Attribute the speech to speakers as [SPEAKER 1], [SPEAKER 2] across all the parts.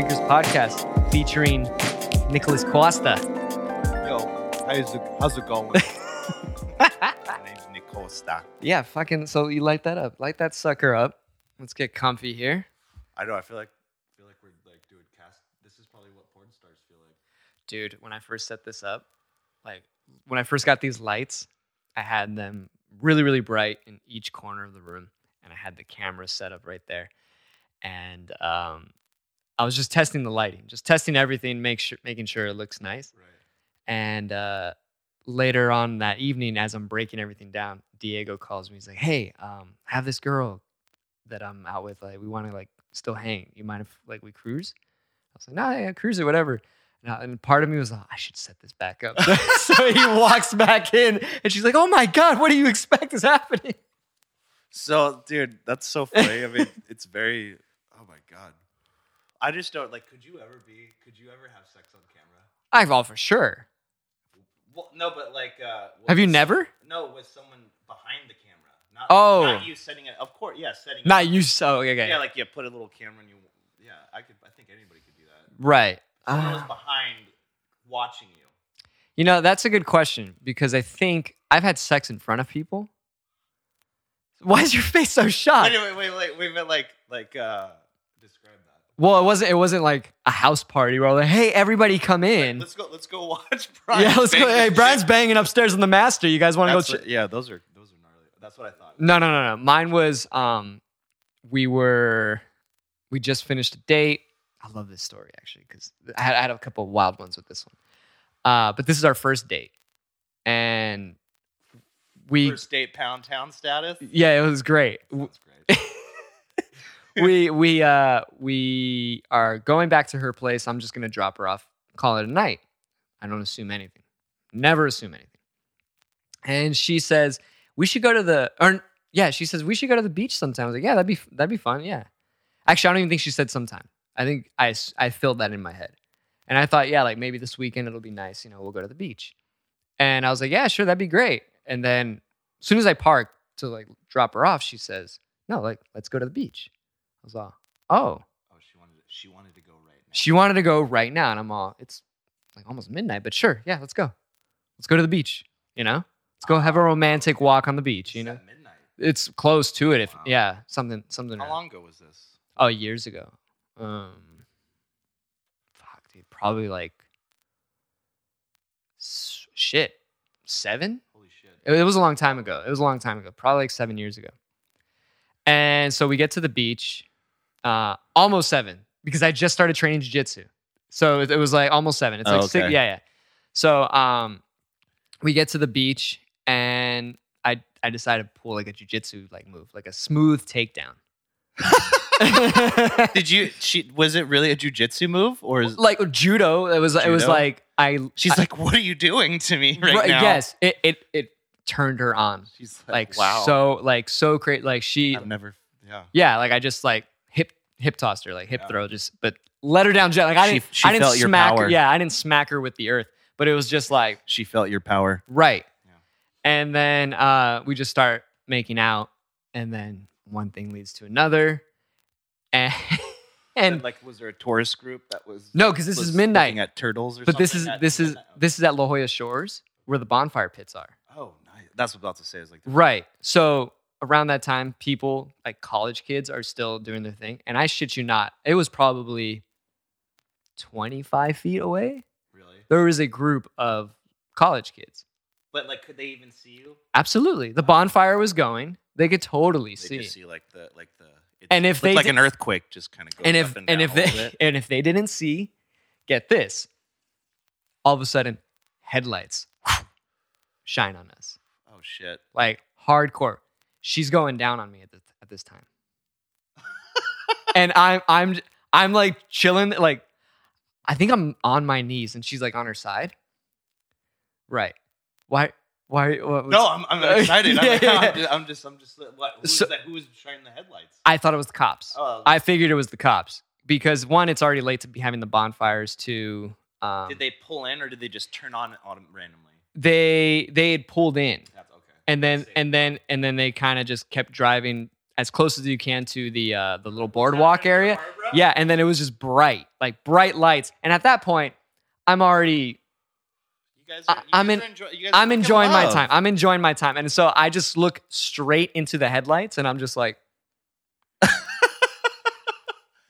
[SPEAKER 1] podcast featuring Nicholas Costa.
[SPEAKER 2] Yo, how's it, how's it going? My name's Nicosta.
[SPEAKER 1] Yeah, fucking. So you light that up. Light that sucker up. Let's get comfy here.
[SPEAKER 2] I know. I feel like feel like we're like doing cast. This is probably what porn stars feel like.
[SPEAKER 1] Dude, when I first set this up, like when I first got these lights, I had them really, really bright in each corner of the room. And I had the camera set up right there. And um, I was just testing the lighting, just testing everything, make sure, making sure it looks nice.
[SPEAKER 2] Right.
[SPEAKER 1] And uh, later on that evening, as I'm breaking everything down, Diego calls me. He's like, "Hey, um, I have this girl that I'm out with. Like, we want to like still hang. You mind if like we cruise?" I was like, "No, yeah, cruise or whatever." And, I- and part of me was like, "I should set this back up." so he walks back in, and she's like, "Oh my god, what do you expect is happening?"
[SPEAKER 2] So, dude, that's so funny. I mean, it's very. Oh my god. I just don't like. Could you ever be? Could you ever have sex on camera?
[SPEAKER 1] I've all for sure.
[SPEAKER 2] Well, no, but like. Uh,
[SPEAKER 1] Have you
[SPEAKER 2] with-
[SPEAKER 1] never?
[SPEAKER 2] No, with someone behind the camera. Not,
[SPEAKER 1] Oh.
[SPEAKER 2] Not you setting it. Of course, yeah, setting. it
[SPEAKER 1] Not
[SPEAKER 2] up.
[SPEAKER 1] you. So okay, okay.
[SPEAKER 2] Yeah, like you put a little camera and you. Yeah, I could. I think anybody could do that.
[SPEAKER 1] right.
[SPEAKER 2] Someone was
[SPEAKER 1] Ah.
[SPEAKER 2] behind, watching you.
[SPEAKER 1] You know, that's a good question because I think I've had sex in front of people. Why is your face so shocked?
[SPEAKER 2] Wait, wait, wait, wait, wait, but like, like, uh, describe that.
[SPEAKER 1] Well, it wasn't. It wasn't like a house party where like, hey, everybody come in.
[SPEAKER 2] Let's go. Let's go watch Brian.
[SPEAKER 1] yeah, let's go. Hey, Brian's banging upstairs in the master. You guys want to go? Ch-
[SPEAKER 2] yeah, those are those are gnarly. That's what I thought.
[SPEAKER 1] no, no, no, no. Mine was. Um, we were, we just finished a date. I love this story actually because I had, I had a couple of wild ones with this one. Uh, but this is our first date, and we.
[SPEAKER 2] First date pound town status.
[SPEAKER 1] yeah, it was great.
[SPEAKER 2] That's great.
[SPEAKER 1] we we uh we are going back to her place. I'm just gonna drop her off, call it a night. I don't assume anything. Never assume anything. And she says, we should go to the or yeah, she says we should go to the beach sometime. I was like, yeah, that'd be that'd be fun. Yeah. Actually, I don't even think she said sometime. I think I s- I filled that in my head. And I thought, yeah, like maybe this weekend it'll be nice, you know, we'll go to the beach. And I was like, yeah, sure, that'd be great. And then as soon as I park to like drop her off, she says, no, like let's go to the beach. I was all, oh,
[SPEAKER 2] Oh, she wanted. She wanted to go right now.
[SPEAKER 1] she wanted to go right now. And I'm all, it's like almost midnight, but sure. Yeah, let's go. Let's go to the beach, you know? Let's go
[SPEAKER 2] Ah.
[SPEAKER 1] have a romantic walk on the beach,
[SPEAKER 2] This
[SPEAKER 1] you
[SPEAKER 2] is
[SPEAKER 1] know?
[SPEAKER 2] at midnight.
[SPEAKER 1] It's close to it. If,
[SPEAKER 2] Wow.
[SPEAKER 1] yeah, something, something.
[SPEAKER 2] How
[SPEAKER 1] around-
[SPEAKER 2] long ago was this?
[SPEAKER 1] Oh, years ago. Um, fuck, dude. Probably like, s- shit, seven?
[SPEAKER 2] Holy shit.
[SPEAKER 1] It, it was a long time ago. It was a long time ago, probably like seven years ago. And so we get to the beach, uh, almost seven, because I just started training jujitsu. So it, it was like almost seven. It's
[SPEAKER 2] Oh,
[SPEAKER 1] like six,
[SPEAKER 2] okay.
[SPEAKER 1] yeah, yeah. So um, we get to the beach, and I I decided to pull like a jujitsu like move, like a smooth takedown.
[SPEAKER 2] Did you? She was it really a jujitsu move or is?
[SPEAKER 1] like judo, it was it was
[SPEAKER 2] Judo?
[SPEAKER 1] like I
[SPEAKER 2] She's
[SPEAKER 1] I-
[SPEAKER 2] like, what are you doing to me right,
[SPEAKER 1] right-
[SPEAKER 2] now?
[SPEAKER 1] Yes, it it it turned her on.
[SPEAKER 2] She's
[SPEAKER 1] Like so, like so great. Like she,
[SPEAKER 2] I've never. Yeah.
[SPEAKER 1] Yeah, like I just like hip hip tossed her, like hip
[SPEAKER 2] Yeah.
[SPEAKER 1] throw, just but let her down. gen- Like I
[SPEAKER 2] She-
[SPEAKER 1] didn't,
[SPEAKER 2] she
[SPEAKER 1] I didn't
[SPEAKER 2] felt your
[SPEAKER 1] smack her.
[SPEAKER 2] power.
[SPEAKER 1] Yeah, I didn't smack her with the earth, but it was just like
[SPEAKER 2] She felt your power.
[SPEAKER 1] right.
[SPEAKER 2] Yeah.
[SPEAKER 1] And then uh, we just start making out, and then one thing leads to another, and
[SPEAKER 2] And,
[SPEAKER 1] and
[SPEAKER 2] like, was there a tourist group that was?
[SPEAKER 1] no, because this
[SPEAKER 2] was
[SPEAKER 1] is midnight.
[SPEAKER 2] looking at turtles or
[SPEAKER 1] but this is
[SPEAKER 2] something at
[SPEAKER 1] this is
[SPEAKER 2] midnight?
[SPEAKER 1] this is at La Jolla Shores where the bonfire pits are.
[SPEAKER 2] Oh, nice. That's what I was about to say. Is like
[SPEAKER 1] Right. So around that time, people like college kids are still doing their thing. And I shit you not, it was probably 25 feet away.
[SPEAKER 2] really,
[SPEAKER 1] There was a group of college kids.
[SPEAKER 2] but like, could they even see you?
[SPEAKER 1] Absolutely. The bonfire was going. They could totally
[SPEAKER 2] They
[SPEAKER 1] see.
[SPEAKER 2] just see like the like the. It
[SPEAKER 1] And if
[SPEAKER 2] looked
[SPEAKER 1] they
[SPEAKER 2] like
[SPEAKER 1] did-
[SPEAKER 2] an earthquake, just kind of goes
[SPEAKER 1] And if
[SPEAKER 2] up and,
[SPEAKER 1] and if they and if they didn't see, get this. All of a sudden, headlights shine on us.
[SPEAKER 2] oh shit,
[SPEAKER 1] like hardcore. She's going down on me at this at this time, and I'm I'm I'm like chilling. Like I think I'm on my knees, and she's like on her side. Right? Why? Why? What,
[SPEAKER 2] no, I'm, I'm excited. I'm,
[SPEAKER 1] Yeah, yeah,
[SPEAKER 2] I'm,
[SPEAKER 1] yeah.
[SPEAKER 2] just, I'm just I'm just what who's
[SPEAKER 1] So-
[SPEAKER 2] that? Who was shining the headlights?
[SPEAKER 1] I thought it was the cops.
[SPEAKER 2] oh,
[SPEAKER 1] I figured it was the cops because one, it's already late to be having the bonfires. To um,
[SPEAKER 2] did they pull in or did they just turn on on randomly?
[SPEAKER 1] they they had pulled in.
[SPEAKER 2] That's okay.
[SPEAKER 1] and then
[SPEAKER 2] Let's see.
[SPEAKER 1] and then and then they kind of just kept driving as close as you can to the uh, the little boardwalk area. Yeah, and then it was just bright, like bright lights. And at that point, I'm already
[SPEAKER 2] You guys
[SPEAKER 1] I-
[SPEAKER 2] are, you
[SPEAKER 1] I'm
[SPEAKER 2] guys
[SPEAKER 1] in-
[SPEAKER 2] are enjoy- you guys
[SPEAKER 1] I'm
[SPEAKER 2] fucking
[SPEAKER 1] enjoying my
[SPEAKER 2] love.
[SPEAKER 1] time. I'm enjoying my time. And so I just look straight into the headlights and I'm just like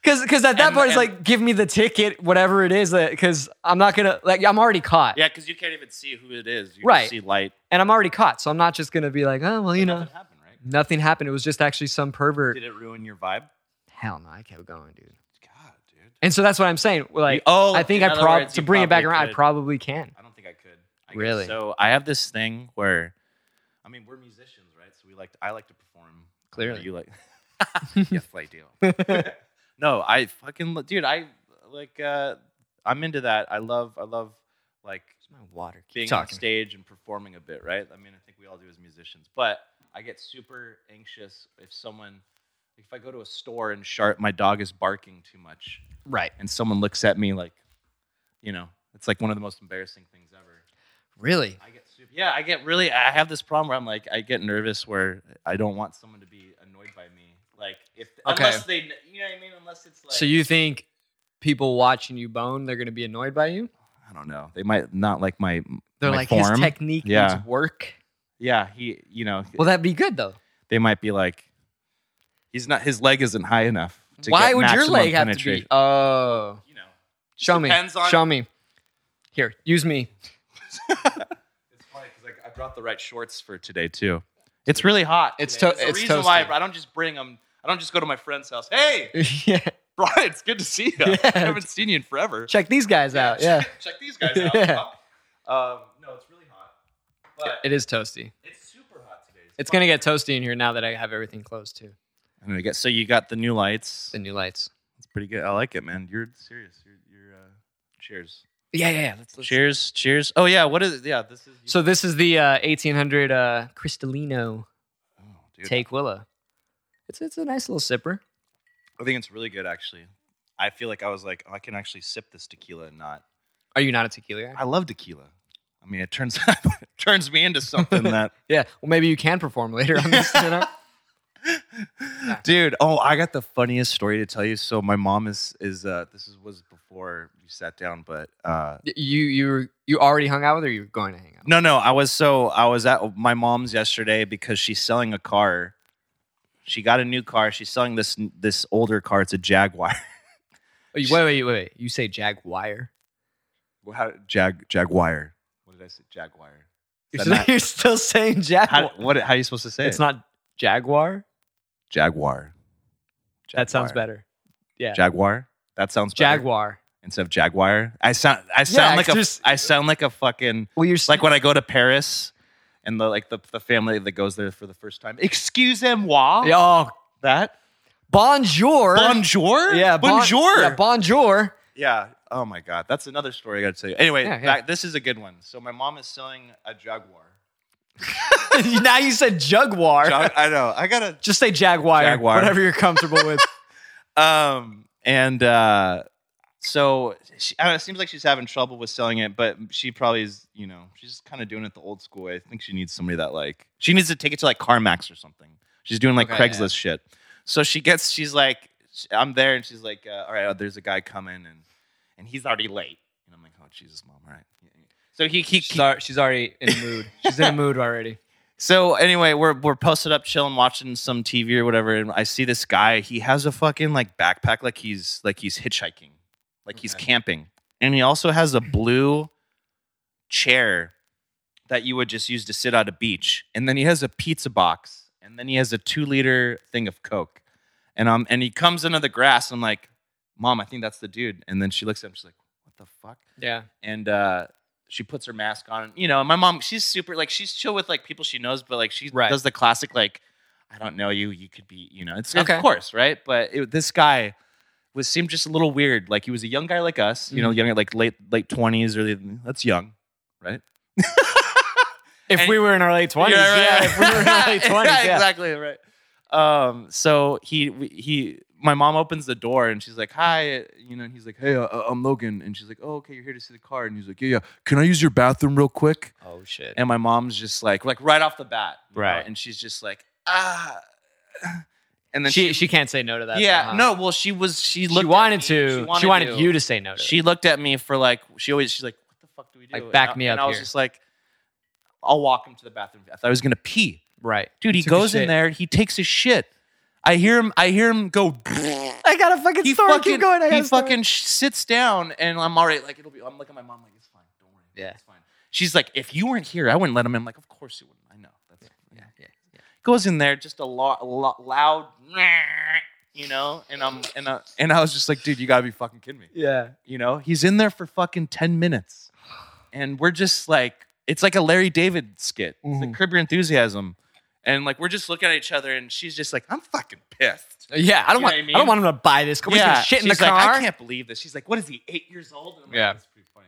[SPEAKER 1] Cuz cuz at that
[SPEAKER 2] And-
[SPEAKER 1] point it's
[SPEAKER 2] and-
[SPEAKER 1] like give me the ticket whatever it is cuz I'm not going to like I'm already caught.
[SPEAKER 2] Yeah, because you can't even see who it is. You
[SPEAKER 1] Right.
[SPEAKER 2] just see light.
[SPEAKER 1] And I'm already caught. So I'm not just going to be like, "Oh, well, you
[SPEAKER 2] But
[SPEAKER 1] know,
[SPEAKER 2] nothing happened, right?
[SPEAKER 1] nothing happened. It was just actually some pervert."
[SPEAKER 2] Did it ruin your vibe?
[SPEAKER 1] Hell no, I kept going, dude.
[SPEAKER 2] God, dude.
[SPEAKER 1] And so that's what I'm saying. Like
[SPEAKER 2] You- oh,
[SPEAKER 1] I think
[SPEAKER 2] in
[SPEAKER 1] I
[SPEAKER 2] other
[SPEAKER 1] prob
[SPEAKER 2] words,
[SPEAKER 1] to
[SPEAKER 2] you
[SPEAKER 1] bring it back
[SPEAKER 2] probably
[SPEAKER 1] around, I
[SPEAKER 2] could.
[SPEAKER 1] probably can.
[SPEAKER 2] I don't think I could. I guess.
[SPEAKER 1] Really?
[SPEAKER 2] So I have this thing where, I mean, we're musicians, right? So we like. To, I like to perform.
[SPEAKER 1] Clearly.
[SPEAKER 2] you like. yes, I do. no, I fucking lo- dude. I like. uh I'm into that. I love. I love like
[SPEAKER 1] My water
[SPEAKER 2] being
[SPEAKER 1] keeps
[SPEAKER 2] on
[SPEAKER 1] talking.
[SPEAKER 2] stage and performing a bit, right? I mean, I think we all do as musicians. But I get super anxious if someone, if I go to a store and sharp, my dog is barking too much,
[SPEAKER 1] Right.
[SPEAKER 2] and someone looks at me like, you know, it's like one of the most embarrassing things ever.
[SPEAKER 1] Really?
[SPEAKER 2] I get super. Yeah, I get really. I have this problem where I'm like, I get nervous where I don't want someone to be annoyed by me. Like if
[SPEAKER 1] Okay.
[SPEAKER 2] unless they, kn- you know what I mean. Unless it's like,
[SPEAKER 1] So you think people watching you bone, they're gonna be annoyed by you?
[SPEAKER 2] I don't know. They might not like my.
[SPEAKER 1] They're
[SPEAKER 2] my
[SPEAKER 1] like his
[SPEAKER 2] form.
[SPEAKER 1] technique
[SPEAKER 2] Yeah.
[SPEAKER 1] needs work.
[SPEAKER 2] Yeah, he. You know,
[SPEAKER 1] Well, that'd be good though.
[SPEAKER 2] they might be like, he's not. His leg isn't high enough. To
[SPEAKER 1] Why
[SPEAKER 2] get
[SPEAKER 1] would your
[SPEAKER 2] maximum
[SPEAKER 1] leg have to be?
[SPEAKER 2] penetration.
[SPEAKER 1] Oh,
[SPEAKER 2] You know,
[SPEAKER 1] show me.
[SPEAKER 2] depends on-
[SPEAKER 1] Show me. Here, use me.
[SPEAKER 2] it's funny because like I brought the right shorts for today too. It's really hot.
[SPEAKER 1] It's
[SPEAKER 2] today.
[SPEAKER 1] to-
[SPEAKER 2] the
[SPEAKER 1] it's
[SPEAKER 2] reason why
[SPEAKER 1] toasty.
[SPEAKER 2] I don't just bring them. I don't just go to my friend's house. Hey,
[SPEAKER 1] yeah.
[SPEAKER 2] Brian, it's good to see you.
[SPEAKER 1] Yeah.
[SPEAKER 2] I haven't seen you in forever.
[SPEAKER 1] Check these guys out. Yeah.
[SPEAKER 2] Check these guys out.
[SPEAKER 1] Yeah.
[SPEAKER 2] Um, no, it's really hot. But
[SPEAKER 1] It is toasty.
[SPEAKER 2] it's super hot today.
[SPEAKER 1] It's gonna get toasty in here now that I have everything closed too.
[SPEAKER 2] I'm gonna get so you got the new lights.
[SPEAKER 1] The new lights.
[SPEAKER 2] It's pretty good. I like it, man. You're serious. You're, you're uh, cheers.
[SPEAKER 1] Yeah, yeah, yeah. Let's, let's
[SPEAKER 2] Cheers. Cheers. Oh yeah. What is it? Yeah. This is
[SPEAKER 1] So this is the uh, 1800 uh, Cristalino
[SPEAKER 2] oh, dude.
[SPEAKER 1] Take Willow. It's it's a nice little sipper.
[SPEAKER 2] I think it's really good actually. I feel like I was like, oh, I can actually sip this tequila and not.
[SPEAKER 1] Are you not a tequila guy?
[SPEAKER 2] I love tequila. I mean, it turns it turns me into something that
[SPEAKER 1] Yeah. Well, maybe you can perform later on this dinner.
[SPEAKER 2] Dude, oh, I got the funniest story to tell you. So my mom is is uh this is, was before we sat down, but uh
[SPEAKER 1] Y- You you were you already hung out with her? You were going to hang out?
[SPEAKER 2] no, no, I was so I was at my mom's yesterday because she's selling a car. She got a new car. She's selling this this older car. It's a Jaguar.
[SPEAKER 1] Wait, wait, wait, wait. Oh, You say Jaguar?
[SPEAKER 2] Well, How, Jag Jaguar. What did I say? Jaguar.
[SPEAKER 1] You're
[SPEAKER 2] Is
[SPEAKER 1] still,
[SPEAKER 2] that
[SPEAKER 1] you're still saying
[SPEAKER 2] How,
[SPEAKER 1] Jaguar?
[SPEAKER 2] what? How are you supposed to say
[SPEAKER 1] It's
[SPEAKER 2] it?
[SPEAKER 1] not Jaguar.
[SPEAKER 2] Jaguar.
[SPEAKER 1] That sounds
[SPEAKER 2] Jaguar.
[SPEAKER 1] better. Yeah,
[SPEAKER 2] Jaguar. That sounds better.
[SPEAKER 1] Jaguar.
[SPEAKER 2] instead of Jaguar. I sound I sound like
[SPEAKER 1] just-
[SPEAKER 2] a I sound like a fucking
[SPEAKER 1] Well, you're
[SPEAKER 2] It's like when I go to Paris and the like the, the family that goes there for the first time. Excusez-moi.
[SPEAKER 1] oh
[SPEAKER 2] That.
[SPEAKER 1] bonjour.
[SPEAKER 2] Bonjour.
[SPEAKER 1] Yeah, bon-
[SPEAKER 2] Bonjour.
[SPEAKER 1] Yeah, bonjour.
[SPEAKER 2] Yeah. Oh my God. That's another story I got to tell you. Anyway,
[SPEAKER 1] Yeah, yeah.
[SPEAKER 2] back- this is a good one. So my mom is selling a Jaguar.
[SPEAKER 1] now you said Jaguar.
[SPEAKER 2] Jag- I know. I gotta.
[SPEAKER 1] Just say Jaguar.
[SPEAKER 2] Jaguar.
[SPEAKER 1] Whatever you're comfortable with.
[SPEAKER 2] Um. And uh, so she, I don't know, it seems like she's having trouble with selling it, but she probably is. You know, she's kind of doing it the old school way. I think she needs somebody that like she needs to take it to like CarMax or something. She's doing like
[SPEAKER 1] Okay, yeah.
[SPEAKER 2] Craigslist shit. So she gets. She's like, sh- I'm there, and she's like, uh, all right, oh, there's a guy coming, and and he's already late. And I'm like, oh Jesus, mom, all right. So he he,
[SPEAKER 1] She's, al- she's already in a mood. She's in a mood already.
[SPEAKER 2] so anyway, we're we're posted up chilling, watching some TV or whatever, and I see this guy. He has a fucking like backpack, like he's like he's hitchhiking, like he's
[SPEAKER 1] Okay.
[SPEAKER 2] camping, and he also has a blue chair that you would just use to sit at a beach. And then he has a pizza box, and then he has a two liter thing of Coke, and um, and he comes into the grass. And I'm like, Mom, I think that's the dude. And then she looks at him, she's like, What the fuck?
[SPEAKER 1] Yeah.
[SPEAKER 2] and uh, she puts her mask on. You know, and my mom, she's super like she's chill with like people she knows, but like she
[SPEAKER 1] Right.
[SPEAKER 2] does the classic like, I don't know you, you could be, you know, it's
[SPEAKER 1] Okay.
[SPEAKER 2] of course, right? But it, this guy was seemed just a little weird. Like he was a young guy like us, you know,
[SPEAKER 1] Mm-hmm.
[SPEAKER 2] young like late late twenties, early that's young, right?
[SPEAKER 1] If
[SPEAKER 2] And-
[SPEAKER 1] we were in our late twenties,
[SPEAKER 2] Yeah, right,
[SPEAKER 1] yeah.
[SPEAKER 2] right.
[SPEAKER 1] If we were in our late twenties, yeah.
[SPEAKER 2] exactly right. Um, so he we- he, my mom opens the door and she's like, "Hi," you know, and he's like, "Hey, uh, uh, I'm Logan," and she's like, "Oh, okay, you're here to see the car," and he's like, "Yeah, yeah, can I use your bathroom real quick?"
[SPEAKER 1] Oh shit.
[SPEAKER 2] And my mom's just like, like right off the bat, you know,
[SPEAKER 1] Right.
[SPEAKER 2] And she's just like, ah, and then
[SPEAKER 1] she she can't say no to that.
[SPEAKER 2] yeah,
[SPEAKER 1] though, huh?
[SPEAKER 2] no. Well, she was. She looked.
[SPEAKER 1] She
[SPEAKER 2] at
[SPEAKER 1] wanted
[SPEAKER 2] me,
[SPEAKER 1] to. She wanted, you to say no to.
[SPEAKER 2] She looked at me for like. She always. She's like, "What the fuck do we do?"
[SPEAKER 1] Like,
[SPEAKER 2] And
[SPEAKER 1] back
[SPEAKER 2] I-
[SPEAKER 1] me
[SPEAKER 2] and
[SPEAKER 1] up
[SPEAKER 2] I was
[SPEAKER 1] here.
[SPEAKER 2] just like, "I'll walk him to the bathroom." I thought I was gonna pee,
[SPEAKER 1] it. right,
[SPEAKER 2] dude. He
[SPEAKER 1] Took a
[SPEAKER 2] goes in
[SPEAKER 1] shit.
[SPEAKER 2] there. He takes a shit. I hear him. I hear him go.
[SPEAKER 1] I got a fucking
[SPEAKER 2] he
[SPEAKER 1] story.
[SPEAKER 2] fucking.
[SPEAKER 1] Keep going. I got
[SPEAKER 2] he
[SPEAKER 1] a story.
[SPEAKER 2] fucking sh- sits down, and I'm already like, it'll be. I'm looking at my mom like, it's fine. Don't worry.
[SPEAKER 1] Yeah.
[SPEAKER 2] it's fine. She's like, if you weren't here, I wouldn't let him in. I'm like, of course you wouldn't. I know. That's
[SPEAKER 1] Yeah, yeah, yeah.
[SPEAKER 2] goes in there just a lot, loud you know and i'm and I, and i was just like dude you gotta be fucking kidding me
[SPEAKER 1] yeah.
[SPEAKER 2] you know he's in there for fucking 10 minutes and we're just like it's like a larry david skit It's like
[SPEAKER 1] Mhm.
[SPEAKER 2] curb your enthusiasm and like we're just looking at each other and she's just like i'm fucking pissed
[SPEAKER 1] Yeah, I don't
[SPEAKER 2] You
[SPEAKER 1] want.
[SPEAKER 2] know what I
[SPEAKER 1] I,
[SPEAKER 2] mean?
[SPEAKER 1] don't want him to buy this. Can we just shit in the
[SPEAKER 2] she's like,
[SPEAKER 1] car?
[SPEAKER 2] I can't believe this. She's like, what is he, eight years old? And I'm like,
[SPEAKER 1] Yeah.
[SPEAKER 2] that's pretty funny.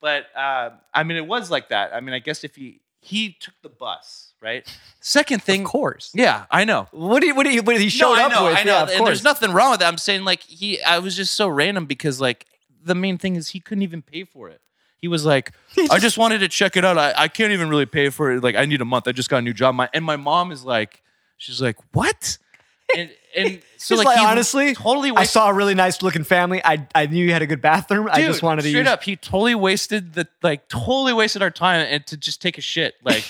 [SPEAKER 2] But uh, I mean, it was like that. I mean, I guess if he he took the bus, right? Second thing,
[SPEAKER 1] Of course.
[SPEAKER 2] yeah, I know.
[SPEAKER 1] What do you? What do you? What he showed
[SPEAKER 2] no,
[SPEAKER 1] up
[SPEAKER 2] I know,
[SPEAKER 1] with?
[SPEAKER 2] I know.
[SPEAKER 1] Yeah, of
[SPEAKER 2] and
[SPEAKER 1] course.
[SPEAKER 2] there's nothing wrong with that. I'm saying like he, I was just so random because like the main thing is he couldn't even pay for it. He was like, I just wanted to check it out. I, I can't even really pay for it. Like I need a month. I just got a new job. My and my mom is like, she's like, what? And and so
[SPEAKER 1] He's
[SPEAKER 2] like,
[SPEAKER 1] like,
[SPEAKER 2] he
[SPEAKER 1] honestly,
[SPEAKER 2] totally
[SPEAKER 1] I
[SPEAKER 2] wasted.
[SPEAKER 1] saw a really nice looking family. I I knew you had a good bathroom. I just
[SPEAKER 2] Dude,
[SPEAKER 1] wanted to
[SPEAKER 2] straight
[SPEAKER 1] use.
[SPEAKER 2] up. He totally wasted the like totally wasted our time and to just take a shit. Like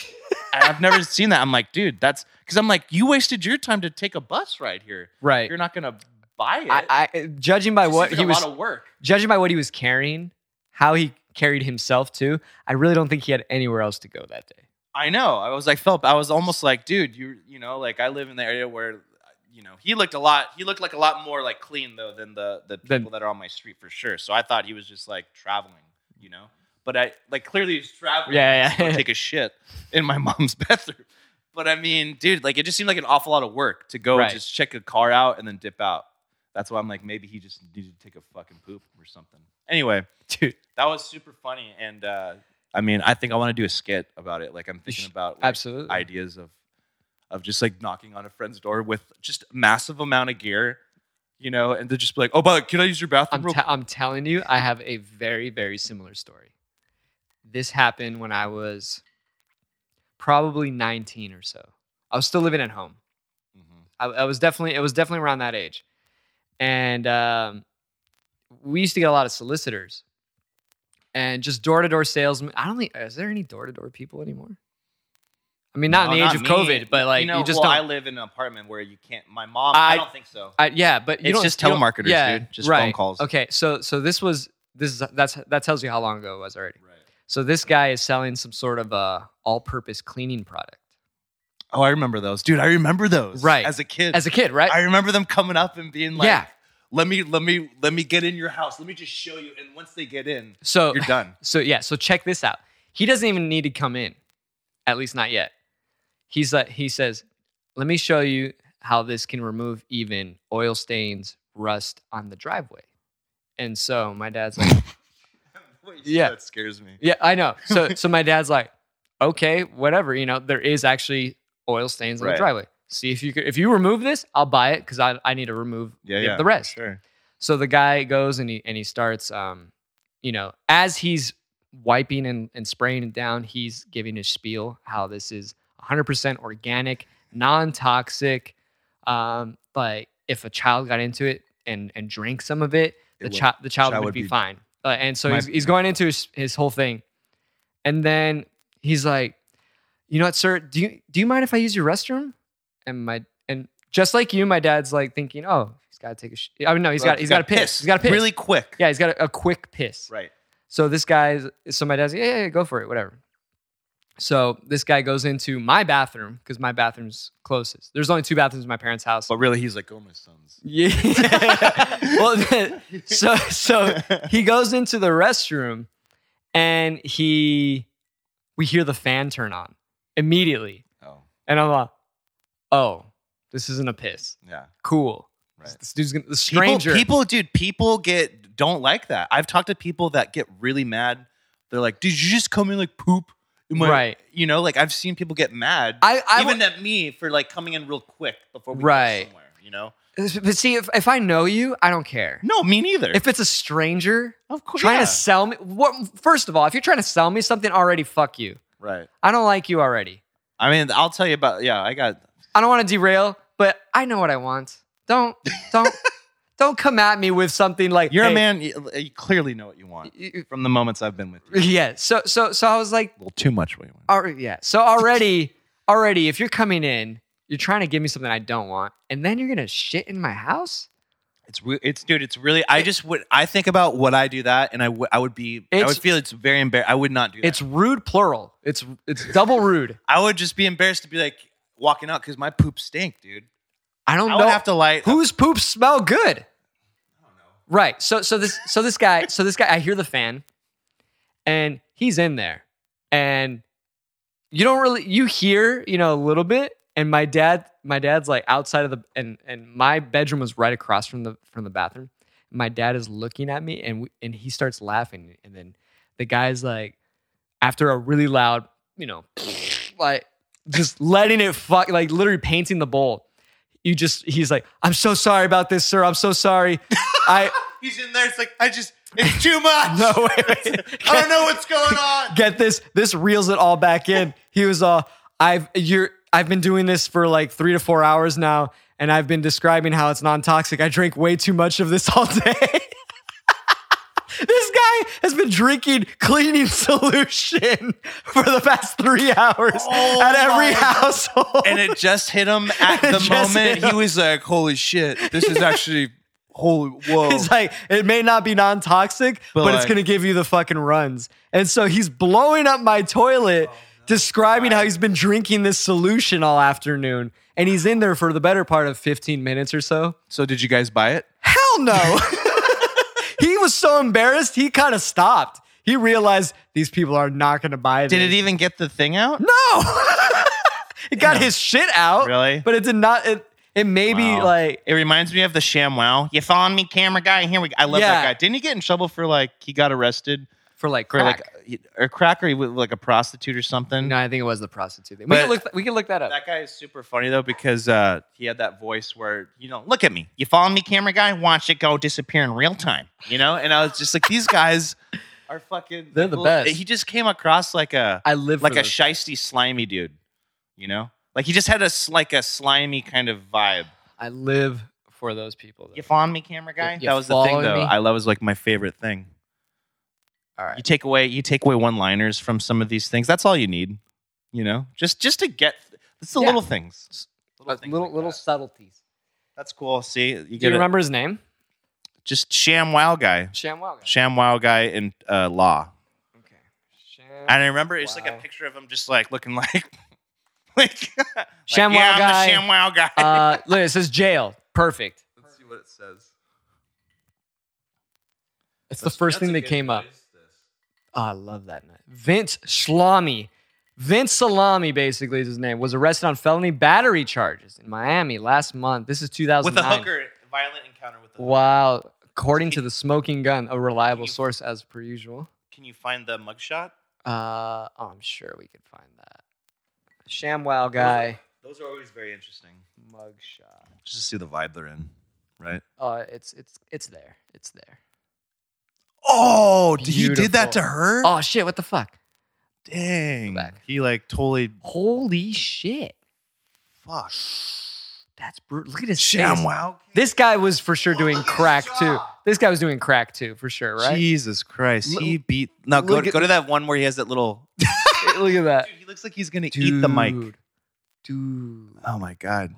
[SPEAKER 2] and I've never seen that. I'm like, dude, that's because I'm like, you wasted your time to take a bus ride here.
[SPEAKER 1] Right.
[SPEAKER 2] You're not gonna buy it.
[SPEAKER 1] I, I judging by
[SPEAKER 2] It
[SPEAKER 1] what
[SPEAKER 2] seems
[SPEAKER 1] he
[SPEAKER 2] like
[SPEAKER 1] was
[SPEAKER 2] a lot of work.
[SPEAKER 1] judging by what he was carrying, how he carried himself too, I really don't think he had anywhere else to go that day.
[SPEAKER 2] I know. I was like, Philip. I was almost like, dude, you you know, like I live in the area where, you know, he looked a lot. He looked like a lot more like clean though than the the people
[SPEAKER 1] Than-
[SPEAKER 2] that are on my street for sure. So I thought he was just like traveling, you know. But I like clearly he's traveling.
[SPEAKER 1] Yeah,
[SPEAKER 2] to
[SPEAKER 1] yeah.
[SPEAKER 2] take a shit in my mom's bathroom. But I mean, dude, like it just seemed like an awful lot of work to go
[SPEAKER 1] Right.
[SPEAKER 2] just check a car out and then dip out. That's why I'm like, maybe he just needed to take a fucking poop or something. Anyway,
[SPEAKER 1] Dude,
[SPEAKER 2] that was super funny, and uh, I mean, I think I want to do a skit about it. Like I'm thinking
[SPEAKER 1] sh-
[SPEAKER 2] about like,
[SPEAKER 1] absolutely.
[SPEAKER 2] ideas of of just like knocking on a friend's door with just massive amount of gear, you know, and they just be like, "Oh, but can I use your bathroom?"
[SPEAKER 1] I'm,
[SPEAKER 2] real
[SPEAKER 1] te- I'm telling you, I have a very, very similar story. This happened when I was probably 19 or so. I was still living at home.
[SPEAKER 2] quick?" Mhm.
[SPEAKER 1] I, I was definitely it was definitely around that age, and um, we used to get a lot of solicitors, and just door to door salesmen. I don't think is there any door to door people anymore. I mean, not
[SPEAKER 2] No,
[SPEAKER 1] in the age of
[SPEAKER 2] me.
[SPEAKER 1] COVID, but like you,
[SPEAKER 2] know,
[SPEAKER 1] just
[SPEAKER 2] well, I
[SPEAKER 1] don't.
[SPEAKER 2] live in an apartment where you can't. My mom, I,
[SPEAKER 1] I-
[SPEAKER 2] don't think so.
[SPEAKER 1] I, yeah, but you
[SPEAKER 2] It's
[SPEAKER 1] don't,
[SPEAKER 2] just
[SPEAKER 1] you don't-
[SPEAKER 2] telemarketers,
[SPEAKER 1] yeah,
[SPEAKER 2] dude. Just
[SPEAKER 1] right.
[SPEAKER 2] phone calls.
[SPEAKER 1] Okay, so so this was this is that's that tells you how long ago it was already.
[SPEAKER 2] Right.
[SPEAKER 1] So this guy is selling some sort of uh all-purpose cleaning product
[SPEAKER 2] Oh, I remember those, dude. I remember those.
[SPEAKER 1] Right.
[SPEAKER 2] As a kid,
[SPEAKER 1] as a kid, right?
[SPEAKER 2] I remember them coming up and being like,
[SPEAKER 1] Yeah.
[SPEAKER 2] "Let me, let me, let me get in your house. Let me just show you." And once they get in,
[SPEAKER 1] so
[SPEAKER 2] you're done.
[SPEAKER 1] So yeah, so check this out. He doesn't even need to come in, at least not yet. He's like he says, "Let me show you how this can remove even oil stains, rust on the driveway." And so my dad's like,
[SPEAKER 2] Wait,
[SPEAKER 1] Yeah.
[SPEAKER 2] that scares me.
[SPEAKER 1] "Yeah, I know." So so my dad's like, "Okay, whatever. You know, there is actually oil stains on
[SPEAKER 2] Right.
[SPEAKER 1] the driveway. See if you could, if you remove this, I'll buy it because I I need to remove
[SPEAKER 2] Yeah,
[SPEAKER 1] the-
[SPEAKER 2] yeah,
[SPEAKER 1] the rest."
[SPEAKER 2] Sure.
[SPEAKER 1] So the guy goes and he and he starts um, you know, as he's wiping and, and spraying it down, he's giving his spiel how this is 100% organic, non-toxic. Um, like if a child got into it and and drank some of it, the
[SPEAKER 2] It would-
[SPEAKER 1] child the child
[SPEAKER 2] child
[SPEAKER 1] would,
[SPEAKER 2] would
[SPEAKER 1] be,
[SPEAKER 2] be-
[SPEAKER 1] fine. Uh, and so
[SPEAKER 2] My-
[SPEAKER 1] he's he's going into his, his whole thing. And then he's like, "You know what, sir? Do you do you mind if I use your restroom?" And my and just like you, my dad's like thinking, "Oh, he's got to take a sh-. I mean, no, he's got he's got to piss. He's got to piss.
[SPEAKER 2] really quick.
[SPEAKER 1] Yeah, he's got a, a quick piss.
[SPEAKER 2] Right.
[SPEAKER 1] So this guy's so my dad's like, yeah, yeah, yeah, go for it, whatever. So this guy goes into my bathroom because my bathroom's closest. There's only two bathrooms in my parents' house.
[SPEAKER 2] But really, he's like, "Go, my sons."
[SPEAKER 1] Yeah. well, so so he goes into the restroom and he we hear the fan turn on immediately.
[SPEAKER 2] oh,
[SPEAKER 1] And I'm like, oh, this isn't a piss.
[SPEAKER 2] yeah.
[SPEAKER 1] Cool.
[SPEAKER 2] Right.
[SPEAKER 1] This dude's gonna the
[SPEAKER 2] People-
[SPEAKER 1] stranger.
[SPEAKER 2] People, dude, people get don't like that. I've talked to people that get really mad. They're like, "Did you just come in like poop?" in my-"
[SPEAKER 1] Right.
[SPEAKER 2] You know, like I've seen people get mad,
[SPEAKER 1] I, I
[SPEAKER 2] even at me for like coming in real quick before we
[SPEAKER 1] Right.
[SPEAKER 2] go somewhere. You know?
[SPEAKER 1] But see, if, if I know you, I don't care.
[SPEAKER 2] No, me neither.
[SPEAKER 1] If it's a stranger
[SPEAKER 2] of course,
[SPEAKER 1] trying
[SPEAKER 2] yeah.
[SPEAKER 1] to sell me, what, first of all, if you're trying to sell me something already, fuck you.
[SPEAKER 2] right.
[SPEAKER 1] I don't like you already.
[SPEAKER 2] I mean, I'll tell you about. Yeah, I got.
[SPEAKER 1] I don't want to derail. but I know what I want. Don't don't don't come at me with something like
[SPEAKER 2] You're
[SPEAKER 1] "Hey,
[SPEAKER 2] a man. You, you clearly know what you want
[SPEAKER 1] y- y-
[SPEAKER 2] from the moments I've been with you.
[SPEAKER 1] Yeah. So so so I was like,
[SPEAKER 2] A little too much what you want.
[SPEAKER 1] all right, yeah. So already already if you're coming in, you're trying to give me something I don't want, and then you're gonna shit in my house.
[SPEAKER 2] It's re- it's dude. It's really. I just would. I think about what I do that, and I would. I would be. I
[SPEAKER 1] It's-
[SPEAKER 2] would feel it's very embarrassed. I would not do that.
[SPEAKER 1] It's rude plural. It's it's double rude.
[SPEAKER 2] I would just be embarrassed to be like walking out because my poop stink, dude.
[SPEAKER 1] I don't
[SPEAKER 2] I
[SPEAKER 1] know
[SPEAKER 2] would have to light.
[SPEAKER 1] whose poops smell good. Right. So so this so this guy so this guy I hear the fan, and he's in there, and you don't really you hear you know a little bit, and my dad my dad's like outside of the and and my bedroom was right across from the from the bathroom. My dad is looking at me and we, and he starts laughing, and then the guy's like, after a really loud you know like just letting it fuck like literally painting the bowl. You just he's like, I'm so sorry about this, sir. I'm so sorry. I
[SPEAKER 2] He's in there. It's like I just. It's too much.
[SPEAKER 1] no wait, wait.
[SPEAKER 2] I don't know what's going on.
[SPEAKER 1] get this this reels it all back in he was all i've you're i've been doing this for like three to four hours now and i've been describing how it's non-toxic i drink way too much of this all day this guy has been drinking cleaning solution for the past three hours
[SPEAKER 2] Oh
[SPEAKER 1] at every
[SPEAKER 2] my-
[SPEAKER 1] household
[SPEAKER 2] and it just hit him at
[SPEAKER 1] It
[SPEAKER 2] the
[SPEAKER 1] just hit
[SPEAKER 2] moment.
[SPEAKER 1] him.
[SPEAKER 2] He was like, "Holy shit! This is actually holy whoa!"
[SPEAKER 1] He's like, it may not be non toxic, but,
[SPEAKER 2] But
[SPEAKER 1] it's
[SPEAKER 2] like-
[SPEAKER 1] going to give you the fucking runs. And so he's blowing up my toilet, describing how he's been drinking this solution all afternoon. And he's in there for the better part of 15 minutes or so.
[SPEAKER 2] so did you guys buy it?
[SPEAKER 1] Hell no. he was so embarrassed, he kind of stopped. He realized these people are not going to buy this.
[SPEAKER 2] Did it even get the thing out?
[SPEAKER 1] No. it got his shit out.
[SPEAKER 2] Really?
[SPEAKER 1] But it did not. It, it may be
[SPEAKER 2] Wow.
[SPEAKER 1] like.
[SPEAKER 2] It reminds me of the ShamWow. You following me, camera guy? Here we go. I love
[SPEAKER 1] Yeah.
[SPEAKER 2] that guy. Didn't he get in trouble for like he got arrested
[SPEAKER 1] For like
[SPEAKER 2] for
[SPEAKER 1] crack.
[SPEAKER 2] like or crack or he was like a prostitute or something?
[SPEAKER 1] no, I think it was the prostitute. thing. We
[SPEAKER 2] But-
[SPEAKER 1] can look. we can look that up.
[SPEAKER 2] That guy is super funny though because uh, he had that voice where you know, look at me, you following me, camera guy? Watch it go disappear in real time, you know. And I was just like, these guys are fucking.
[SPEAKER 1] They're the best.
[SPEAKER 2] He just came across like a
[SPEAKER 1] I live
[SPEAKER 2] like
[SPEAKER 1] for
[SPEAKER 2] a
[SPEAKER 1] those.
[SPEAKER 2] shisty, slimy dude, you know. Like he just had a s- like a slimy kind of vibe.
[SPEAKER 1] I live for those people. though.
[SPEAKER 2] You following me, camera guy?
[SPEAKER 1] You- you
[SPEAKER 2] that was the thing
[SPEAKER 1] following
[SPEAKER 2] though.
[SPEAKER 1] me?
[SPEAKER 2] I love was like my favorite thing.
[SPEAKER 1] All right.
[SPEAKER 2] You take away you take away one liners from some of these things. That's all you need, you know. Just just to get it's the
[SPEAKER 1] Yeah.
[SPEAKER 2] little things.
[SPEAKER 1] Uh,
[SPEAKER 2] things
[SPEAKER 1] little
[SPEAKER 2] like
[SPEAKER 1] little
[SPEAKER 2] that.
[SPEAKER 1] subtleties.
[SPEAKER 2] That's cool. See, you
[SPEAKER 1] Do you
[SPEAKER 2] get it.
[SPEAKER 1] remember his name?
[SPEAKER 2] just Sham Wow guy,
[SPEAKER 1] Sham Wow.
[SPEAKER 2] Sham Wow guy in uh, Law.
[SPEAKER 1] Okay. Sham.
[SPEAKER 2] And I remember it's like
[SPEAKER 1] Wow.
[SPEAKER 2] a picture of him just like looking like like, like
[SPEAKER 1] Sham Wow
[SPEAKER 2] yeah, I'm
[SPEAKER 1] guy.
[SPEAKER 2] The Sham Wow guy.
[SPEAKER 1] uh, look, it says jail. Perfect.
[SPEAKER 2] Let's see what it says.
[SPEAKER 1] It's the first thing that came up. Oh, I love that name. Vince Schlamy. Vince Salami, basically, is his name, was arrested on felony battery charges in Miami last month. This is 2009.
[SPEAKER 2] With a hooker, violent encounter with a hooker.
[SPEAKER 1] Wow. According to the smoking gun, a reliable source as per usual.
[SPEAKER 2] Can you find the mugshot?
[SPEAKER 1] Uh, oh, I'm sure we could find that. Sham Wow guy.
[SPEAKER 2] Those are always very interesting.
[SPEAKER 1] Mugshot.
[SPEAKER 2] Just to see the vibe they're in, right?
[SPEAKER 1] Uh, it's it's it's there. It's there.
[SPEAKER 2] Oh,
[SPEAKER 1] he did that to
[SPEAKER 2] her?
[SPEAKER 1] Oh shit! What the fuck?
[SPEAKER 2] Dang.
[SPEAKER 1] Back.
[SPEAKER 2] He like totally
[SPEAKER 1] Holy shit!
[SPEAKER 2] fuck.
[SPEAKER 1] That's brutal. Look at his face.
[SPEAKER 2] Wow.
[SPEAKER 1] This guy was for sure doing
[SPEAKER 2] Look at his
[SPEAKER 1] crack too.
[SPEAKER 2] jaw.
[SPEAKER 1] This guy was doing crack too for sure, right?
[SPEAKER 2] Jesus Christ.
[SPEAKER 1] Look-
[SPEAKER 2] he beat Now go,
[SPEAKER 1] look at-
[SPEAKER 2] go to that one where he has that little
[SPEAKER 1] Look at that.
[SPEAKER 2] Dude, he looks like he's gonna eat the mic.
[SPEAKER 1] Dude. Dude.
[SPEAKER 2] Oh my god.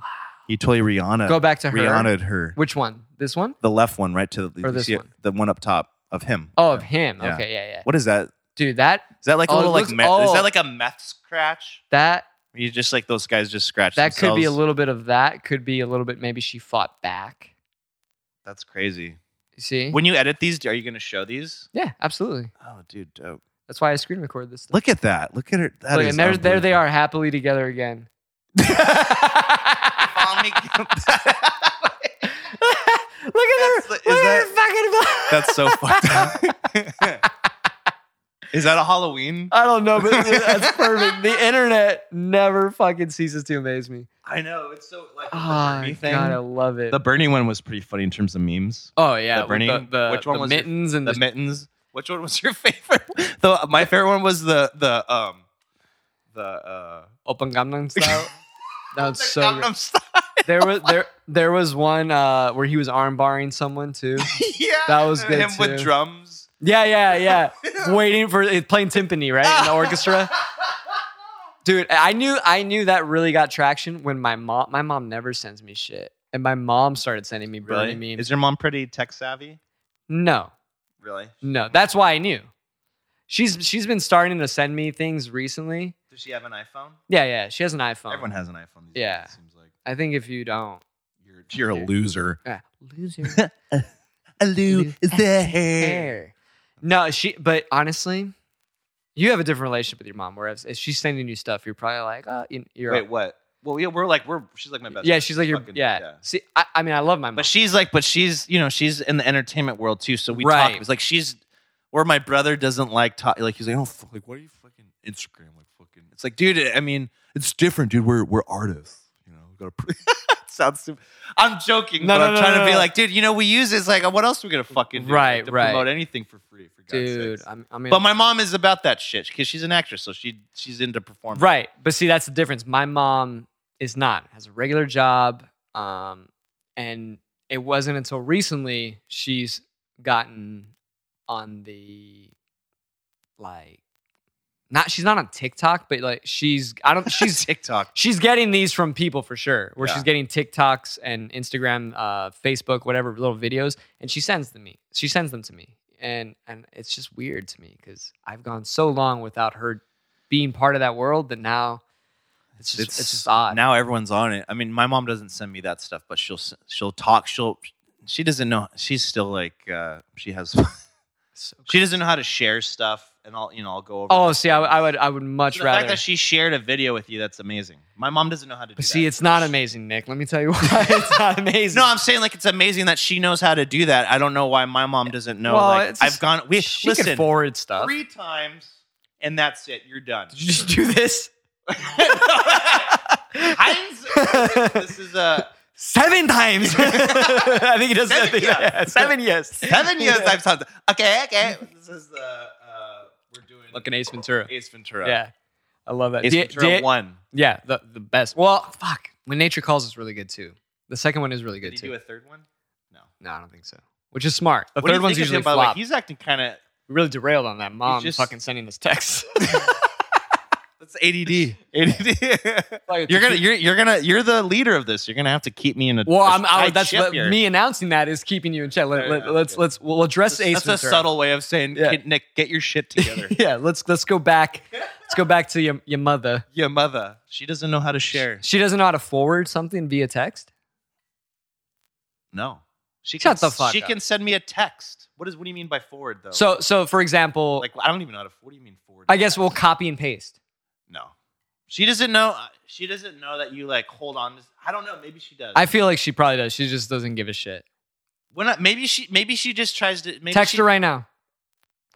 [SPEAKER 2] He totally Rihanna
[SPEAKER 1] Go back to her.
[SPEAKER 2] Rihanna'd her.
[SPEAKER 1] Which one? This one?
[SPEAKER 2] The left one right to the
[SPEAKER 1] Or
[SPEAKER 2] you
[SPEAKER 1] this
[SPEAKER 2] see it-
[SPEAKER 1] one.
[SPEAKER 2] the one up top of him.
[SPEAKER 1] Oh, of him.
[SPEAKER 2] Yeah.
[SPEAKER 1] Okay, yeah, yeah.
[SPEAKER 2] What is that?
[SPEAKER 1] Dude, that
[SPEAKER 2] Is that like a
[SPEAKER 1] Oh, it
[SPEAKER 2] little like
[SPEAKER 1] looks-
[SPEAKER 2] meth? Is
[SPEAKER 1] oh.
[SPEAKER 2] that like a meth scratch?
[SPEAKER 1] that
[SPEAKER 2] You just like those guys just scratch.
[SPEAKER 1] that could be a
[SPEAKER 2] themselves?
[SPEAKER 1] little bit of that. Could be a little bit. Maybe she fought back.
[SPEAKER 2] That's crazy.
[SPEAKER 1] You see?
[SPEAKER 2] When you edit these, are you going to show these?
[SPEAKER 1] yeah, absolutely.
[SPEAKER 2] Oh, dude, dope.
[SPEAKER 1] That's why I screen record this. Stuff.
[SPEAKER 2] Look at that. Look at her. That
[SPEAKER 1] Look,
[SPEAKER 2] is
[SPEAKER 1] and there, there they are, happily together again. Look at
[SPEAKER 2] unbelievable.
[SPEAKER 1] her.
[SPEAKER 2] That's the-
[SPEAKER 1] Look
[SPEAKER 2] is
[SPEAKER 1] at her fucking.
[SPEAKER 2] That's so fucked up. is that a Halloween?
[SPEAKER 1] I don't know, but that's perfect. The internet never fucking ceases to amaze me.
[SPEAKER 2] I know. It's so like
[SPEAKER 1] Oh, God, I love it.
[SPEAKER 2] The Bernie one was pretty funny in terms of memes.
[SPEAKER 1] oh yeah,
[SPEAKER 2] the Bernie-
[SPEAKER 1] with the, the-
[SPEAKER 2] which one
[SPEAKER 1] the
[SPEAKER 2] was your-
[SPEAKER 1] mittens and
[SPEAKER 2] The
[SPEAKER 1] the,
[SPEAKER 2] mittens. Which one was your favorite? the my favorite one was the the um the uh
[SPEAKER 1] open Gangnam style. That's
[SPEAKER 2] the
[SPEAKER 1] so.
[SPEAKER 2] Gangnam
[SPEAKER 1] Good.
[SPEAKER 2] Style.
[SPEAKER 1] There was there there was one uh, where he was arm barring someone too.
[SPEAKER 2] yeah,
[SPEAKER 1] That was good,
[SPEAKER 2] Him with
[SPEAKER 1] too.
[SPEAKER 2] drums.
[SPEAKER 1] Yeah, yeah, yeah. Waiting for it's playing timpani, right? In the orchestra. Dude, I knew I knew that really got traction when my mom my mom never sends me shit. And my mom started sending me
[SPEAKER 2] Really?
[SPEAKER 1] Bernie memes.
[SPEAKER 2] Is your mom pretty tech savvy?
[SPEAKER 1] no,
[SPEAKER 2] Really?
[SPEAKER 1] no. That's why I knew. She's she's been starting to send me things recently.
[SPEAKER 2] Does she have an iPhone?
[SPEAKER 1] Yeah, yeah. She has an iPhone.
[SPEAKER 2] Everyone has an iPhone. These
[SPEAKER 1] Yeah.
[SPEAKER 2] Days, it seems like
[SPEAKER 1] I think if you don't
[SPEAKER 2] you're you're a loser.
[SPEAKER 1] ah, loser.
[SPEAKER 2] A loo is the hair.
[SPEAKER 1] hair. No, she. But honestly, you have a different relationship with your mom. Whereas if she's sending you stuff, you're probably like, oh, you- you're.
[SPEAKER 2] Wait, what? Well, yeah, we're like we're. She's like my best.
[SPEAKER 1] yeah,
[SPEAKER 2] friend.
[SPEAKER 1] she's like your.
[SPEAKER 2] Fucking-
[SPEAKER 1] Yeah. See, I, I mean, I love my mom.
[SPEAKER 2] But she's like, but she's you know she's in the entertainment world too. So we
[SPEAKER 1] Right.
[SPEAKER 2] talk. It's like she's or my brother doesn't like talk. Like he's like, oh, fuck, like what are you fucking Instagram like fucking? It's like, dude. I mean, it's different, dude. We're we're artists. You know, we gotta. pr- It Sounds stupid. I'm joking,
[SPEAKER 1] No,
[SPEAKER 2] but
[SPEAKER 1] no,
[SPEAKER 2] I'm
[SPEAKER 1] no,
[SPEAKER 2] trying
[SPEAKER 1] no,
[SPEAKER 2] to be
[SPEAKER 1] no.
[SPEAKER 2] like, dude, you know, we use this. Like, what else are we gonna fucking do?
[SPEAKER 1] Right,
[SPEAKER 2] like, to
[SPEAKER 1] right.
[SPEAKER 2] Promote anything for free, for God's
[SPEAKER 1] dude,
[SPEAKER 2] sakes.
[SPEAKER 1] I'm, I mean,
[SPEAKER 2] But my mom is about that shit because she's an actress, so she she's into performing.
[SPEAKER 1] right. But see, that's the difference. My mom is not has a regular job, um, and it wasn't until recently she's gotten on the like. Not she's not on TikTok, but like she's I don't she's
[SPEAKER 2] TikTok.
[SPEAKER 1] she's getting these from people for sure. Where
[SPEAKER 2] Yeah.
[SPEAKER 1] she's getting TikToks and Instagram, uh, Facebook, whatever little videos, and she sends them me. She sends them to me, and and it's just weird to me because I've gone so long without her being part of that world that now it's just it's, just odd.
[SPEAKER 2] Now everyone's on it. I mean, my mom doesn't send me that stuff, but she'll s- she'll talk. She'll she doesn't know. She's still like uh, she has.
[SPEAKER 1] So-
[SPEAKER 2] she doesn't know how to share stuff, and I'll you know I'll go over.
[SPEAKER 1] oh,
[SPEAKER 2] that.
[SPEAKER 1] see, I, w- I would I would much
[SPEAKER 2] the
[SPEAKER 1] rather.
[SPEAKER 2] fact that she shared a video with you that's amazing. My mom doesn't know how to do
[SPEAKER 1] but see,
[SPEAKER 2] that.
[SPEAKER 1] it's not amazing, Nick. Let me tell you why it's not amazing.
[SPEAKER 2] no, I'm saying like it's amazing that she knows how to do that. I don't know why my mom doesn't know.
[SPEAKER 1] Eh, Well,
[SPEAKER 2] like
[SPEAKER 1] it's
[SPEAKER 2] I've
[SPEAKER 1] just-
[SPEAKER 2] gone. We
[SPEAKER 1] she can
[SPEAKER 2] listen
[SPEAKER 1] forward stuff.
[SPEAKER 2] three times, and that's it. You're done.
[SPEAKER 1] Did you just do this
[SPEAKER 2] Heinz, this is a
[SPEAKER 1] seven times. I think he does
[SPEAKER 2] Seven
[SPEAKER 1] I think-
[SPEAKER 2] yes.
[SPEAKER 1] yeah, seven yes.
[SPEAKER 2] seven years I've talked. Okay, okay. This is the uh, we're doing
[SPEAKER 1] Like an Ace Ventura.
[SPEAKER 2] Ace Ventura.
[SPEAKER 1] Yeah. I love that.
[SPEAKER 2] Ace
[SPEAKER 1] Da-
[SPEAKER 2] Ventura
[SPEAKER 1] da-
[SPEAKER 2] one.
[SPEAKER 1] Yeah, the, the best. Well, fuck. When Nature Calls is really good too. The second one is really
[SPEAKER 2] Did
[SPEAKER 1] good
[SPEAKER 2] he do
[SPEAKER 1] too.
[SPEAKER 2] a third one? No.
[SPEAKER 1] No, I don't think so. Which is smart. The
[SPEAKER 2] What do you
[SPEAKER 1] third one's
[SPEAKER 2] think of him,
[SPEAKER 1] usually
[SPEAKER 2] by the way?
[SPEAKER 1] flop.
[SPEAKER 2] He's acting kind of.
[SPEAKER 1] We really derailed on that. Mom
[SPEAKER 2] just-
[SPEAKER 1] fucking sending this text.
[SPEAKER 2] That's ADD. ADD.
[SPEAKER 1] Like,
[SPEAKER 2] you're gonna,
[SPEAKER 1] to keep-
[SPEAKER 2] you're, you're gonna, you're the leader of this. You're gonna have to keep me in a.
[SPEAKER 1] well,
[SPEAKER 2] a
[SPEAKER 1] I'm. I,
[SPEAKER 2] tight
[SPEAKER 1] that's
[SPEAKER 2] ship
[SPEAKER 1] let-
[SPEAKER 2] here.
[SPEAKER 1] me announcing that is keeping you in check. Let,
[SPEAKER 2] Yeah,
[SPEAKER 1] let,
[SPEAKER 2] yeah,
[SPEAKER 1] let's
[SPEAKER 2] okay.
[SPEAKER 1] let's we'll we'll address
[SPEAKER 2] That's,
[SPEAKER 1] Ace.
[SPEAKER 2] that's a
[SPEAKER 1] Ventura.
[SPEAKER 2] subtle way of saying,
[SPEAKER 1] Yeah.
[SPEAKER 2] "Kid, Nick, get your shit together.
[SPEAKER 1] yeah, let's let's go back. Let's go back to your your mother.
[SPEAKER 2] Your mother, she doesn't know how to share.
[SPEAKER 1] She doesn't know how to forward something via text.
[SPEAKER 2] No, she
[SPEAKER 1] Shut
[SPEAKER 2] can,
[SPEAKER 1] the fuck
[SPEAKER 2] She
[SPEAKER 1] up.
[SPEAKER 2] can send me a text. What is? What do you mean by forward though?
[SPEAKER 1] So so for example,
[SPEAKER 2] like I don't even know how to. What do you mean forward?
[SPEAKER 1] I guess we'll copy and paste.
[SPEAKER 2] No, she doesn't know. uh, She doesn't know that you like hold on. to- I don't know. Maybe she does.
[SPEAKER 1] I feel like she probably does. She just doesn't give a shit.
[SPEAKER 2] when I, maybe she maybe she just tries to maybe
[SPEAKER 1] Text
[SPEAKER 2] she,
[SPEAKER 1] her right now.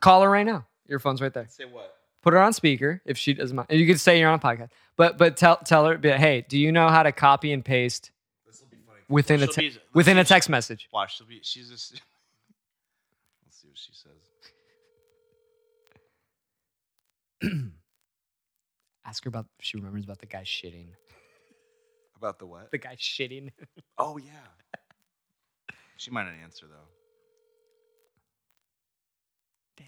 [SPEAKER 1] Call her right now. Your phone's right there.
[SPEAKER 2] Say what?
[SPEAKER 1] Put her on speaker if she doesn't mind. And You could say you're on a podcast, but but tell tell her, be like, hey, do you know how to copy and paste
[SPEAKER 2] This will be funny.
[SPEAKER 1] within a
[SPEAKER 2] She'll
[SPEAKER 1] te-
[SPEAKER 2] be-
[SPEAKER 1] within a
[SPEAKER 2] she'll-
[SPEAKER 1] text message?
[SPEAKER 2] Watch. She'll be. She's just. Let's see what she says.
[SPEAKER 1] Ask her about if she remembers about the guy shitting.
[SPEAKER 2] About the what?
[SPEAKER 1] The guy shitting.
[SPEAKER 2] Oh yeah. she might not answer though.
[SPEAKER 1] Damn.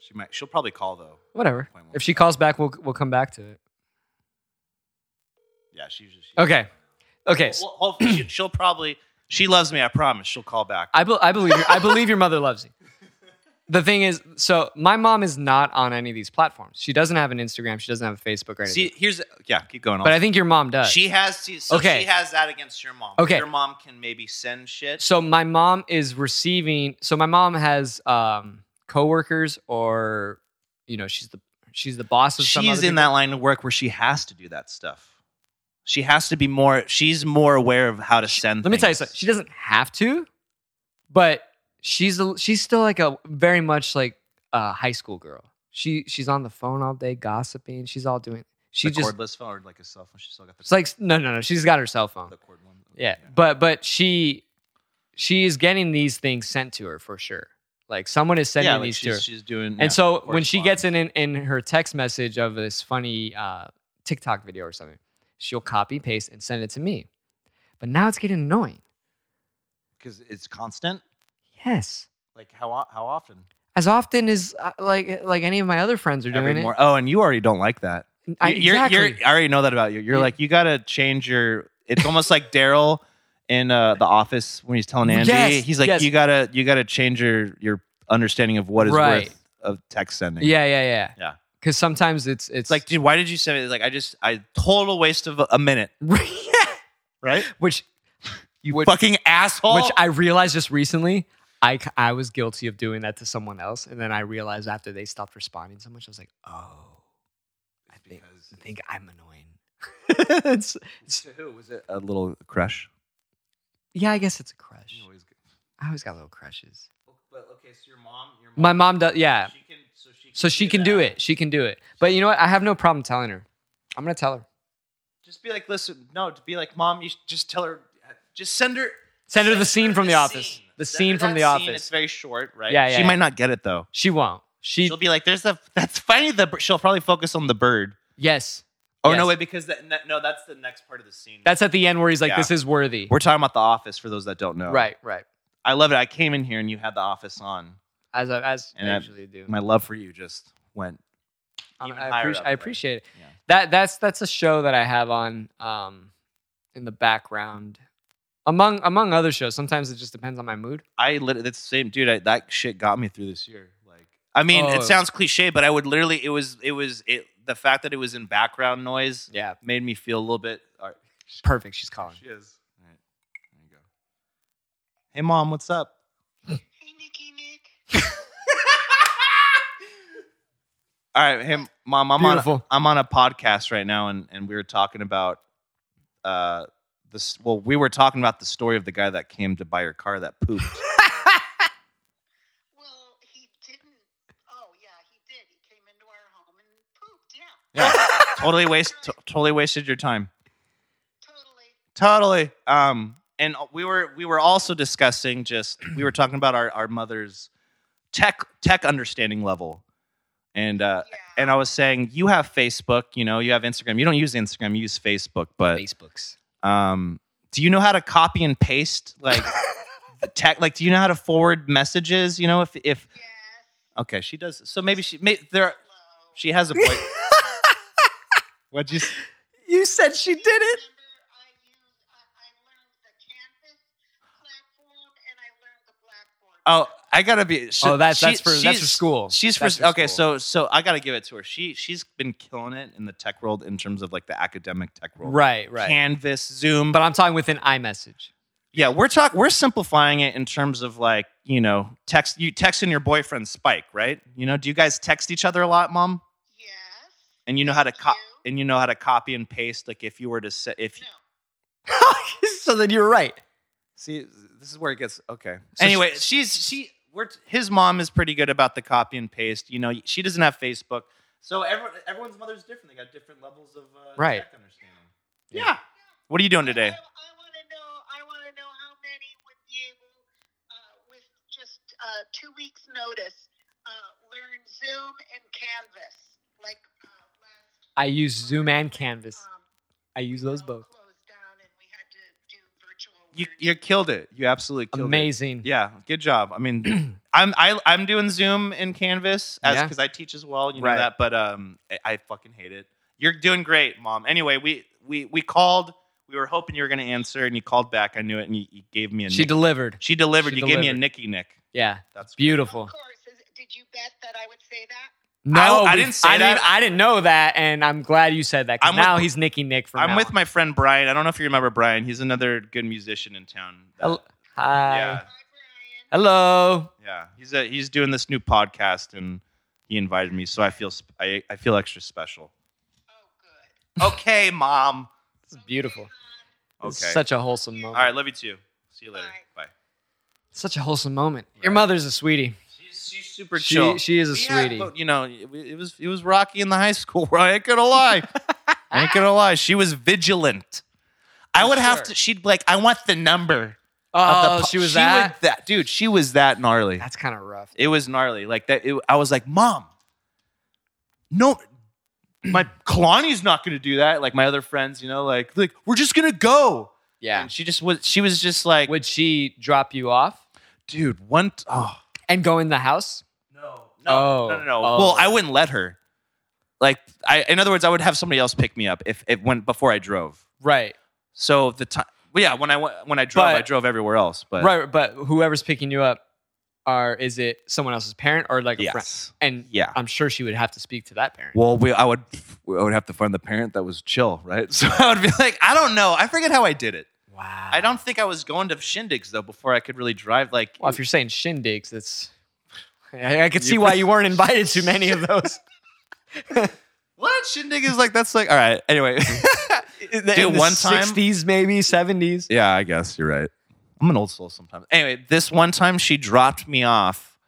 [SPEAKER 2] She might. She'll probably call though.
[SPEAKER 1] Whatever.
[SPEAKER 2] Point one.
[SPEAKER 1] If she calls back, we'll we'll come back to it.
[SPEAKER 2] Yeah, she usually. She
[SPEAKER 1] Okay. Okay. so
[SPEAKER 2] Well, hopefully she, she'll probably. She loves me. I promise. She'll call back.
[SPEAKER 1] I, be- I believe your- I believe your mother loves you. The thing is, so my mom is not on any of these platforms. She doesn't have an Instagram. She doesn't have a Facebook or anything.
[SPEAKER 2] see, here's. Yeah, keep going.
[SPEAKER 1] but I think your mom does.
[SPEAKER 2] She has see, so
[SPEAKER 1] Okay.
[SPEAKER 2] she has that against your mom.
[SPEAKER 1] Okay.
[SPEAKER 2] Your mom can maybe send shit.
[SPEAKER 1] so my mom is receiving so my mom has um coworkers or you know she's the she's the boss of some
[SPEAKER 2] She's
[SPEAKER 1] other
[SPEAKER 2] in that line of work where she has to do that stuff. She has to be more she's more aware of how to send
[SPEAKER 1] people. let me tell you
[SPEAKER 2] things.
[SPEAKER 1] something she doesn't have to but she's a, she's still like a very much like a high school girl she she's on the phone all day gossiping she's all doing she
[SPEAKER 2] the
[SPEAKER 1] just
[SPEAKER 2] cordless phone or like a cell phone. She still got the,
[SPEAKER 1] it's like no no no she's got her cell phone
[SPEAKER 2] the cord one.
[SPEAKER 1] yeah but but she she is getting these things sent to her for sure like someone is sending
[SPEAKER 2] yeah, like
[SPEAKER 1] these to her
[SPEAKER 2] she's, she's doing yeah,
[SPEAKER 1] And so when she
[SPEAKER 2] correspondence.
[SPEAKER 1] gets in, in in her text message of this funny uh, TikTok video or something, She'll copy, paste, and send it to me. But now it's getting annoying.
[SPEAKER 2] Because it's constant.
[SPEAKER 1] Yes.
[SPEAKER 2] Like how o- how often?
[SPEAKER 1] As often as uh, like like any of my other friends are doing
[SPEAKER 2] Every
[SPEAKER 1] it.
[SPEAKER 2] mor- oh, and you already don't like that.
[SPEAKER 1] I,
[SPEAKER 2] You- you're-
[SPEAKER 1] exactly.
[SPEAKER 2] you're- I already know that about you. You're
[SPEAKER 1] Yeah.
[SPEAKER 2] like you gotta change your. It's almost like Daryl in uh, the office when he's telling Angie.
[SPEAKER 1] Yes,
[SPEAKER 2] he's like
[SPEAKER 1] yes.
[SPEAKER 2] you gotta you gotta change your your understanding of what is
[SPEAKER 1] Right.
[SPEAKER 2] worth of text sending.
[SPEAKER 1] yeah, yeah, yeah.
[SPEAKER 2] Yeah.
[SPEAKER 1] Because sometimes it's it's
[SPEAKER 2] It's like, dude, why did you send it? It's like, I just, I total waste of a minute, right?
[SPEAKER 1] which
[SPEAKER 2] You
[SPEAKER 1] Which-
[SPEAKER 2] fucking asshole.
[SPEAKER 1] which I realized just recently. I, c- I was guilty of doing that to someone else, and then I realized after they stopped responding so much, I was like, oh, I think, I think I'm annoying. it's,
[SPEAKER 2] to who was it? A little crush.
[SPEAKER 1] yeah, I guess it's a crush. I always got little crushes.
[SPEAKER 2] But okay, so your mom, your
[SPEAKER 1] My mom does, yeah.
[SPEAKER 2] she can, so she
[SPEAKER 1] So she can do it. She can do it. But you know what? I have no problem telling her. I'm gonna tell her.
[SPEAKER 2] Just be like, listen, no, to be like, mom, you should just tell her, uh, just send her.
[SPEAKER 1] Send her the scene from The Office.
[SPEAKER 2] scene.
[SPEAKER 1] The
[SPEAKER 2] Send
[SPEAKER 1] scene
[SPEAKER 2] her
[SPEAKER 1] from
[SPEAKER 2] that
[SPEAKER 1] The
[SPEAKER 2] scene. It's
[SPEAKER 1] Office.
[SPEAKER 2] very short, right?
[SPEAKER 1] Yeah, yeah,
[SPEAKER 2] She
[SPEAKER 1] yeah.
[SPEAKER 2] might not get it though.
[SPEAKER 1] She won't. She
[SPEAKER 2] She'll be like, "There's the that's funny." The bir- she'll probably focus on the bird.
[SPEAKER 1] yes.
[SPEAKER 2] Oh
[SPEAKER 1] Yes.
[SPEAKER 2] no, wait, because that, no, that's the next part of the scene.
[SPEAKER 1] That's at the end where he's like,
[SPEAKER 2] Yeah.
[SPEAKER 1] "This is worthy."
[SPEAKER 2] We're talking about The Office for those that don't know.
[SPEAKER 1] Right, right.
[SPEAKER 2] I love it. I came in here and you had The Office on.
[SPEAKER 1] As I as I
[SPEAKER 2] And I-
[SPEAKER 1] usually do.
[SPEAKER 2] My love for you just went.
[SPEAKER 1] Um,
[SPEAKER 2] even
[SPEAKER 1] I,
[SPEAKER 2] higher
[SPEAKER 1] appreci-
[SPEAKER 2] up
[SPEAKER 1] I
[SPEAKER 2] there.
[SPEAKER 1] appreciate it.
[SPEAKER 2] Yeah.
[SPEAKER 1] That that's that's a show that I have on um in the background. Among among other shows, sometimes it just depends on my mood.
[SPEAKER 2] I lit that's the same dude. I, that shit got me through this year. Like, I mean,
[SPEAKER 1] Oh.
[SPEAKER 2] it sounds cliche, but I would literally. It was. It was. It the fact that it was in background noise
[SPEAKER 1] Yeah,
[SPEAKER 2] made me feel a little bit. All right,
[SPEAKER 1] perfect. She's calling.
[SPEAKER 2] she is. All right, there you go. Hey, mom, what's up?
[SPEAKER 3] Hey, Nicky Nick.
[SPEAKER 2] All right, hey, mom, I'm on.
[SPEAKER 1] Beautiful.
[SPEAKER 2] A, I'm on a podcast right now, and and we were talking about, uh, this. Well, we were talking about the story of the guy that came to buy your car that pooped.
[SPEAKER 3] Well, he didn't. Oh, yeah, he did. He came into our home and pooped. Yeah,
[SPEAKER 2] Yeah, totally waste. to- totally wasted your time.
[SPEAKER 3] totally.
[SPEAKER 2] Totally. Um, and we were we were also discussing just we were talking about our our mother's tech tech understanding level, and uh,
[SPEAKER 3] Yeah.
[SPEAKER 2] and I was saying you have Facebook, you know, you have Instagram. You don't use Instagram, you use Facebook. But
[SPEAKER 1] Facebooks.
[SPEAKER 2] um, do you know how to copy and paste like the tech? Like, do you know how to forward messages? You know, if if
[SPEAKER 3] yes.
[SPEAKER 2] okay, she does. So maybe she may, there
[SPEAKER 3] Hello.
[SPEAKER 2] she has a boy. What'd you? s-
[SPEAKER 1] you said she
[SPEAKER 3] You
[SPEAKER 1] did it.
[SPEAKER 3] remember I used, I, I learned the Canvas platform and I learned the
[SPEAKER 2] Oh,
[SPEAKER 3] Blackboard.
[SPEAKER 2] I gotta be.
[SPEAKER 1] oh, that's
[SPEAKER 2] she-
[SPEAKER 1] that's for that's for
[SPEAKER 2] she's-
[SPEAKER 1] school.
[SPEAKER 2] She's for
[SPEAKER 1] That's for
[SPEAKER 2] okay.
[SPEAKER 1] school.
[SPEAKER 2] So so I gotta give it to her. She she's been killing it in the tech world in terms of like the academic tech world.
[SPEAKER 1] right, right.
[SPEAKER 2] Canvas, Zoom.
[SPEAKER 1] but
[SPEAKER 2] But
[SPEAKER 1] I'm talking within iMessage.
[SPEAKER 2] yeah, we're talk we're simplifying it in terms of like you know text you texting your boyfriend Spike, right? You know, do you guys text each other a lot, mom?
[SPEAKER 3] Yes.
[SPEAKER 2] And you know how to cop
[SPEAKER 3] You?
[SPEAKER 2] and you know how to copy and paste. Like if you were to say if
[SPEAKER 3] No.
[SPEAKER 1] so then you're right.
[SPEAKER 2] see this is where it gets okay.
[SPEAKER 1] So
[SPEAKER 2] anyway, she's she we're his mom is pretty good about the copy and paste. You know, she doesn't have Facebook. So everyone, everyone's mother's different. They got different levels of uh,
[SPEAKER 1] Right.
[SPEAKER 2] tech understanding.
[SPEAKER 1] Yeah.
[SPEAKER 2] Yeah. What are you doing today?
[SPEAKER 3] I, I want to know. I want to know how many would be able, uh, with just uh, two weeks' notice, uh, learn Zoom and Canvas. Like uh, last.
[SPEAKER 1] I use Zoom and Canvas.
[SPEAKER 3] Um,
[SPEAKER 1] I use
[SPEAKER 3] we
[SPEAKER 1] those
[SPEAKER 3] all
[SPEAKER 1] both.
[SPEAKER 3] closed down and we had to do virtual
[SPEAKER 2] You,
[SPEAKER 3] learning.
[SPEAKER 2] you killed it. You absolutely killed
[SPEAKER 1] Amazing.
[SPEAKER 2] it. Yeah, good job. I mean, I'm I, I'm doing Zoom and Canvas as
[SPEAKER 1] Yeah.
[SPEAKER 2] because I teach as well. You know
[SPEAKER 1] Right.
[SPEAKER 2] that, but um, I, I fucking hate it. You're doing great, mom. Anyway, we we we called. We were hoping you were going to answer, and you called back. I knew it, and you, you gave me a.
[SPEAKER 1] She
[SPEAKER 2] Nick-
[SPEAKER 1] delivered.
[SPEAKER 2] she delivered.
[SPEAKER 1] she
[SPEAKER 2] you gave me a
[SPEAKER 1] delivered.
[SPEAKER 2] Nicky Nick.
[SPEAKER 1] Yeah,
[SPEAKER 2] That's
[SPEAKER 1] beautiful.
[SPEAKER 3] Of course. Is, did you bet that I would say that?
[SPEAKER 2] Uh,
[SPEAKER 1] No,
[SPEAKER 2] I
[SPEAKER 1] we-
[SPEAKER 2] didn't say
[SPEAKER 1] I
[SPEAKER 2] that.
[SPEAKER 1] Didn't, I didn't know that, and I'm glad you said that. 'cause
[SPEAKER 2] I'm with-
[SPEAKER 1] now he's Nicky Nick from
[SPEAKER 2] I'm
[SPEAKER 1] now
[SPEAKER 2] with
[SPEAKER 1] on.
[SPEAKER 2] my friend Brian. I don't know if you remember Brian. He's another good musician in town.
[SPEAKER 1] Hello. Hi.
[SPEAKER 2] Yeah.
[SPEAKER 3] Hi, Brian.
[SPEAKER 2] uh,
[SPEAKER 1] Hello.
[SPEAKER 2] Yeah, he's a, he's doing this new podcast, and he invited me, so I feel sp- I, I feel extra special.
[SPEAKER 3] Oh, good.
[SPEAKER 2] okay, mom.
[SPEAKER 1] This is beautiful.
[SPEAKER 2] Okay.
[SPEAKER 1] This is such a wholesome
[SPEAKER 2] All
[SPEAKER 1] moment.
[SPEAKER 2] right, love you too. See you later. Bye.
[SPEAKER 3] Bye.
[SPEAKER 1] Such a wholesome moment. Your
[SPEAKER 2] Right.
[SPEAKER 1] mother's a sweetie.
[SPEAKER 2] She's, she's super
[SPEAKER 1] She, she is a sweetie.
[SPEAKER 2] but, you know, it, it was it was rocky in the high school. I ain't gonna lie. I ain't gonna lie. She was vigilant. I
[SPEAKER 1] I'm
[SPEAKER 2] would have
[SPEAKER 1] sure.
[SPEAKER 2] to. She'd be like, "I want the number." of the
[SPEAKER 1] oh,
[SPEAKER 2] po-
[SPEAKER 1] she was
[SPEAKER 2] would
[SPEAKER 1] that.
[SPEAKER 2] that dude. She was that gnarly.
[SPEAKER 1] That's kind of rough.
[SPEAKER 2] It was gnarly. Like that. It, I was like, Mom, no, my Kalani's not going to do that. Like my other friends, you know, like like we're just going to go.
[SPEAKER 1] Yeah.
[SPEAKER 2] And she just was. She was just like,
[SPEAKER 1] Would she drop you off
[SPEAKER 2] dude, one. T- oh
[SPEAKER 1] and go in the house?
[SPEAKER 2] no,
[SPEAKER 1] Oh.
[SPEAKER 2] no, no, no.
[SPEAKER 1] Oh.
[SPEAKER 2] Well, I wouldn't let her. Like, I in other words, I would have somebody else pick me up if it went before I drove.
[SPEAKER 1] Right.
[SPEAKER 2] So the time, well, yeah, when I went when I drove,
[SPEAKER 1] But-
[SPEAKER 2] I drove everywhere else. But
[SPEAKER 1] Right. But whoever's picking you up, are is it someone else's parent or like a friend?
[SPEAKER 2] yes,
[SPEAKER 1] And
[SPEAKER 2] yeah.
[SPEAKER 1] I'm sure she would have to speak to that parent.
[SPEAKER 2] Well, we, I would I would have to find the parent that was chill, right? So I would be like, I don't know, I forget how I did it.
[SPEAKER 1] Wow.
[SPEAKER 2] I don't think I was going to shindigs though before I could really drive. Like,
[SPEAKER 1] Well, if you're saying shindigs, that's. I, I could see why you weren't invited to many of those.
[SPEAKER 2] what shindig is like? That's like all right. Anyway,
[SPEAKER 1] In the
[SPEAKER 2] one time,
[SPEAKER 1] 60s, maybe 70s.
[SPEAKER 2] yeah, I guess you're right. I'm an old soul sometimes. Anyway, this one time she dropped me off,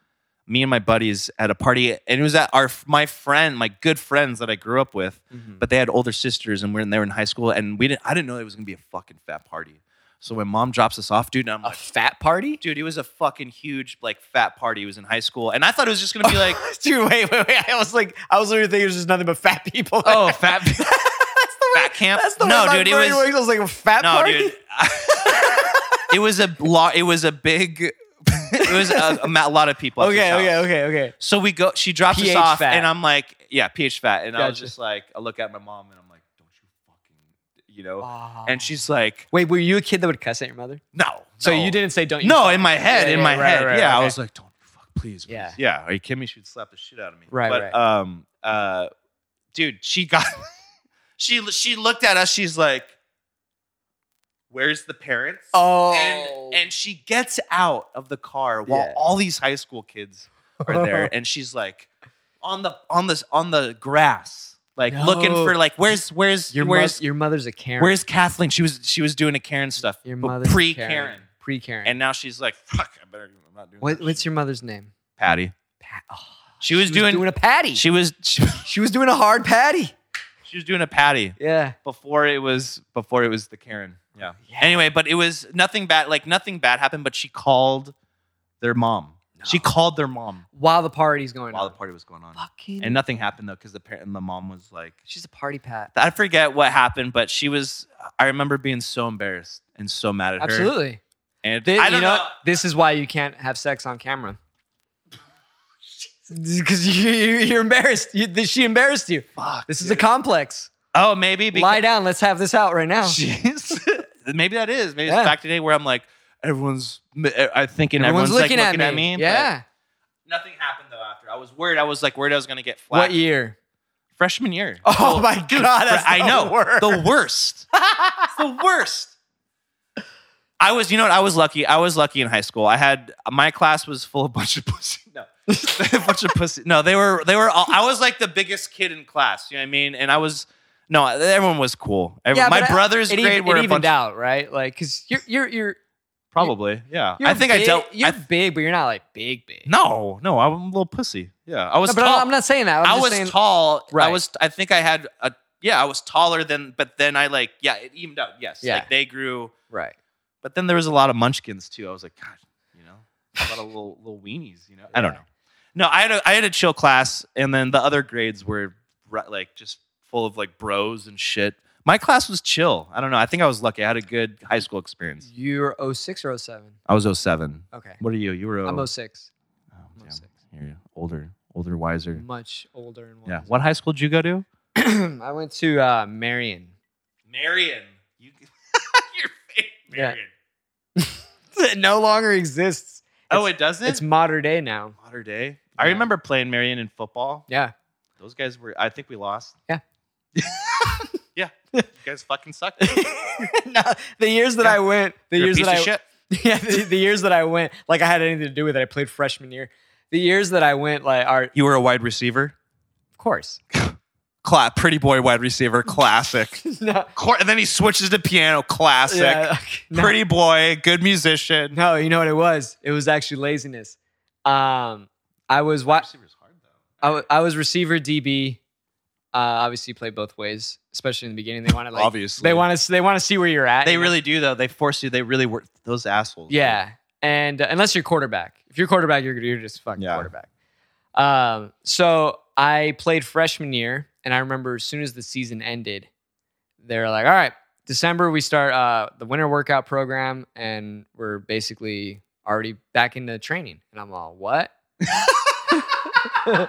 [SPEAKER 2] me and my buddies at a party, and it was at our my friend, my good friends that I grew up with.
[SPEAKER 1] Mm-hmm.
[SPEAKER 2] but they had older sisters and we're in there in high school and we didn't I didn't know it was gonna be a fucking fat party. So when mom drops us off, dude, and I'm
[SPEAKER 1] A
[SPEAKER 2] like,
[SPEAKER 1] fat party?
[SPEAKER 2] dude, it was a fucking huge like fat party. It was in high school, and I thought it was just gonna be like,
[SPEAKER 1] Dude, wait, wait, wait. I was like, I was literally thinking it was just nothing but fat people.
[SPEAKER 2] oh, fat,
[SPEAKER 1] that's the way,
[SPEAKER 2] fat camp.
[SPEAKER 1] That's the
[SPEAKER 2] no,
[SPEAKER 1] way my
[SPEAKER 2] dude, it
[SPEAKER 1] brain
[SPEAKER 2] was
[SPEAKER 1] works. I was like, a fat
[SPEAKER 2] no,
[SPEAKER 1] party?
[SPEAKER 2] dude. it was a lo- it was a big, it was a, a ma- lot of people. at this
[SPEAKER 1] Okay,
[SPEAKER 2] house.
[SPEAKER 1] okay, okay, okay.
[SPEAKER 2] So we go. She drops
[SPEAKER 1] PH
[SPEAKER 2] us off,
[SPEAKER 1] fat.
[SPEAKER 2] and I'm like, yeah, pH fat, and I was
[SPEAKER 1] Gotcha.
[SPEAKER 2] just like, I look at my mom, and I'm like, don't you fucking, you know. And she's like,
[SPEAKER 1] Wait, were you a kid that would cuss at your mother?
[SPEAKER 2] no.
[SPEAKER 1] So
[SPEAKER 2] no.
[SPEAKER 1] you didn't say don't you?
[SPEAKER 2] No,
[SPEAKER 1] fuck-
[SPEAKER 2] in my head,
[SPEAKER 1] Yeah,
[SPEAKER 2] in
[SPEAKER 1] yeah,
[SPEAKER 2] my
[SPEAKER 1] right,
[SPEAKER 2] head.
[SPEAKER 1] right,
[SPEAKER 2] yeah, I
[SPEAKER 1] okay.
[SPEAKER 2] was like, don't you fuck, please. please.
[SPEAKER 1] Yeah.
[SPEAKER 2] Yeah. Are you kidding me? She'd slap the shit out of me.
[SPEAKER 1] Right,
[SPEAKER 2] But,
[SPEAKER 1] right.
[SPEAKER 2] Um. Uh. Dude, she got. she she looked at us. She's like, "Where's the parents?"
[SPEAKER 1] Oh.
[SPEAKER 2] And, and she gets out of the car while
[SPEAKER 1] Yeah.
[SPEAKER 2] all these high school kids are there, and she's like, on the on this on the grass, like looking
[SPEAKER 1] No.
[SPEAKER 2] for like, "Where's where's
[SPEAKER 1] your, mo-
[SPEAKER 2] where's
[SPEAKER 1] your mother's a Karen.
[SPEAKER 2] where's Kathleen?" She was she was doing a Karen stuff,
[SPEAKER 1] your
[SPEAKER 2] but
[SPEAKER 1] mother's
[SPEAKER 2] pre
[SPEAKER 1] Karen?
[SPEAKER 2] Karen.
[SPEAKER 1] Pre Karen.
[SPEAKER 2] And now she's like, fuck, I better, I'm not doing
[SPEAKER 1] what,
[SPEAKER 2] that
[SPEAKER 1] what's
[SPEAKER 2] shit."
[SPEAKER 1] your mother's name?
[SPEAKER 2] Patty.
[SPEAKER 1] Pat. Oh,
[SPEAKER 2] She was,
[SPEAKER 1] she
[SPEAKER 2] doing,
[SPEAKER 1] was doing a patty.
[SPEAKER 2] she was, she,
[SPEAKER 1] She was doing a hard patty.
[SPEAKER 2] was doing a Patty
[SPEAKER 1] Yeah.
[SPEAKER 2] before it was, before it was the Karen. Yeah.
[SPEAKER 1] Yeah.
[SPEAKER 2] Anyway, but it was nothing bad, like nothing bad happened, but she called their mom. She called their mom
[SPEAKER 1] While the party's going
[SPEAKER 2] while
[SPEAKER 1] on.
[SPEAKER 2] the party was going on.
[SPEAKER 1] Fucking.
[SPEAKER 2] And nothing happened though, because the parent and the mom was like,
[SPEAKER 1] she's a party pat.
[SPEAKER 2] I forget what happened, but she was, I remember being so embarrassed and so mad at her.
[SPEAKER 1] Absolutely.
[SPEAKER 2] And
[SPEAKER 1] Thi-
[SPEAKER 2] I
[SPEAKER 1] you
[SPEAKER 2] don't
[SPEAKER 1] know,
[SPEAKER 2] know.
[SPEAKER 1] This is why you can't have sex on camera. Because you, you, you're embarrassed. You, th- she embarrassed you.
[SPEAKER 2] Fuck,
[SPEAKER 1] This is a
[SPEAKER 2] dude.
[SPEAKER 1] complex.
[SPEAKER 2] Oh, maybe because
[SPEAKER 1] Lie down. Let's have this out right now.
[SPEAKER 2] Jeez. maybe that is. Maybe
[SPEAKER 1] Yeah.
[SPEAKER 2] it's back today where I'm like, everyone's. I thinking
[SPEAKER 1] Everyone's,
[SPEAKER 2] everyone's,
[SPEAKER 1] looking,
[SPEAKER 2] like,
[SPEAKER 1] at, me.
[SPEAKER 2] but
[SPEAKER 1] Yeah.
[SPEAKER 2] nothing happened though. After I was worried. I was like worried I was gonna get flat.
[SPEAKER 1] What year?
[SPEAKER 2] Freshman year.
[SPEAKER 1] Oh my God, that's
[SPEAKER 2] I
[SPEAKER 1] the
[SPEAKER 2] know
[SPEAKER 1] worst.
[SPEAKER 2] the worst. It's the worst. I was, you know what? I was lucky. I was lucky in high school. I had my class was full of bunch of pussy. No, a bunch of pussy. No, they were they were. All, I was like the biggest kid in class. You know what I mean? And I was no, everyone was cool. Everyone,
[SPEAKER 1] but
[SPEAKER 2] my
[SPEAKER 1] I-
[SPEAKER 2] brother's
[SPEAKER 1] It,
[SPEAKER 2] grade
[SPEAKER 1] even,
[SPEAKER 2] were
[SPEAKER 1] it
[SPEAKER 2] a bunch
[SPEAKER 1] evened out, right? Like, because you're, you're, you're,
[SPEAKER 2] Probably, yeah.
[SPEAKER 1] you're
[SPEAKER 2] I think
[SPEAKER 1] big,
[SPEAKER 2] I dealt.
[SPEAKER 1] You're
[SPEAKER 2] I,
[SPEAKER 1] big, but you're not like big, big.
[SPEAKER 2] no, no, I'm a little pussy. Yeah, I was
[SPEAKER 1] No, but
[SPEAKER 2] tall.
[SPEAKER 1] I'm not saying that. I'm
[SPEAKER 2] I
[SPEAKER 1] just
[SPEAKER 2] was
[SPEAKER 1] saying,
[SPEAKER 2] tall.
[SPEAKER 1] Right.
[SPEAKER 2] I was. I think I had a. Yeah, I was taller than. But then I like. Yeah, it evened out. Yes.
[SPEAKER 1] Yeah.
[SPEAKER 2] Like they grew.
[SPEAKER 1] Right.
[SPEAKER 2] But then there was a lot of munchkins too. I was like, God, you know, a lot of little little weenies. You know. I don't know. No, I had a I had a chill class, and then the other grades were ri- like just full of like bros and shit. My class was chill. I don't know. I think I was lucky. I had a good high school experience.
[SPEAKER 1] You're 06 or 07.
[SPEAKER 2] I was 07.
[SPEAKER 1] Okay.
[SPEAKER 2] What are you? You were
[SPEAKER 1] I'm 06.
[SPEAKER 2] Oh,
[SPEAKER 1] I'm
[SPEAKER 2] damn.
[SPEAKER 1] 06.
[SPEAKER 2] You're older, older, wiser.
[SPEAKER 1] Much older and
[SPEAKER 2] Yeah.
[SPEAKER 1] wiser.
[SPEAKER 2] What high school did you go to?
[SPEAKER 1] I went to uh, Marion.
[SPEAKER 2] Marion. You, your fake
[SPEAKER 1] Yeah. it no longer exists.
[SPEAKER 2] Oh, it doesn't.
[SPEAKER 1] It's modern day now.
[SPEAKER 2] modern day.
[SPEAKER 1] Yeah.
[SPEAKER 2] I remember playing Marion in football.
[SPEAKER 1] Yeah.
[SPEAKER 2] Those guys were. I think we lost.
[SPEAKER 1] Yeah.
[SPEAKER 2] yeah. You guys fucking suck.
[SPEAKER 1] No, the years that
[SPEAKER 2] Yeah.
[SPEAKER 1] I went, the
[SPEAKER 2] You're a
[SPEAKER 1] years
[SPEAKER 2] piece
[SPEAKER 1] that
[SPEAKER 2] of
[SPEAKER 1] I
[SPEAKER 2] shit.
[SPEAKER 1] yeah, the, the years that I went, like I had anything to do with it. I played freshman year. The years that I went, like are
[SPEAKER 2] You were a wide receiver.
[SPEAKER 1] of course.
[SPEAKER 2] Cla- pretty boy wide receiver. Classic.
[SPEAKER 1] no,
[SPEAKER 2] Cor- and then he switches to piano. Classic.
[SPEAKER 1] yeah, no,
[SPEAKER 2] Pretty boy. Good musician.
[SPEAKER 1] no, you know what it was? It was actually laziness. Um, I was wa-
[SPEAKER 2] Receiver's hard though.
[SPEAKER 1] I, wa- I was receiver DB. Uh, obviously, you play both ways, especially in the beginning. They want to like
[SPEAKER 2] Obviously.
[SPEAKER 1] they want to they want to see where you're at.
[SPEAKER 2] They
[SPEAKER 1] you know?
[SPEAKER 2] really do though. They force you. They really work those assholes.
[SPEAKER 1] Yeah, and uh, unless you're quarterback, if you're quarterback, you're you're just fucking
[SPEAKER 2] Yeah.
[SPEAKER 1] quarterback. Um, so I played freshman year, and I remember as soon as the season ended, they were like, "All right, December we start uh, the winter workout program, and we're basically already back into training." And I'm all, "What?"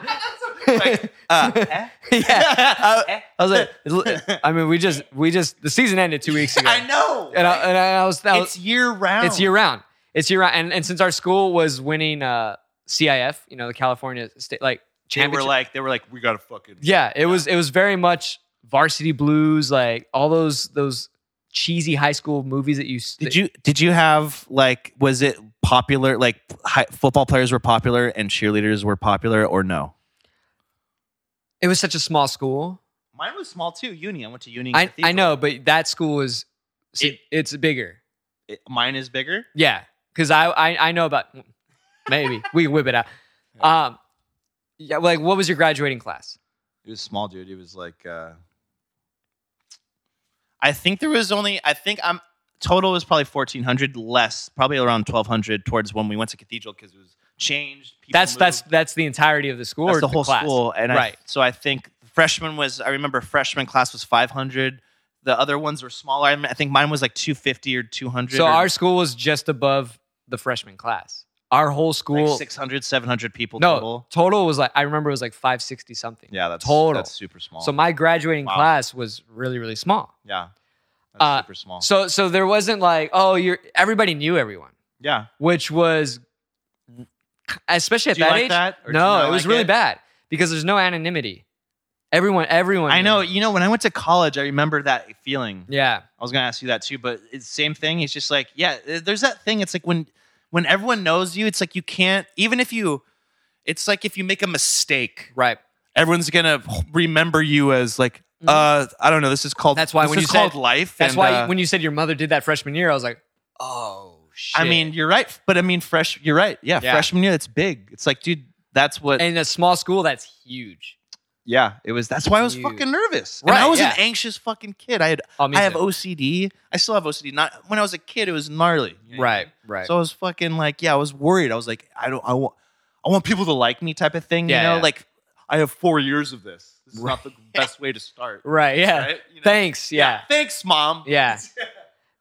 [SPEAKER 2] Like, uh, eh?
[SPEAKER 1] yeah, I, I was like, l- I mean, we just we just the season ended two weeks ago,
[SPEAKER 2] I know.
[SPEAKER 1] and I, and I was, I was
[SPEAKER 2] it's year round.
[SPEAKER 1] it's year round. It's year round, and, and since our school was winning uh, CIF, you know, the California state like
[SPEAKER 2] They were
[SPEAKER 1] championship,
[SPEAKER 2] like, they were like, we gotta fucking.
[SPEAKER 1] yeah, it was it was very much varsity blues, like all those those cheesy high school movies that you s-
[SPEAKER 2] Did you did you have like was it popular like hi, football players were popular and cheerleaders were popular or no?
[SPEAKER 1] It was such a small school.
[SPEAKER 2] Mine was small too. Uni. I went to Uni.
[SPEAKER 1] I I know, but that school was
[SPEAKER 2] It-
[SPEAKER 1] it's bigger.
[SPEAKER 2] mine is bigger.
[SPEAKER 1] Yeah, because I, I I know about maybe we can whip it out. Um, yeah, like what was your graduating class?
[SPEAKER 2] It was small, dude. It was like uh I think there was only I think I'm total was probably 1400 less, probably around 1200 towards when we went to cathedral cuz it was changed. people
[SPEAKER 1] that's that's
[SPEAKER 2] moved.
[SPEAKER 1] that's the entirety of the school.
[SPEAKER 2] That's
[SPEAKER 1] or
[SPEAKER 2] the whole
[SPEAKER 1] class?
[SPEAKER 2] school and
[SPEAKER 1] right.
[SPEAKER 2] I, so I think freshman was I remember freshman class was 500. The other ones were smaller. I, mean, I think mine was like 250 or 200.
[SPEAKER 1] so
[SPEAKER 2] or
[SPEAKER 1] our school was just above the freshman class. Our whole
[SPEAKER 2] like
[SPEAKER 1] school
[SPEAKER 2] 600 700 people
[SPEAKER 1] no
[SPEAKER 2] total.
[SPEAKER 1] total was like I remember it was like five sixty something.
[SPEAKER 2] Yeah, that's
[SPEAKER 1] total.
[SPEAKER 2] that's super small.
[SPEAKER 1] So my graduating
[SPEAKER 2] Wow.
[SPEAKER 1] class was really really small.
[SPEAKER 2] yeah. That's
[SPEAKER 1] Uh,
[SPEAKER 2] super small.
[SPEAKER 1] So so there wasn't like oh you're everybody knew everyone,
[SPEAKER 2] yeah.
[SPEAKER 1] which was especially at
[SPEAKER 2] Do you
[SPEAKER 1] that
[SPEAKER 2] like
[SPEAKER 1] age.
[SPEAKER 2] that? or do you
[SPEAKER 1] no,
[SPEAKER 2] not
[SPEAKER 1] it was
[SPEAKER 2] like
[SPEAKER 1] really bad because there's no anonymity. Everyone, everyone.
[SPEAKER 2] I know.
[SPEAKER 1] knew.
[SPEAKER 2] You know, when I went to college, I remember that feeling.
[SPEAKER 1] Yeah,
[SPEAKER 2] I was gonna ask you that too, but it's the same thing. It's just like, yeah, th- there's that thing. It's like when when everyone knows you, it's like you can't even if you. It's like if you make a mistake,
[SPEAKER 1] right.
[SPEAKER 2] everyone's gonna remember you as like, uh, I don't know. This is called.
[SPEAKER 1] That's why
[SPEAKER 2] this
[SPEAKER 1] when
[SPEAKER 2] is
[SPEAKER 1] you
[SPEAKER 2] called
[SPEAKER 1] said-
[SPEAKER 2] life.
[SPEAKER 1] That's
[SPEAKER 2] and,
[SPEAKER 1] why
[SPEAKER 2] uh,
[SPEAKER 1] when you said your mother did that freshman year, I was like, oh shit.
[SPEAKER 2] I mean, you're right, but I mean, fresh. You're right. Yeah,
[SPEAKER 1] Yeah.
[SPEAKER 2] freshman year, that's big. It's like, dude, that's what.
[SPEAKER 1] in a small school, that's huge.
[SPEAKER 2] yeah, it was. That's why I was
[SPEAKER 1] You-
[SPEAKER 2] fucking nervous. And I
[SPEAKER 1] Right,
[SPEAKER 2] was
[SPEAKER 1] yeah.
[SPEAKER 2] an anxious fucking kid. I had
[SPEAKER 1] Oh, me
[SPEAKER 2] I have
[SPEAKER 1] too.
[SPEAKER 2] OCD. I still have OCD. Not when I was a kid, it was gnarly. you know?
[SPEAKER 1] right, right.
[SPEAKER 2] So I was fucking like, yeah, I was worried. I was like, I don't, I want, I want people to like me, type of thing.
[SPEAKER 1] Yeah,
[SPEAKER 2] you know,
[SPEAKER 1] yeah.
[SPEAKER 2] like I have four years of this. This is not the best way to start.
[SPEAKER 1] right, yeah.
[SPEAKER 2] Right? You know?
[SPEAKER 1] Thanks, yeah,
[SPEAKER 2] Thanks, mom.
[SPEAKER 1] yeah.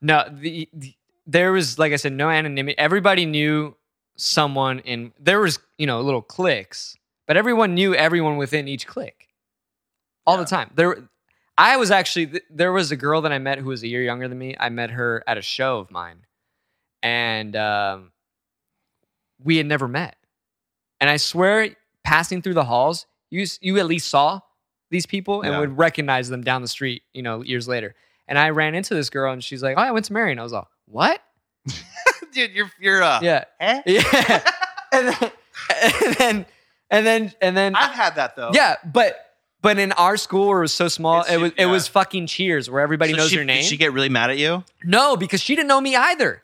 [SPEAKER 1] No, the, the there was like I said, no anonymity. Everybody knew someone in there was you know little cliques, but everyone knew everyone within each clique all
[SPEAKER 2] Yeah.
[SPEAKER 1] the time. There, I was actually th- there was a girl that I met who was a year younger than me. I met her at a show of mine, and um, we had never met. And I swear, passing through the halls, you s- you at least saw these people and
[SPEAKER 2] Yeah.
[SPEAKER 1] would recognize them down the street, you know, years later. And I ran into this girl and she's like, Oh, I went to Marion. I was like, What?
[SPEAKER 2] dude, you're, you're, uh,
[SPEAKER 1] Yeah.
[SPEAKER 2] eh?
[SPEAKER 1] Yeah. and, then, and then, and then, and then,
[SPEAKER 2] I've had that though.
[SPEAKER 1] yeah, but, but in our school where it was so small,
[SPEAKER 2] It's
[SPEAKER 1] it was,
[SPEAKER 2] ju-
[SPEAKER 1] it
[SPEAKER 2] yeah.
[SPEAKER 1] was fucking cheers where everybody
[SPEAKER 2] So
[SPEAKER 1] knows
[SPEAKER 2] she-
[SPEAKER 1] your name.
[SPEAKER 2] Did she get really mad at you?
[SPEAKER 1] no, because she didn't know me either.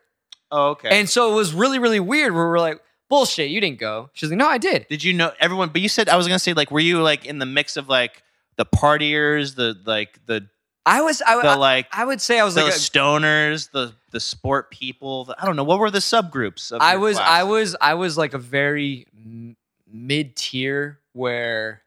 [SPEAKER 2] Oh, okay.
[SPEAKER 1] And so it was really, really weird where we're like, Bullshit, you didn't go. She's like, No, I did.
[SPEAKER 2] did you know everyone? But you said I was gonna say like, were you like in the mix of like the partiers, the like the
[SPEAKER 1] I was, I,
[SPEAKER 2] the
[SPEAKER 1] I,
[SPEAKER 2] like
[SPEAKER 1] I would say I was
[SPEAKER 2] the
[SPEAKER 1] like, a,
[SPEAKER 2] stoners, the the sport people. the- I don't know what were the subgroups. Of
[SPEAKER 1] I
[SPEAKER 2] your
[SPEAKER 1] was
[SPEAKER 2] class?
[SPEAKER 1] I was I was like a very mid tier where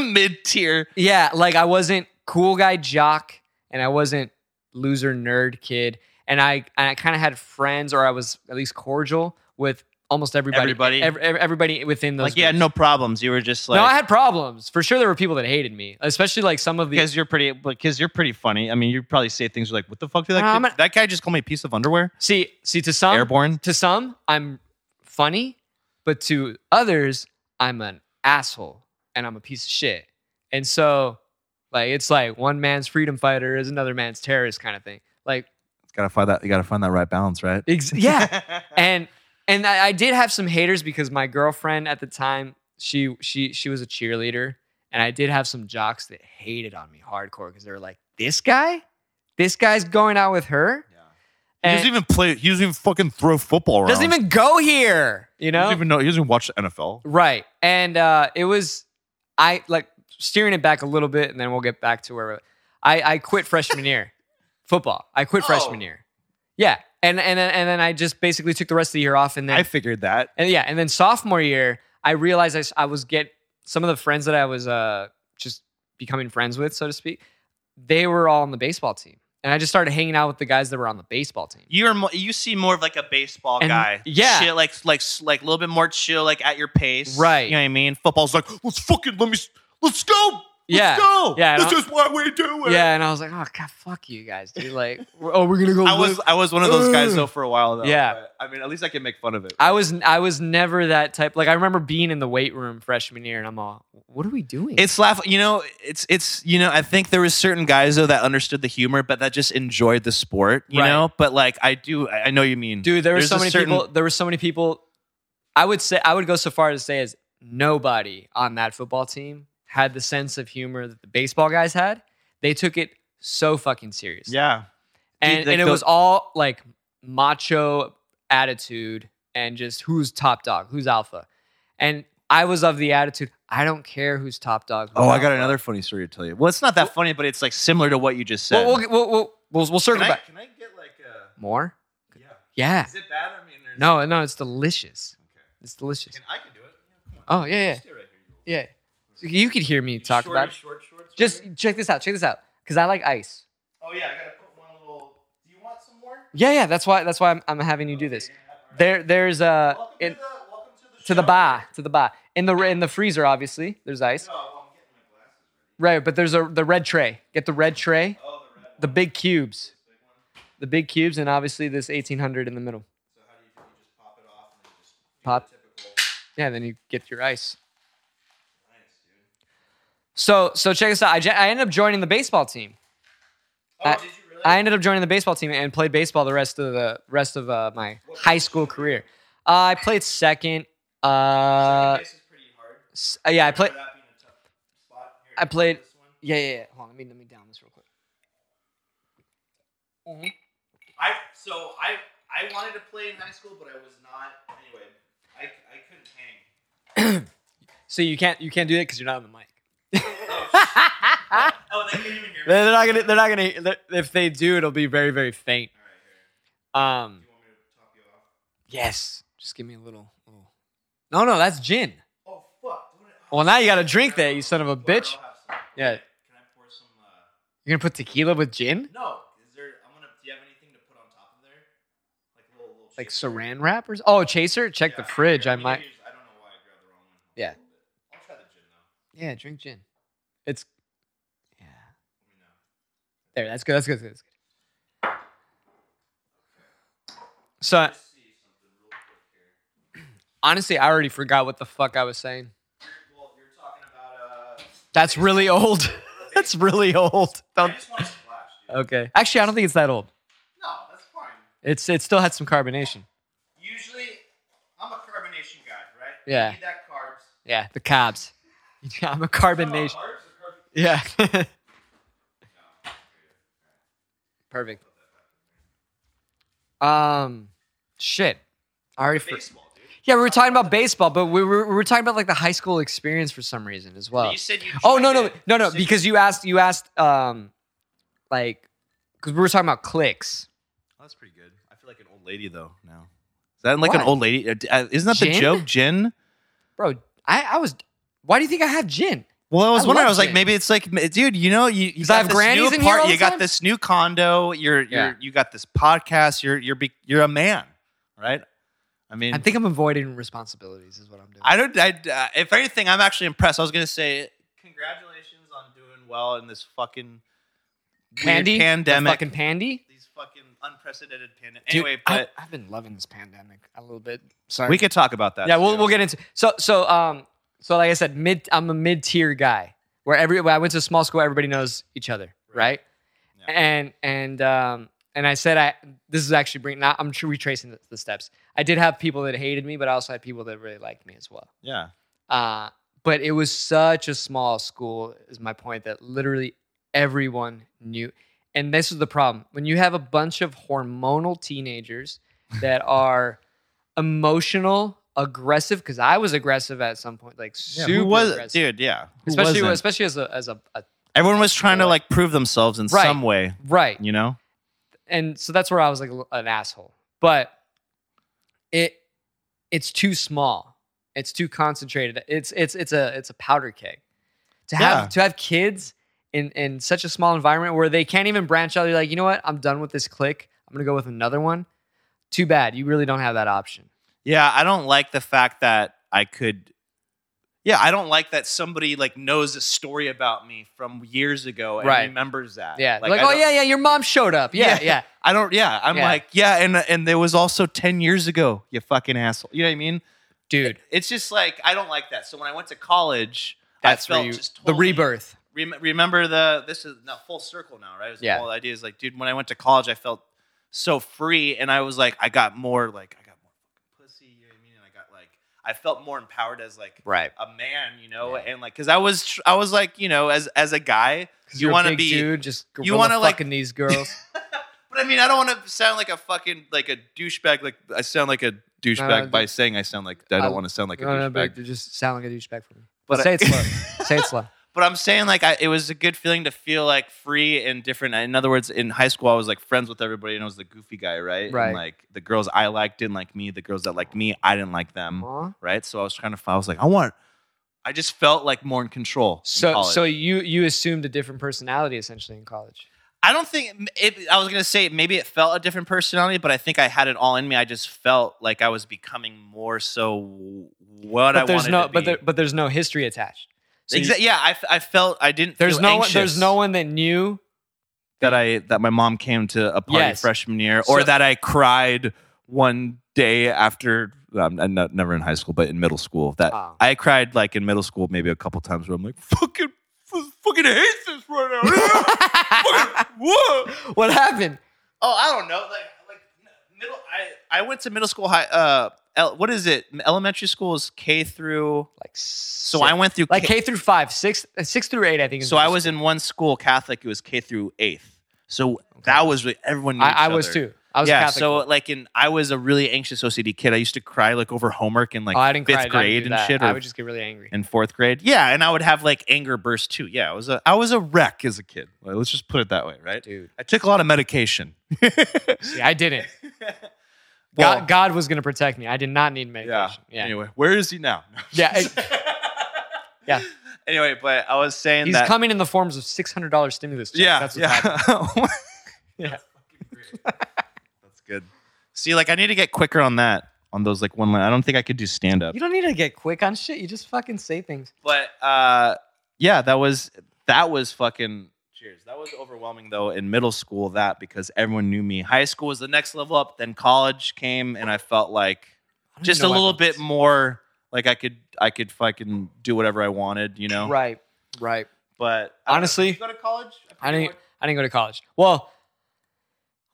[SPEAKER 2] mid tier.
[SPEAKER 1] yeah, like I wasn't cool guy jock and I wasn't loser nerd kid and I and I kind of had friends or I was at least cordial with almost everybody
[SPEAKER 2] Everybody?
[SPEAKER 1] ev- ev- everybody within those
[SPEAKER 2] Like you had
[SPEAKER 1] groups.
[SPEAKER 2] no problems. You were just like
[SPEAKER 1] No, I had problems. For sure there were people that hated me, especially like some of the
[SPEAKER 2] because you're pretty because you're pretty funny. I mean, you probably say things like, "What the fuck did that
[SPEAKER 1] No, I'm
[SPEAKER 2] kid-
[SPEAKER 1] an-
[SPEAKER 2] that guy just call me a piece of underwear?"
[SPEAKER 1] See, see to some
[SPEAKER 2] Airborne.
[SPEAKER 1] to some I'm funny, but to others I'm an asshole and I'm a piece of shit. And so like it's like one man's freedom fighter is another man's terrorist kind of thing. Like
[SPEAKER 2] Gotta find that. You gotta find that right balance, right?
[SPEAKER 1] ex- yeah, and and I, I did have some haters because my girlfriend at the time she she she was a cheerleader and I did have some jocks that hated on me hardcore because they were like this guy this guy's going out with her
[SPEAKER 2] He
[SPEAKER 1] and
[SPEAKER 2] doesn't even play. He doesn't even fucking throw football around.
[SPEAKER 1] doesn't even go here you
[SPEAKER 2] He
[SPEAKER 1] know
[SPEAKER 2] doesn't even know. He doesn't even watch the NFL.
[SPEAKER 1] Right. And uh, it was, I like steering it back a little bit, and then we'll get back to where I, I quit freshman year football. I quit
[SPEAKER 2] Oh.
[SPEAKER 1] freshman year. Yeah. And, and, then- and then I just basically took the rest of the year off. And then,
[SPEAKER 2] I figured that.
[SPEAKER 1] and yeah. And then sophomore year, I realized I, s- I was get some of the friends that I was uh, just becoming friends with, so to speak, they were all on the baseball team, and I just started hanging out with the guys that were on the baseball team.
[SPEAKER 4] You're mo- you seem more of like a baseball
[SPEAKER 1] And-
[SPEAKER 4] guy.
[SPEAKER 1] yeah.
[SPEAKER 4] Chill, like like like a little bit more chill, like at your pace.
[SPEAKER 1] Right.
[SPEAKER 4] You know what I mean?
[SPEAKER 2] Football's like, let's fucking let me, s- let's go, let's
[SPEAKER 1] Yeah.
[SPEAKER 2] go.
[SPEAKER 1] Yeah, I
[SPEAKER 2] this
[SPEAKER 1] don't-
[SPEAKER 2] is what we do. it.
[SPEAKER 1] Yeah, and I was like, oh god, fuck you guys, dude. Like, oh, we're gonna go.
[SPEAKER 2] I was
[SPEAKER 1] live-
[SPEAKER 2] I was one of those guys though for a while though.
[SPEAKER 1] Yeah.
[SPEAKER 2] but, I mean, at least I can make fun of it.
[SPEAKER 1] I was I was never that type. Like I remember being in the weight room freshman year, and I'm all, what are we doing?
[SPEAKER 2] It's-
[SPEAKER 4] It's laugh. You know, it's it's you know. I think there was certain guys though that understood the humor, but that just enjoyed the sport. You
[SPEAKER 1] Right.
[SPEAKER 4] know, but like I do, I I know you mean.
[SPEAKER 1] dude there were
[SPEAKER 4] There's
[SPEAKER 1] so
[SPEAKER 4] a
[SPEAKER 1] many
[SPEAKER 4] certain-
[SPEAKER 1] people there were so many people i would say i would go so far to say as nobody on that football team had the sense of humor that the baseball guys had they took it so fucking serious
[SPEAKER 2] yeah,
[SPEAKER 1] and,
[SPEAKER 2] dude, like
[SPEAKER 1] and it
[SPEAKER 2] the-
[SPEAKER 1] was all like macho attitude and just who's top dog who's alpha and i was of the attitude i don't care who's top dog who's
[SPEAKER 2] Oh, I got
[SPEAKER 1] alpha.
[SPEAKER 2] another funny story to tell you.
[SPEAKER 4] Well, it's not that funny, but it's like similar to what you just said.
[SPEAKER 1] we'll, we'll, we'll, we'll, we'll, we'll circle
[SPEAKER 2] Can I,
[SPEAKER 1] back
[SPEAKER 2] can I get like a
[SPEAKER 1] more
[SPEAKER 2] yeah?
[SPEAKER 1] yeah
[SPEAKER 2] Is it bad? I mean, or is it-
[SPEAKER 1] no no it's delicious
[SPEAKER 2] Okay.
[SPEAKER 1] it's delicious
[SPEAKER 2] Can I can do it? Yeah, come on.
[SPEAKER 1] oh yeah yeah
[SPEAKER 2] Stay right here.
[SPEAKER 1] Yeah. So You could hear me
[SPEAKER 2] You
[SPEAKER 1] talk
[SPEAKER 2] short-
[SPEAKER 1] about it.
[SPEAKER 2] short shorts.
[SPEAKER 1] Just
[SPEAKER 2] right here?
[SPEAKER 1] check this out. Check this out. Because I like ice.
[SPEAKER 2] Oh yeah, I gotta put one little. Do you want some more?
[SPEAKER 1] Yeah, yeah. That's why. That's why I'm, I'm having you do this. There, there's uh,
[SPEAKER 2] Welcome
[SPEAKER 1] in,
[SPEAKER 2] to the welcome to the
[SPEAKER 1] to the
[SPEAKER 2] show. Oh,
[SPEAKER 1] bar, to the bar. In the in the freezer, obviously, there's ice.
[SPEAKER 2] No, I'm getting my glasses.
[SPEAKER 1] Right, but there's a the red tray. Get the red tray,
[SPEAKER 2] Oh, the red.
[SPEAKER 1] the big cubes, the big cubes, and obviously this 1800 in the middle.
[SPEAKER 2] So how do you, do you just pop it off and then just do
[SPEAKER 1] Pop.
[SPEAKER 2] the typical?
[SPEAKER 1] Yeah, then you get your ice.
[SPEAKER 2] Nice, dude.
[SPEAKER 1] So so check this out. I, j- I ended up joining the baseball team.
[SPEAKER 2] Oh,
[SPEAKER 1] I-
[SPEAKER 2] did you really?
[SPEAKER 1] I ended up joining the baseball team and played baseball the rest of the rest of uh, my high school career. Uh, I played second. Uh,
[SPEAKER 2] This is pretty hard.
[SPEAKER 1] s- uh, yeah, I played.
[SPEAKER 2] Without being a tough spot. Here,
[SPEAKER 1] I
[SPEAKER 2] you want
[SPEAKER 1] played-
[SPEAKER 2] this one?
[SPEAKER 1] Yeah, yeah, yeah. Hold on, let me let me down this real quick. Mhm.
[SPEAKER 2] I so I I wanted to play in high school, but I was not. Anyway, I, I couldn't hang.
[SPEAKER 1] So you can't you can't do that because you're not on the mic.
[SPEAKER 2] Oh, they can't even hear me.
[SPEAKER 1] They're they're not gonna they're not gonna they're- if they do it'll be very very faint.
[SPEAKER 2] All right, here.
[SPEAKER 1] Um,
[SPEAKER 2] You want me to top you off?
[SPEAKER 1] yes, just give me a little. little. No, no, that's gin.
[SPEAKER 2] Oh fuck! What- oh,
[SPEAKER 1] Well, now you gotta drink that, you son of a
[SPEAKER 2] Whatever, I'll
[SPEAKER 1] bitch.
[SPEAKER 2] have some.
[SPEAKER 1] Yeah.
[SPEAKER 2] Can I pour some? Uh...
[SPEAKER 1] You're gonna put tequila with gin,
[SPEAKER 2] No. Is there? I'm gonna. Do you have anything to put on top of there? Like a little, little
[SPEAKER 1] like
[SPEAKER 2] shaker?
[SPEAKER 1] Saran wrappers. Oh, chaser, check the
[SPEAKER 2] Yeah,
[SPEAKER 1] fridge.
[SPEAKER 2] here,
[SPEAKER 1] I
[SPEAKER 2] maybe
[SPEAKER 1] might.
[SPEAKER 2] it's- I don't know why I grabbed the wrong one. Hold
[SPEAKER 1] Yeah.
[SPEAKER 2] on a little bit. I'll try the gin though.
[SPEAKER 1] Yeah, drink gin. It's yeah.
[SPEAKER 2] Let me know.
[SPEAKER 1] There, that's good. That's good. That's good. That's good. So I-
[SPEAKER 2] Let's see something real quick here.
[SPEAKER 1] honestly, I already forgot what the fuck I was saying.
[SPEAKER 2] Well, you're talking about uh.
[SPEAKER 1] That's really old. that's really old.
[SPEAKER 2] I
[SPEAKER 1] Don't.
[SPEAKER 2] just want to splash, dude.
[SPEAKER 1] Okay. Actually, I don't think it's that old.
[SPEAKER 2] No, that's fine.
[SPEAKER 1] It's it still had some carbonation.
[SPEAKER 2] Usually, I'm a carbonation guy, right?
[SPEAKER 1] Yeah.
[SPEAKER 2] You need that carbs.
[SPEAKER 1] Yeah, the carbs. Yeah, I'm a
[SPEAKER 2] Oh,
[SPEAKER 1] carbonation.
[SPEAKER 2] carbs or carb-
[SPEAKER 1] Yeah. Perfect. Um, shit. I already for-
[SPEAKER 2] Baseball, dude.
[SPEAKER 1] yeah, we were talking about baseball, but we were, we were talking about like the high school experience for some reason as well.
[SPEAKER 4] you said you.
[SPEAKER 1] Oh
[SPEAKER 4] enjoyed
[SPEAKER 1] no no
[SPEAKER 4] it.
[SPEAKER 1] no
[SPEAKER 4] You
[SPEAKER 1] no
[SPEAKER 4] said-
[SPEAKER 1] because you asked you asked um like because we were talking about clicks.
[SPEAKER 2] Oh, that's pretty good. I feel like an old lady though now. Is that like
[SPEAKER 1] What?
[SPEAKER 2] an old lady? Uh, d- uh, Isn't that the
[SPEAKER 1] Gin?
[SPEAKER 2] joke, gin?
[SPEAKER 1] Bro, I, I was why do you think I have gin?
[SPEAKER 2] Well, I was
[SPEAKER 1] I
[SPEAKER 2] wondering.
[SPEAKER 1] love
[SPEAKER 2] I was like,
[SPEAKER 1] gin.
[SPEAKER 2] maybe it's like, m- dude, you know, you, you
[SPEAKER 1] Because I have
[SPEAKER 2] this
[SPEAKER 1] grannies
[SPEAKER 2] new
[SPEAKER 1] in here all the
[SPEAKER 2] you got
[SPEAKER 1] time?
[SPEAKER 2] this new condo. You're you're
[SPEAKER 1] Yeah.
[SPEAKER 2] you got this podcast. You're you're be, you're a man, right? I mean,
[SPEAKER 1] I
[SPEAKER 2] I,
[SPEAKER 1] think I'm avoiding responsibilities is what I'm doing.
[SPEAKER 2] don't. I, uh, if anything, I'm actually impressed. I was gonna say, congratulations on doing well in this fucking weird
[SPEAKER 1] Pandy The
[SPEAKER 2] pandemic.
[SPEAKER 1] fucking pandy.
[SPEAKER 2] these fucking unprecedented pandemic.
[SPEAKER 1] Dude,
[SPEAKER 2] Anyway,
[SPEAKER 1] I-
[SPEAKER 2] but
[SPEAKER 1] I've been loving this pandemic a little bit. Sorry.
[SPEAKER 2] we could talk about that.
[SPEAKER 1] yeah, we'll,
[SPEAKER 2] too.
[SPEAKER 1] we'll get into so so um so like I said, mid I'm a mid tier guy where every when I went to a small school, everybody knows each other, right?
[SPEAKER 2] Yeah.
[SPEAKER 1] And and um and I said I this is actually bring now I'm tr- retracing the, the steps. I did have people that hated me, but I also had people that really liked me as well.
[SPEAKER 2] Yeah,
[SPEAKER 1] Uh, but it was such a small school, is my point, that literally everyone knew. And this is the problem. When you have a bunch of hormonal teenagers that are emotional, aggressive, because I was aggressive at some point, like
[SPEAKER 2] yeah.
[SPEAKER 1] super
[SPEAKER 2] who was
[SPEAKER 1] aggressive.
[SPEAKER 2] dude? Yeah, Who
[SPEAKER 1] especially,
[SPEAKER 2] wasn't?
[SPEAKER 1] especially as a, as a, a
[SPEAKER 2] everyone was trying to
[SPEAKER 1] Boy.
[SPEAKER 2] like prove themselves in
[SPEAKER 1] Right.
[SPEAKER 2] some way.
[SPEAKER 1] right.
[SPEAKER 2] You know,
[SPEAKER 1] and so that's where I was like a- an asshole. But it it's too small, It's too concentrated. It's it's it's a it's a powder keg. To have
[SPEAKER 5] Yeah.
[SPEAKER 1] to have kids in in such a small environment where they can't even branch out. They're like, you know what? I'm done with this clique. I'm gonna go with another one. Too bad. You really don't have that option.
[SPEAKER 2] Yeah, I don't like the fact that I could. Yeah, I don't like that somebody like knows a story about me from years ago and
[SPEAKER 1] Right.
[SPEAKER 2] remembers that.
[SPEAKER 1] Yeah. Like,
[SPEAKER 2] I
[SPEAKER 1] oh
[SPEAKER 2] don't-
[SPEAKER 1] yeah, yeah. Your mom showed up. Yeah,
[SPEAKER 2] Yeah.
[SPEAKER 1] yeah.
[SPEAKER 2] I don't. Yeah, I'm
[SPEAKER 1] Yeah.
[SPEAKER 2] like, yeah, and and there was also ten years ago. You fucking asshole. You know what I mean?
[SPEAKER 1] Dude,
[SPEAKER 2] It's just like I don't like that. So when I went to college,
[SPEAKER 1] that's
[SPEAKER 2] I felt
[SPEAKER 1] where you,
[SPEAKER 2] just
[SPEAKER 1] the
[SPEAKER 2] totally-
[SPEAKER 1] rebirth.
[SPEAKER 2] Rem- remember the this is now full circle now, right? It was
[SPEAKER 1] Yeah.
[SPEAKER 2] The whole idea is like, dude, when I went to college, I felt so free, and I was like, I got more like I got more fucking pussy. You know what I mean? And I got like I felt more empowered as like
[SPEAKER 1] Right.
[SPEAKER 2] a man, you know,
[SPEAKER 1] Yeah.
[SPEAKER 2] and like because I was tr- I was like you know as as a guy, you
[SPEAKER 1] want to
[SPEAKER 2] be.
[SPEAKER 1] dude, just
[SPEAKER 2] you
[SPEAKER 1] you want
[SPEAKER 2] wanna,
[SPEAKER 1] to
[SPEAKER 2] like-
[SPEAKER 1] fucking these girls.
[SPEAKER 2] But I mean, I don't want to sound like a fucking like a douchebag. Like I sound like a douchebag by saying I sound like I don't
[SPEAKER 1] I-
[SPEAKER 2] want to sound like a
[SPEAKER 1] No, no,
[SPEAKER 2] douchebag.
[SPEAKER 1] but you just sound like a douchebag for me.
[SPEAKER 2] But
[SPEAKER 1] But say
[SPEAKER 2] I-
[SPEAKER 1] it slow. say it slow.
[SPEAKER 2] but I'm saying like I, it was a good feeling to feel like free and different. In other words, in high school, I was like friends with everybody, and I was the goofy guy, right? And,
[SPEAKER 1] Right.
[SPEAKER 2] like the girls I liked didn't like me. The girls that liked me, I didn't like them,
[SPEAKER 1] Aw.
[SPEAKER 2] right? So I was trying to. I was like, I want. I just felt like more in control. in
[SPEAKER 1] So,
[SPEAKER 2] college.
[SPEAKER 1] so you you assumed a different personality essentially in college.
[SPEAKER 2] I don't think it, I was gonna say maybe it felt a different personality, but I think I had it all in me. I just felt like I was becoming more so what I
[SPEAKER 1] But there's
[SPEAKER 2] wanted
[SPEAKER 1] no
[SPEAKER 2] to be.
[SPEAKER 1] but there, but there's no history attached. So you-
[SPEAKER 2] Exa- yeah, I, f- I felt I didn't.
[SPEAKER 1] there's
[SPEAKER 2] feel
[SPEAKER 1] no one,
[SPEAKER 2] anxious.
[SPEAKER 1] there's no one that knew.
[SPEAKER 2] that I that my mom came to a party
[SPEAKER 1] Yes.
[SPEAKER 2] freshman year, or
[SPEAKER 1] So-
[SPEAKER 2] that I cried one day after. Um, I'm not, never in high school, but in middle school. That
[SPEAKER 1] Oh.
[SPEAKER 2] I cried like in middle school, maybe a couple times where I'm like, fucking, f- fucking hate this right now. Fucking- whoa.
[SPEAKER 1] what happened?
[SPEAKER 2] Oh, I don't know. Like, like middle. I I went to middle school high. Uh, el- what is it? Elementary school is K through.
[SPEAKER 1] Like
[SPEAKER 2] So I went through
[SPEAKER 1] like
[SPEAKER 2] K-
[SPEAKER 1] K through five, six, uh, six through eight. I think. is
[SPEAKER 2] So I
[SPEAKER 1] middle
[SPEAKER 2] was in one school Catholic. It was K through eighth. So that was re- everyone.
[SPEAKER 1] school.
[SPEAKER 2] Knew each
[SPEAKER 1] I, I was
[SPEAKER 2] other.
[SPEAKER 1] too. I was
[SPEAKER 2] yeah.
[SPEAKER 1] Catholic.
[SPEAKER 2] So like in, I was a really anxious OCD kid. I used to cry like over homework in like
[SPEAKER 1] oh, I didn't
[SPEAKER 2] fifth
[SPEAKER 1] cry. I didn't do
[SPEAKER 2] grade and
[SPEAKER 1] that.
[SPEAKER 2] shit,
[SPEAKER 1] I
[SPEAKER 2] or
[SPEAKER 1] would just get really angry.
[SPEAKER 2] in fourth grade. Yeah, and I would have like anger bursts too. Yeah, I was a I was a wreck as a kid. Like, let's just put it that way, right?
[SPEAKER 1] Dude,
[SPEAKER 2] I took a lot of medication.
[SPEAKER 1] see, I didn't.
[SPEAKER 2] Well-
[SPEAKER 1] God, God was going to protect me. I did not need
[SPEAKER 2] Yeah.
[SPEAKER 1] medication. Yeah.
[SPEAKER 2] Anyway, where is he now?
[SPEAKER 1] Yeah, it- yeah.
[SPEAKER 2] Anyway, but I was saying
[SPEAKER 1] He's
[SPEAKER 2] that.
[SPEAKER 1] coming in the forms of six hundred dollars stimulus checks.
[SPEAKER 2] yeah.
[SPEAKER 1] that's what's happening.
[SPEAKER 2] yeah.
[SPEAKER 1] Yeah.
[SPEAKER 2] That's good. See, like I need to get quicker on that. On those like one line. I don't think I could do stand up.
[SPEAKER 1] You don't need to get quick on shit. You just fucking say things.
[SPEAKER 2] But uh, yeah, that was that was fucking cheers. That was overwhelming though in middle school. That because everyone knew me. High school was the next level up. Then college came, and I felt like
[SPEAKER 1] I don't
[SPEAKER 2] just a
[SPEAKER 1] even know why
[SPEAKER 2] little
[SPEAKER 1] I'm-
[SPEAKER 2] bit more like I could I could fucking do whatever I wanted, you know.
[SPEAKER 1] Right, right.
[SPEAKER 2] But I don't know.
[SPEAKER 1] Honestly,
[SPEAKER 2] Did you go to college?
[SPEAKER 1] I
[SPEAKER 2] forget
[SPEAKER 1] didn't. I didn't go to college. Well, I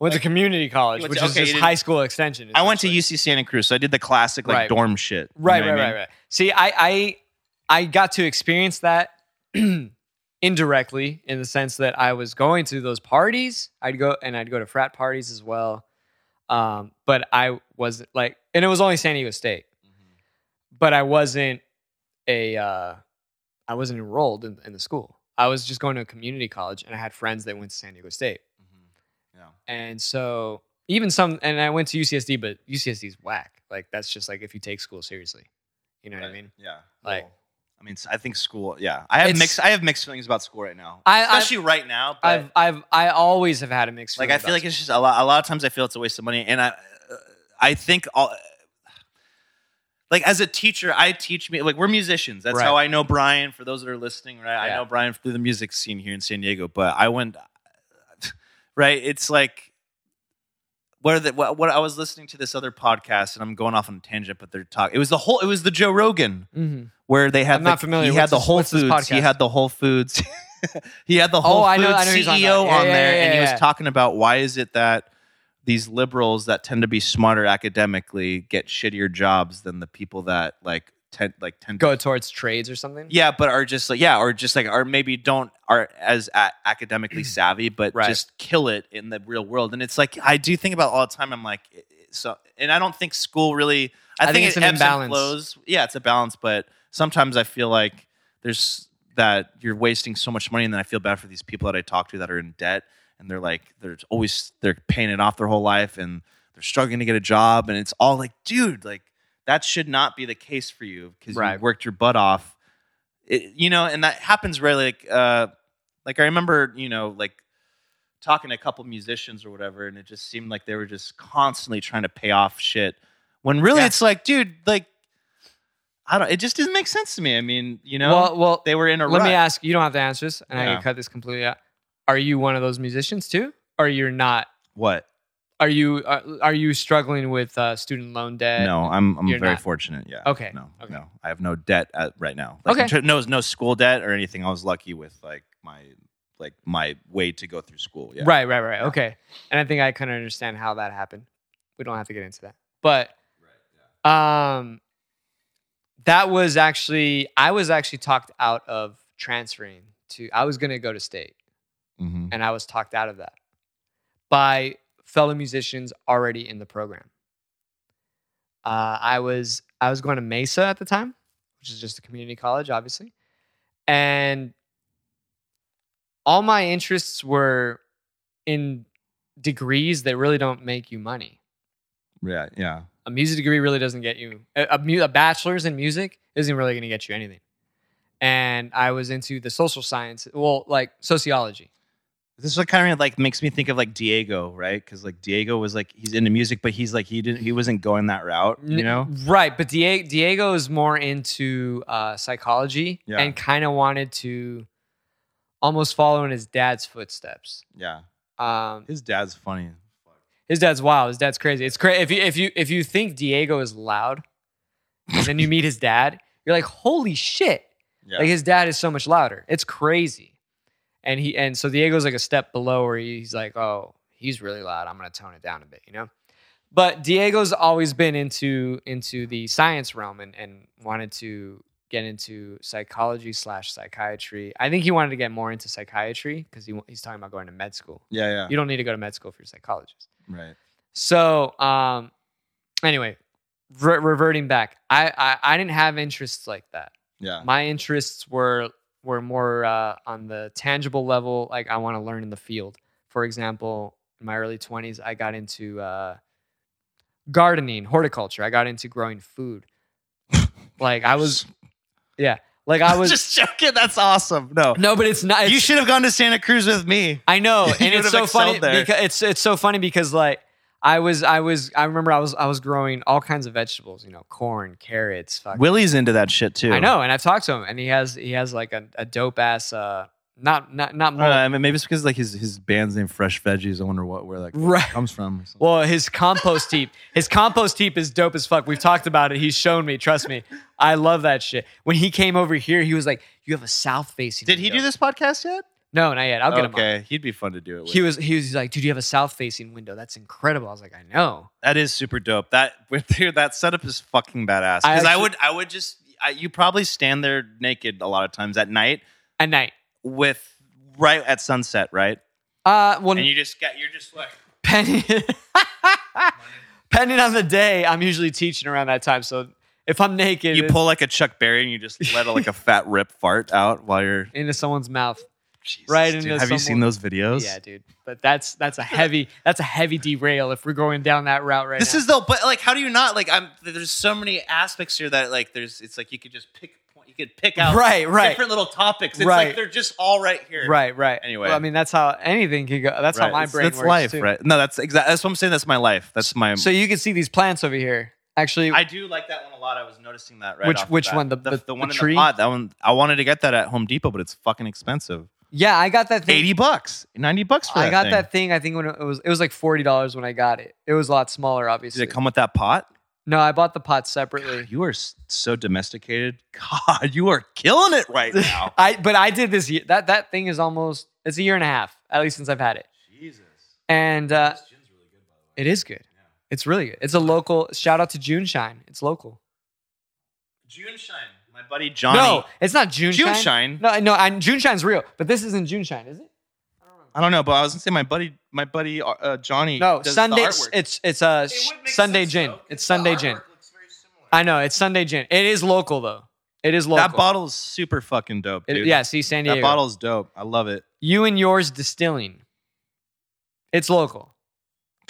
[SPEAKER 1] went to
[SPEAKER 2] Like-
[SPEAKER 1] community college,
[SPEAKER 2] You went
[SPEAKER 1] which
[SPEAKER 2] to-
[SPEAKER 1] is
[SPEAKER 2] okay, you
[SPEAKER 1] just
[SPEAKER 2] didn't-
[SPEAKER 1] high school extension.
[SPEAKER 2] what- I went to
[SPEAKER 1] essentially.
[SPEAKER 2] UC Santa Cruz, so I did the classic like
[SPEAKER 1] Right.
[SPEAKER 2] dorm shit. you
[SPEAKER 1] Right,
[SPEAKER 2] know
[SPEAKER 1] right,
[SPEAKER 2] what I
[SPEAKER 1] right,
[SPEAKER 2] mean?
[SPEAKER 1] right. See, I, I, I got to experience that indirectly in the sense that I was going to those parties. I'd go and I'd go to frat parties as well. Um, but I wasn't like, and it was only San Diego State.
[SPEAKER 2] Mm-hmm.
[SPEAKER 1] but I wasn't a uh, I wasn't enrolled in, in the school. I was just going to a community college, and I had friends that went to San Diego State,
[SPEAKER 2] Mhm. Yeah.
[SPEAKER 1] and so even some. And I went to UCSD, but UCSD's whack. Like that's just like if you take school seriously, you know what I
[SPEAKER 2] Right.
[SPEAKER 1] mean?
[SPEAKER 2] Yeah.
[SPEAKER 1] Like-
[SPEAKER 2] Well, I mean, I think school. Yeah, I have
[SPEAKER 1] It's-
[SPEAKER 2] mixed. I have mixed feelings about school right now,
[SPEAKER 1] I- I've-
[SPEAKER 2] especially right now. But
[SPEAKER 1] I've I've I always have had a mixed
[SPEAKER 2] like,
[SPEAKER 1] feeling
[SPEAKER 2] I feel
[SPEAKER 1] about
[SPEAKER 2] like it's just a lot. A lot of times, I feel it's a waste of money, and I, uh, I think all. Like as a teacher, I teach me like we're musicians. That's
[SPEAKER 1] Right.
[SPEAKER 2] how I know Brian. For those that are listening, right? I
[SPEAKER 1] Yeah.
[SPEAKER 2] know Brian through the music scene here in San Diego. But I went, right? It's like what are the what, what I was listening to this other podcast, and I'm going off on a tangent, but they're talking. It was the whole. It was the Joe Rogan
[SPEAKER 1] Mhm.
[SPEAKER 2] where they had
[SPEAKER 1] I'm
[SPEAKER 2] the,
[SPEAKER 1] not familiar.
[SPEAKER 2] He
[SPEAKER 1] What's
[SPEAKER 2] had the
[SPEAKER 1] this-
[SPEAKER 2] Whole
[SPEAKER 1] what's this
[SPEAKER 2] Foods. He
[SPEAKER 1] podcast? Oh,
[SPEAKER 2] had the Whole Foods. he had the Whole
[SPEAKER 1] I
[SPEAKER 2] Foods
[SPEAKER 1] know- I know he's on that.
[SPEAKER 2] CEO on,
[SPEAKER 1] Yeah, yeah,
[SPEAKER 2] there,
[SPEAKER 1] yeah,
[SPEAKER 2] and he
[SPEAKER 1] yeah.
[SPEAKER 2] was talking about why is it that these liberals that tend to be smarter academically get shittier jobs than the people that like tend like tend
[SPEAKER 1] go towards trades or something.
[SPEAKER 2] yeah, but are just like yeah, or just like are maybe don't are as a- academically savvy, but
[SPEAKER 1] Right.
[SPEAKER 2] just kill it in the real world. And it's like I do think about it all the time. I'm like it- it- so, and I don't think school really. I,
[SPEAKER 1] I think it's
[SPEAKER 2] it
[SPEAKER 1] an
[SPEAKER 2] ebbs and
[SPEAKER 1] imbalance.
[SPEAKER 2] flows. Yeah, it's a balance, but sometimes I feel like there's that you're wasting so much money, and then I feel bad for these people that I talk to that are in debt, and they're like they're always they're paying it off their whole life, and they're struggling to get a job, and it's all like, dude, like That should not be the case for you because
[SPEAKER 1] Right.
[SPEAKER 2] you worked your butt off. It- you know, and that happens rarely. Like, uh, like I remember, you know, like talking to a couple musicians or whatever, and it just seemed like they were just constantly trying to pay off shit. When really,
[SPEAKER 1] Yeah.
[SPEAKER 2] it's like, dude, like, I don't. It just doesn't make sense to me. I mean, you know,
[SPEAKER 1] well, well,
[SPEAKER 2] they were in a
[SPEAKER 1] let
[SPEAKER 2] rut.
[SPEAKER 1] me ask. You don't have to answer this, and I
[SPEAKER 2] Yeah.
[SPEAKER 1] can cut this completely out. Are you one of those musicians too, or you're not?
[SPEAKER 2] what?
[SPEAKER 1] Are you are, are you struggling with uh, student loan debt?
[SPEAKER 2] No, I'm I'm
[SPEAKER 1] you're
[SPEAKER 2] very
[SPEAKER 1] not.
[SPEAKER 2] fortunate. Yeah.
[SPEAKER 1] Okay.
[SPEAKER 2] No,
[SPEAKER 1] Okay.
[SPEAKER 2] no, I have no debt at, right now. Like,
[SPEAKER 1] Okay.
[SPEAKER 2] in ter- no, no school debt or anything. I was lucky with like my like my way to go through school. Yeah.
[SPEAKER 1] Right, right, right. Okay. And I think I kind of understand how that happened. We don't have to get into that. But um that was actually I was actually talked out of transferring to I was going to go to state
[SPEAKER 2] Mm-hmm.
[SPEAKER 1] and I was talked out of that by fellow musicians already in the program. Uh, I was I was going to Mesa at the time, which is just a community college, obviously, and all my interests were in degrees that really don't make you money.
[SPEAKER 2] Yeah. Yeah.
[SPEAKER 1] A music degree really doesn't get you a, a, mu- a bachelor's in music isn't really going to get you anything. And I was into the social science, well, like sociology.
[SPEAKER 2] This is what kind of like makes me think of like Diego, right? Because like Diego was like he's into music, but he's like he didn't he wasn't going that route, you
[SPEAKER 1] N-
[SPEAKER 2] know?
[SPEAKER 1] right but Dia- diego is more into uh, psychology
[SPEAKER 2] Yeah.
[SPEAKER 1] and kind of wanted to almost follow in his dad's footsteps
[SPEAKER 2] Yeah.
[SPEAKER 1] um,
[SPEAKER 2] His dad's funny.
[SPEAKER 1] his dad's wild his dad's crazy it's crazy if you if you if you think diego is loud and then you meet his dad you're like holy shit
[SPEAKER 2] Yeah.
[SPEAKER 1] like his dad is so much louder it's crazy and he and so diego's like a step below where he's like oh he's really loud i'm gonna tone it down a bit you know but Diego's always been into into the science realm and, and wanted to get into psychology slash psychiatry. I think he wanted to get more into psychiatry because he, wa- he's talking about going to med school.
[SPEAKER 2] yeah. Yeah.
[SPEAKER 1] You don't need to go to med school if you're a psychologist.
[SPEAKER 2] Right.
[SPEAKER 1] So um, anyway, re- reverting back, I, I I didn't have interests like that.
[SPEAKER 2] Yeah.
[SPEAKER 1] My interests were were more uh, on the tangible level. Like I want to learn in the field. For example, in my early twenties, I got into uh, gardening, horticulture. I got into growing food. like I was, yeah. Like I was.
[SPEAKER 2] just joking. That's awesome. No.
[SPEAKER 1] no, but it's not. It's,
[SPEAKER 2] you should have gone to Santa Cruz with me.
[SPEAKER 1] I know,
[SPEAKER 2] You
[SPEAKER 1] and
[SPEAKER 2] would
[SPEAKER 1] it's
[SPEAKER 2] have
[SPEAKER 1] so funny
[SPEAKER 2] excelled there.
[SPEAKER 1] because it's it's so funny because like I was I was I remember I was I was growing all kinds of vegetables. You know, corn, carrots, fucking
[SPEAKER 2] Willie's into that shit too.
[SPEAKER 1] I know, and I've talked to him, and he has he has like a, a dope ass uh not not not
[SPEAKER 2] Uh,
[SPEAKER 1] more
[SPEAKER 2] I mean, maybe it's because like his his band's name Fresh Veggies. I wonder what where that
[SPEAKER 1] right.
[SPEAKER 2] comes from. Or something.
[SPEAKER 1] Um, Well, his compost heap, his compost heap is dope as fuck. We've talked about it. He's shown me. Trust me, I love that shit. When he came over here, he was like, "You have a south facing."
[SPEAKER 2] Did he
[SPEAKER 1] window."
[SPEAKER 2] do this podcast yet?
[SPEAKER 1] No, not yet. I'll get him. on.
[SPEAKER 2] okay, he'd be fun to do it with.
[SPEAKER 1] He was he was like, "Dude, you have a south facing window. That's incredible." I was like, "I know."
[SPEAKER 2] that is super dope. That dude, that setup is fucking badass.
[SPEAKER 1] I
[SPEAKER 2] Because I,
[SPEAKER 1] actually-
[SPEAKER 2] would, I would just, I, you probably stand there naked a lot of times at night
[SPEAKER 1] At night.
[SPEAKER 2] with right at sunset, right?
[SPEAKER 1] Uh, well,
[SPEAKER 2] And you just get, you're just like,
[SPEAKER 1] Penny, Depending on the day, I'm usually teaching around that time. So if I'm naked,
[SPEAKER 2] you
[SPEAKER 1] it's
[SPEAKER 2] pull like a Chuck Berry and you just let like a fat rip fart out while you're.
[SPEAKER 1] into someone's mouth.
[SPEAKER 2] Jesus,
[SPEAKER 1] Right
[SPEAKER 2] dude,
[SPEAKER 1] into
[SPEAKER 2] Have you seen
[SPEAKER 1] someone-
[SPEAKER 2] those videos?
[SPEAKER 1] Yeah, dude. But that's that's a heavy that's a heavy derail if we're going down that route right
[SPEAKER 2] this
[SPEAKER 1] now.
[SPEAKER 2] is though but like how do you not like i'm there's so many aspects here that like there's it's like you could just pick you could pick out
[SPEAKER 1] Right, right.
[SPEAKER 2] different little topics it's
[SPEAKER 1] Right.
[SPEAKER 2] like they're just all right here
[SPEAKER 1] right, right.
[SPEAKER 2] Anyway.
[SPEAKER 1] Well, I mean that's how anything can go. That's how
[SPEAKER 2] Right.
[SPEAKER 1] my
[SPEAKER 2] It's-
[SPEAKER 1] brain
[SPEAKER 2] that's
[SPEAKER 1] works
[SPEAKER 2] life
[SPEAKER 1] too.
[SPEAKER 2] right no that's exactly that's what i'm saying that's my life that's my
[SPEAKER 1] So you can see these plants over here. Actually,
[SPEAKER 2] i do like that one a lot i was noticing that right
[SPEAKER 1] Which-
[SPEAKER 2] off
[SPEAKER 1] which
[SPEAKER 2] bat.
[SPEAKER 1] one? The-
[SPEAKER 2] the,
[SPEAKER 1] the- the
[SPEAKER 2] one in
[SPEAKER 1] tree?
[SPEAKER 2] the pot that one i wanted to get that at home depot but it's fucking expensive
[SPEAKER 1] yeah, I got that thing.
[SPEAKER 2] 80 bucks 90 bucks for
[SPEAKER 1] I
[SPEAKER 2] that
[SPEAKER 1] got
[SPEAKER 2] thing.
[SPEAKER 1] that thing. I think when it was it was like forty dollars when I got it. It was a lot smaller,
[SPEAKER 2] did
[SPEAKER 1] obviously.
[SPEAKER 2] it come with that pot
[SPEAKER 1] no, I bought the pot separately.
[SPEAKER 2] you are s- so domesticated god you are killing it right now
[SPEAKER 1] I but I did this year. That that thing is almost it's a year and a half at least since I've had it.
[SPEAKER 2] jesus
[SPEAKER 1] And uh,
[SPEAKER 2] this gin's really good by the way
[SPEAKER 1] it is good. It's really good. It's a local. Shout out to June Shine. It's local.
[SPEAKER 2] June Shine, my buddy Johnny.
[SPEAKER 1] No, it's not June.
[SPEAKER 2] June
[SPEAKER 1] Shine.
[SPEAKER 2] Shine.
[SPEAKER 1] No, no, and June Shine's real, but this isn't June Shine, is it?
[SPEAKER 2] I don't know, but I was gonna say my buddy, my buddy uh, uh, Johnny.
[SPEAKER 1] No,
[SPEAKER 2] does the
[SPEAKER 1] Sunday.
[SPEAKER 2] artwork.
[SPEAKER 1] It's it's a uh,
[SPEAKER 2] It would make
[SPEAKER 1] Sunday
[SPEAKER 2] sense,
[SPEAKER 1] gin.
[SPEAKER 2] though, 'cause
[SPEAKER 1] It's
[SPEAKER 2] the
[SPEAKER 1] Sunday
[SPEAKER 2] artwork
[SPEAKER 1] gin.
[SPEAKER 2] looks very similar.
[SPEAKER 1] I know it's Sunday gin. It is local though. It is local.
[SPEAKER 2] That bottle is super fucking dope,
[SPEAKER 1] It-
[SPEAKER 2] dude.
[SPEAKER 1] yeah, see San Diego.
[SPEAKER 2] that bottle's dope. I love it.
[SPEAKER 1] You and yours distilling. It's local.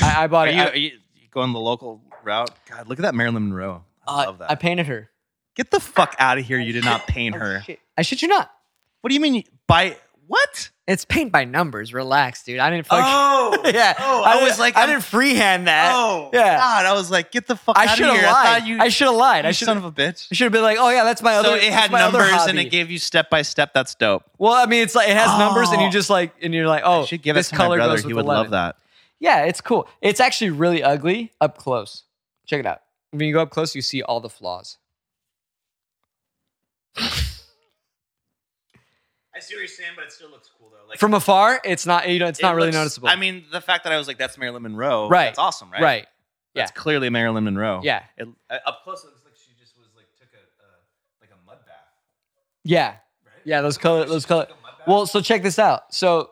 [SPEAKER 1] I, I bought
[SPEAKER 2] Are
[SPEAKER 1] it.
[SPEAKER 2] you,
[SPEAKER 1] I-
[SPEAKER 2] are you going the local route? God, look at that Marilyn Monroe.
[SPEAKER 1] Uh,
[SPEAKER 2] love that.
[SPEAKER 1] I painted her.
[SPEAKER 2] Get the fuck out of here. You did not paint her.
[SPEAKER 1] I Oh, shit you not.
[SPEAKER 2] What do you mean? you- By what?
[SPEAKER 1] It's paint by numbers. Relax, dude. I didn't fucking.
[SPEAKER 2] Oh.
[SPEAKER 1] yeah.
[SPEAKER 2] Oh, I,
[SPEAKER 1] didn't-
[SPEAKER 2] was like,
[SPEAKER 1] I
[SPEAKER 2] I'm-
[SPEAKER 1] didn't freehand that.
[SPEAKER 2] Oh.
[SPEAKER 1] Yeah.
[SPEAKER 2] God, I was like, get the fuck
[SPEAKER 1] I
[SPEAKER 2] out of
[SPEAKER 1] should
[SPEAKER 2] here.
[SPEAKER 1] have
[SPEAKER 2] I
[SPEAKER 1] lied.
[SPEAKER 2] thought
[SPEAKER 1] I,
[SPEAKER 2] you.
[SPEAKER 1] should have lied. I
[SPEAKER 2] you
[SPEAKER 1] should
[SPEAKER 2] son
[SPEAKER 1] have.
[SPEAKER 2] of a bitch.
[SPEAKER 1] I should have been like, oh yeah, that's my
[SPEAKER 2] So
[SPEAKER 1] other.
[SPEAKER 2] it had
[SPEAKER 1] that's my other
[SPEAKER 2] numbers and
[SPEAKER 1] hobby.
[SPEAKER 2] it gave you step by step that step.
[SPEAKER 1] Well, I mean, it's like it has numbers, and you
[SPEAKER 2] Oh.
[SPEAKER 1] just like, and you're like, oh,
[SPEAKER 2] I should give
[SPEAKER 1] this
[SPEAKER 2] it to
[SPEAKER 1] color
[SPEAKER 2] my brother.
[SPEAKER 1] goes
[SPEAKER 2] He
[SPEAKER 1] with
[SPEAKER 2] would
[SPEAKER 1] 11.
[SPEAKER 2] love that.
[SPEAKER 1] Yeah, it's cool. It's actually really ugly up close. Check it out. When you go up close, you see all the flaws.
[SPEAKER 2] I see what you're saying, but it still looks cool though. Like
[SPEAKER 1] From afar, it's not. You know, it's not really noticeable.
[SPEAKER 2] I mean, the fact that I was like, that's Marilyn Monroe.
[SPEAKER 1] Right.
[SPEAKER 2] That's awesome, right?
[SPEAKER 1] right.
[SPEAKER 2] That's
[SPEAKER 1] yeah.
[SPEAKER 2] clearly Marilyn Monroe.
[SPEAKER 1] Yeah.
[SPEAKER 2] It, uh, up close, it looks like she just was like took a uh, like a mud bath.
[SPEAKER 1] Yeah. Yeah. Those color. Those color. Well, so check this out. So,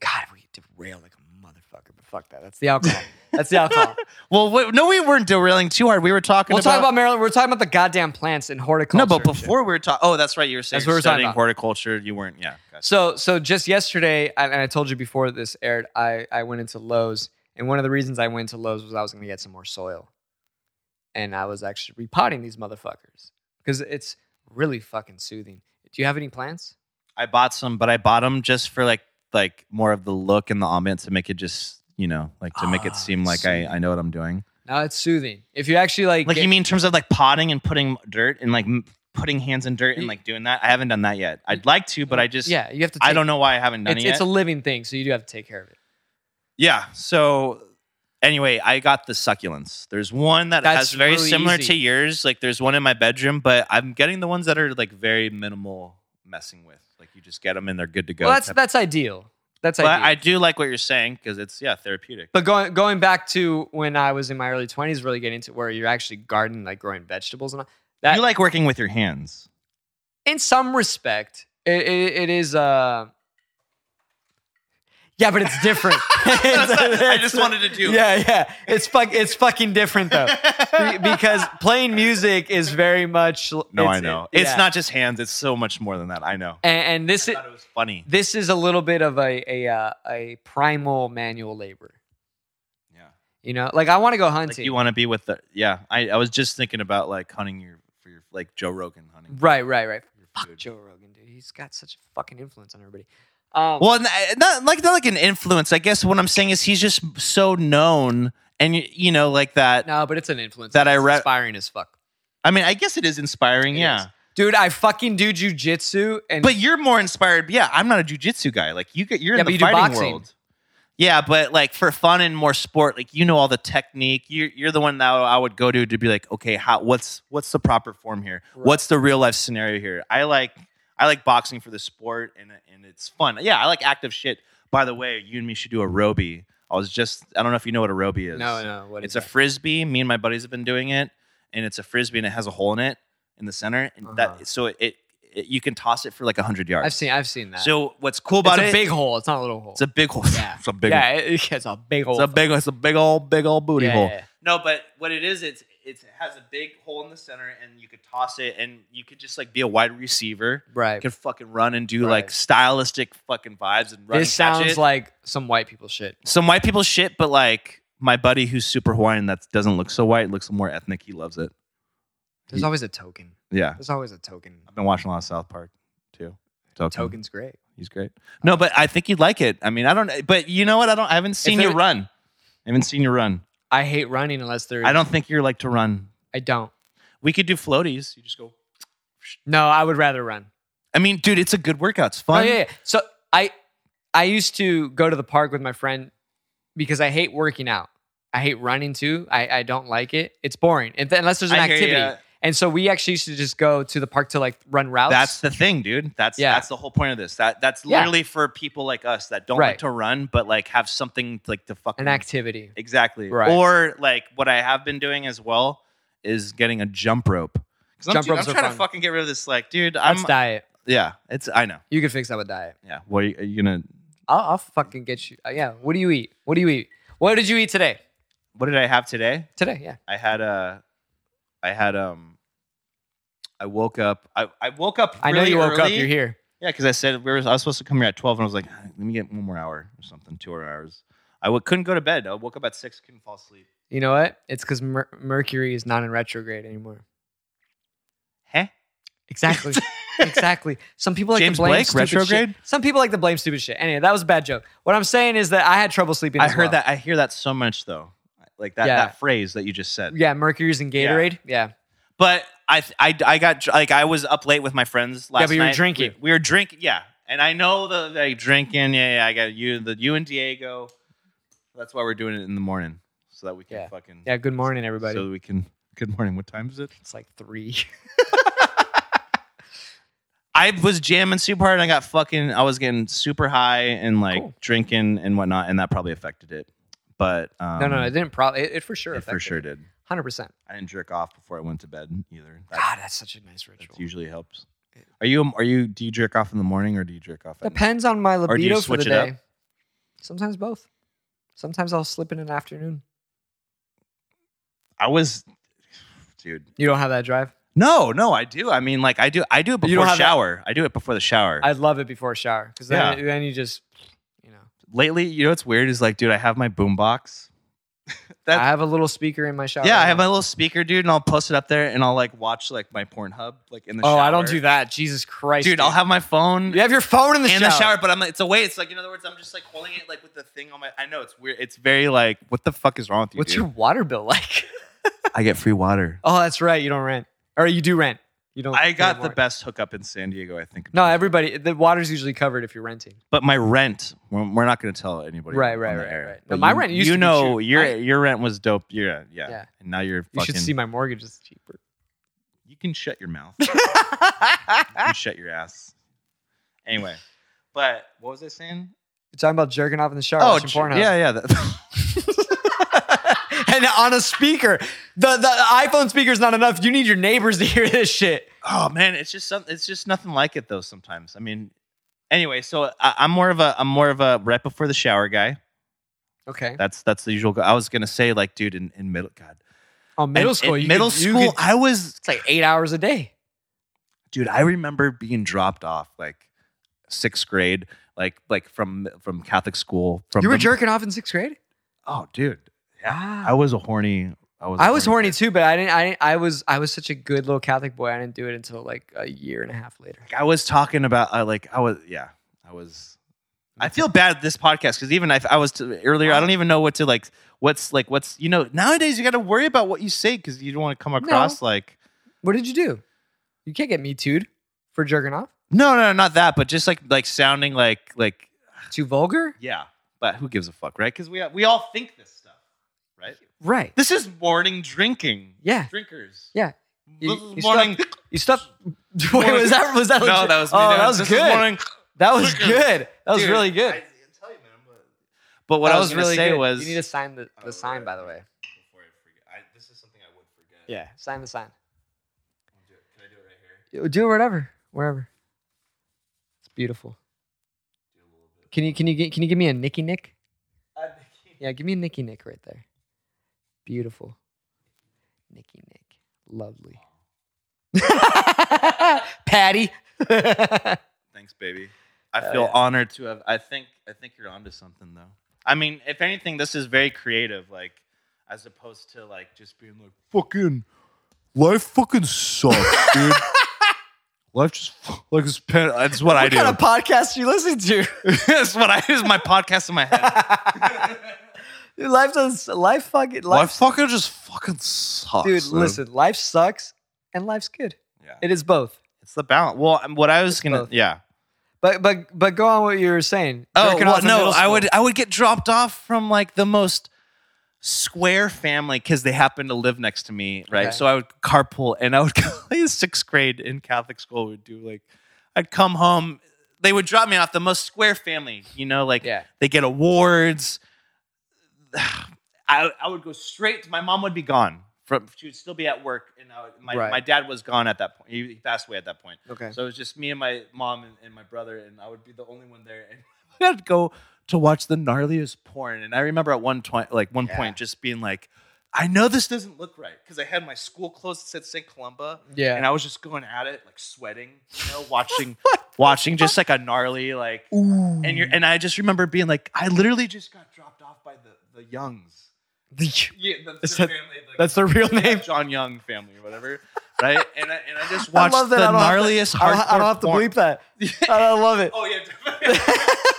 [SPEAKER 1] God, we derail like a motherfucker, but fuck that. That's the alcohol. That's the alcohol.
[SPEAKER 2] Well, wait, no, we weren't derailing too hard. We were talking.
[SPEAKER 1] we'll
[SPEAKER 2] about,
[SPEAKER 1] talk about Maryland. We're talking about the goddamn plants and horticulture.
[SPEAKER 2] no, but
[SPEAKER 1] and shit.
[SPEAKER 2] before we were talking. Oh, that's right. You were saying
[SPEAKER 1] That's what we were
[SPEAKER 2] you're
[SPEAKER 1] talking
[SPEAKER 2] studying
[SPEAKER 1] about.
[SPEAKER 2] horticulture. You weren't. Yeah. gotcha.
[SPEAKER 1] So so just yesterday, and and I told you before this aired, I I went into Lowe's, and one of the reasons I went to Lowe's was I was going to get some more soil, and I was actually repotting these motherfuckers because it's really fucking soothing. Do you have any plants?
[SPEAKER 2] I bought some, but I bought them just for like like more of the look and the ambiance to make it just you know like to make
[SPEAKER 1] Ah,
[SPEAKER 2] it seem like I,
[SPEAKER 1] sweet.
[SPEAKER 2] I know what I'm doing.
[SPEAKER 1] No, it's soothing. If you actually like,
[SPEAKER 2] Like
[SPEAKER 1] get-
[SPEAKER 2] you mean in terms of like potting and putting dirt and like m- putting hands in dirt
[SPEAKER 1] You-
[SPEAKER 2] and like doing that? I haven't done that yet. I'd like to, but I just
[SPEAKER 1] yeah, you have to. Take,
[SPEAKER 2] I don't know why I haven't done
[SPEAKER 1] It's,
[SPEAKER 2] it yet.
[SPEAKER 1] it's a living thing, so you do have to take care of it.
[SPEAKER 2] Yeah. So anyway, I got the succulents. There's one that
[SPEAKER 1] That's
[SPEAKER 2] has very
[SPEAKER 1] really
[SPEAKER 2] similar
[SPEAKER 1] easy.
[SPEAKER 2] to yours. Like there's one in my bedroom, but I'm getting the ones that are like very minimal messing with. Like you just get them and they're good to go.
[SPEAKER 1] well, that's
[SPEAKER 2] type-
[SPEAKER 1] that's ideal. That's
[SPEAKER 2] but
[SPEAKER 1] ideal.
[SPEAKER 2] I do like what you're saying because it's yeah therapeutic.
[SPEAKER 1] But going going back to when I was in my early twenties, really getting into where you're actually gardening, like growing vegetables and all, that.
[SPEAKER 2] you like working with your hands.
[SPEAKER 1] in some respect, it, it, it is. Uh, yeah, but it's different.
[SPEAKER 2] I just wanted to do.
[SPEAKER 1] Yeah, yeah, it's fuck, it's fucking different though, Be- because playing music is very much. No,
[SPEAKER 2] No, I know. It's
[SPEAKER 1] yeah.
[SPEAKER 2] not just hands. It's so much more than that. I know.
[SPEAKER 1] And, and this
[SPEAKER 2] I
[SPEAKER 1] is
[SPEAKER 2] thought it was funny.
[SPEAKER 1] this is a little bit of a a uh, a primal manual labor.
[SPEAKER 2] Yeah.
[SPEAKER 1] You know, like I want to go hunting.
[SPEAKER 2] Like you want to be with the. Yeah. I, I was just thinking about like hunting your for your like Joe Rogan hunting.
[SPEAKER 1] right, right, right.
[SPEAKER 2] your
[SPEAKER 1] Fuck
[SPEAKER 2] food.
[SPEAKER 1] Joe Rogan, dude. He's got such a fucking influence on everybody. Um,
[SPEAKER 2] Well, n- not like not like an influence. I guess what I'm saying is he's just so known, and y- you know, like that.
[SPEAKER 1] no, but it's an influence
[SPEAKER 2] That I
[SPEAKER 1] It's
[SPEAKER 2] re-
[SPEAKER 1] inspiring as fuck.
[SPEAKER 2] I mean, I guess it is inspiring,
[SPEAKER 1] It
[SPEAKER 2] yeah.
[SPEAKER 1] is. Dude, I fucking do jujitsu and
[SPEAKER 2] But you're more inspired. Yeah, I'm not a jujitsu guy. Like you, get you're
[SPEAKER 1] Yeah,
[SPEAKER 2] in
[SPEAKER 1] but
[SPEAKER 2] the
[SPEAKER 1] you do
[SPEAKER 2] fighting
[SPEAKER 1] boxing.
[SPEAKER 2] world. Yeah, but like for fun and more sport, like you know all the technique. You're you're the one that I would go to to be like, okay, how what's what's the proper form here?
[SPEAKER 1] Right.
[SPEAKER 2] What's the real life scenario here? I like I like boxing for the sport and and it's fun. Yeah, I like active shit. By the way, you and me should do a roby. I was just I don't know if you know what a roby is.
[SPEAKER 1] no, no, what
[SPEAKER 2] it's
[SPEAKER 1] is
[SPEAKER 2] a frisbee. Me and my buddies have been doing it, and it's a frisbee, and it has a hole in it in the center, and
[SPEAKER 1] Uh-huh.
[SPEAKER 2] that so it, it you can toss it for like hundred yards.
[SPEAKER 1] that? I've seen, I've seen that.
[SPEAKER 2] So what's cool
[SPEAKER 1] it's
[SPEAKER 2] about
[SPEAKER 1] a
[SPEAKER 2] it?
[SPEAKER 1] big hole. It's not a little hole.
[SPEAKER 2] it's a big hole.
[SPEAKER 1] Yeah.
[SPEAKER 2] it's a big.
[SPEAKER 1] yeah,
[SPEAKER 2] hole.
[SPEAKER 1] it- it's a big hole.
[SPEAKER 2] It's a big. It's a big old, big old booty
[SPEAKER 1] Yeah,
[SPEAKER 2] hole.
[SPEAKER 1] yeah, yeah.
[SPEAKER 2] No, but what it is, it's it's it has a big hole in the center, and you could toss it, and you could just like be a wide receiver. You
[SPEAKER 1] Right.
[SPEAKER 2] could fucking run and do
[SPEAKER 1] Right.
[SPEAKER 2] like stylistic fucking vibes and run.
[SPEAKER 1] This
[SPEAKER 2] and catch
[SPEAKER 1] sounds
[SPEAKER 2] it.
[SPEAKER 1] like some white people shit.
[SPEAKER 2] some white people shit, but like my buddy who's super Hawaiian that doesn't look so white, looks more ethnic. He loves it.
[SPEAKER 1] There's
[SPEAKER 2] Ye-
[SPEAKER 1] always a token.
[SPEAKER 2] Yeah.
[SPEAKER 1] There's always a token.
[SPEAKER 2] I've been watching a lot of South Park too. Token.
[SPEAKER 1] Token's great.
[SPEAKER 2] He's great. No, but I think you'd like it. I mean, I don't but you know what? I don't I haven't seen
[SPEAKER 1] If
[SPEAKER 2] you
[SPEAKER 1] it-
[SPEAKER 2] run. I haven't seen you run.
[SPEAKER 1] I hate running unless there's.
[SPEAKER 2] I don't think you're like to run.
[SPEAKER 1] I don't.
[SPEAKER 2] We could do floaties. You just go.
[SPEAKER 1] No, I would rather run.
[SPEAKER 2] I mean, dude, it's a good workout. It's
[SPEAKER 1] Oh
[SPEAKER 2] fun.
[SPEAKER 1] yeah, yeah. So I I used to go to the park with my friend because I hate working out. I hate running too. I, I don't like it. It's boring. And then, unless there's an
[SPEAKER 2] I hear
[SPEAKER 1] activity.
[SPEAKER 2] ya.
[SPEAKER 1] And so we actually used to just go to the park to like run routes.
[SPEAKER 2] That's the thing, dude. That's
[SPEAKER 1] Yeah.
[SPEAKER 2] that's the whole point of this. That that's
[SPEAKER 1] Yeah.
[SPEAKER 2] literally for people like us that don't
[SPEAKER 1] Right.
[SPEAKER 2] like to run, but like have something like to fucking
[SPEAKER 1] an activity.
[SPEAKER 2] Exactly.
[SPEAKER 1] Right.
[SPEAKER 2] Or like what I have been doing as well is getting a jump rope. 'Cause I'm,
[SPEAKER 1] Jump
[SPEAKER 2] dude, I'm
[SPEAKER 1] ropes are
[SPEAKER 2] trying
[SPEAKER 1] fun.
[SPEAKER 2] to fucking get rid of this. Like, dude,
[SPEAKER 1] That's
[SPEAKER 2] I'm
[SPEAKER 1] diet.
[SPEAKER 2] yeah. It's I know.
[SPEAKER 1] You can fix that with diet.
[SPEAKER 2] Yeah. Well, you- are you gonna?
[SPEAKER 1] I'll, I'll fucking get you. uh, yeah. What do you eat? What do you eat? What did you eat today?
[SPEAKER 2] What did I have today?
[SPEAKER 1] Today, yeah.
[SPEAKER 2] I had a. I had um. I woke up. I, I woke up.
[SPEAKER 1] I know
[SPEAKER 2] really
[SPEAKER 1] you woke up.
[SPEAKER 2] early.
[SPEAKER 1] You're here.
[SPEAKER 2] "Ah, Yeah, because I said we were, I was supposed to come here at twelve, and I was like, let me get one more hour or something, two more hours.
[SPEAKER 5] I w- couldn't go to bed. I woke up at six, couldn't fall asleep.
[SPEAKER 1] You know what? It's because Mer- Mercury is not in retrograde anymore.
[SPEAKER 5] Huh?
[SPEAKER 1] Exactly. exactly. Some people like
[SPEAKER 5] James
[SPEAKER 1] to blame
[SPEAKER 5] Blake,
[SPEAKER 1] stupid shit.
[SPEAKER 5] retrograde?
[SPEAKER 1] Some people like to blame stupid shit. Anyway, that was a bad joke. What I'm saying is that I had trouble sleeping.
[SPEAKER 5] I
[SPEAKER 1] as
[SPEAKER 5] heard
[SPEAKER 1] well.
[SPEAKER 5] that. I hear that so much though, like that
[SPEAKER 1] Yeah.
[SPEAKER 5] that phrase that you just said.
[SPEAKER 1] Yeah, Mercury's in Gatorade. Yeah.
[SPEAKER 5] But I th- I
[SPEAKER 2] I got dr- like I was up late with my friends last night.
[SPEAKER 1] but you were drinking.
[SPEAKER 2] We, we were drinking, yeah. And I know the like drinking. Yeah, yeah. I got you, the you and Diego. That's why we're doing it in the morning, so that we can
[SPEAKER 1] Yeah.
[SPEAKER 2] fucking
[SPEAKER 1] Yeah. Good morning, everybody.
[SPEAKER 2] so we can. Good morning. What time is it?
[SPEAKER 1] it's like three.
[SPEAKER 2] I was jamming super hard. and I got fucking. I was getting super high and like
[SPEAKER 1] Cool.
[SPEAKER 2] drinking and whatnot, and that probably affected it. But um,
[SPEAKER 1] no, no, it didn't. Probably it, it for sure.
[SPEAKER 2] it for sure did.
[SPEAKER 1] Hundred percent.
[SPEAKER 2] I didn't jerk off before I went to bed either. That,
[SPEAKER 1] God, that's such a nice ritual.
[SPEAKER 2] that usually helps. Are you are you do you jerk off in the morning or do you jerk off at night?
[SPEAKER 1] Depends on my
[SPEAKER 2] Or do you
[SPEAKER 1] libido for the
[SPEAKER 2] switch it up?
[SPEAKER 1] day. Sometimes both. Sometimes I'll slip in an afternoon.
[SPEAKER 2] I was, dude.
[SPEAKER 1] You don't have that drive.
[SPEAKER 2] No, no, I do. I mean, like I do. I do it
[SPEAKER 1] You don't
[SPEAKER 2] before
[SPEAKER 1] have that-
[SPEAKER 2] shower. I do it before the shower.
[SPEAKER 1] I'd love it before a shower because then, then you just, you know,
[SPEAKER 2] Lately, you know what's weird is like, dude, I have my boombox. That's-
[SPEAKER 1] I have a little speaker in my shower.
[SPEAKER 2] Yeah, I have
[SPEAKER 1] now.
[SPEAKER 2] my little speaker, dude, and I'll post it up there, and I'll like watch like my Pornhub, like in the.
[SPEAKER 1] Oh,
[SPEAKER 2] shower.
[SPEAKER 1] I don't do that. Jesus Christ,
[SPEAKER 2] Dude, I'll have my phone
[SPEAKER 1] You have your phone in the
[SPEAKER 2] in
[SPEAKER 1] shower.
[SPEAKER 2] the shower, but I'm like, it's a way. It's like, in other words, I'm just like holding it like with the thing on my. I know it's weird. It's very like, what the fuck is wrong with you?
[SPEAKER 1] What's
[SPEAKER 2] dude?
[SPEAKER 1] your water bill like?
[SPEAKER 2] I get free water.
[SPEAKER 1] Oh, that's right. You don't rent, or you do rent. You don't.
[SPEAKER 2] I
[SPEAKER 1] pay
[SPEAKER 2] got the
[SPEAKER 1] more.
[SPEAKER 2] best hookup in San Diego, I think.
[SPEAKER 1] No, everybody. The water's usually covered if you're renting.
[SPEAKER 2] but my rent, we're, we're not going to tell anybody.
[SPEAKER 1] Right,
[SPEAKER 2] on
[SPEAKER 1] right,
[SPEAKER 2] the
[SPEAKER 1] right,
[SPEAKER 2] air.
[SPEAKER 1] right. No,
[SPEAKER 2] But
[SPEAKER 1] my
[SPEAKER 2] you-
[SPEAKER 1] rent used
[SPEAKER 2] you
[SPEAKER 1] to be
[SPEAKER 2] know,
[SPEAKER 1] cheap.
[SPEAKER 2] your
[SPEAKER 1] I-
[SPEAKER 2] your rent was dope. Yeah, yeah,
[SPEAKER 1] Yeah.
[SPEAKER 2] And now you're
[SPEAKER 1] You
[SPEAKER 2] fucking.
[SPEAKER 1] should see my mortgage is cheaper.
[SPEAKER 2] you can shut your mouth. you can shut your ass. Anyway, but what was I saying?
[SPEAKER 1] You're talking about jerking off in the shower, watching
[SPEAKER 2] Oh, j-
[SPEAKER 1] Pornhub.
[SPEAKER 2] yeah, yeah. that-
[SPEAKER 1] and on a speaker. The the iPhone speaker's not enough. You need your neighbors to hear this shit.
[SPEAKER 2] oh man, it's just some, it's just nothing like it though. Sometimes, I mean, anyway. So I, I'm more of a I'm more of a right before the shower guy.
[SPEAKER 1] Okay.
[SPEAKER 2] That's that's the usual. go- I was gonna say like, dude, in, in middle God,
[SPEAKER 1] Oh, middle
[SPEAKER 2] In-
[SPEAKER 1] school.
[SPEAKER 2] in
[SPEAKER 1] you
[SPEAKER 2] middle
[SPEAKER 1] could- you
[SPEAKER 2] school,
[SPEAKER 1] could-
[SPEAKER 2] I was
[SPEAKER 1] it's like eight hours a day.
[SPEAKER 2] dude i remember being dropped off like sixth grade like like from from catholic school from
[SPEAKER 1] You were
[SPEAKER 2] the-
[SPEAKER 1] jerking off in sixth grade.
[SPEAKER 2] oh dude i
[SPEAKER 1] Ah.
[SPEAKER 2] was a horny i was a
[SPEAKER 1] I was horny too, but I didn't. I didn't, I was I was such a good little Catholic boy. I didn't do it until like a year and a half later.
[SPEAKER 2] Like, i was talking about i like i was yeah i was i feel bad at this podcast because even if i was to, earlier i don't even know what to like what's like what's you know nowadays you got to worry about what you say because you don't want to come across like
[SPEAKER 1] What did you do? You can't get me too'd for jerking off.
[SPEAKER 2] no no not that but just like like sounding like like
[SPEAKER 1] Too vulgar.
[SPEAKER 2] yeah but who gives a fuck right because we we all think this stuff right
[SPEAKER 1] Right.
[SPEAKER 2] This is morning drinking.
[SPEAKER 1] Yeah.
[SPEAKER 2] Drinkers.
[SPEAKER 1] Yeah. You,
[SPEAKER 2] This is
[SPEAKER 1] you
[SPEAKER 2] morning.
[SPEAKER 1] Stopped, you stopped. Wait, was that was that? legit? Oh, that was
[SPEAKER 2] This is
[SPEAKER 1] good.
[SPEAKER 2] morning.
[SPEAKER 1] That was
[SPEAKER 2] Dude,
[SPEAKER 1] good. That was
[SPEAKER 2] Dude,
[SPEAKER 1] really good.
[SPEAKER 2] I- I tell you, man, but- But what
[SPEAKER 1] That
[SPEAKER 2] I was, really say
[SPEAKER 1] good.
[SPEAKER 2] was.
[SPEAKER 1] you need to sign the, the
[SPEAKER 2] Oh,
[SPEAKER 1] sign
[SPEAKER 2] right.
[SPEAKER 1] by the way.
[SPEAKER 2] Before I forget- I- this is something I would forget.
[SPEAKER 1] Yeah, sign the sign.
[SPEAKER 2] I'll do it. Can I do it right here?
[SPEAKER 1] Do whatever, wherever. It's beautiful. Can you can you gi- can you give me a Nicky Nick? Yeah, give me a Nicky Nick right there. Beautiful. Nicky Nick, lovely. Patty.
[SPEAKER 2] Thanks, baby. I
[SPEAKER 1] Hell
[SPEAKER 2] feel
[SPEAKER 1] yeah.
[SPEAKER 2] honored to have. I think. I think you're onto something, though. I mean, if anything, this is very creative. Like, as opposed to like just being like,
[SPEAKER 6] fucking life fucking sucks, dude. life just like it's pen. That's what I
[SPEAKER 1] what
[SPEAKER 6] do.
[SPEAKER 1] kind of podcast you listen to?
[SPEAKER 2] "That's what I." Is my podcast in my head?
[SPEAKER 1] Dude, life does life fucking
[SPEAKER 6] life
[SPEAKER 1] life.
[SPEAKER 6] fucking just fucking sucks.
[SPEAKER 1] Dude,
[SPEAKER 6] man.
[SPEAKER 1] listen, life sucks and life's good.
[SPEAKER 2] Yeah.
[SPEAKER 1] It is both.
[SPEAKER 2] It's the balance. Well, um, what I was gonna.
[SPEAKER 1] both.
[SPEAKER 2] Yeah.
[SPEAKER 1] But but but go on what you were saying.
[SPEAKER 2] Oh
[SPEAKER 1] Jerking
[SPEAKER 2] well,
[SPEAKER 1] off in
[SPEAKER 2] no,
[SPEAKER 1] middle
[SPEAKER 2] I
[SPEAKER 1] school.
[SPEAKER 2] would I would get dropped off from like the most square family because they happened to live next to me, right?
[SPEAKER 1] Okay.
[SPEAKER 2] So I would carpool, and I would go like sixth grade in Catholic school. Would do like I'd come home. They would drop me off the most square family, you know, like
[SPEAKER 1] Yeah.
[SPEAKER 2] they get awards. I, I would go straight. My mom would be gone from. She would still be at work, and I would, my
[SPEAKER 1] Right.
[SPEAKER 2] my dad was gone at that point. He he passed away at that point.
[SPEAKER 1] Okay.
[SPEAKER 2] So it was just me and my mom and, and my brother, and I would be the only one there. And I'd go to watch the gnarliest porn. And I remember at one point, like one point, just being like, I know this doesn't look right because I had my school clothes that said St. Columba,
[SPEAKER 1] Yeah.
[SPEAKER 2] and I was just going at it, like sweating, you know, watching, watching just like a gnarly, like, and you're, and I just remember being like, I literally just got dropped off by the Youngs. Yeah,
[SPEAKER 1] Is that-
[SPEAKER 2] that's their family. like,
[SPEAKER 1] That's their real name.
[SPEAKER 2] John Young family or whatever, right? And I, and I just
[SPEAKER 1] I
[SPEAKER 2] watched
[SPEAKER 1] love that.
[SPEAKER 2] the
[SPEAKER 1] I don't have to-
[SPEAKER 2] gnarliest
[SPEAKER 1] I don't, I don't have to
[SPEAKER 2] hardcore porn.
[SPEAKER 1] bleep that. I love it.
[SPEAKER 2] Oh yeah.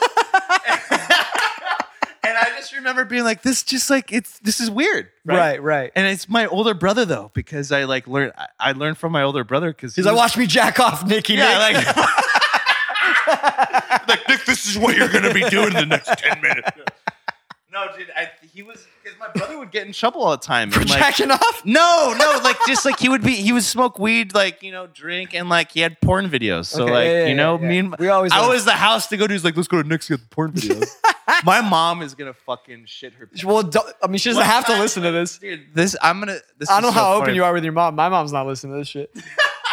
[SPEAKER 2] and I just remember being like, this just like it's this is weird, right?
[SPEAKER 1] right, right.
[SPEAKER 2] And it's my older brother though, because I like learned I, I learned from my older brother because
[SPEAKER 1] He's like, watch me jack off, Nikki.
[SPEAKER 2] Yeah,
[SPEAKER 1] Nick."
[SPEAKER 2] like
[SPEAKER 6] Like, Nick, this is what you're going to be doing the next 10 minutes.
[SPEAKER 2] no, dude. I, he was because my brother would get in trouble all the time.
[SPEAKER 1] for
[SPEAKER 2] and, like,
[SPEAKER 1] jacking off.
[SPEAKER 2] no, no, like just like he would be, he would smoke weed, like you know, drink, and like he had porn videos. So
[SPEAKER 1] Okay,
[SPEAKER 2] like
[SPEAKER 1] yeah, yeah,
[SPEAKER 2] you know,
[SPEAKER 1] yeah, yeah.
[SPEAKER 2] me and
[SPEAKER 1] we always.
[SPEAKER 2] I was the house to go to. He's like, let's go to Nick's get the porn videos. my mom is gonna fucking shit her. pants.
[SPEAKER 1] Well, don't- I mean, she doesn't
[SPEAKER 2] One
[SPEAKER 1] have to
[SPEAKER 2] time-
[SPEAKER 1] listen to this.
[SPEAKER 2] Dude, this I'm gonna. This
[SPEAKER 1] I
[SPEAKER 2] is
[SPEAKER 1] don't know
[SPEAKER 2] so
[SPEAKER 1] how
[SPEAKER 2] funny.
[SPEAKER 1] open you are with your mom. My mom's not listening to this shit.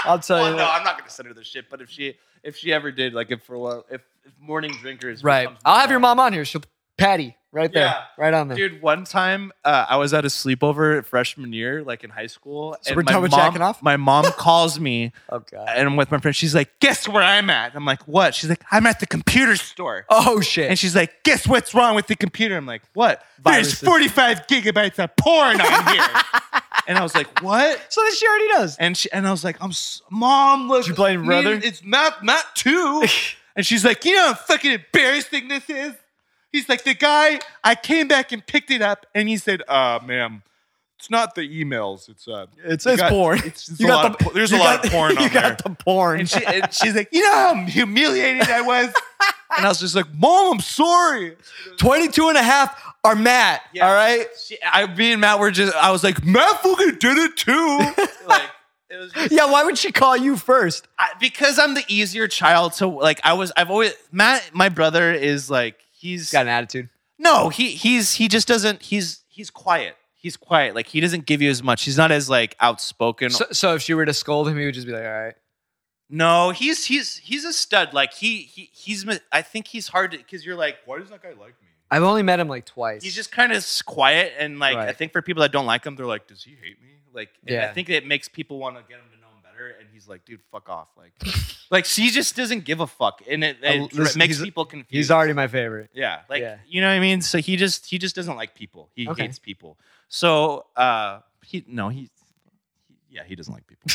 [SPEAKER 1] I'll tell
[SPEAKER 2] Well,
[SPEAKER 1] you.
[SPEAKER 2] no,
[SPEAKER 1] that.
[SPEAKER 2] I'm not gonna send her this shit. But if she, if she ever did, like if for a while, if, if morning drinkers,
[SPEAKER 1] Right.
[SPEAKER 2] becomes-
[SPEAKER 1] I'll have your mom on here. She'll Patty right there,
[SPEAKER 2] Yeah.
[SPEAKER 1] right on there.
[SPEAKER 2] Dude, one time uh, I was at a sleepover freshman year, like in high school.
[SPEAKER 1] So we're done with
[SPEAKER 2] mom,
[SPEAKER 1] jacking off?
[SPEAKER 2] My mom calls me
[SPEAKER 1] Oh god.
[SPEAKER 2] and I'm with my friend. She's like, guess where I'm at? I'm like, what? She's like, I'm at the computer store.
[SPEAKER 1] Oh shit.
[SPEAKER 2] And she's like, guess what's wrong with the computer? I'm like, what?
[SPEAKER 1] Viruses.
[SPEAKER 2] There's 45 gigabytes of porn on here. and I was like, what?
[SPEAKER 1] so then she already knows.
[SPEAKER 2] And she and I was like, I'm s- mom. Look,
[SPEAKER 1] You blame
[SPEAKER 2] me and-
[SPEAKER 1] brother?
[SPEAKER 2] It's not not two. and she's like, you know how fucking embarrassing this is. He's like, the guy. I came back and picked it up, and he said, uh, ma'am, it's not the emails. It's uh,
[SPEAKER 1] It's
[SPEAKER 2] you
[SPEAKER 1] it's
[SPEAKER 2] got-
[SPEAKER 1] porn.
[SPEAKER 2] It's, it's
[SPEAKER 1] You
[SPEAKER 2] a
[SPEAKER 1] got
[SPEAKER 2] lot
[SPEAKER 1] the-
[SPEAKER 2] of por- there's
[SPEAKER 1] you
[SPEAKER 2] a lot
[SPEAKER 1] got-
[SPEAKER 2] of porn
[SPEAKER 1] you
[SPEAKER 2] on there.
[SPEAKER 1] got the porn.
[SPEAKER 2] And, she, and she's like, you know how humiliated I was. and I was just like, mom, I'm sorry.
[SPEAKER 1] 22 and a half are Matt.
[SPEAKER 2] Yeah.
[SPEAKER 1] All right.
[SPEAKER 2] She, I, me and Matt were just. I was like, Matt fucking did it too. like it was. Just,
[SPEAKER 1] Yeah. Why would she call you first?
[SPEAKER 2] I, because I'm the easier child to like. I was. I've always Matt. My brother is like he's
[SPEAKER 1] Got an attitude.
[SPEAKER 2] no. He he's he just doesn't. He's he's quiet. He's quiet. Like he doesn't give you as much. He's not as like outspoken.
[SPEAKER 1] So, so if she were to scold him, he would just be like, all right.
[SPEAKER 2] no, he's he's he's a stud. Like he he he's. mi- I think he's hard because you're like
[SPEAKER 6] Why does that guy like me?
[SPEAKER 1] I've only met him like twice.
[SPEAKER 2] he's just kind of quiet and like I
[SPEAKER 1] Right.
[SPEAKER 2] think for people that don't like him, they're like, does he hate me? Like, and
[SPEAKER 1] Yeah.
[SPEAKER 2] I think it makes people want to get him to know him better, and he's like, dude, fuck off. Like, like she just doesn't give a fuck, and it,
[SPEAKER 1] I-
[SPEAKER 2] it
[SPEAKER 1] listen,
[SPEAKER 2] makes
[SPEAKER 1] he's-
[SPEAKER 2] people confused.
[SPEAKER 1] He's already my favorite.
[SPEAKER 2] Yeah, like
[SPEAKER 1] Yeah.
[SPEAKER 2] you know what I mean. So he just he just doesn't like people. He
[SPEAKER 1] Okay.
[SPEAKER 2] hates people. So uh, he no he, he yeah he doesn't like people.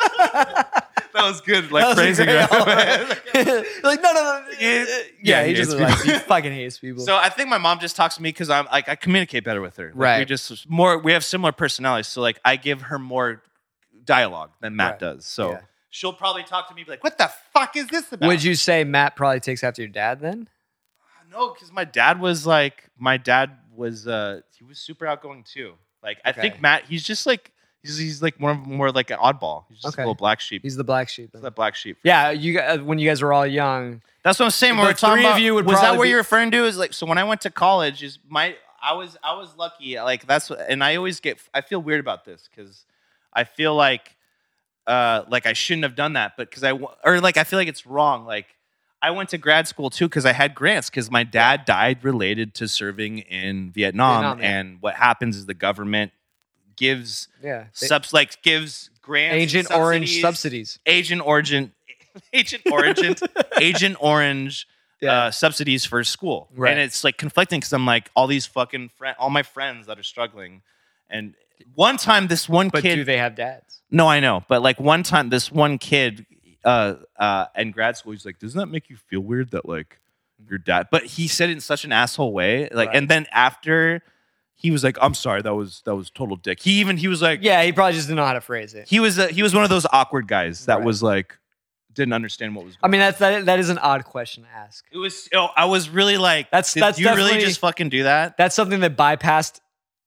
[SPEAKER 2] that was good,
[SPEAKER 1] That
[SPEAKER 2] like
[SPEAKER 1] was a
[SPEAKER 2] phrasing.
[SPEAKER 1] great
[SPEAKER 2] Right?
[SPEAKER 1] element. like no, no, no.
[SPEAKER 2] Yeah,
[SPEAKER 1] yeah, he
[SPEAKER 2] he
[SPEAKER 1] just
[SPEAKER 2] hates
[SPEAKER 1] like he
[SPEAKER 2] people.
[SPEAKER 1] fucking hates people.
[SPEAKER 2] so I think my mom just talks to me because I'm like I communicate better with her. Like, We
[SPEAKER 1] Right.
[SPEAKER 2] just more we have similar personalities, so like I give her more dialogue than Matt
[SPEAKER 1] Right.
[SPEAKER 2] does. So.
[SPEAKER 1] Yeah.
[SPEAKER 2] She'll probably talk to me, be like, "What the fuck is this about?"
[SPEAKER 1] Would you say Matt probably takes after your dad then?
[SPEAKER 2] No, because my dad was like, my dad was, uh, he was super outgoing too. Like, I
[SPEAKER 1] Okay.
[SPEAKER 2] think Matt, he's just like, he's, he's like more, more like an oddball. He's just
[SPEAKER 1] Okay.
[SPEAKER 2] a little black sheep. He's
[SPEAKER 1] He's the black sheep. then.
[SPEAKER 2] that black sheep.
[SPEAKER 1] Yeah, you gu- uh, when you guys were all young.
[SPEAKER 2] That's what I'm saying. when
[SPEAKER 1] The
[SPEAKER 2] we're talking
[SPEAKER 1] three of
[SPEAKER 2] about,
[SPEAKER 1] you would
[SPEAKER 2] was that
[SPEAKER 1] probably
[SPEAKER 2] what
[SPEAKER 1] be-
[SPEAKER 2] you're referring to? Is like, so when I went to college, is my, I was, I was lucky. Like, that's what, and I always get, I feel weird about this because I feel like, uh, like I shouldn't have done that, but because I, wa- or like, I feel like it's wrong. Like, I went to grad school too because I had grants because my dad died related to serving in Vietnam,
[SPEAKER 1] Vietnam, yeah.
[SPEAKER 2] and what happens is the government gives
[SPEAKER 1] Yeah. They-
[SPEAKER 2] subs like gives grants, and
[SPEAKER 1] Agent Orange
[SPEAKER 2] subsidies,
[SPEAKER 1] subsidies.
[SPEAKER 2] Agent Orange, Agent Orange, Agent Orange
[SPEAKER 1] Yeah.
[SPEAKER 2] uh, subsidies for school,
[SPEAKER 1] Right.
[SPEAKER 2] and it's like conflicting because I'm like all these fucking friend, all my friends that are struggling, and one time this one
[SPEAKER 1] but
[SPEAKER 2] kid
[SPEAKER 1] do they have dads?
[SPEAKER 2] no, I know. But like one time, this one kid uh, uh, in grad school, he's like, "Doesn't that make you feel weird that like your dad?" But he said it in such an asshole way. Like,
[SPEAKER 1] Right.
[SPEAKER 2] and then after, he was like, "I'm sorry, that was that was total dick." He even he was like,
[SPEAKER 1] Yeah, he probably just didn't know how to phrase it.
[SPEAKER 2] he was uh, he was one of those awkward guys that
[SPEAKER 1] Right.
[SPEAKER 2] was like didn't understand what was.
[SPEAKER 1] I
[SPEAKER 2] going
[SPEAKER 1] mean, that's that, that is an odd question to ask.
[SPEAKER 2] on. it was. Oh, I was really like,
[SPEAKER 1] That's-
[SPEAKER 2] did
[SPEAKER 1] that's
[SPEAKER 2] you really
[SPEAKER 1] definitely-
[SPEAKER 2] just fucking do that?"
[SPEAKER 1] That's something that bypassed.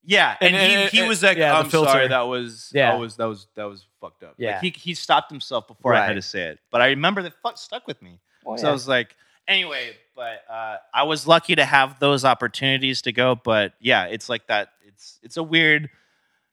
[SPEAKER 2] Yeah,
[SPEAKER 1] And-
[SPEAKER 2] and,
[SPEAKER 1] and-
[SPEAKER 2] he,
[SPEAKER 1] and-
[SPEAKER 2] he was like,
[SPEAKER 1] yeah, the
[SPEAKER 2] "I'm
[SPEAKER 1] filter.
[SPEAKER 2] sorry, that was
[SPEAKER 1] Yeah.
[SPEAKER 2] that was that was that was fucked up."
[SPEAKER 1] Yeah.
[SPEAKER 2] like, he he stopped himself before I
[SPEAKER 1] Right. Oh,
[SPEAKER 2] had to say it, but I remember that fuck stuck with me.
[SPEAKER 1] Well,
[SPEAKER 2] So I was like, anyway, but uh, I was lucky to have those opportunities to go. But yeah, it's like that. It's it's a weird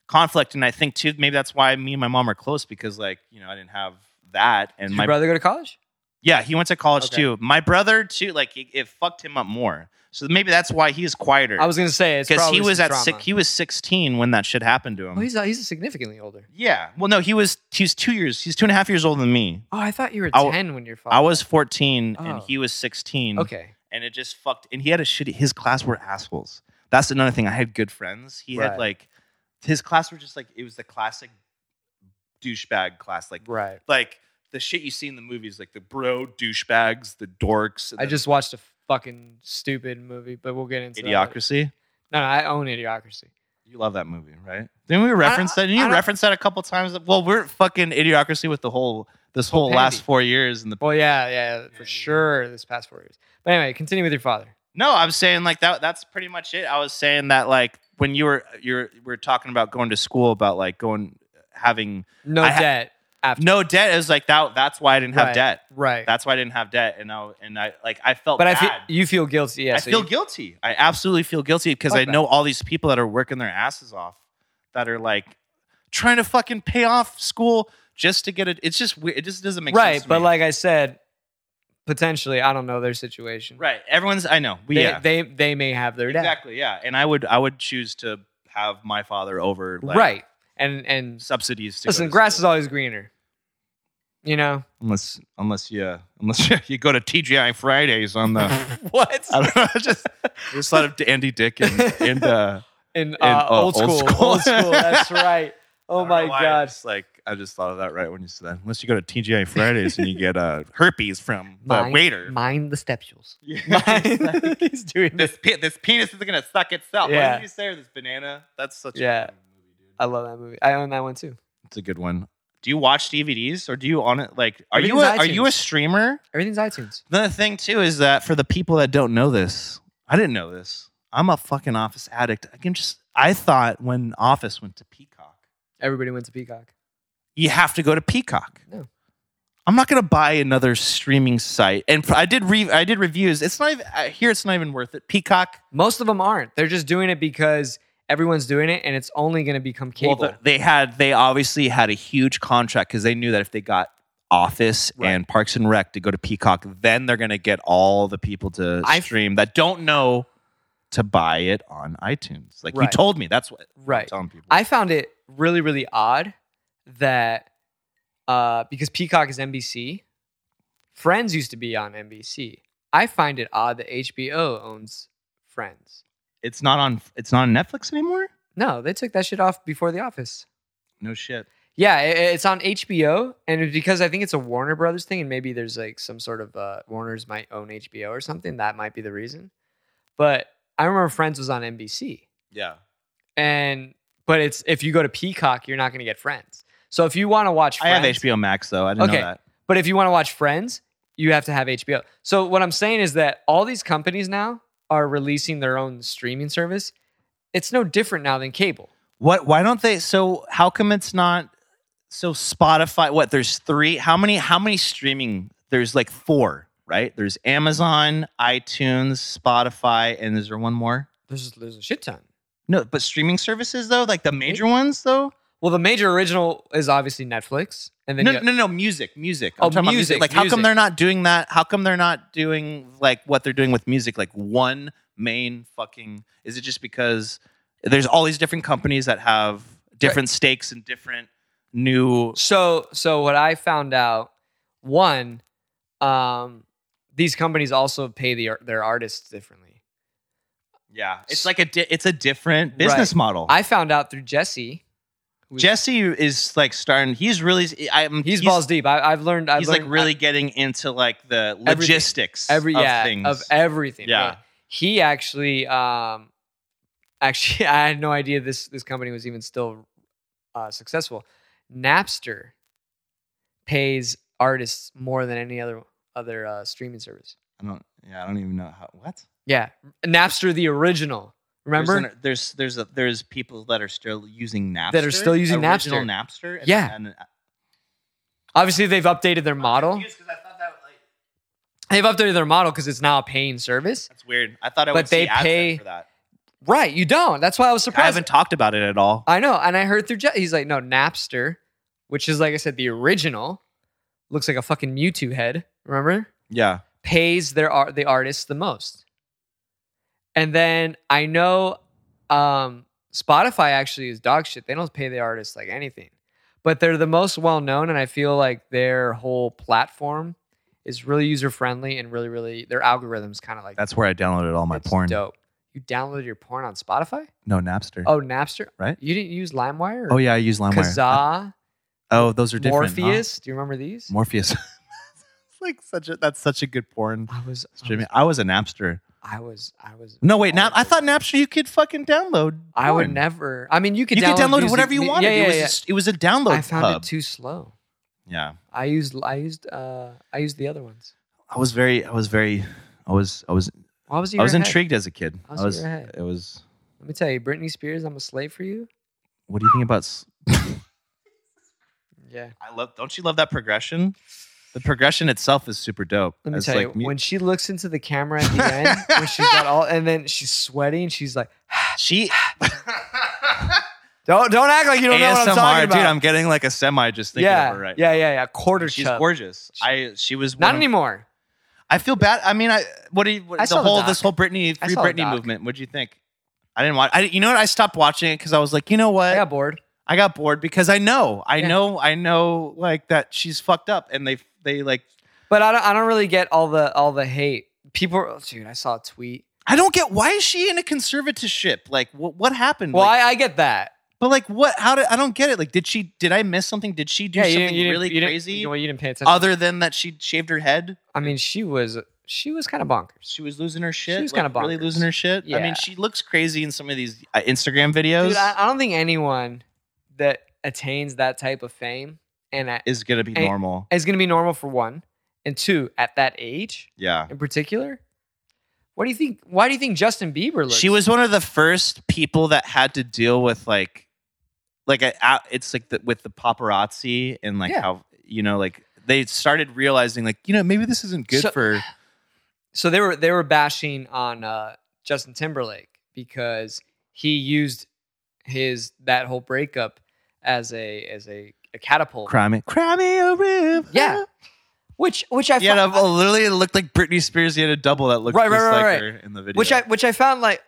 [SPEAKER 2] conflict, and I think too maybe that's why me and my mom are close because like you know I didn't have that, and
[SPEAKER 1] Did
[SPEAKER 2] my
[SPEAKER 1] your brother go to college?
[SPEAKER 2] yeah he went to college
[SPEAKER 1] Okay.
[SPEAKER 2] too. My brother too, like it, it fucked him up more. So maybe that's why he's quieter.
[SPEAKER 1] I was gonna say it's
[SPEAKER 2] because
[SPEAKER 1] probably
[SPEAKER 2] he was
[SPEAKER 1] some
[SPEAKER 2] at
[SPEAKER 1] trauma.
[SPEAKER 2] six, he was 16 when that shit happened to him.
[SPEAKER 1] Well, he's uh, he's significantly older.
[SPEAKER 2] yeah. Well, no, he was he's two years. He's two and a half years older than me.
[SPEAKER 1] Oh, I thought you were
[SPEAKER 2] I-
[SPEAKER 1] ten when you're five.
[SPEAKER 2] I was 14
[SPEAKER 1] Oh.
[SPEAKER 2] and he was 16.
[SPEAKER 1] okay.
[SPEAKER 2] and it just fucked. And he had a shitty. His class were assholes. That's another thing. I had good friends. He
[SPEAKER 1] Right.
[SPEAKER 2] had like his class were just like it was the classic douchebag class. Like
[SPEAKER 1] Right.
[SPEAKER 2] like the shit you see in the movies, like the bro douchebags, the dorks, and
[SPEAKER 1] I
[SPEAKER 2] the
[SPEAKER 1] just watched a fucking stupid movie, but we'll get into that later.
[SPEAKER 2] idiocracy.
[SPEAKER 1] No, no, I own idiocracy.
[SPEAKER 2] You love that movie, right? Didn't we reference
[SPEAKER 1] I-
[SPEAKER 2] that?
[SPEAKER 1] I
[SPEAKER 2] Didn't you
[SPEAKER 1] don't-
[SPEAKER 2] reference that a couple times? Well, we're fucking idiocracy with the whole this whole
[SPEAKER 1] Whole
[SPEAKER 2] last
[SPEAKER 1] pandy.
[SPEAKER 2] four years and the
[SPEAKER 1] Well, yeah, yeah, for sure. This past four years. But anyway, continue with your father.
[SPEAKER 2] No, I'm saying like that. That's pretty much it. I was saying that like when you were you're we were talking about going to school about like going having
[SPEAKER 1] No
[SPEAKER 2] I ha-
[SPEAKER 1] debt. after.
[SPEAKER 2] no debt is like that. That's why I didn't have
[SPEAKER 1] Right.
[SPEAKER 2] debt.
[SPEAKER 1] Right.
[SPEAKER 2] That's why I didn't have debt. And I and I like I felt
[SPEAKER 1] but I
[SPEAKER 2] bad.
[SPEAKER 1] feel you feel guilty. Yeah.
[SPEAKER 2] I
[SPEAKER 1] so
[SPEAKER 2] feel
[SPEAKER 1] you-
[SPEAKER 2] guilty. I absolutely feel guilty because
[SPEAKER 1] Fuck
[SPEAKER 2] I
[SPEAKER 1] that.
[SPEAKER 2] know all these people that are working their asses off that are like trying to fucking pay off school just to get it. It's just weird. It just doesn't make
[SPEAKER 1] right.
[SPEAKER 2] sense. to
[SPEAKER 1] But
[SPEAKER 2] me.
[SPEAKER 1] like I said, potentially, I don't know their situation.
[SPEAKER 2] right, everyone's. I know. We
[SPEAKER 1] They,
[SPEAKER 2] yeah.
[SPEAKER 1] they they may have their debt.
[SPEAKER 2] Exactly. Yeah. And I would I would choose to have my father over like,
[SPEAKER 1] right. And and
[SPEAKER 2] subsidies to
[SPEAKER 1] listen,
[SPEAKER 2] go to
[SPEAKER 1] grass is
[SPEAKER 2] school.
[SPEAKER 1] always greener. You know
[SPEAKER 2] unless unless you unless you, you go to TGI Fridays on the
[SPEAKER 1] what?
[SPEAKER 2] I don't know just just thought of Andy Dick and, and uh
[SPEAKER 1] In, uh,
[SPEAKER 2] uh,
[SPEAKER 1] old,
[SPEAKER 2] old
[SPEAKER 1] school,
[SPEAKER 2] school.
[SPEAKER 1] old school. That's right.
[SPEAKER 2] I
[SPEAKER 1] Oh
[SPEAKER 2] don't
[SPEAKER 1] my
[SPEAKER 2] know why,
[SPEAKER 1] god.
[SPEAKER 2] it's like I just thought of that right when you said that unless you go to TGI Fridays and you get uh herpes from the
[SPEAKER 1] Mine-
[SPEAKER 2] waiter
[SPEAKER 1] Mind the stepsules.
[SPEAKER 2] Yeah.
[SPEAKER 1] He's doing this.
[SPEAKER 2] this pe- this penis is gonna suck itself what
[SPEAKER 1] Yeah.
[SPEAKER 2] did you say or this banana that's such
[SPEAKER 1] Yeah.
[SPEAKER 2] a fucking movie, dude.
[SPEAKER 1] I love that movie. I own that one too.
[SPEAKER 2] It's a good one. Do you watch DVDs or do you on it like are you a,
[SPEAKER 1] Everything's
[SPEAKER 2] are you a
[SPEAKER 1] iTunes.
[SPEAKER 2] streamer?
[SPEAKER 1] Everything's iTunes.
[SPEAKER 2] The thing too is that for the people that don't know this, I didn't know this. I'm a fucking office addict. I can just I thought when Office went to Peacock,
[SPEAKER 1] Everybody went to Peacock.
[SPEAKER 2] you have to go to Peacock.
[SPEAKER 1] No.
[SPEAKER 2] I'm not gonna buy another streaming site. And I did re I did reviews. It's not even I hear it's not even worth it. Peacock
[SPEAKER 1] Most of them aren't. They're just doing it because everyone's doing it, and it's only going to become cable.
[SPEAKER 2] Well, th- they had they obviously had a huge contract because they knew that if they got Office
[SPEAKER 1] Right.
[SPEAKER 2] and Parks and Rec to go to Peacock, then they're gonna get all the people to
[SPEAKER 1] I-
[SPEAKER 2] stream that don't know to buy it on iTunes. Like
[SPEAKER 1] Right.
[SPEAKER 2] you told me, that's what I'm
[SPEAKER 1] right.
[SPEAKER 2] telling people.
[SPEAKER 1] I found it really, really odd that uh, because Peacock is NBC, Friends used to be on NBC. I find it odd that HBO owns Friends.
[SPEAKER 2] it's not on it's not on Netflix anymore.
[SPEAKER 1] No, they took that shit off before The Office.
[SPEAKER 2] No shit.
[SPEAKER 1] Yeah, i- i- it's on HBO, and it's because I think it's a Warner Brothers thing, and maybe there's like some sort of uh, Warner's might own HBO or something. That might be the reason. But I remember Friends was on NBC,
[SPEAKER 2] Yeah.
[SPEAKER 1] and but it's if you go to Peacock, you're not going to get Friends. So if you want to watch,
[SPEAKER 2] I
[SPEAKER 1] Friends,
[SPEAKER 2] have HBO Max though. I didn't
[SPEAKER 1] Okay.
[SPEAKER 2] know that.
[SPEAKER 1] But if you want to watch Friends, you have to have HBO. So what I'm saying is that all these companies now are releasing their own streaming service. It's no different now than cable.
[SPEAKER 2] What? Why don't they? So how come it's not? So Spotify. What? There's three. How many? How many streaming? There's like four, right? There's Amazon, iTunes, Spotify, and is there one more?
[SPEAKER 1] There's there's a shit ton.
[SPEAKER 2] No, but streaming services though, like the major ones though.
[SPEAKER 1] Well, the major original is obviously Netflix, and then
[SPEAKER 2] No,
[SPEAKER 1] you-
[SPEAKER 2] no, no, music, music.
[SPEAKER 1] Oh,
[SPEAKER 2] about
[SPEAKER 1] music,
[SPEAKER 2] Like, how
[SPEAKER 1] music.
[SPEAKER 2] come they're not doing that? How come they're not doing like what they're doing with music? Like one main fucking. Is it just because there's all these different companies that have different stakes and different new
[SPEAKER 1] So so what I found out one um these companies also pay the, their artists differently.
[SPEAKER 2] Yeah, it's like a di- it's a different business
[SPEAKER 1] Right.
[SPEAKER 2] model.
[SPEAKER 1] I found out through Jesse. who-
[SPEAKER 2] Jesse is like starting. He's really. I'm.
[SPEAKER 1] he's, balls deep. I, I've learned. I've
[SPEAKER 2] He's
[SPEAKER 1] learned,
[SPEAKER 2] like really getting into like the
[SPEAKER 1] Everything.
[SPEAKER 2] logistics
[SPEAKER 1] every
[SPEAKER 2] of
[SPEAKER 1] yeah
[SPEAKER 2] things.
[SPEAKER 1] of e everything.
[SPEAKER 2] Yeah.
[SPEAKER 1] right? he actually um actually I had no idea this this company was even still uh, successful. Napster pays artists more than any other other uh, streaming service.
[SPEAKER 2] I don't. Yeah, I don't even know how. What?
[SPEAKER 1] Yeah, Napster the original. Remember?
[SPEAKER 2] There's an- there's there's, a, there's people that are still using Napster
[SPEAKER 1] That are still using
[SPEAKER 2] original
[SPEAKER 1] Napster.
[SPEAKER 2] Napster. and-
[SPEAKER 1] Yeah.
[SPEAKER 2] and- uh,
[SPEAKER 1] Obviously, they've updated their model.
[SPEAKER 2] Confused 'cause I thought that, like,
[SPEAKER 1] They've updated their model because it's now a paying service.
[SPEAKER 2] that's weird. I thought I
[SPEAKER 1] But
[SPEAKER 2] would
[SPEAKER 1] they
[SPEAKER 2] see AdSense
[SPEAKER 1] pay-
[SPEAKER 2] for that.
[SPEAKER 1] Right, you don't. That's why I was
[SPEAKER 2] I
[SPEAKER 1] surprised.
[SPEAKER 2] haven't talked about it at all.
[SPEAKER 1] I know, and I heard through Jet. He's like, no, Napster, which is like I said, the original, looks like a fucking Mewtwo head. Remember?
[SPEAKER 2] yeah.
[SPEAKER 1] Pays their art the artists the most. And then I know um, Spotify actually is dog shit. They don't pay the artists like anything, but they're the most well known, and I feel like their whole platform is really user friendly and really, really their algorithms kind of like
[SPEAKER 2] That's where I downloaded all my
[SPEAKER 1] it's
[SPEAKER 2] porn.
[SPEAKER 1] Dope. You downloaded your porn on Spotify?
[SPEAKER 2] No, Napster.
[SPEAKER 1] Oh, Napster.
[SPEAKER 2] Right.
[SPEAKER 1] You didn't use LimeWire.
[SPEAKER 2] Oh, yeah, I use LimeWire.
[SPEAKER 1] Kazaa,
[SPEAKER 2] oh, those are different. huh?
[SPEAKER 1] Morpheus. Do you remember these?
[SPEAKER 2] Morpheus. it's like such a that's such a good porn.
[SPEAKER 1] I was, I
[SPEAKER 2] Jimmy,
[SPEAKER 1] was,
[SPEAKER 2] I was a Napster.
[SPEAKER 1] I was, I was.
[SPEAKER 2] No, wait, Nap.
[SPEAKER 1] all
[SPEAKER 2] I
[SPEAKER 1] over
[SPEAKER 2] thought Napster you could fucking download.
[SPEAKER 1] I would
[SPEAKER 2] porn.
[SPEAKER 1] never. I mean, you could
[SPEAKER 2] You could download
[SPEAKER 1] music-
[SPEAKER 2] whatever you
[SPEAKER 1] yeah,
[SPEAKER 2] wanted.
[SPEAKER 1] Yeah,
[SPEAKER 2] it was
[SPEAKER 1] yeah.
[SPEAKER 2] just, it was a download
[SPEAKER 1] I found
[SPEAKER 2] hub.
[SPEAKER 1] it too slow.
[SPEAKER 2] yeah,
[SPEAKER 1] I used I used uh I used the other ones.
[SPEAKER 2] I was very, I was very, I was, I was,
[SPEAKER 1] Why was you?
[SPEAKER 2] I was
[SPEAKER 1] your head?
[SPEAKER 2] intrigued as a kid.
[SPEAKER 1] I was
[SPEAKER 2] I
[SPEAKER 1] in
[SPEAKER 2] was,
[SPEAKER 1] your head.
[SPEAKER 2] it was.
[SPEAKER 1] Let me tell you, Britney Spears. I'm a slave for you.
[SPEAKER 2] What do you think about? s-
[SPEAKER 1] Yeah.
[SPEAKER 2] I love. Don't you love that progression? The progression itself is super dope.
[SPEAKER 1] Let me
[SPEAKER 2] It's
[SPEAKER 1] tell
[SPEAKER 2] like
[SPEAKER 1] you,
[SPEAKER 2] mu-
[SPEAKER 1] when she looks into the camera at the end, when she's got all, and then she's sweaty and she's like,
[SPEAKER 2] she
[SPEAKER 1] "Don't don't act like you don't know what I'm
[SPEAKER 2] ASMR,
[SPEAKER 1] talking about."
[SPEAKER 2] dude. I'm getting like a semi just thinking
[SPEAKER 1] yeah,
[SPEAKER 2] of her right.
[SPEAKER 1] yeah, yeah, yeah. Quarter
[SPEAKER 2] she's
[SPEAKER 1] chub.
[SPEAKER 2] gorgeous. I she was
[SPEAKER 1] Not
[SPEAKER 2] one of-
[SPEAKER 1] anymore.
[SPEAKER 2] I feel bad. I mean, I what do you what,
[SPEAKER 1] I saw
[SPEAKER 2] the
[SPEAKER 1] the
[SPEAKER 2] whole
[SPEAKER 1] doc.
[SPEAKER 2] this whole Britney
[SPEAKER 1] I
[SPEAKER 2] free
[SPEAKER 1] saw the
[SPEAKER 2] Britney
[SPEAKER 1] doc.
[SPEAKER 2] movement? What'd you think? I didn't watch. I, you know what? I stopped watching it because I was like, you know what?
[SPEAKER 1] I got bored.
[SPEAKER 2] I got bored because I know, I
[SPEAKER 1] Yeah.
[SPEAKER 2] know, I know, like that she's fucked up, and they they like.
[SPEAKER 1] But I don't I don't really get all the all the hate. People, dude. I saw a tweet.
[SPEAKER 2] I don't get why is she in a conservatorship? Like, what what happened?
[SPEAKER 1] Well,
[SPEAKER 2] Like,
[SPEAKER 1] I, I get that.
[SPEAKER 2] but like, what? How did I don't get it? Like, did she? Did I miss something? Did she do
[SPEAKER 1] yeah, you
[SPEAKER 2] something
[SPEAKER 1] didn't, you didn't-
[SPEAKER 2] really
[SPEAKER 1] you didn't-
[SPEAKER 2] crazy?
[SPEAKER 1] well, you didn't pay attention.
[SPEAKER 2] Other than that, she shaved her head.
[SPEAKER 1] I mean, she was she was kind of bonkers.
[SPEAKER 2] She was losing her shit.
[SPEAKER 1] was
[SPEAKER 2] like,
[SPEAKER 1] kinda
[SPEAKER 2] really
[SPEAKER 1] bonkers.
[SPEAKER 2] losing her shit. I
[SPEAKER 1] Yeah.
[SPEAKER 2] mean, she looks crazy in some of these uh, Instagram videos.
[SPEAKER 1] Dude, I, I don't think anyone that attains that type of fame and at,
[SPEAKER 2] is gonna be
[SPEAKER 1] Hey.
[SPEAKER 2] normal.
[SPEAKER 1] is going to be normal for one, and two at that age
[SPEAKER 2] Yeah.
[SPEAKER 1] in particular. What do you think? Why do you think Justin Bieber looks?
[SPEAKER 2] She was one of the first people that had to deal with like, like a, a- it's like the, with the paparazzi and like
[SPEAKER 1] Yeah.
[SPEAKER 2] how you know like they started realizing like you know maybe this isn't good
[SPEAKER 1] So-
[SPEAKER 2] for
[SPEAKER 1] so they were they were bashing on uh, Justin Timberlake because he used his that whole breakup as a as a, a catapult.
[SPEAKER 2] cry me, cry me a river.
[SPEAKER 1] Yeah, which which I
[SPEAKER 2] Yeah,
[SPEAKER 1] fi-
[SPEAKER 2] no, literally, it looked like Britney Spears. He had a double that looked
[SPEAKER 1] Right, right,
[SPEAKER 2] just
[SPEAKER 1] right,
[SPEAKER 2] like
[SPEAKER 1] right.
[SPEAKER 2] her in the video.
[SPEAKER 1] which I which I found like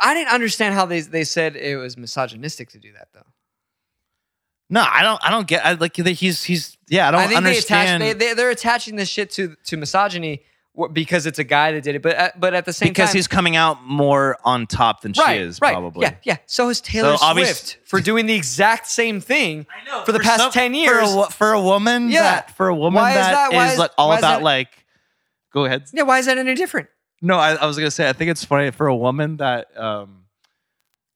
[SPEAKER 1] I didn't understand how they they said it was misogynistic to do that though.
[SPEAKER 2] no, I don't. I don't get. I, like he's he's yeah. I don't
[SPEAKER 1] think
[SPEAKER 2] understand.
[SPEAKER 1] they attach they, they they're attaching this shit to to misogyny wh- because it's a guy that did it, but uh, but at the same
[SPEAKER 2] because
[SPEAKER 1] time,
[SPEAKER 2] he's coming out more on top than
[SPEAKER 1] right,
[SPEAKER 2] she is
[SPEAKER 1] right,
[SPEAKER 2] probably.
[SPEAKER 1] yeah, yeah. So is Taylor
[SPEAKER 2] So obvious-
[SPEAKER 1] Swift for doing the exact same thing
[SPEAKER 2] I know.
[SPEAKER 1] for the past
[SPEAKER 2] some-
[SPEAKER 1] 10
[SPEAKER 2] for a
[SPEAKER 1] years.
[SPEAKER 2] wo- for a, woman
[SPEAKER 1] Yeah.
[SPEAKER 2] that for a woman
[SPEAKER 1] Why is that- why
[SPEAKER 2] is,
[SPEAKER 1] is-
[SPEAKER 2] like all
[SPEAKER 1] why is
[SPEAKER 2] about
[SPEAKER 1] that-
[SPEAKER 2] like go ahead.
[SPEAKER 1] Yeah, why is that any different?
[SPEAKER 2] No, I, I was gonna say I think it's funny for a woman that um,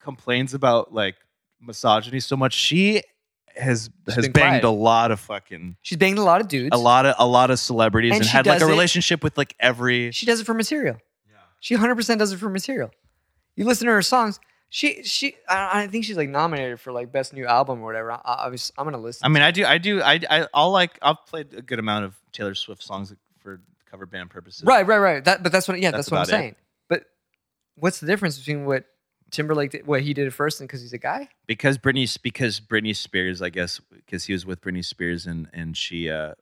[SPEAKER 2] complains about like misogyny so much. She has
[SPEAKER 1] She's
[SPEAKER 2] has
[SPEAKER 1] been
[SPEAKER 2] banged
[SPEAKER 1] quiet.
[SPEAKER 2] a lot of fucking
[SPEAKER 1] She's banged a lot of dudes.
[SPEAKER 2] a lot of a lot of celebrities
[SPEAKER 1] And
[SPEAKER 2] and,
[SPEAKER 1] she
[SPEAKER 2] had like a
[SPEAKER 1] does it-
[SPEAKER 2] relationship with like every
[SPEAKER 1] She does it for material. She 100% does it for material. You listen to her songs. She she I, I think she's like nominated for like best new album or whatever. I, I was, I'm gonna listen.
[SPEAKER 2] I mean, I do, I do, I, I, I'll like, I've played a good amount of Taylor Swift songs for cover band purposes.
[SPEAKER 1] Right, right, right. That, but that's what. Yeah, that's,
[SPEAKER 2] That's
[SPEAKER 1] what I'm
[SPEAKER 2] about it.
[SPEAKER 1] saying. But what's the difference between what Timberlake did, what he did at first, and because he's a guy?
[SPEAKER 2] because Britney because Britney Spears, I guess, because he was with Britney Spears and and she, uh,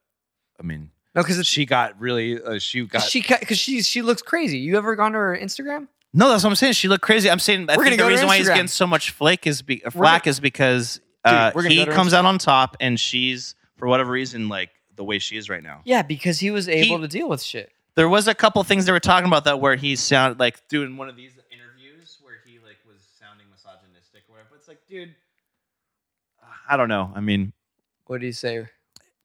[SPEAKER 2] I mean,
[SPEAKER 1] No, because
[SPEAKER 2] she got really uh, she got
[SPEAKER 1] she because she she looks crazy. You ever gone to her Instagram?
[SPEAKER 2] no. That's what I'm saying. She looked crazy. I'm saying I
[SPEAKER 1] We're gonna
[SPEAKER 2] think the
[SPEAKER 1] go to
[SPEAKER 2] reason why he's
[SPEAKER 1] Instagram.
[SPEAKER 2] getting so much flake is be,
[SPEAKER 1] gonna-
[SPEAKER 2] flack is because uh,
[SPEAKER 1] Dude, we're gonna
[SPEAKER 2] he
[SPEAKER 1] go to
[SPEAKER 2] comes out on top and she's for whatever reason like the way she is right now.
[SPEAKER 1] Yeah, because he was able to deal with shit.
[SPEAKER 2] There was a couple things they were talking about that where he sounded like doing one of these interviews where he like was sounding misogynistic or whatever. But it's like, dude, I don't know. I mean,
[SPEAKER 1] What do you say?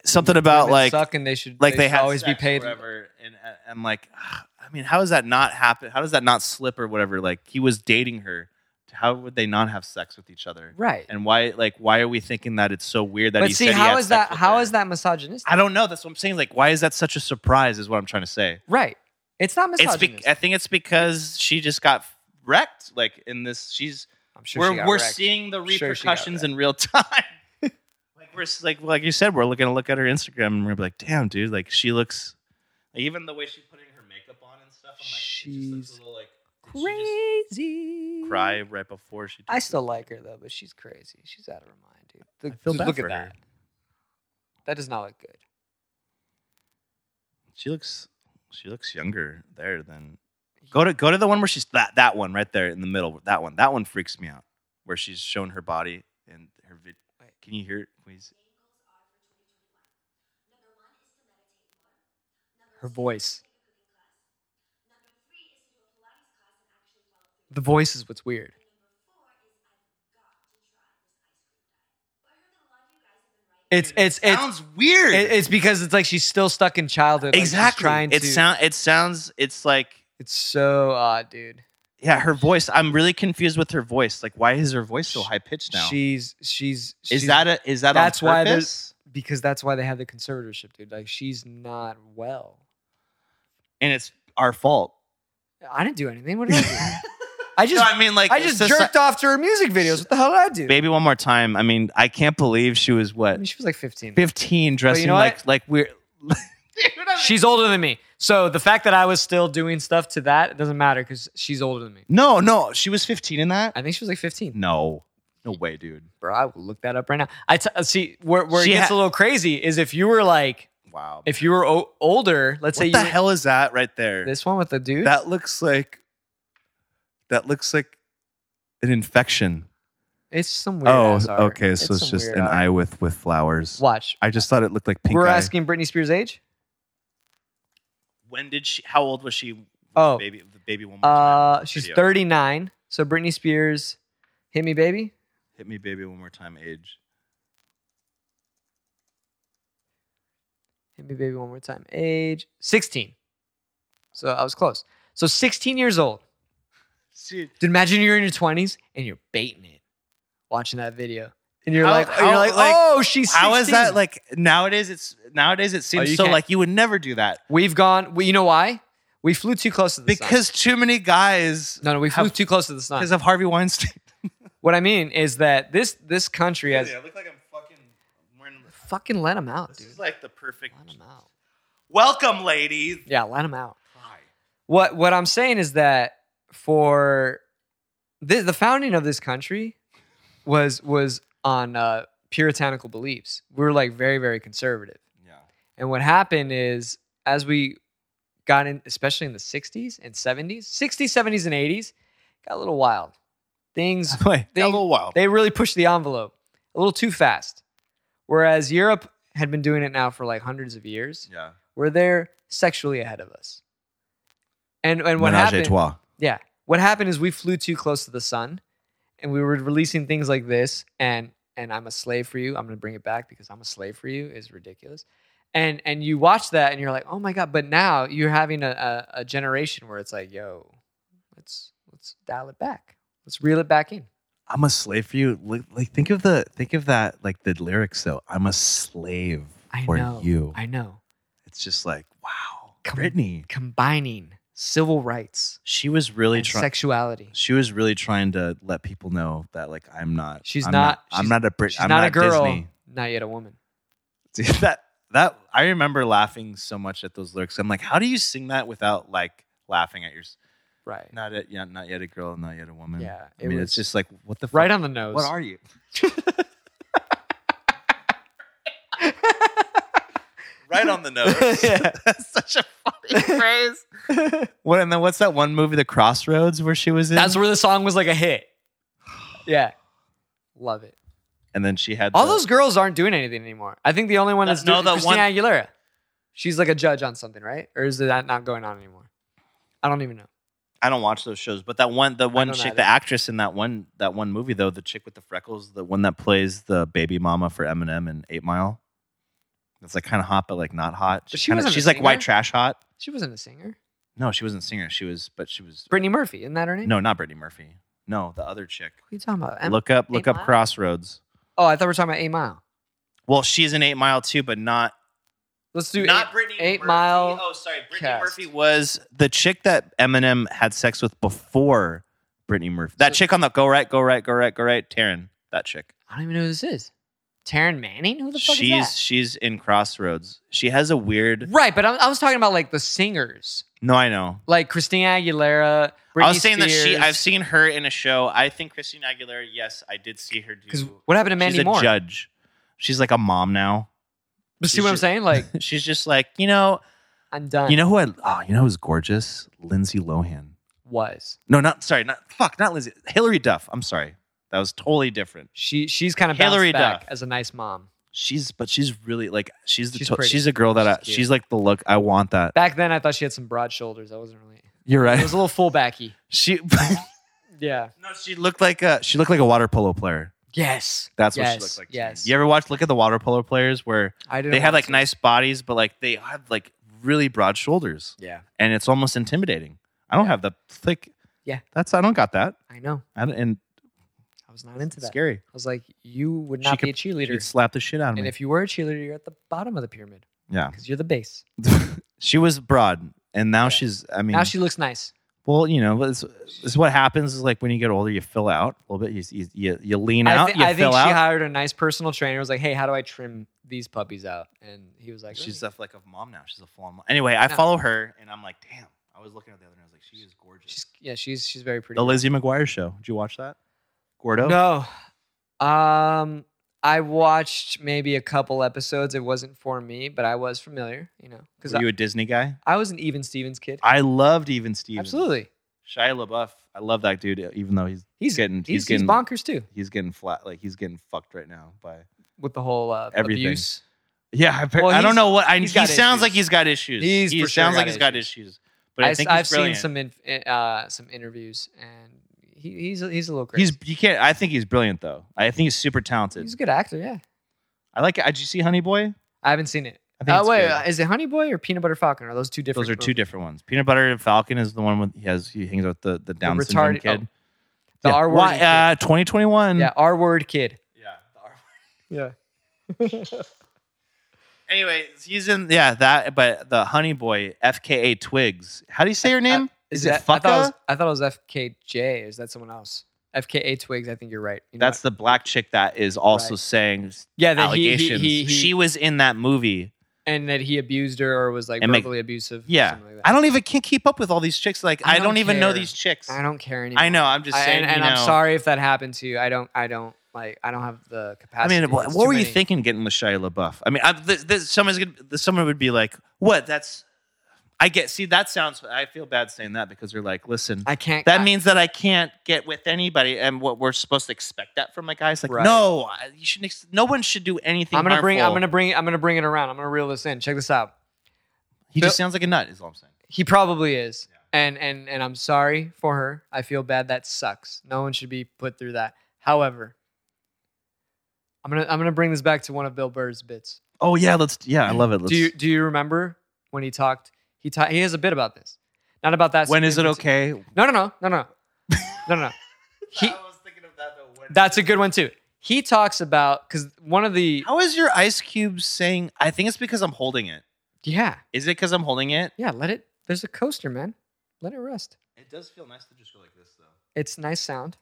[SPEAKER 2] something about
[SPEAKER 1] Women
[SPEAKER 2] like
[SPEAKER 1] suck and they should
[SPEAKER 2] like they,
[SPEAKER 1] should
[SPEAKER 2] have
[SPEAKER 1] always be
[SPEAKER 2] sex or
[SPEAKER 1] paid.
[SPEAKER 2] whatever, and I- I'm like, "Ah, I mean, how does that not happen? How does that not slip or whatever? Like he was dating her. How would they not have sex with each other?
[SPEAKER 1] Right.
[SPEAKER 2] And why? Like, why are we thinking that it's so weird that
[SPEAKER 1] But
[SPEAKER 2] he
[SPEAKER 1] see,
[SPEAKER 2] said he
[SPEAKER 1] how
[SPEAKER 2] had
[SPEAKER 1] is
[SPEAKER 2] sex
[SPEAKER 1] that?
[SPEAKER 2] with
[SPEAKER 1] How
[SPEAKER 2] her?
[SPEAKER 1] is that misogynistic?
[SPEAKER 2] I don't know. That's what I'm saying. Like, why is that such a surprise? Is what I'm trying to say.
[SPEAKER 1] right. It's not
[SPEAKER 2] It's. Be-
[SPEAKER 1] misogynistic.
[SPEAKER 2] I think it's because she just got wrecked. Like in this, she's
[SPEAKER 1] I'm sure she
[SPEAKER 2] we're
[SPEAKER 1] got
[SPEAKER 2] we're
[SPEAKER 1] wrecked.
[SPEAKER 2] seeing the
[SPEAKER 1] Sure she got
[SPEAKER 2] repercussions in real time. like we're s- like like you said, we're looking to look at her Instagram and we're like, damn, dude, like she looks like, even the way she's putting her makeup on and stuff. I'm like, she just looks
[SPEAKER 1] She's
[SPEAKER 2] a little like did she
[SPEAKER 1] crazy.
[SPEAKER 2] just cry right before she.
[SPEAKER 1] I
[SPEAKER 2] does
[SPEAKER 1] still
[SPEAKER 2] this?
[SPEAKER 1] like her though, but she's crazy. She's out of her mind, dude. The-
[SPEAKER 2] I feel
[SPEAKER 1] just
[SPEAKER 2] bad
[SPEAKER 1] look
[SPEAKER 2] for
[SPEAKER 1] at
[SPEAKER 2] her.
[SPEAKER 1] that. That does not look good.
[SPEAKER 2] She looks she looks younger there than Go to go to the one where she's that that one right there in the middle. That one. That one freaks me out. Where she's showing her body and her vid- Can you hear it, please?
[SPEAKER 1] Her voice. The voice is what's weird. It's it's it's
[SPEAKER 2] sounds weird.
[SPEAKER 1] It- it's because it's like she's still stuck in childhood. like she's
[SPEAKER 2] exactly.
[SPEAKER 1] trying
[SPEAKER 2] it
[SPEAKER 1] to.
[SPEAKER 2] sound it sounds it's like
[SPEAKER 1] it's so odd, dude.
[SPEAKER 2] yeah, her voice. I'm really confused with her voice. Like why is her voice so high pitched now?
[SPEAKER 1] She's she's.
[SPEAKER 2] is
[SPEAKER 1] she's-
[SPEAKER 2] that a is that
[SPEAKER 1] that's
[SPEAKER 2] on
[SPEAKER 1] why
[SPEAKER 2] purpose?
[SPEAKER 1] there's- because that's why they have the conservatorship, dude? Like she's not well.
[SPEAKER 2] and it's our fault.
[SPEAKER 1] I didn't do anything. What did I do? I
[SPEAKER 2] No,
[SPEAKER 1] just
[SPEAKER 2] I mean like
[SPEAKER 1] I just
[SPEAKER 2] soci-
[SPEAKER 1] jerked off to her music videos. What the hell did I do?
[SPEAKER 2] Baby one more time. I mean, I can't believe she was
[SPEAKER 1] I
[SPEAKER 2] what
[SPEAKER 1] mean, she was like 15.
[SPEAKER 2] 15 dressing
[SPEAKER 1] know
[SPEAKER 2] like
[SPEAKER 1] what?
[SPEAKER 2] like we're
[SPEAKER 1] She's older than me. So the fact that I was still doing stuff to that it doesn't matter because she's older than me.
[SPEAKER 2] No, no, she was 15 in that?
[SPEAKER 1] I think she was like 15.
[SPEAKER 2] No. No way, dude.
[SPEAKER 1] Bro, I will look that up right now. I t- uh, see where, where it
[SPEAKER 2] She
[SPEAKER 1] gets
[SPEAKER 2] ha-
[SPEAKER 1] a little crazy is if you were like
[SPEAKER 2] Wow.
[SPEAKER 1] if you were o- older. Let's say
[SPEAKER 2] what
[SPEAKER 1] you
[SPEAKER 2] the
[SPEAKER 1] were-
[SPEAKER 2] hell is that right there?
[SPEAKER 1] this one with the dude.
[SPEAKER 2] that looks like that looks like an infection.
[SPEAKER 1] it's some weird.
[SPEAKER 2] Oh,
[SPEAKER 1] ass art.
[SPEAKER 2] okay. So it's
[SPEAKER 1] some
[SPEAKER 2] just
[SPEAKER 1] weird
[SPEAKER 2] an
[SPEAKER 1] art.
[SPEAKER 2] eye with with flowers.
[SPEAKER 1] Watch.
[SPEAKER 2] I just thought it looked like pink
[SPEAKER 1] we're
[SPEAKER 2] eye.
[SPEAKER 1] asking Britney Spears' age.
[SPEAKER 2] when did she how old was she
[SPEAKER 1] Oh.
[SPEAKER 2] baby the baby one more
[SPEAKER 1] Uh, she's
[SPEAKER 2] video.
[SPEAKER 1] 39. So Britney Spears, hit me, baby.
[SPEAKER 2] Hit me baby one more time age.
[SPEAKER 1] Hit me, baby, one more time. Age 16. So I was close. So 16 years old.
[SPEAKER 2] See,
[SPEAKER 1] Dude, imagine you're in your 20s and you're baiting it watching that video. And you're
[SPEAKER 2] How-
[SPEAKER 1] like,
[SPEAKER 2] how-
[SPEAKER 1] you're like,
[SPEAKER 2] like,
[SPEAKER 1] oh, she's 16.
[SPEAKER 2] how is that like nowadays it's nowadays it seems
[SPEAKER 1] you
[SPEAKER 2] so
[SPEAKER 1] can't-
[SPEAKER 2] like you would never do that
[SPEAKER 1] We've gone, well, you know why? We flew too close to the sun.
[SPEAKER 2] because too many guys
[SPEAKER 1] No, no, we flew
[SPEAKER 2] have-
[SPEAKER 1] too close to the sun.
[SPEAKER 2] because of Harvey Weinstein.
[SPEAKER 1] What I mean is that this this country has
[SPEAKER 2] look like I'm fucking wearing
[SPEAKER 1] fucking let them out, dude.
[SPEAKER 2] like the perfect
[SPEAKER 1] Let them out.
[SPEAKER 2] welcome ladies.
[SPEAKER 1] Yeah, let them out. What what I'm saying is that for the the founding of this country was was on uh, puritanical beliefs. We were like very very conservative.
[SPEAKER 2] Yeah.
[SPEAKER 1] And what happened is as we got in, especially in the 60s and 70s, 60s, 70s, and 80s, got a little wild. Things
[SPEAKER 2] Wait,
[SPEAKER 1] They-
[SPEAKER 2] a little wild.
[SPEAKER 1] they really pushed the envelope a little too fast. Whereas Europe had been doing it now for like hundreds of years.
[SPEAKER 2] yeah.
[SPEAKER 1] Were they're sexually ahead of us. And and what happened?
[SPEAKER 2] trois.
[SPEAKER 1] Yeah, what happened is we flew too close to the sun, and we were releasing things like this. And and I'm a slave for you. I'm gonna bring it back because I'm a slave for you is ridiculous. And and you watch that and you're like, oh my god! But now you're having a a, a generation where it's like, yo, let's let's dial it back. Let's reel it back in.
[SPEAKER 2] I'm a slave for you. Like, like, think of the think of that like the lyrics though. I'm a slave
[SPEAKER 1] I
[SPEAKER 2] for
[SPEAKER 1] know.
[SPEAKER 2] you.
[SPEAKER 1] I know.
[SPEAKER 2] it's just like wow.
[SPEAKER 1] Come-
[SPEAKER 2] Brittany,
[SPEAKER 1] Combining civil rights
[SPEAKER 2] she was really
[SPEAKER 1] and
[SPEAKER 2] trying.
[SPEAKER 1] sexuality.
[SPEAKER 2] She was really trying to let people know that like I'm not.
[SPEAKER 1] She's
[SPEAKER 2] I'm
[SPEAKER 1] not-
[SPEAKER 2] I'm
[SPEAKER 1] she's-
[SPEAKER 2] not a Brit.
[SPEAKER 1] She's
[SPEAKER 2] I'm
[SPEAKER 1] not, a girl,
[SPEAKER 2] Disney.
[SPEAKER 1] not yet a woman.
[SPEAKER 2] Dude, that that I remember laughing so much at those lyrics. I'm like, how do you sing that without like laughing at your
[SPEAKER 1] Right.
[SPEAKER 2] not yet yeah, not yet a girl, not yet a woman.
[SPEAKER 1] Yeah,
[SPEAKER 2] I
[SPEAKER 1] it
[SPEAKER 2] mean,
[SPEAKER 1] was-
[SPEAKER 2] it's just like what the fuck?
[SPEAKER 1] Right on the nose.
[SPEAKER 2] What are you? right on the nose.
[SPEAKER 1] Yeah.
[SPEAKER 2] That's such a funny phrase. What and then what's that one movie, The Crossroads, where she was in?
[SPEAKER 1] That's where the song was like a hit. Yeah. Love it.
[SPEAKER 2] and then she had
[SPEAKER 1] All
[SPEAKER 2] the-
[SPEAKER 1] those girls aren't doing anything anymore. I think the only one
[SPEAKER 2] That-
[SPEAKER 1] that's doing
[SPEAKER 2] no,
[SPEAKER 1] no,
[SPEAKER 2] that
[SPEAKER 1] Christina
[SPEAKER 2] one-
[SPEAKER 1] Aguilera. She's like a judge on something, right? Or is that not going on anymore? I don't even know.
[SPEAKER 2] I don't watch those shows, but that one, the one
[SPEAKER 1] don't
[SPEAKER 2] chick,
[SPEAKER 1] either.
[SPEAKER 2] the actress in that one, that one movie though, the chick with the freckles, the one that plays the baby mama for Eminem in Eight Mile. That's like kind of hot, but like not hot.
[SPEAKER 1] But
[SPEAKER 2] She's,
[SPEAKER 1] she
[SPEAKER 2] kinda-
[SPEAKER 1] wasn't a
[SPEAKER 2] she's like white
[SPEAKER 1] singer.
[SPEAKER 2] trash hot.
[SPEAKER 1] She wasn't a singer.
[SPEAKER 2] No, she wasn't a singer. She was, but she was.
[SPEAKER 1] Brittany Murphy, isn't that her name?
[SPEAKER 2] No, not Brittany Murphy. No, the other chick.
[SPEAKER 1] What are you talking about? Em-
[SPEAKER 2] look up, look
[SPEAKER 1] Eight
[SPEAKER 2] up
[SPEAKER 1] Mile?
[SPEAKER 2] Crossroads.
[SPEAKER 1] oh, I thought we were talking about Eight Mile.
[SPEAKER 2] Well, she's in Eight Mile too, but not
[SPEAKER 1] Let's do
[SPEAKER 2] not
[SPEAKER 1] eight,
[SPEAKER 2] Brittany
[SPEAKER 1] eight
[SPEAKER 2] Murphy.
[SPEAKER 1] Mile.
[SPEAKER 2] Oh, sorry, Brittany
[SPEAKER 1] cast.
[SPEAKER 2] Murphy was the chick that Eminem had sex with before Brittany Murphy. That
[SPEAKER 1] So-
[SPEAKER 2] chick on the go right, go right, go right, go right, Taryn. That chick.
[SPEAKER 1] I don't even know who this is. Taryn Manning? Who the fuck
[SPEAKER 2] She's
[SPEAKER 1] is
[SPEAKER 2] she's in Crossroads. She has a
[SPEAKER 1] that?
[SPEAKER 2] weird.
[SPEAKER 1] Right, but I, I was talking about like the singers,
[SPEAKER 2] No, I know.
[SPEAKER 1] like Christina Aguilera. Britney
[SPEAKER 2] I was saying that she.
[SPEAKER 1] Spears.
[SPEAKER 2] I've seen her in a show. I think Christina Aguilera. Yes, I did see her do.
[SPEAKER 1] Because what happened to Mandy
[SPEAKER 2] she's a
[SPEAKER 1] Moore?
[SPEAKER 2] judge. She's like a mom now.
[SPEAKER 1] But see what I'm
[SPEAKER 2] She's-
[SPEAKER 1] saying? Like
[SPEAKER 2] She's just like you know.
[SPEAKER 1] I'm done.
[SPEAKER 2] You know who I? Oh, you know who's gorgeous? Lindsay Lohan.
[SPEAKER 1] was.
[SPEAKER 2] No, not sorry, not fuck, not Lizzie. Hillary Duff. I'm sorry. That was totally different.
[SPEAKER 1] She she's kind of bounced
[SPEAKER 2] Hillary
[SPEAKER 1] back
[SPEAKER 2] Duff.
[SPEAKER 1] as a nice mom.
[SPEAKER 2] She's but she's really like she's the
[SPEAKER 1] She's
[SPEAKER 2] she's,
[SPEAKER 1] pretty.
[SPEAKER 2] she's a girl that
[SPEAKER 1] She's
[SPEAKER 2] I,
[SPEAKER 1] cute.
[SPEAKER 2] she's like the look I want that.
[SPEAKER 1] Back then, I thought she had some broad shoulders. I wasn't really.
[SPEAKER 2] You're
[SPEAKER 1] It
[SPEAKER 2] right.
[SPEAKER 1] was a little fullbacky.
[SPEAKER 2] She
[SPEAKER 1] Yeah.
[SPEAKER 2] No, she looked like a she looked like a water polo player.
[SPEAKER 1] Yes.
[SPEAKER 2] That's
[SPEAKER 1] yes.
[SPEAKER 2] what she looked like. to me.
[SPEAKER 1] Yes.
[SPEAKER 2] You ever watch look at the water polo players where
[SPEAKER 1] I didn't.
[SPEAKER 2] they have
[SPEAKER 1] want
[SPEAKER 2] like
[SPEAKER 1] to.
[SPEAKER 2] nice bodies but like they have like really broad shoulders
[SPEAKER 1] Yeah.
[SPEAKER 2] and it's almost intimidating. I don't have the thick
[SPEAKER 1] Yeah.
[SPEAKER 2] That's I don't got that.
[SPEAKER 1] I know.
[SPEAKER 2] I don't, and
[SPEAKER 1] I was not into that.
[SPEAKER 2] scary.
[SPEAKER 1] I was like, you would
[SPEAKER 2] She
[SPEAKER 1] not
[SPEAKER 2] could-
[SPEAKER 1] be a
[SPEAKER 2] She'd
[SPEAKER 1] cheerleader.
[SPEAKER 2] slap the shit out of
[SPEAKER 1] And
[SPEAKER 2] me.
[SPEAKER 1] if you were a cheerleader, you're at the bottom of the pyramid
[SPEAKER 2] yeah.
[SPEAKER 1] because you're the base.
[SPEAKER 2] she was broad and now
[SPEAKER 1] Yeah.
[SPEAKER 2] she's I mean
[SPEAKER 1] Now she looks nice.
[SPEAKER 2] well, you know, it's, it's what happens is like when you get older, you fill out a little bit. You you, you, you lean
[SPEAKER 1] I,
[SPEAKER 2] out,
[SPEAKER 1] thi-
[SPEAKER 2] you
[SPEAKER 1] I
[SPEAKER 2] fill
[SPEAKER 1] think she
[SPEAKER 2] out.
[SPEAKER 1] hired a nice personal trainer. Was like, hey, how do I trim these puppies out? And he was like,
[SPEAKER 2] she's
[SPEAKER 1] "Really?"
[SPEAKER 2] a, like a mom now. She's a full on mom. Anyway, I
[SPEAKER 1] No.
[SPEAKER 2] follow her and I'm like, damn. I was looking at the other and I was like, she is gorgeous.
[SPEAKER 1] she's yeah, she's she's very pretty.
[SPEAKER 2] the Lizzie McGuire show. Did you watch that? Gordo.
[SPEAKER 1] No. Um, I watched maybe a couple episodes. It wasn't for me, but I was familiar, you know, because
[SPEAKER 2] Were
[SPEAKER 1] I,
[SPEAKER 2] you a Disney guy?
[SPEAKER 1] I was an Even Stevens kid.
[SPEAKER 2] I loved Even Stevens.
[SPEAKER 1] Absolutely.
[SPEAKER 2] Shia LaBeouf. I love that dude, even though he's
[SPEAKER 1] He's
[SPEAKER 2] getting he's,
[SPEAKER 1] He's, he's,
[SPEAKER 2] getting
[SPEAKER 1] bonkers too
[SPEAKER 2] he's getting flat like he's getting fucked right now by
[SPEAKER 1] with the whole uh,
[SPEAKER 2] Everything.
[SPEAKER 1] abuse.
[SPEAKER 2] yeah I,
[SPEAKER 1] Well,
[SPEAKER 2] I
[SPEAKER 1] he's-
[SPEAKER 2] don't know what I, he
[SPEAKER 1] he's got
[SPEAKER 2] sounds
[SPEAKER 1] issues.
[SPEAKER 2] like he's got issues
[SPEAKER 1] He's
[SPEAKER 2] he
[SPEAKER 1] for sure
[SPEAKER 2] sounds like
[SPEAKER 1] got
[SPEAKER 2] he's got issues but I,
[SPEAKER 1] I,
[SPEAKER 2] think
[SPEAKER 1] have
[SPEAKER 2] he's brilliant.
[SPEAKER 1] seen some in, uh, some interviews, and he, he's a- he's a little crazy.
[SPEAKER 2] he's you can't I think he's brilliant though I think he's super talented
[SPEAKER 1] He's a good actor. Yeah,
[SPEAKER 2] I like did you see Honey Boy
[SPEAKER 1] I haven't seen it.
[SPEAKER 2] I think
[SPEAKER 1] Oh
[SPEAKER 2] it's
[SPEAKER 1] wait,
[SPEAKER 2] good.
[SPEAKER 1] uh, is it Honey Boy or Peanut Butter Falcon? Are those two different?
[SPEAKER 2] those are two different ones Peanut Butter and Falcon is the one with he has he hangs out with the the Down syndrome
[SPEAKER 1] retarded- oh,
[SPEAKER 2] kid
[SPEAKER 1] The
[SPEAKER 2] Yeah.
[SPEAKER 1] R word.
[SPEAKER 2] Why, uh, 2021
[SPEAKER 1] yeah, R word kid.
[SPEAKER 2] yeah
[SPEAKER 1] Yeah.
[SPEAKER 2] Anyway, he's in yeah that, but the Honey Boy FKA Twigs. How do you say her name? is it
[SPEAKER 1] I thought, it was,
[SPEAKER 2] Fucka?
[SPEAKER 1] I thought it was FKJ. Is that someone else? FKA Twigs. I think you're right. You know
[SPEAKER 2] That's the black chick that is also
[SPEAKER 1] Right.
[SPEAKER 2] saying
[SPEAKER 1] yeah. That he, he,
[SPEAKER 2] allegations.
[SPEAKER 1] he, he-
[SPEAKER 2] she was in that movie.
[SPEAKER 1] and that he abused her or was like
[SPEAKER 2] And make-
[SPEAKER 1] verbally abusive. or
[SPEAKER 2] Yeah,
[SPEAKER 1] something like
[SPEAKER 2] I
[SPEAKER 1] that.
[SPEAKER 2] don't even can't keep up with all these chicks. Like I,
[SPEAKER 1] I
[SPEAKER 2] don't,
[SPEAKER 1] don't
[SPEAKER 2] even know
[SPEAKER 1] care.
[SPEAKER 2] these chicks.
[SPEAKER 1] I
[SPEAKER 2] I,
[SPEAKER 1] don't, care anymore.
[SPEAKER 2] know. I'm just
[SPEAKER 1] I-
[SPEAKER 2] saying.
[SPEAKER 1] and, and
[SPEAKER 2] you
[SPEAKER 1] I'm
[SPEAKER 2] know.
[SPEAKER 1] sorry if that happened to you. I don't. I don't like. I don't have the
[SPEAKER 2] I
[SPEAKER 1] capacity.
[SPEAKER 2] mean,
[SPEAKER 1] It's
[SPEAKER 2] what,
[SPEAKER 1] too
[SPEAKER 2] what were you
[SPEAKER 1] many.
[SPEAKER 2] thinking getting with Shia LaBeouf? I mean, I, this, this, someone's gonna, this, someone would be like, "What? That's." I get. See, that sounds. I feel bad saying that because they're like, "Listen,
[SPEAKER 1] I can't.
[SPEAKER 2] that
[SPEAKER 1] I-
[SPEAKER 2] means that I can't get with anybody, and what we're supposed to expect that from a guy. It's like,
[SPEAKER 1] Right.
[SPEAKER 2] no, I- you should. Ex- no one should do anything.
[SPEAKER 1] I'm gonna bring. I'm
[SPEAKER 2] harmful.
[SPEAKER 1] gonna bring. I'm gonna bring it around. I'm gonna reel this in. Check this out.
[SPEAKER 2] He just sounds like a nut. Is all I'm saying.
[SPEAKER 1] He probably is. And and and I'm sorry for her. I feel bad. That sucks. No one should be put through that. However, I'm gonna I'm gonna bring this back to one of Bill Burr's bits.
[SPEAKER 2] Oh yeah, let's. Yeah, I love it. Let's,
[SPEAKER 1] Do you do you remember when he talked? He ta- he has a bit about this. Not about that.
[SPEAKER 2] when is it
[SPEAKER 1] in-
[SPEAKER 2] okay?
[SPEAKER 1] No no no no no no no. no. He,
[SPEAKER 2] was thinking of that though.
[SPEAKER 1] that's a good one too. He talks about because one of the
[SPEAKER 2] How is your ice cube saying? I think it's because I'm holding it.
[SPEAKER 1] yeah
[SPEAKER 2] Is it because I'm holding it?
[SPEAKER 1] yeah let it. There's a coaster, man. Let it rest.
[SPEAKER 2] It does feel nice to just go like this though.
[SPEAKER 1] It's nice sound.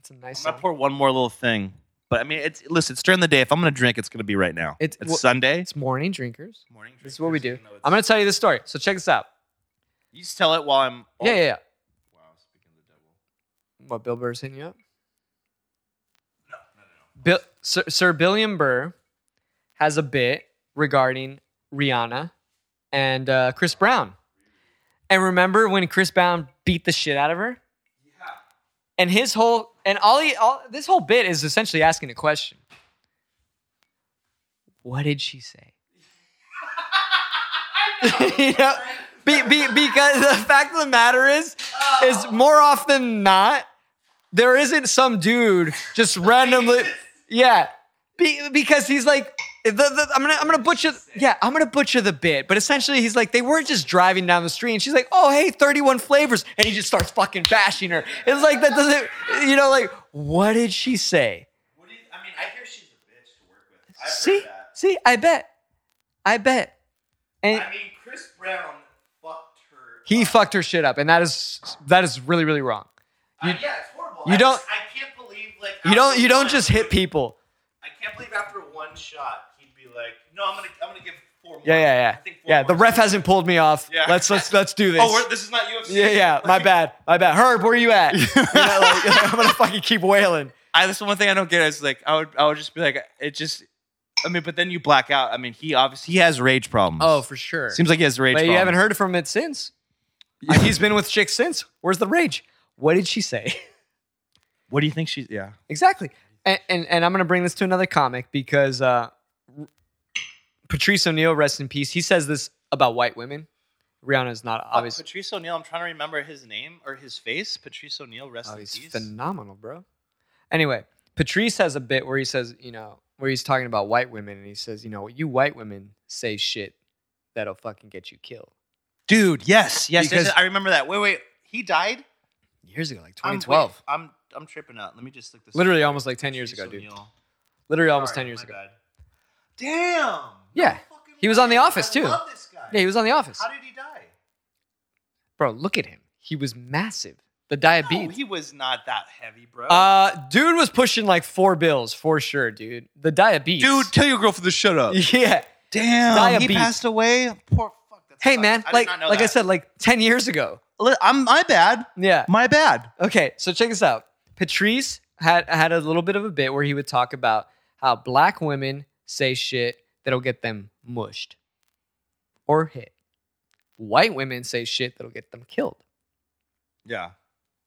[SPEAKER 1] It's a nice
[SPEAKER 2] I'm gonna
[SPEAKER 1] sound.
[SPEAKER 2] pour one more little thing, but I mean, it's listen. It's during the day. If I'm gonna drink, it's gonna be right now.
[SPEAKER 1] It's-
[SPEAKER 2] It's,
[SPEAKER 1] well-
[SPEAKER 2] Sunday.
[SPEAKER 1] It's morning drinkers.
[SPEAKER 2] morning.
[SPEAKER 1] This is what we do.
[SPEAKER 2] drinkers, even though it's-
[SPEAKER 1] I'm gonna tell you this story. So check this out.
[SPEAKER 2] You just tell it while I'm.
[SPEAKER 1] Yeah, yeah, yeah.
[SPEAKER 2] Wow, speaking of the devil.
[SPEAKER 1] What Bill Burr's hitting you up? No, no, no. Bill, Sir, Sir Billiam Burr has a bit regarding Rihanna and uh, Chris Brown. And remember when Chris Brown beat the shit out of her? Yeah. And his whole and all he all this whole bit is essentially asking a question. What did she say? you know, be, be, because the fact of the matter is, is more often than not, there isn't some dude just randomly, yeah, be, because he's like, the, the, I'm gonna, I'm gonna butcher, yeah, I'm gonna butcher the bit, but essentially he's like, they were just driving down the street, and she's like, oh hey, 31 flavors, and he just starts fucking bashing her. It's like that doesn't, you know, like what did she say?
[SPEAKER 2] What do you, I mean, I hear she's a bitch to work with. I've
[SPEAKER 1] See,
[SPEAKER 2] heard that.
[SPEAKER 1] see, I bet, I bet, and
[SPEAKER 2] I mean, uh, Chris Brown fucked her.
[SPEAKER 1] he
[SPEAKER 2] up.
[SPEAKER 1] fucked her shit up, and that is, that is really, really wrong.
[SPEAKER 2] I-
[SPEAKER 1] you-
[SPEAKER 2] yeah, it's horrible.
[SPEAKER 1] you
[SPEAKER 2] I
[SPEAKER 1] don't-
[SPEAKER 2] just- I can't believe like.
[SPEAKER 1] You don't,
[SPEAKER 2] after
[SPEAKER 1] you don't
[SPEAKER 2] one-
[SPEAKER 1] just hit people.
[SPEAKER 2] I can't believe after one shot he'd be like, "No, I'm gonna, I'm gonna give four more."
[SPEAKER 1] Yeah, yeah,
[SPEAKER 2] I
[SPEAKER 1] yeah.
[SPEAKER 2] think four
[SPEAKER 1] Yeah, the
[SPEAKER 2] more.
[SPEAKER 1] ref hasn't pulled me off.
[SPEAKER 2] Yeah.
[SPEAKER 1] Let's let's let's do this.
[SPEAKER 2] Oh, we're, this is not UFC.
[SPEAKER 1] yeah, yeah. My bad. My bad. Herb, where you at? You know, like, I'm gonna fucking keep wailing.
[SPEAKER 2] I, that's the one thing I don't get. Is like, I would, I would just be like, it just. I mean, but then you black out. I mean, he obviously he has rage problems.
[SPEAKER 1] Oh, for sure.
[SPEAKER 2] seems like he has rage.
[SPEAKER 1] but you
[SPEAKER 2] problems.
[SPEAKER 1] haven't heard from it since. He's been with chicks since. Where's the rage? What did she say?
[SPEAKER 5] What do you think she's? Yeah.
[SPEAKER 1] Exactly. And, and, and I'm going to bring this to another comic because uh, Patrice O'Neill, rest in peace, he says this about white women. Rihanna's not obviously.
[SPEAKER 2] Uh, Patrice O'Neill. I'm trying to remember his name or his face. Patrice O'Neill. Rest
[SPEAKER 1] Oh,
[SPEAKER 2] in
[SPEAKER 1] he's
[SPEAKER 2] peace.
[SPEAKER 1] phenomenal, bro. Anyway, Patrice has a bit where he says, you know, where he's talking about white women and he says, you know, you white women say shit that'll fucking get you killed.
[SPEAKER 2] Dude, yes, yes, yes,
[SPEAKER 1] Because-
[SPEAKER 2] yes, I remember that. Wait, wait. He died.
[SPEAKER 1] Years ago, like
[SPEAKER 2] I'm-
[SPEAKER 1] 2012.
[SPEAKER 2] wait, I'm I'm, tripping out. Let me just look this.
[SPEAKER 1] Literally almost like 10 years ago, dude. Literally almost 10 years ago.
[SPEAKER 2] Damn.
[SPEAKER 1] Yeah.
[SPEAKER 2] Fucking
[SPEAKER 1] He was on The
[SPEAKER 2] way.
[SPEAKER 1] Office,
[SPEAKER 2] I
[SPEAKER 1] too.
[SPEAKER 2] love this guy.
[SPEAKER 1] Yeah, he was on The Office.
[SPEAKER 2] How did he die?
[SPEAKER 1] Bro, look at him. He was massive. The
[SPEAKER 2] No,
[SPEAKER 1] diabetes.
[SPEAKER 2] Oh, he was not that heavy, bro.
[SPEAKER 1] Uh, dude was pushing like four bills for sure, dude. The diabetes.
[SPEAKER 6] Dude, tell your girlfriend to shut up.
[SPEAKER 1] Yeah.
[SPEAKER 2] Damn,
[SPEAKER 1] diabetes.
[SPEAKER 2] he passed away. Poor fuck. That
[SPEAKER 1] Hey
[SPEAKER 2] sucks.
[SPEAKER 1] man,
[SPEAKER 2] I
[SPEAKER 1] like
[SPEAKER 2] did not know
[SPEAKER 1] like I
[SPEAKER 2] that.
[SPEAKER 1] said, like ten years ago.
[SPEAKER 2] Li- I'm my bad.
[SPEAKER 1] Yeah.
[SPEAKER 2] My bad.
[SPEAKER 1] Okay, so check this out. Patrice had had a little bit of a bit where he would talk about how black women say shit that'll get them mushed or hit. White women say shit that'll get them killed.
[SPEAKER 5] Yeah.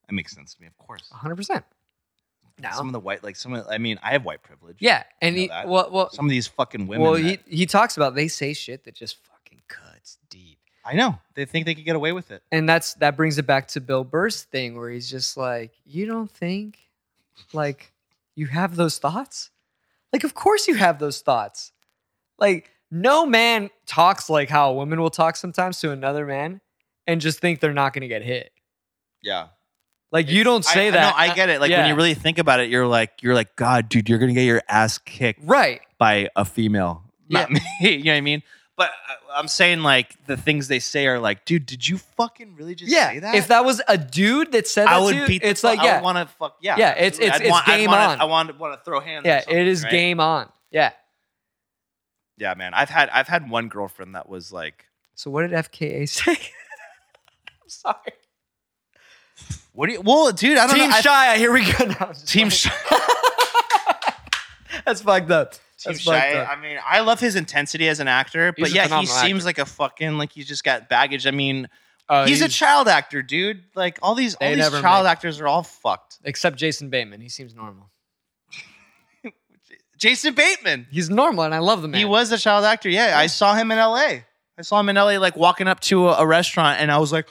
[SPEAKER 2] That makes sense to me, of course.
[SPEAKER 1] 100%.
[SPEAKER 2] Some
[SPEAKER 1] Now,
[SPEAKER 2] of the white, like some of, I mean, I have white privilege.
[SPEAKER 1] yeah, and
[SPEAKER 2] know
[SPEAKER 1] he,
[SPEAKER 2] that.
[SPEAKER 1] well, well,
[SPEAKER 2] Some of these fucking women.
[SPEAKER 1] well,
[SPEAKER 2] that-
[SPEAKER 1] he, he talks about they say shit that just fucking cuts deep.
[SPEAKER 2] I know they think they could get away with it.
[SPEAKER 1] and that's that brings it back to Bill Burr's thing where he's just like, you don't think like you have those thoughts? Like of course you have those thoughts. Like no man talks like how a woman will talk sometimes to another man and just think they're not going to get hit.
[SPEAKER 2] Yeah.
[SPEAKER 1] Like you don't say
[SPEAKER 2] I,
[SPEAKER 1] that.
[SPEAKER 2] I, know, I get it. Like
[SPEAKER 1] Yeah.
[SPEAKER 2] when you really think about it, you're like, you're like, God, dude, you're gonna get your ass kicked
[SPEAKER 1] right.
[SPEAKER 2] by a female, not me. you know what I mean? But I, I'm saying like the things they say are like, dude, did you fucking really just
[SPEAKER 1] Yeah.
[SPEAKER 2] say that?
[SPEAKER 1] If that was a dude that said that
[SPEAKER 2] I
[SPEAKER 1] to you,
[SPEAKER 2] would beat. the
[SPEAKER 1] it's
[SPEAKER 2] fu-
[SPEAKER 1] like
[SPEAKER 2] I
[SPEAKER 1] yeah.
[SPEAKER 2] would want to fuck. Yeah,
[SPEAKER 1] Yeah, it's-
[SPEAKER 2] absolutely.
[SPEAKER 1] it's-
[SPEAKER 2] I'd
[SPEAKER 1] it's
[SPEAKER 2] want, I'd
[SPEAKER 1] game
[SPEAKER 2] wanna-
[SPEAKER 1] on.
[SPEAKER 2] I want want to throw hands. or
[SPEAKER 1] yeah,
[SPEAKER 2] something,
[SPEAKER 1] it is
[SPEAKER 2] right?
[SPEAKER 1] game on. Yeah.
[SPEAKER 2] Yeah, man. I've had I've had one girlfriend that was like,
[SPEAKER 1] So what did FKA say? I'm sorry.
[SPEAKER 2] what do you? Well, dude, I don't
[SPEAKER 1] Team
[SPEAKER 2] know. I-
[SPEAKER 1] Shia, here we go. No, I'm just playing.
[SPEAKER 2] Team Shy.
[SPEAKER 1] That's fucked up.
[SPEAKER 2] Team
[SPEAKER 1] That's fucked
[SPEAKER 2] Shia,
[SPEAKER 1] up.
[SPEAKER 2] I mean, I love his intensity as an actor, but
[SPEAKER 1] a
[SPEAKER 2] yeah, he
[SPEAKER 1] phenomenal
[SPEAKER 2] seems
[SPEAKER 1] actor.
[SPEAKER 2] like a fucking like he's just got baggage. I mean,
[SPEAKER 1] Uh,
[SPEAKER 2] he's, a child actor, dude. Like all these all
[SPEAKER 1] They
[SPEAKER 2] these
[SPEAKER 1] never
[SPEAKER 2] child
[SPEAKER 1] make-
[SPEAKER 2] actors are all fucked.
[SPEAKER 1] except Jason Bateman. He seems normal.
[SPEAKER 2] Jason Bateman,
[SPEAKER 1] He's normal, and I love the man.
[SPEAKER 2] he was a child actor. Yeah, I saw him in L.A. I saw him in L.A. like walking up to a, a restaurant, and I was like,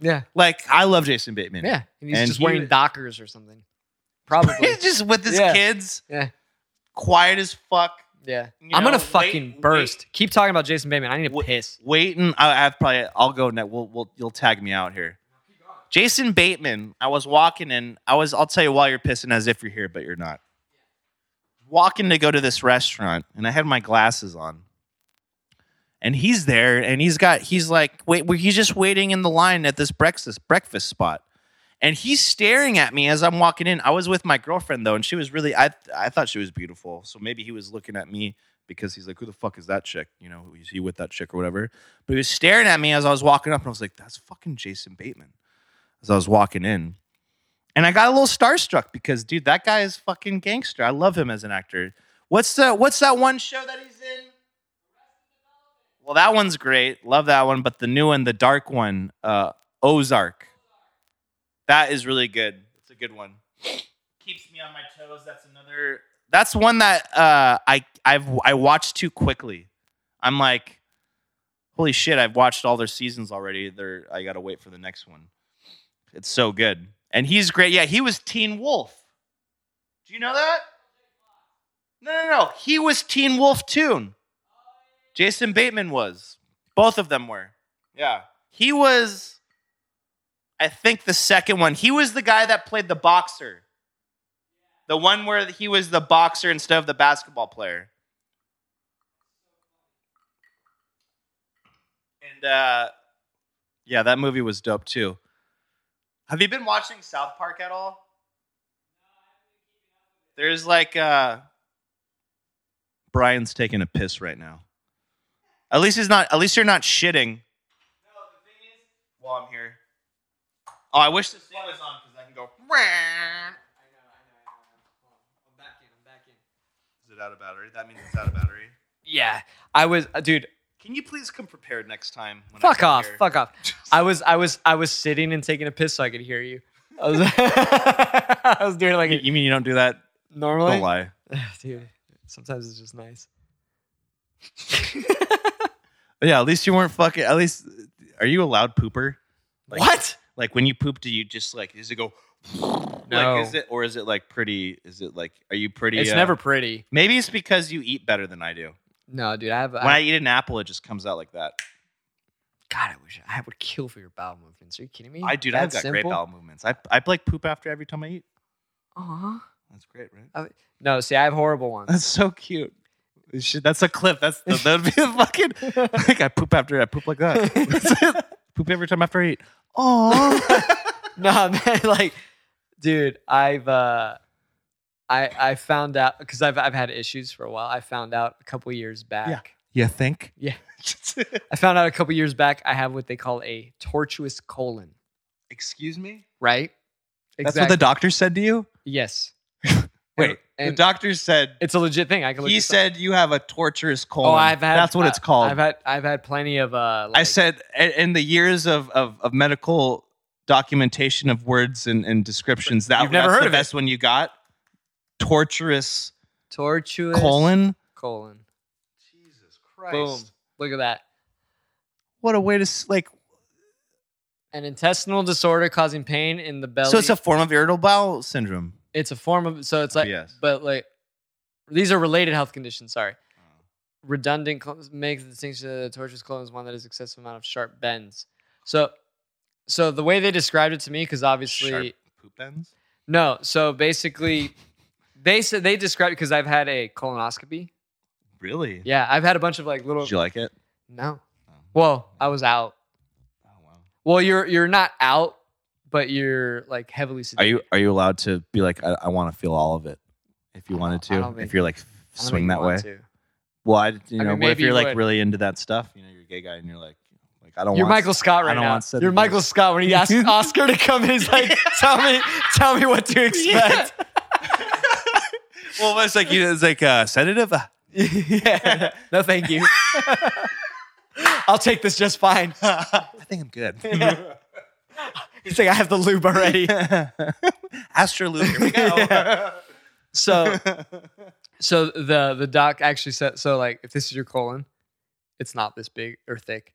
[SPEAKER 1] Yeah,
[SPEAKER 2] like I love Jason Bateman.
[SPEAKER 1] yeah. And he's
[SPEAKER 2] And
[SPEAKER 1] just
[SPEAKER 2] he-
[SPEAKER 1] wearing Dockers or something. Probably.
[SPEAKER 2] he's just with his
[SPEAKER 1] Yeah.
[SPEAKER 2] kids,
[SPEAKER 1] Yeah.
[SPEAKER 2] quiet as fuck.
[SPEAKER 1] yeah.
[SPEAKER 2] You
[SPEAKER 1] I'm gonna
[SPEAKER 2] know,
[SPEAKER 1] fucking
[SPEAKER 2] wait-
[SPEAKER 1] burst. Keep talking about Jason Bateman. I need to
[SPEAKER 2] Wait-
[SPEAKER 1] piss.
[SPEAKER 2] waiting. I, I probably I'll go next. We'll, we'll you'll tag me out here. Jason Bateman. I was walking in. I was. I'll tell you while you're pissing, as if you're here, but you're not. Walking to go to this restaurant, and I had my glasses on. And he's there, and he's got. He's like, wait. well, He's just waiting in the line at this breakfast breakfast spot. And he's staring at me as I'm walking in. I was with my girlfriend though, and she was really I I thought she was beautiful. So maybe he was looking at me because he's like, Who the fuck is that chick? You know, is he with that chick or whatever? But he was staring at me as I was walking up, and I was like, That's fucking Jason Bateman. As I was walking in. And I got a little starstruck because dude, that guy is fucking gangster. I love him as an actor. What's the what's that one show that he's in? Well, that one's great. Love that one. But the new one, the dark one, uh, Ozark. That is really good. It's a good one. Keeps me on my toes. That's another. That's one that uh, I I've I watched too quickly. I'm like, holy shit! I've watched all their seasons already. They're I gotta wait for the next one. It's so good, and he's great. Yeah, he was Teen Wolf. Do you know that? No, no, no. He was Teen Wolf too. Jason Bateman was. Both of them were. Yeah, he was. I think the second one. He was the guy that played the boxer. The one where he was the boxer instead of the basketball player. And uh yeah, that movie was dope too. Have you been watching South Park at all? There's like uh Brian's taking a piss right now. At least he's not at least you're not shitting. While I'm here. Oh, I wish this one was on because I can go. Is it out of battery? That means it's out of battery.
[SPEAKER 1] Yeah, I was, uh, dude.
[SPEAKER 7] Can you please come prepared next time? When I
[SPEAKER 1] Fuck
[SPEAKER 7] come
[SPEAKER 1] off.
[SPEAKER 7] here?
[SPEAKER 1] Fuck off. I was I was I was sitting and taking a piss so I could hear you. I was, I was doing it like
[SPEAKER 2] You, you mean you don't do that?
[SPEAKER 1] normally.
[SPEAKER 2] Don't lie.
[SPEAKER 1] Dude, sometimes it's just nice.
[SPEAKER 2] Yeah, at least you weren't fucking. At least, are you a loud pooper? Like-
[SPEAKER 1] what?
[SPEAKER 2] Like when you poop, do you just like? Does it go?
[SPEAKER 1] No.
[SPEAKER 2] Like, is it or is it like pretty? Is it like? Are you pretty?
[SPEAKER 1] It's
[SPEAKER 2] uh,
[SPEAKER 1] never pretty.
[SPEAKER 2] Maybe it's because you eat better than I do.
[SPEAKER 1] No, dude. I have.
[SPEAKER 2] When I eat an apple, it just comes out like that.
[SPEAKER 1] God, I wish I would kill for your bowel movements. Are you kidding me?
[SPEAKER 2] I do. I've
[SPEAKER 1] That's
[SPEAKER 2] got great
[SPEAKER 1] simple?
[SPEAKER 2] bowel movements. I I like poop after every time I eat.
[SPEAKER 1] Aw.
[SPEAKER 2] That's great, right?
[SPEAKER 1] No, see, I have horrible ones.
[SPEAKER 2] That's so cute. We should- that's a clip. That's the, that would be the fucking. Like I poop after I poop like that. That's it. Poop every time after I eat. Oh,
[SPEAKER 1] no, man, like, dude, I've uh, I I found out because I've I've had issues for a while. I found out a couple years back.
[SPEAKER 2] you think?
[SPEAKER 1] Yeah. I found out a couple years back I have what they call a tortuous colon.
[SPEAKER 7] Excuse me.
[SPEAKER 1] Right.
[SPEAKER 2] That's what the doctor said to you.
[SPEAKER 1] yes.
[SPEAKER 2] Wait,
[SPEAKER 1] and
[SPEAKER 2] the doctor said
[SPEAKER 1] it's a legit thing. I can. Look
[SPEAKER 2] he
[SPEAKER 1] this up.
[SPEAKER 2] said you have a torturous colon.
[SPEAKER 1] Oh, I've had.
[SPEAKER 2] That's what it's called.
[SPEAKER 1] I've had. I've had plenty of. Uh,
[SPEAKER 2] I
[SPEAKER 1] like-
[SPEAKER 2] said i- in the years of of, of medical documentation of words and, and descriptions that
[SPEAKER 1] You've never
[SPEAKER 2] that's
[SPEAKER 1] heard
[SPEAKER 2] the
[SPEAKER 1] of it.
[SPEAKER 2] best one you got torturous
[SPEAKER 1] tortuous
[SPEAKER 2] colon
[SPEAKER 1] Colon.
[SPEAKER 7] Jesus Christ.
[SPEAKER 1] Boom. Look at that.
[SPEAKER 2] what a way to s- like
[SPEAKER 1] An intestinal disorder causing pain in the belly.
[SPEAKER 2] so it's a form of irritable bowel syndrome
[SPEAKER 1] It's a form of. So it's like.
[SPEAKER 2] yes
[SPEAKER 1] But like, these are related health conditions. Sorry. Redundant col- makes the distinction that the tortuous colon is one that has excessive amount of sharp bends. So, so the way they described it to me, because obviously.
[SPEAKER 2] Sharp poop ends
[SPEAKER 1] No. So basically, they said they described because I've had a colonoscopy.
[SPEAKER 2] really
[SPEAKER 1] Yeah, I've had a bunch of like little.
[SPEAKER 2] did you like it
[SPEAKER 1] No.
[SPEAKER 2] Oh.
[SPEAKER 1] Well, I was out.
[SPEAKER 2] oh, wow.
[SPEAKER 1] Well, you're you're not out, but you're like heavily sedated.
[SPEAKER 2] are you are you allowed to be like i, I want to feel all of it if you
[SPEAKER 1] I
[SPEAKER 2] wanted
[SPEAKER 1] don't- I don't
[SPEAKER 2] to
[SPEAKER 1] think-
[SPEAKER 2] if you're like
[SPEAKER 1] I don't
[SPEAKER 2] swing
[SPEAKER 1] think
[SPEAKER 2] that
[SPEAKER 1] you
[SPEAKER 2] way
[SPEAKER 1] want to.
[SPEAKER 2] well I, you know
[SPEAKER 1] mean,
[SPEAKER 2] what if
[SPEAKER 1] maybe
[SPEAKER 2] you're
[SPEAKER 1] you
[SPEAKER 2] like
[SPEAKER 1] would.
[SPEAKER 2] really into that stuff you know you're a gay guy and you're like like i don't
[SPEAKER 1] You're
[SPEAKER 2] want
[SPEAKER 1] Michael Scott
[SPEAKER 2] I
[SPEAKER 1] right
[SPEAKER 2] don't
[SPEAKER 1] now.
[SPEAKER 2] want sedatives.
[SPEAKER 1] You're Michael Scott when he asked Oscar to come in. He's like, "Tell me, tell me what to expect."
[SPEAKER 2] well it's like you know, it's like uh sedative uh,
[SPEAKER 1] Yeah. No, thank you. I'll take this just fine.
[SPEAKER 2] I think I'm good.
[SPEAKER 1] He's like, "I have the lube already."
[SPEAKER 2] Astrolube, here we go.
[SPEAKER 1] So, so the the doc actually said so like if this is your colon, it's not this big or thick,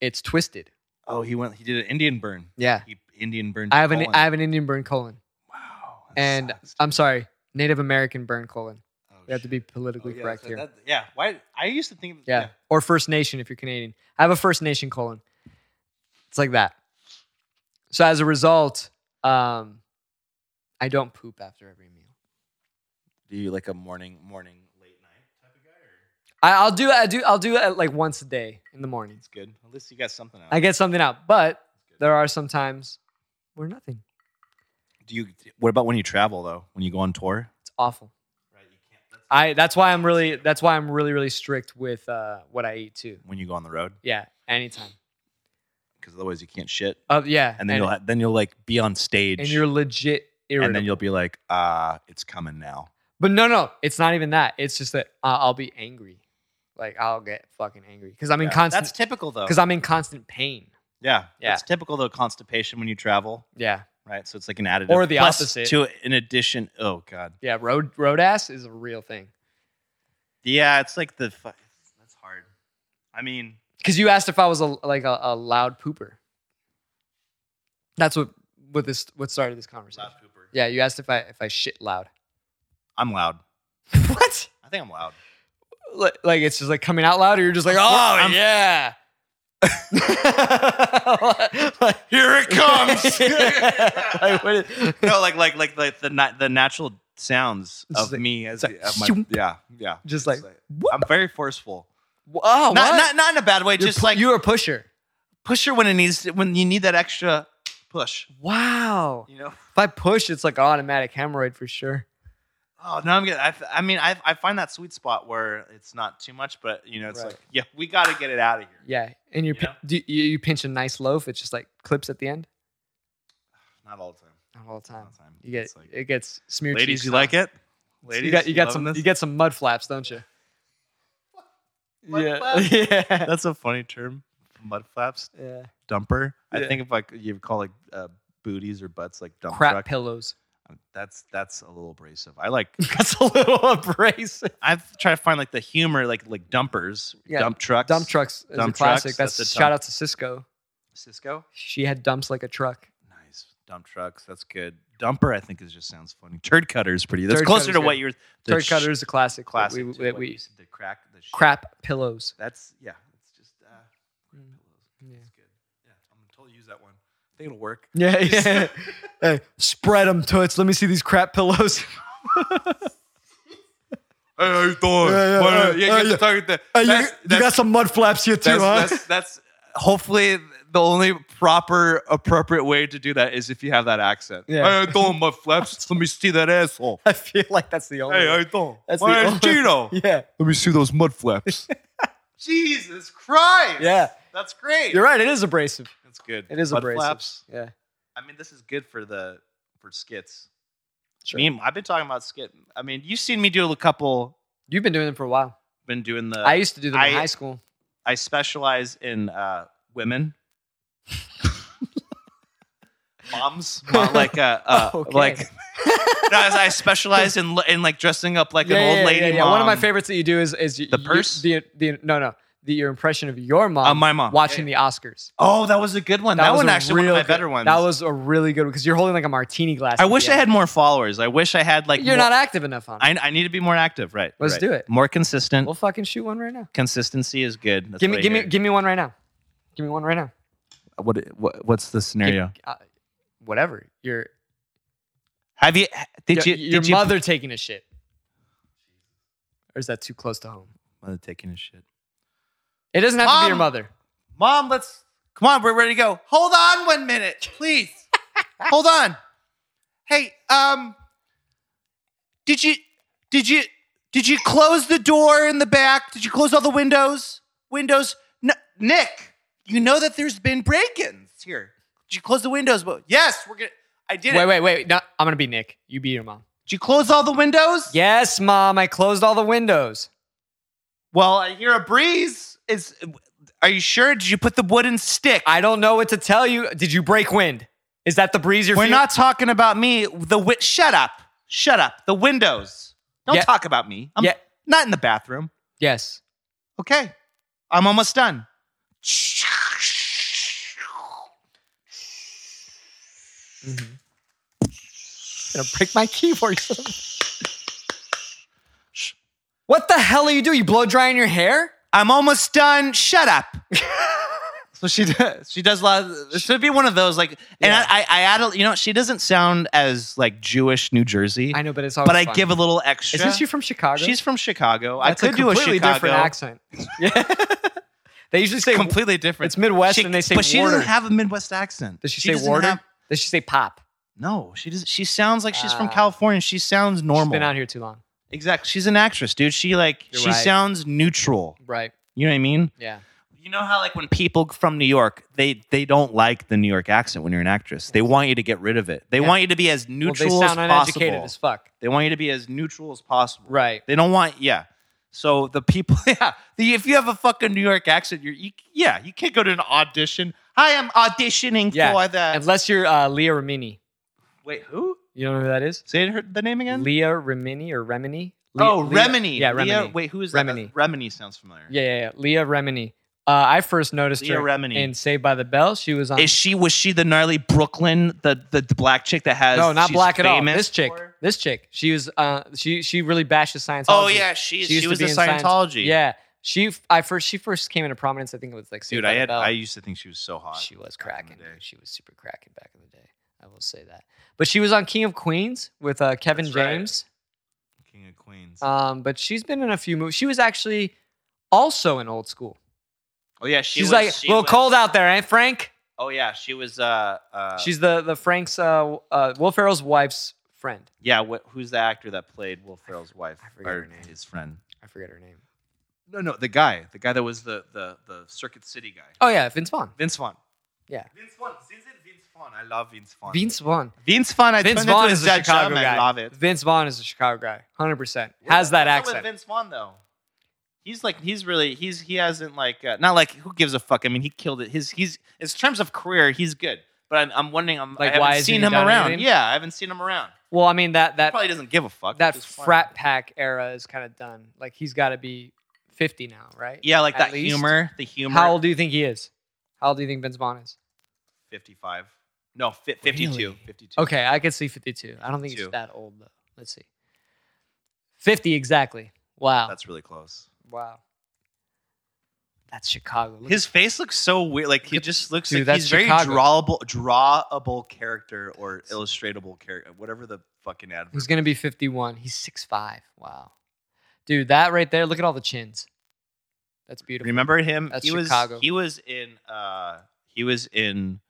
[SPEAKER 1] it's twisted.
[SPEAKER 2] Oh, he went. He did an Indian burn.
[SPEAKER 1] Yeah,
[SPEAKER 2] He Indian burned.
[SPEAKER 1] I have an
[SPEAKER 2] colon.
[SPEAKER 1] I have an Indian burn colon,
[SPEAKER 2] wow. that
[SPEAKER 1] and
[SPEAKER 2] sucks.
[SPEAKER 1] I'm sorry, Native American burn colon.
[SPEAKER 2] Oh,
[SPEAKER 1] We have to
[SPEAKER 2] shit.
[SPEAKER 1] be
[SPEAKER 2] Oh,
[SPEAKER 1] politically
[SPEAKER 2] yeah,
[SPEAKER 1] correct
[SPEAKER 2] that's-
[SPEAKER 1] here.
[SPEAKER 2] that- yeah. Why? I used to think.
[SPEAKER 1] yeah. or First Nation if you're Canadian. I have a First Nation colon. It's like that. So as a result, um, I don't poop after every meal.
[SPEAKER 2] Do you like a morning, morning, late night type of guy? Or
[SPEAKER 1] I, I'll do I do I'll do it uh, like once a day in the morning.
[SPEAKER 2] it's good. At least you got something out.
[SPEAKER 1] I get something out, but there are some times where nothing.
[SPEAKER 2] Do you? What about when you travel though? When you go on tour?
[SPEAKER 1] It's awful. I that's why I'm really that's why I'm really really strict with uh, what I eat too.
[SPEAKER 2] When you go on the road?
[SPEAKER 1] Yeah, anytime.
[SPEAKER 2] Because otherwise you can't shit,
[SPEAKER 1] Uh, yeah,
[SPEAKER 2] and then you'll ha- then you'll like be on stage,
[SPEAKER 1] and you're legit irritable.
[SPEAKER 2] and then you'll be like, ah, it's coming now.
[SPEAKER 1] But no, no, it's not even that. It's just that uh, I'll be angry, like I'll get fucking angry because I'm in
[SPEAKER 2] That's
[SPEAKER 1] constant
[SPEAKER 2] typical though.
[SPEAKER 1] because I'm in constant pain.
[SPEAKER 2] Yeah,
[SPEAKER 1] Yeah.
[SPEAKER 2] It's typical though constipation when you travel,
[SPEAKER 1] Yeah,
[SPEAKER 2] right? So it's like an additive,
[SPEAKER 1] Or the
[SPEAKER 2] Plus,
[SPEAKER 1] opposite.
[SPEAKER 2] To in addition, oh god,
[SPEAKER 1] yeah. Road road ass is a real thing.
[SPEAKER 2] yeah, it's like the fu- that's hard. I mean,
[SPEAKER 1] Because you asked if I was a like a, a loud pooper. That's what what this what started this conversation.
[SPEAKER 2] loud pooper.
[SPEAKER 1] Yeah, you asked if I if I shit loud.
[SPEAKER 2] I'm loud.
[SPEAKER 1] what?
[SPEAKER 2] I think I'm loud.
[SPEAKER 1] Like, like it's just like coming out loud, or you're just like, oh
[SPEAKER 2] I'm-
[SPEAKER 1] yeah. like,
[SPEAKER 2] Here it
[SPEAKER 1] like, what is-
[SPEAKER 2] no, like like like like the na- the natural sounds
[SPEAKER 1] It's
[SPEAKER 2] of
[SPEAKER 1] like-
[SPEAKER 2] me as
[SPEAKER 1] it's like,
[SPEAKER 2] of my
[SPEAKER 1] shoom.
[SPEAKER 2] yeah yeah.
[SPEAKER 1] just like
[SPEAKER 2] It's I'm very forceful.
[SPEAKER 1] Oh,
[SPEAKER 2] Not,
[SPEAKER 1] what?
[SPEAKER 2] not not in a bad way.
[SPEAKER 1] You're
[SPEAKER 2] just
[SPEAKER 1] pu-
[SPEAKER 2] like you
[SPEAKER 1] you're a pusher.
[SPEAKER 2] push her when it needs to, when you need that extra push.
[SPEAKER 1] Wow.
[SPEAKER 2] You know.
[SPEAKER 1] If I push, it's like automatic hemorrhoid for sure.
[SPEAKER 2] Oh no, I'm good. I, f- I mean, I, I find that sweet spot where it's not too much, but you know, it's
[SPEAKER 1] Right.
[SPEAKER 2] like, yeah, we got to get it out of here.
[SPEAKER 1] Yeah, and you're,
[SPEAKER 2] You know?
[SPEAKER 1] do, you you pinch a nice loaf. It's just like clips at the end.
[SPEAKER 2] Not all the time.
[SPEAKER 1] Not all the
[SPEAKER 2] Not
[SPEAKER 1] time.
[SPEAKER 2] all the time.
[SPEAKER 1] You get
[SPEAKER 2] It's like-
[SPEAKER 1] it gets smeared.
[SPEAKER 2] ladies, you like it?
[SPEAKER 1] You got you got some you
[SPEAKER 2] This?
[SPEAKER 1] get some mud flaps, don't you?
[SPEAKER 3] Mud
[SPEAKER 1] yeah.
[SPEAKER 3] flaps?
[SPEAKER 1] yeah.
[SPEAKER 2] That's a funny term. Mud flaps,
[SPEAKER 1] Yeah.
[SPEAKER 2] dumper. I
[SPEAKER 1] Yeah.
[SPEAKER 2] think if I could- you'd call like uh, booties or butts like dump
[SPEAKER 1] Crap
[SPEAKER 2] truck.
[SPEAKER 1] pillows.
[SPEAKER 2] That's that's a little abrasive. I like.
[SPEAKER 1] That's a little abrasive.
[SPEAKER 2] I try to find like the humor, like like dumpers,
[SPEAKER 1] Yeah,
[SPEAKER 2] dump trucks,
[SPEAKER 1] Dump trucks is a
[SPEAKER 2] Dump
[SPEAKER 1] classic.
[SPEAKER 2] trucks,
[SPEAKER 1] that's
[SPEAKER 2] that's a
[SPEAKER 1] shout
[SPEAKER 2] dump.
[SPEAKER 1] out to Cisco.
[SPEAKER 2] Cisco.
[SPEAKER 1] She had dumps like a truck.
[SPEAKER 2] Nice dump trucks. That's good. Dumper, I think, is just sounds funny. Turd cutter is pretty. That's
[SPEAKER 1] Turd
[SPEAKER 2] closer
[SPEAKER 1] cutter's
[SPEAKER 2] to what
[SPEAKER 1] good.
[SPEAKER 2] you're. the
[SPEAKER 1] Turd
[SPEAKER 2] sh-
[SPEAKER 1] cutter is a classic. that
[SPEAKER 2] classic.
[SPEAKER 1] We,
[SPEAKER 2] to
[SPEAKER 1] that
[SPEAKER 2] what
[SPEAKER 1] we-
[SPEAKER 2] you said, the crack. The sh-
[SPEAKER 1] crap pillows.
[SPEAKER 2] That's yeah. It's just. Uh, crap
[SPEAKER 1] Mm.
[SPEAKER 2] pillows.
[SPEAKER 1] Yeah.
[SPEAKER 2] That's good. Yeah, I'm gonna totally use that one. I think it'll work.
[SPEAKER 1] Yeah, yeah. hey, spread them, toots. Let me see these crap pillows.
[SPEAKER 2] Hey, how you doing?
[SPEAKER 1] Yeah, yeah,
[SPEAKER 2] What
[SPEAKER 1] yeah, yeah,
[SPEAKER 2] are- get to
[SPEAKER 1] yeah. Oh,
[SPEAKER 2] talk with the-
[SPEAKER 1] Hey,
[SPEAKER 2] that's- that's-
[SPEAKER 1] some mud flaps here
[SPEAKER 2] that's, that's, that's hopefully the only proper, appropriate way to do that is if you have that accent.
[SPEAKER 1] Yeah.
[SPEAKER 2] Hey, I don't my flaps. Let me see that asshole.
[SPEAKER 1] I feel like that's the only.
[SPEAKER 2] Hey, I don't.
[SPEAKER 1] That's the
[SPEAKER 2] My name's
[SPEAKER 1] only-
[SPEAKER 2] Gino.
[SPEAKER 1] yeah,
[SPEAKER 6] Let me see those mud flaps.
[SPEAKER 2] Jesus Christ.
[SPEAKER 1] yeah.
[SPEAKER 2] That's great.
[SPEAKER 1] You're right. It is abrasive.
[SPEAKER 2] That's good.
[SPEAKER 1] It is
[SPEAKER 2] Mud
[SPEAKER 1] abrasive.
[SPEAKER 2] flaps.
[SPEAKER 1] Yeah.
[SPEAKER 2] I mean, this is good for the for skits.
[SPEAKER 1] Sure.
[SPEAKER 2] Me, I've been talking about skit. I mean, you've seen me do a couple.
[SPEAKER 1] You've been doing them for a while.
[SPEAKER 2] Been doing the.
[SPEAKER 1] I used to do them in
[SPEAKER 2] Uh, I-
[SPEAKER 1] high school.
[SPEAKER 2] I specialize in uh, women. Moms, Mom, like uh, uh
[SPEAKER 1] Okay.
[SPEAKER 2] like. No, I I specialize in in like dressing up like an old lady mom.
[SPEAKER 1] One of my favorites that you do is is y-
[SPEAKER 2] The
[SPEAKER 1] you-
[SPEAKER 2] purse?
[SPEAKER 1] the, the no no the your impression of your mom.
[SPEAKER 2] Uh, my mom.
[SPEAKER 1] watching the Oscars.
[SPEAKER 2] Oh, that was a good one. That, was
[SPEAKER 1] a
[SPEAKER 2] actually one of
[SPEAKER 1] real
[SPEAKER 2] my
[SPEAKER 1] good-
[SPEAKER 2] better ones.
[SPEAKER 1] That was a really good one because you're holding like a martini glass.
[SPEAKER 2] I
[SPEAKER 1] at
[SPEAKER 2] wish
[SPEAKER 1] the
[SPEAKER 2] I
[SPEAKER 1] end.
[SPEAKER 2] had more followers. I wish I had like.
[SPEAKER 1] You're
[SPEAKER 2] more-
[SPEAKER 1] not active enough on. it.
[SPEAKER 2] I, I need to be more active. Right.
[SPEAKER 1] Let's
[SPEAKER 2] right.
[SPEAKER 1] do it.
[SPEAKER 2] More consistent.
[SPEAKER 1] We'll fucking shoot one right now.
[SPEAKER 2] Consistency is good. That's
[SPEAKER 1] give me
[SPEAKER 2] what I
[SPEAKER 1] give me
[SPEAKER 2] hear.
[SPEAKER 1] give me one right now. Give me one right now.
[SPEAKER 2] What, what what's the scenario?
[SPEAKER 1] Uh, whatever. Your
[SPEAKER 2] Have you did
[SPEAKER 1] your,
[SPEAKER 2] you
[SPEAKER 1] your
[SPEAKER 2] did you-
[SPEAKER 1] mother taking a shit. Or is that too close to home?
[SPEAKER 2] mother taking a shit?
[SPEAKER 1] It doesn't have to be your
[SPEAKER 2] Mom!
[SPEAKER 1] mother.
[SPEAKER 2] Mom, let's come on. We're ready to go. Hold on one minute, please. Hold on. Hey, um, did you did you did you close the door in the back? Did you close all the windows? Windows, N- Nick. You know that there's been break-ins here. Did you close the windows? Well, yes, we're gonna. I did.
[SPEAKER 1] Wait,
[SPEAKER 2] it.
[SPEAKER 1] wait, wait. No, I'm gonna be Nick. You be your mom.
[SPEAKER 2] Did you close all the windows?
[SPEAKER 1] Yes, mom. I closed all the windows.
[SPEAKER 2] Well, I hear a breeze. Is are you sure? Did you put the wooden stick?
[SPEAKER 1] I don't know what to tell you. Did you break wind? Is that the breeze you're
[SPEAKER 2] We're
[SPEAKER 1] feeling?
[SPEAKER 2] not talking about me. The wi- shut up, shut up. The windows. Don't
[SPEAKER 1] Yeah.
[SPEAKER 2] talk about me. I'm
[SPEAKER 1] Yeah.
[SPEAKER 2] not in the bathroom.
[SPEAKER 1] Yes.
[SPEAKER 2] Okay, I'm almost done.
[SPEAKER 1] Mhm. gonna break my keyboard. what the hell are you doing? You blow drying your hair?
[SPEAKER 2] I'm almost done. Shut up. so she does. She does a lot. Of, it should be one of those like. And
[SPEAKER 1] Yeah.
[SPEAKER 2] I, I, I add. A, you know, she doesn't sound as like Jewish New Jersey,
[SPEAKER 1] I know, but it's always.
[SPEAKER 2] but I
[SPEAKER 1] fun.
[SPEAKER 2] give a little extra.
[SPEAKER 1] Isn't she from Chicago?
[SPEAKER 2] She's from Chicago.
[SPEAKER 1] That's
[SPEAKER 2] I could
[SPEAKER 1] a
[SPEAKER 2] do a
[SPEAKER 1] completely
[SPEAKER 2] Chicago.
[SPEAKER 1] different accent. Yeah. they usually say
[SPEAKER 2] Completely different.
[SPEAKER 1] it's Midwest,
[SPEAKER 2] She-
[SPEAKER 1] and they say
[SPEAKER 2] but she
[SPEAKER 1] water.
[SPEAKER 2] doesn't have a Midwest accent.
[SPEAKER 1] Does she, say
[SPEAKER 2] doesn't
[SPEAKER 1] water?
[SPEAKER 2] have-
[SPEAKER 1] Does she say pop?
[SPEAKER 2] no, she does. She sounds like she's from
[SPEAKER 1] Ah.
[SPEAKER 2] California. She sounds normal.
[SPEAKER 1] She's been out here too long.
[SPEAKER 2] Exactly. She's an actress, dude. She like
[SPEAKER 1] You're
[SPEAKER 2] she
[SPEAKER 1] right.
[SPEAKER 2] sounds neutral.
[SPEAKER 1] Right.
[SPEAKER 2] You know what I mean?
[SPEAKER 1] Yeah.
[SPEAKER 2] You know how like when people from New York, they they don't like the New York accent when you're an actress. They want you to get rid of it. They
[SPEAKER 1] Yeah.
[SPEAKER 2] want you to be as
[SPEAKER 1] Well, they
[SPEAKER 2] neutral
[SPEAKER 1] sound
[SPEAKER 2] as
[SPEAKER 1] uneducated
[SPEAKER 2] possible.
[SPEAKER 1] as fuck.
[SPEAKER 2] They want you to be as neutral as possible.
[SPEAKER 1] Right.
[SPEAKER 2] They don't want, yeah. So the people, yeah. The, if you have a fucking New York accent, you're, you, yeah, you can't go to an audition. I am auditioning
[SPEAKER 1] Yeah.
[SPEAKER 2] for the.
[SPEAKER 1] Unless you're uh, Leah Remini.
[SPEAKER 2] wait, who?
[SPEAKER 1] You don't know who that is?
[SPEAKER 2] Say her, the name again.
[SPEAKER 1] Leah Remini or Remini? Le-
[SPEAKER 2] oh,
[SPEAKER 1] Leah-
[SPEAKER 2] Remini.
[SPEAKER 1] Yeah,
[SPEAKER 2] Leah-
[SPEAKER 1] Remini.
[SPEAKER 2] wait, who is
[SPEAKER 1] Remini.
[SPEAKER 2] that? Remini sounds familiar.
[SPEAKER 1] Yeah, yeah, yeah. Leah Remini. Uh, I first noticed
[SPEAKER 2] Leah
[SPEAKER 1] her
[SPEAKER 2] Remini.
[SPEAKER 1] in Saved by the Bell. She was on.
[SPEAKER 2] Is she was she the gnarly Brooklyn the the, the black chick that has
[SPEAKER 1] no, not
[SPEAKER 2] she's
[SPEAKER 1] black at all.
[SPEAKER 2] famous
[SPEAKER 1] This chick.
[SPEAKER 2] for-
[SPEAKER 1] This chick. She was. Uh, she she really bashes Scientology.
[SPEAKER 2] Oh yeah, she
[SPEAKER 1] She
[SPEAKER 2] she,
[SPEAKER 1] used to
[SPEAKER 2] was
[SPEAKER 1] be
[SPEAKER 2] a
[SPEAKER 1] in Science-
[SPEAKER 2] Scientology.
[SPEAKER 1] Yeah. She. f- I first. She first came into prominence. I think it was like. Saved
[SPEAKER 2] dude,
[SPEAKER 1] by
[SPEAKER 2] I
[SPEAKER 1] the
[SPEAKER 2] had
[SPEAKER 1] Bell.
[SPEAKER 2] I used to think she was so hot.
[SPEAKER 1] She was
[SPEAKER 2] back in the
[SPEAKER 1] cracking.
[SPEAKER 2] day.
[SPEAKER 1] dude. She was super cracking back in the day. I will say that. But she was on King of Queens with uh, Kevin
[SPEAKER 2] That's right.
[SPEAKER 1] James.
[SPEAKER 2] King of Queens.
[SPEAKER 1] Um, but she's been in a few movies. She was actually also in Old School.
[SPEAKER 2] oh yeah, she
[SPEAKER 1] she's
[SPEAKER 2] was,
[SPEAKER 1] like
[SPEAKER 2] she
[SPEAKER 1] a little
[SPEAKER 2] was-
[SPEAKER 1] cold out there, ain't Frank?
[SPEAKER 2] Oh yeah, she was. Uh, uh,
[SPEAKER 1] she's the the Frank's uh, uh, Will Ferrell's wife's friend.
[SPEAKER 2] yeah. Wh- who's the actor that played Will Ferrell's wife
[SPEAKER 1] I forget her
[SPEAKER 2] or
[SPEAKER 1] name.
[SPEAKER 2] his friend?
[SPEAKER 1] I forget her name.
[SPEAKER 2] No, no, the guy, the guy that was the the the Circuit City guy,
[SPEAKER 1] Oh yeah, Vince Vaughn.
[SPEAKER 2] Vince Vaughn.
[SPEAKER 1] Yeah.
[SPEAKER 2] Vince Vaughn. Is it Vince Vaughn? I love Vince Vaughn.
[SPEAKER 1] Vince Vaughn.
[SPEAKER 2] Vince Vaughn. I
[SPEAKER 1] Vince
[SPEAKER 2] turned into
[SPEAKER 1] Vaughn is a
[SPEAKER 2] Dutch
[SPEAKER 1] Chicago
[SPEAKER 2] man.
[SPEAKER 1] guy.
[SPEAKER 2] I love it.
[SPEAKER 1] Vince Vaughn is a Chicago guy, hundred percent. Has that
[SPEAKER 2] What's up
[SPEAKER 1] accent.
[SPEAKER 2] With Vince Vaughn though. He's like he's really he's he hasn't like uh, not like who gives a fuck. I mean, he killed it. His he's in terms of career, he's good. But I'm, I'm wondering. I'm,
[SPEAKER 1] Like,
[SPEAKER 2] I haven't
[SPEAKER 1] why hasn't
[SPEAKER 2] seen
[SPEAKER 1] he
[SPEAKER 2] him
[SPEAKER 1] done
[SPEAKER 2] around.
[SPEAKER 1] anything?
[SPEAKER 2] Yeah, I haven't seen him around.
[SPEAKER 1] Well, I mean that that
[SPEAKER 2] Probably doesn't give a fuck.
[SPEAKER 1] that
[SPEAKER 2] which is fine.
[SPEAKER 1] frat pack era is kind of done. Like he's got to be fifty now, right?
[SPEAKER 2] Yeah, like
[SPEAKER 1] at
[SPEAKER 2] that
[SPEAKER 1] least.
[SPEAKER 2] humor. The humor.
[SPEAKER 1] How old do you think he is? How old do you think Vince Vaughn is?
[SPEAKER 2] 55. No, fi- 52.
[SPEAKER 1] Really?
[SPEAKER 2] 52.
[SPEAKER 1] Okay, I could see fifty-two. I don't think he's
[SPEAKER 2] 52.
[SPEAKER 1] that old though. Let's see. Fifty exactly. Wow.
[SPEAKER 2] That's really close.
[SPEAKER 1] wow. That's Chicago. Look
[SPEAKER 2] His face looks so weird. Like he
[SPEAKER 1] Look at-
[SPEAKER 2] just looks
[SPEAKER 1] Dude,
[SPEAKER 2] like
[SPEAKER 1] that's
[SPEAKER 2] he's very
[SPEAKER 1] Chicago.
[SPEAKER 2] drawable, drawable character or illustratable character, whatever the fucking adverb.
[SPEAKER 1] He's gonna be 51. He's 6'5. Wow. Dude, that right there, look at all the chins. That's beautiful.
[SPEAKER 2] Remember him?
[SPEAKER 1] That's
[SPEAKER 2] he
[SPEAKER 1] Chicago.
[SPEAKER 2] was he was in uh he was in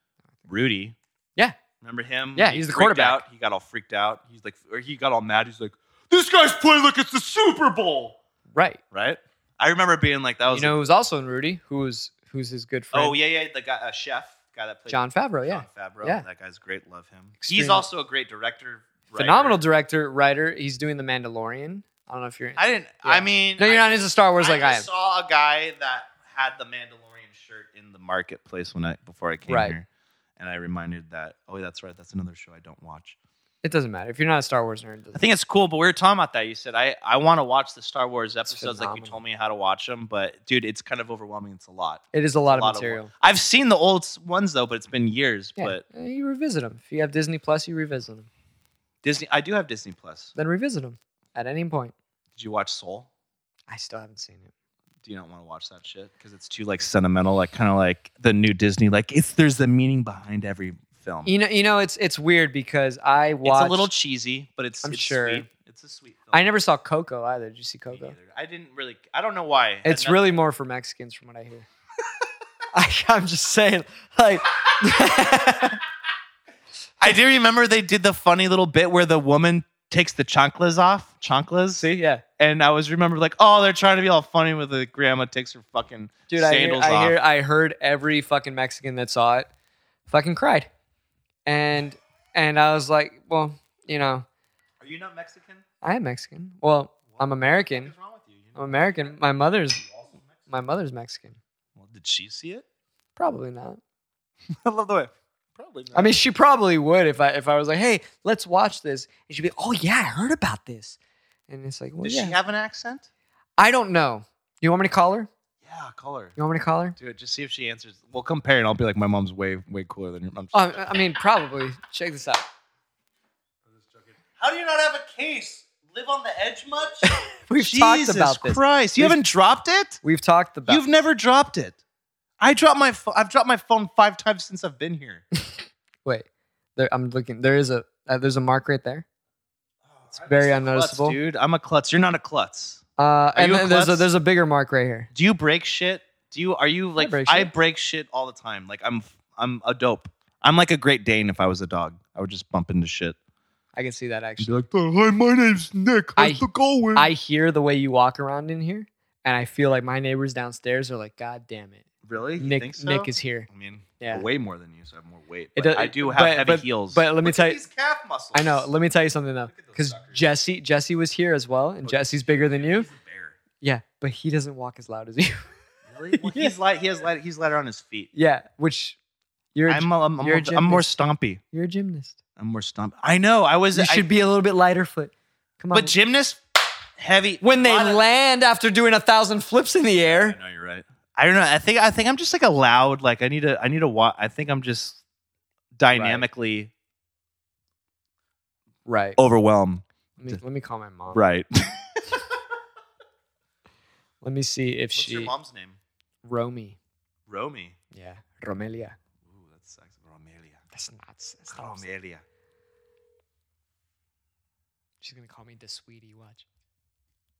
[SPEAKER 2] Rudy.
[SPEAKER 1] Yeah.
[SPEAKER 2] Remember him?
[SPEAKER 1] Yeah,
[SPEAKER 2] He
[SPEAKER 1] he's the
[SPEAKER 2] freaked
[SPEAKER 1] quarterback.
[SPEAKER 2] Out. He got all freaked out. He's like or he got all mad. He's like, This guy's playing like it's the Super Bowl.
[SPEAKER 1] Right.
[SPEAKER 2] Right? I remember being like that
[SPEAKER 1] You
[SPEAKER 2] was
[SPEAKER 1] know who's also in Rudy, who's who's his good friend.
[SPEAKER 2] Oh yeah, yeah, the guy uh, chef guy that played
[SPEAKER 1] John Favreau, yeah.
[SPEAKER 2] John Favreau.
[SPEAKER 1] Yeah.
[SPEAKER 2] That guy's great. Love him.
[SPEAKER 1] Extremely.
[SPEAKER 2] He's also a great director. writer.
[SPEAKER 1] Phenomenal director, writer. He's doing The Mandalorian. I don't know if you're in.
[SPEAKER 2] I didn't
[SPEAKER 1] Yeah.
[SPEAKER 2] I mean
[SPEAKER 1] no, you're
[SPEAKER 2] I
[SPEAKER 1] not into Star Wars
[SPEAKER 2] I
[SPEAKER 1] like I am.
[SPEAKER 2] just saw a guy that had the Mandalorian shirt in the marketplace when I before I came
[SPEAKER 1] Right.
[SPEAKER 2] here, and I reminded that. Oh, that's right. That's another show I don't watch.
[SPEAKER 1] It doesn't matter. If you're not a Star Wars nerd, it doesn't
[SPEAKER 2] I think it's cool, but we were talking about that. You said I I want to watch the Star Wars episodes like you
[SPEAKER 1] phenomenal.
[SPEAKER 2] told me how to watch them, but dude, it's kind of overwhelming. It's a lot.
[SPEAKER 1] matter. it is a lot,
[SPEAKER 2] a lot
[SPEAKER 1] of
[SPEAKER 2] of
[SPEAKER 1] material.
[SPEAKER 2] I've seen the old s- ones though, but it's been years.
[SPEAKER 1] yeah.
[SPEAKER 2] But
[SPEAKER 1] Eh, you revisit them. If you have Disney Plus, you revisit them.
[SPEAKER 2] Disney, I do have Disney Plus.
[SPEAKER 1] Then revisit them at any point.
[SPEAKER 2] Did you watch Soul?
[SPEAKER 1] I still haven't seen it.
[SPEAKER 2] Do you not want to watch that shit because it's too like sentimental, like kind of like the new Disney. Like it's there's a meaning behind every film.
[SPEAKER 1] You know, you know, it's it's weird because I watched
[SPEAKER 2] It's a little cheesy, but it's
[SPEAKER 1] I'm
[SPEAKER 2] it's
[SPEAKER 1] sure.
[SPEAKER 2] sweet. It's a sweet film.
[SPEAKER 1] I never saw Coco either. Did you see
[SPEAKER 2] Me
[SPEAKER 1] Coco?
[SPEAKER 2] neither. I didn't really. I don't know why. Had
[SPEAKER 1] It's
[SPEAKER 2] nothing-
[SPEAKER 1] really more for Mexicans, from what I hear. I, I'm just saying, like,
[SPEAKER 2] I do remember they did the funny little bit where the woman takes the chanclas off, chanclas. See,
[SPEAKER 1] yeah,
[SPEAKER 2] and I was remember like, oh, they're trying to be all funny with the grandma takes her fucking
[SPEAKER 1] dude. I hear,
[SPEAKER 2] sandals
[SPEAKER 1] I
[SPEAKER 2] off.
[SPEAKER 1] hear, I heard every fucking Mexican that saw it, fucking cried, and and I was like, well, you know,
[SPEAKER 2] Are you not Mexican?
[SPEAKER 1] I am Mexican. Well, I'm American.
[SPEAKER 2] What's wrong with you? You're
[SPEAKER 1] I'm American. My mother's
[SPEAKER 2] also Mexican.
[SPEAKER 1] my mother's Mexican.
[SPEAKER 2] Well, did she see it?
[SPEAKER 1] Probably not.
[SPEAKER 2] I love the way. Probably not.
[SPEAKER 1] I mean, she probably would if I if I was like, hey, let's watch this, and she'd be, oh yeah, I heard about this, and it's like, well,
[SPEAKER 2] does
[SPEAKER 1] yeah.
[SPEAKER 2] she have an accent?
[SPEAKER 1] I don't know. You want me to call her?
[SPEAKER 2] Yeah, call her.
[SPEAKER 1] You want me to call her?
[SPEAKER 2] Do it. Just see if she answers. We'll compare, and I'll be like, my mom's way way cooler than your mom's.
[SPEAKER 1] Um, I mean, probably. Check this out.
[SPEAKER 2] How do you not have a case? Live on the edge much?
[SPEAKER 1] We've talked about this.
[SPEAKER 2] Christ, you
[SPEAKER 1] We've-
[SPEAKER 2] haven't dropped it.
[SPEAKER 1] We've talked about.
[SPEAKER 2] You've never dropped it. I dropped my. pho- I've dropped my phone five times since I've been here.
[SPEAKER 1] Wait, there, I'm looking. There is a uh, there's a mark right there. It's very unnoticeable.
[SPEAKER 2] Klutz, dude. I'm a klutz. You're not a klutz.
[SPEAKER 1] Uh, and
[SPEAKER 2] you a
[SPEAKER 1] then there's a
[SPEAKER 2] klutz?
[SPEAKER 1] there's a bigger mark right here.
[SPEAKER 2] Do you break shit? Do you? Are you like? I
[SPEAKER 1] break
[SPEAKER 2] break,
[SPEAKER 1] shit.
[SPEAKER 2] shit. all the time. Like I'm. I'm a dope. I'm like a Great Dane if I was a dog. I would just bump into shit.
[SPEAKER 1] I can see that
[SPEAKER 6] She's
[SPEAKER 1] actually.
[SPEAKER 6] like, "Oh, hi, my name's Nick.
[SPEAKER 1] I-
[SPEAKER 6] How's the going?
[SPEAKER 1] I hear the way you walk around in here, and I feel like my neighbors downstairs are like, "God damn it,
[SPEAKER 2] Really? You
[SPEAKER 1] Nick
[SPEAKER 2] think so?
[SPEAKER 1] Nick is here."
[SPEAKER 2] I mean,
[SPEAKER 1] Yeah.
[SPEAKER 2] way more than you, so I have more weight.
[SPEAKER 1] It
[SPEAKER 2] But
[SPEAKER 1] does-
[SPEAKER 2] I do
[SPEAKER 1] it-
[SPEAKER 2] have
[SPEAKER 1] but-
[SPEAKER 2] heavy
[SPEAKER 1] but-
[SPEAKER 2] heels.
[SPEAKER 1] but let me
[SPEAKER 2] Look at
[SPEAKER 1] tell you-
[SPEAKER 2] these calf muscles.
[SPEAKER 1] I know. Let me tell you something though,
[SPEAKER 2] Look at those
[SPEAKER 1] because
[SPEAKER 2] suckers.
[SPEAKER 1] Jesse Jesse was here as well, and
[SPEAKER 2] Look.
[SPEAKER 1] Jesse's bigger than you.
[SPEAKER 2] He's a bear.
[SPEAKER 1] Yeah, but he doesn't walk as loud as you.
[SPEAKER 2] Really? Well, He's light. He has light. He's lighter on his feet.
[SPEAKER 1] yeah, which you're a,
[SPEAKER 2] I'm, a, I'm, I'm
[SPEAKER 1] you're a
[SPEAKER 2] a- I'm more
[SPEAKER 1] gymnast.
[SPEAKER 2] stompy.
[SPEAKER 1] you're a gymnast.
[SPEAKER 2] I'm more stompy. I know. I was.
[SPEAKER 1] You
[SPEAKER 2] I-
[SPEAKER 1] should be a little bit lighter foot. Come on.
[SPEAKER 2] but gymnast, heavy.
[SPEAKER 1] when they
[SPEAKER 2] lot of-
[SPEAKER 1] land after doing a thousand flips in the
[SPEAKER 2] I
[SPEAKER 1] air,
[SPEAKER 2] know you're right. I don't know. I think. I think I'm just like a loud. Like I need to. I need to watch. I think I'm just dynamically
[SPEAKER 1] right?
[SPEAKER 2] overwhelmed.
[SPEAKER 1] Let me, let me call my mom.
[SPEAKER 2] Oh. Right.
[SPEAKER 1] Let me see if she
[SPEAKER 2] mom's name?
[SPEAKER 1] Romy.
[SPEAKER 2] Romy.
[SPEAKER 1] Yeah, Romelia.
[SPEAKER 2] Ooh, that's sexy. Romelia.
[SPEAKER 1] That's not. That's not
[SPEAKER 2] Romelia.
[SPEAKER 1] She's gonna call me the sweetie. Watch.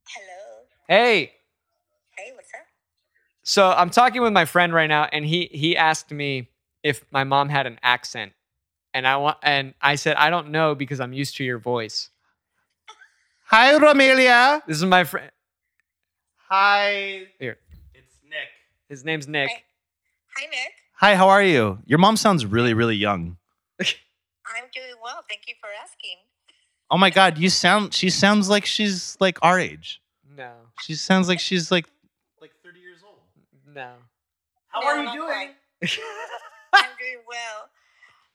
[SPEAKER 3] Hello.
[SPEAKER 1] Hey,
[SPEAKER 3] Hey, what's up?
[SPEAKER 1] so I'm talking with my friend right now, and he he asked me if my mom had an accent, and I want and I said I don't know because I'm used to your voice.
[SPEAKER 2] Hi, Romelia.
[SPEAKER 1] This is my friend.
[SPEAKER 2] Hi.
[SPEAKER 1] Here.
[SPEAKER 2] It's Nick.
[SPEAKER 1] His name's Nick.
[SPEAKER 3] Hi. Hi, Nick.
[SPEAKER 2] Hi, how are you? Your mom sounds really, really young.
[SPEAKER 3] I'm doing well. Thank you for asking.
[SPEAKER 2] Oh my god, you sound she sounds like she's like our age.
[SPEAKER 1] No,
[SPEAKER 2] She sounds like she's like
[SPEAKER 1] No.
[SPEAKER 3] How are you doing? I'm doing well.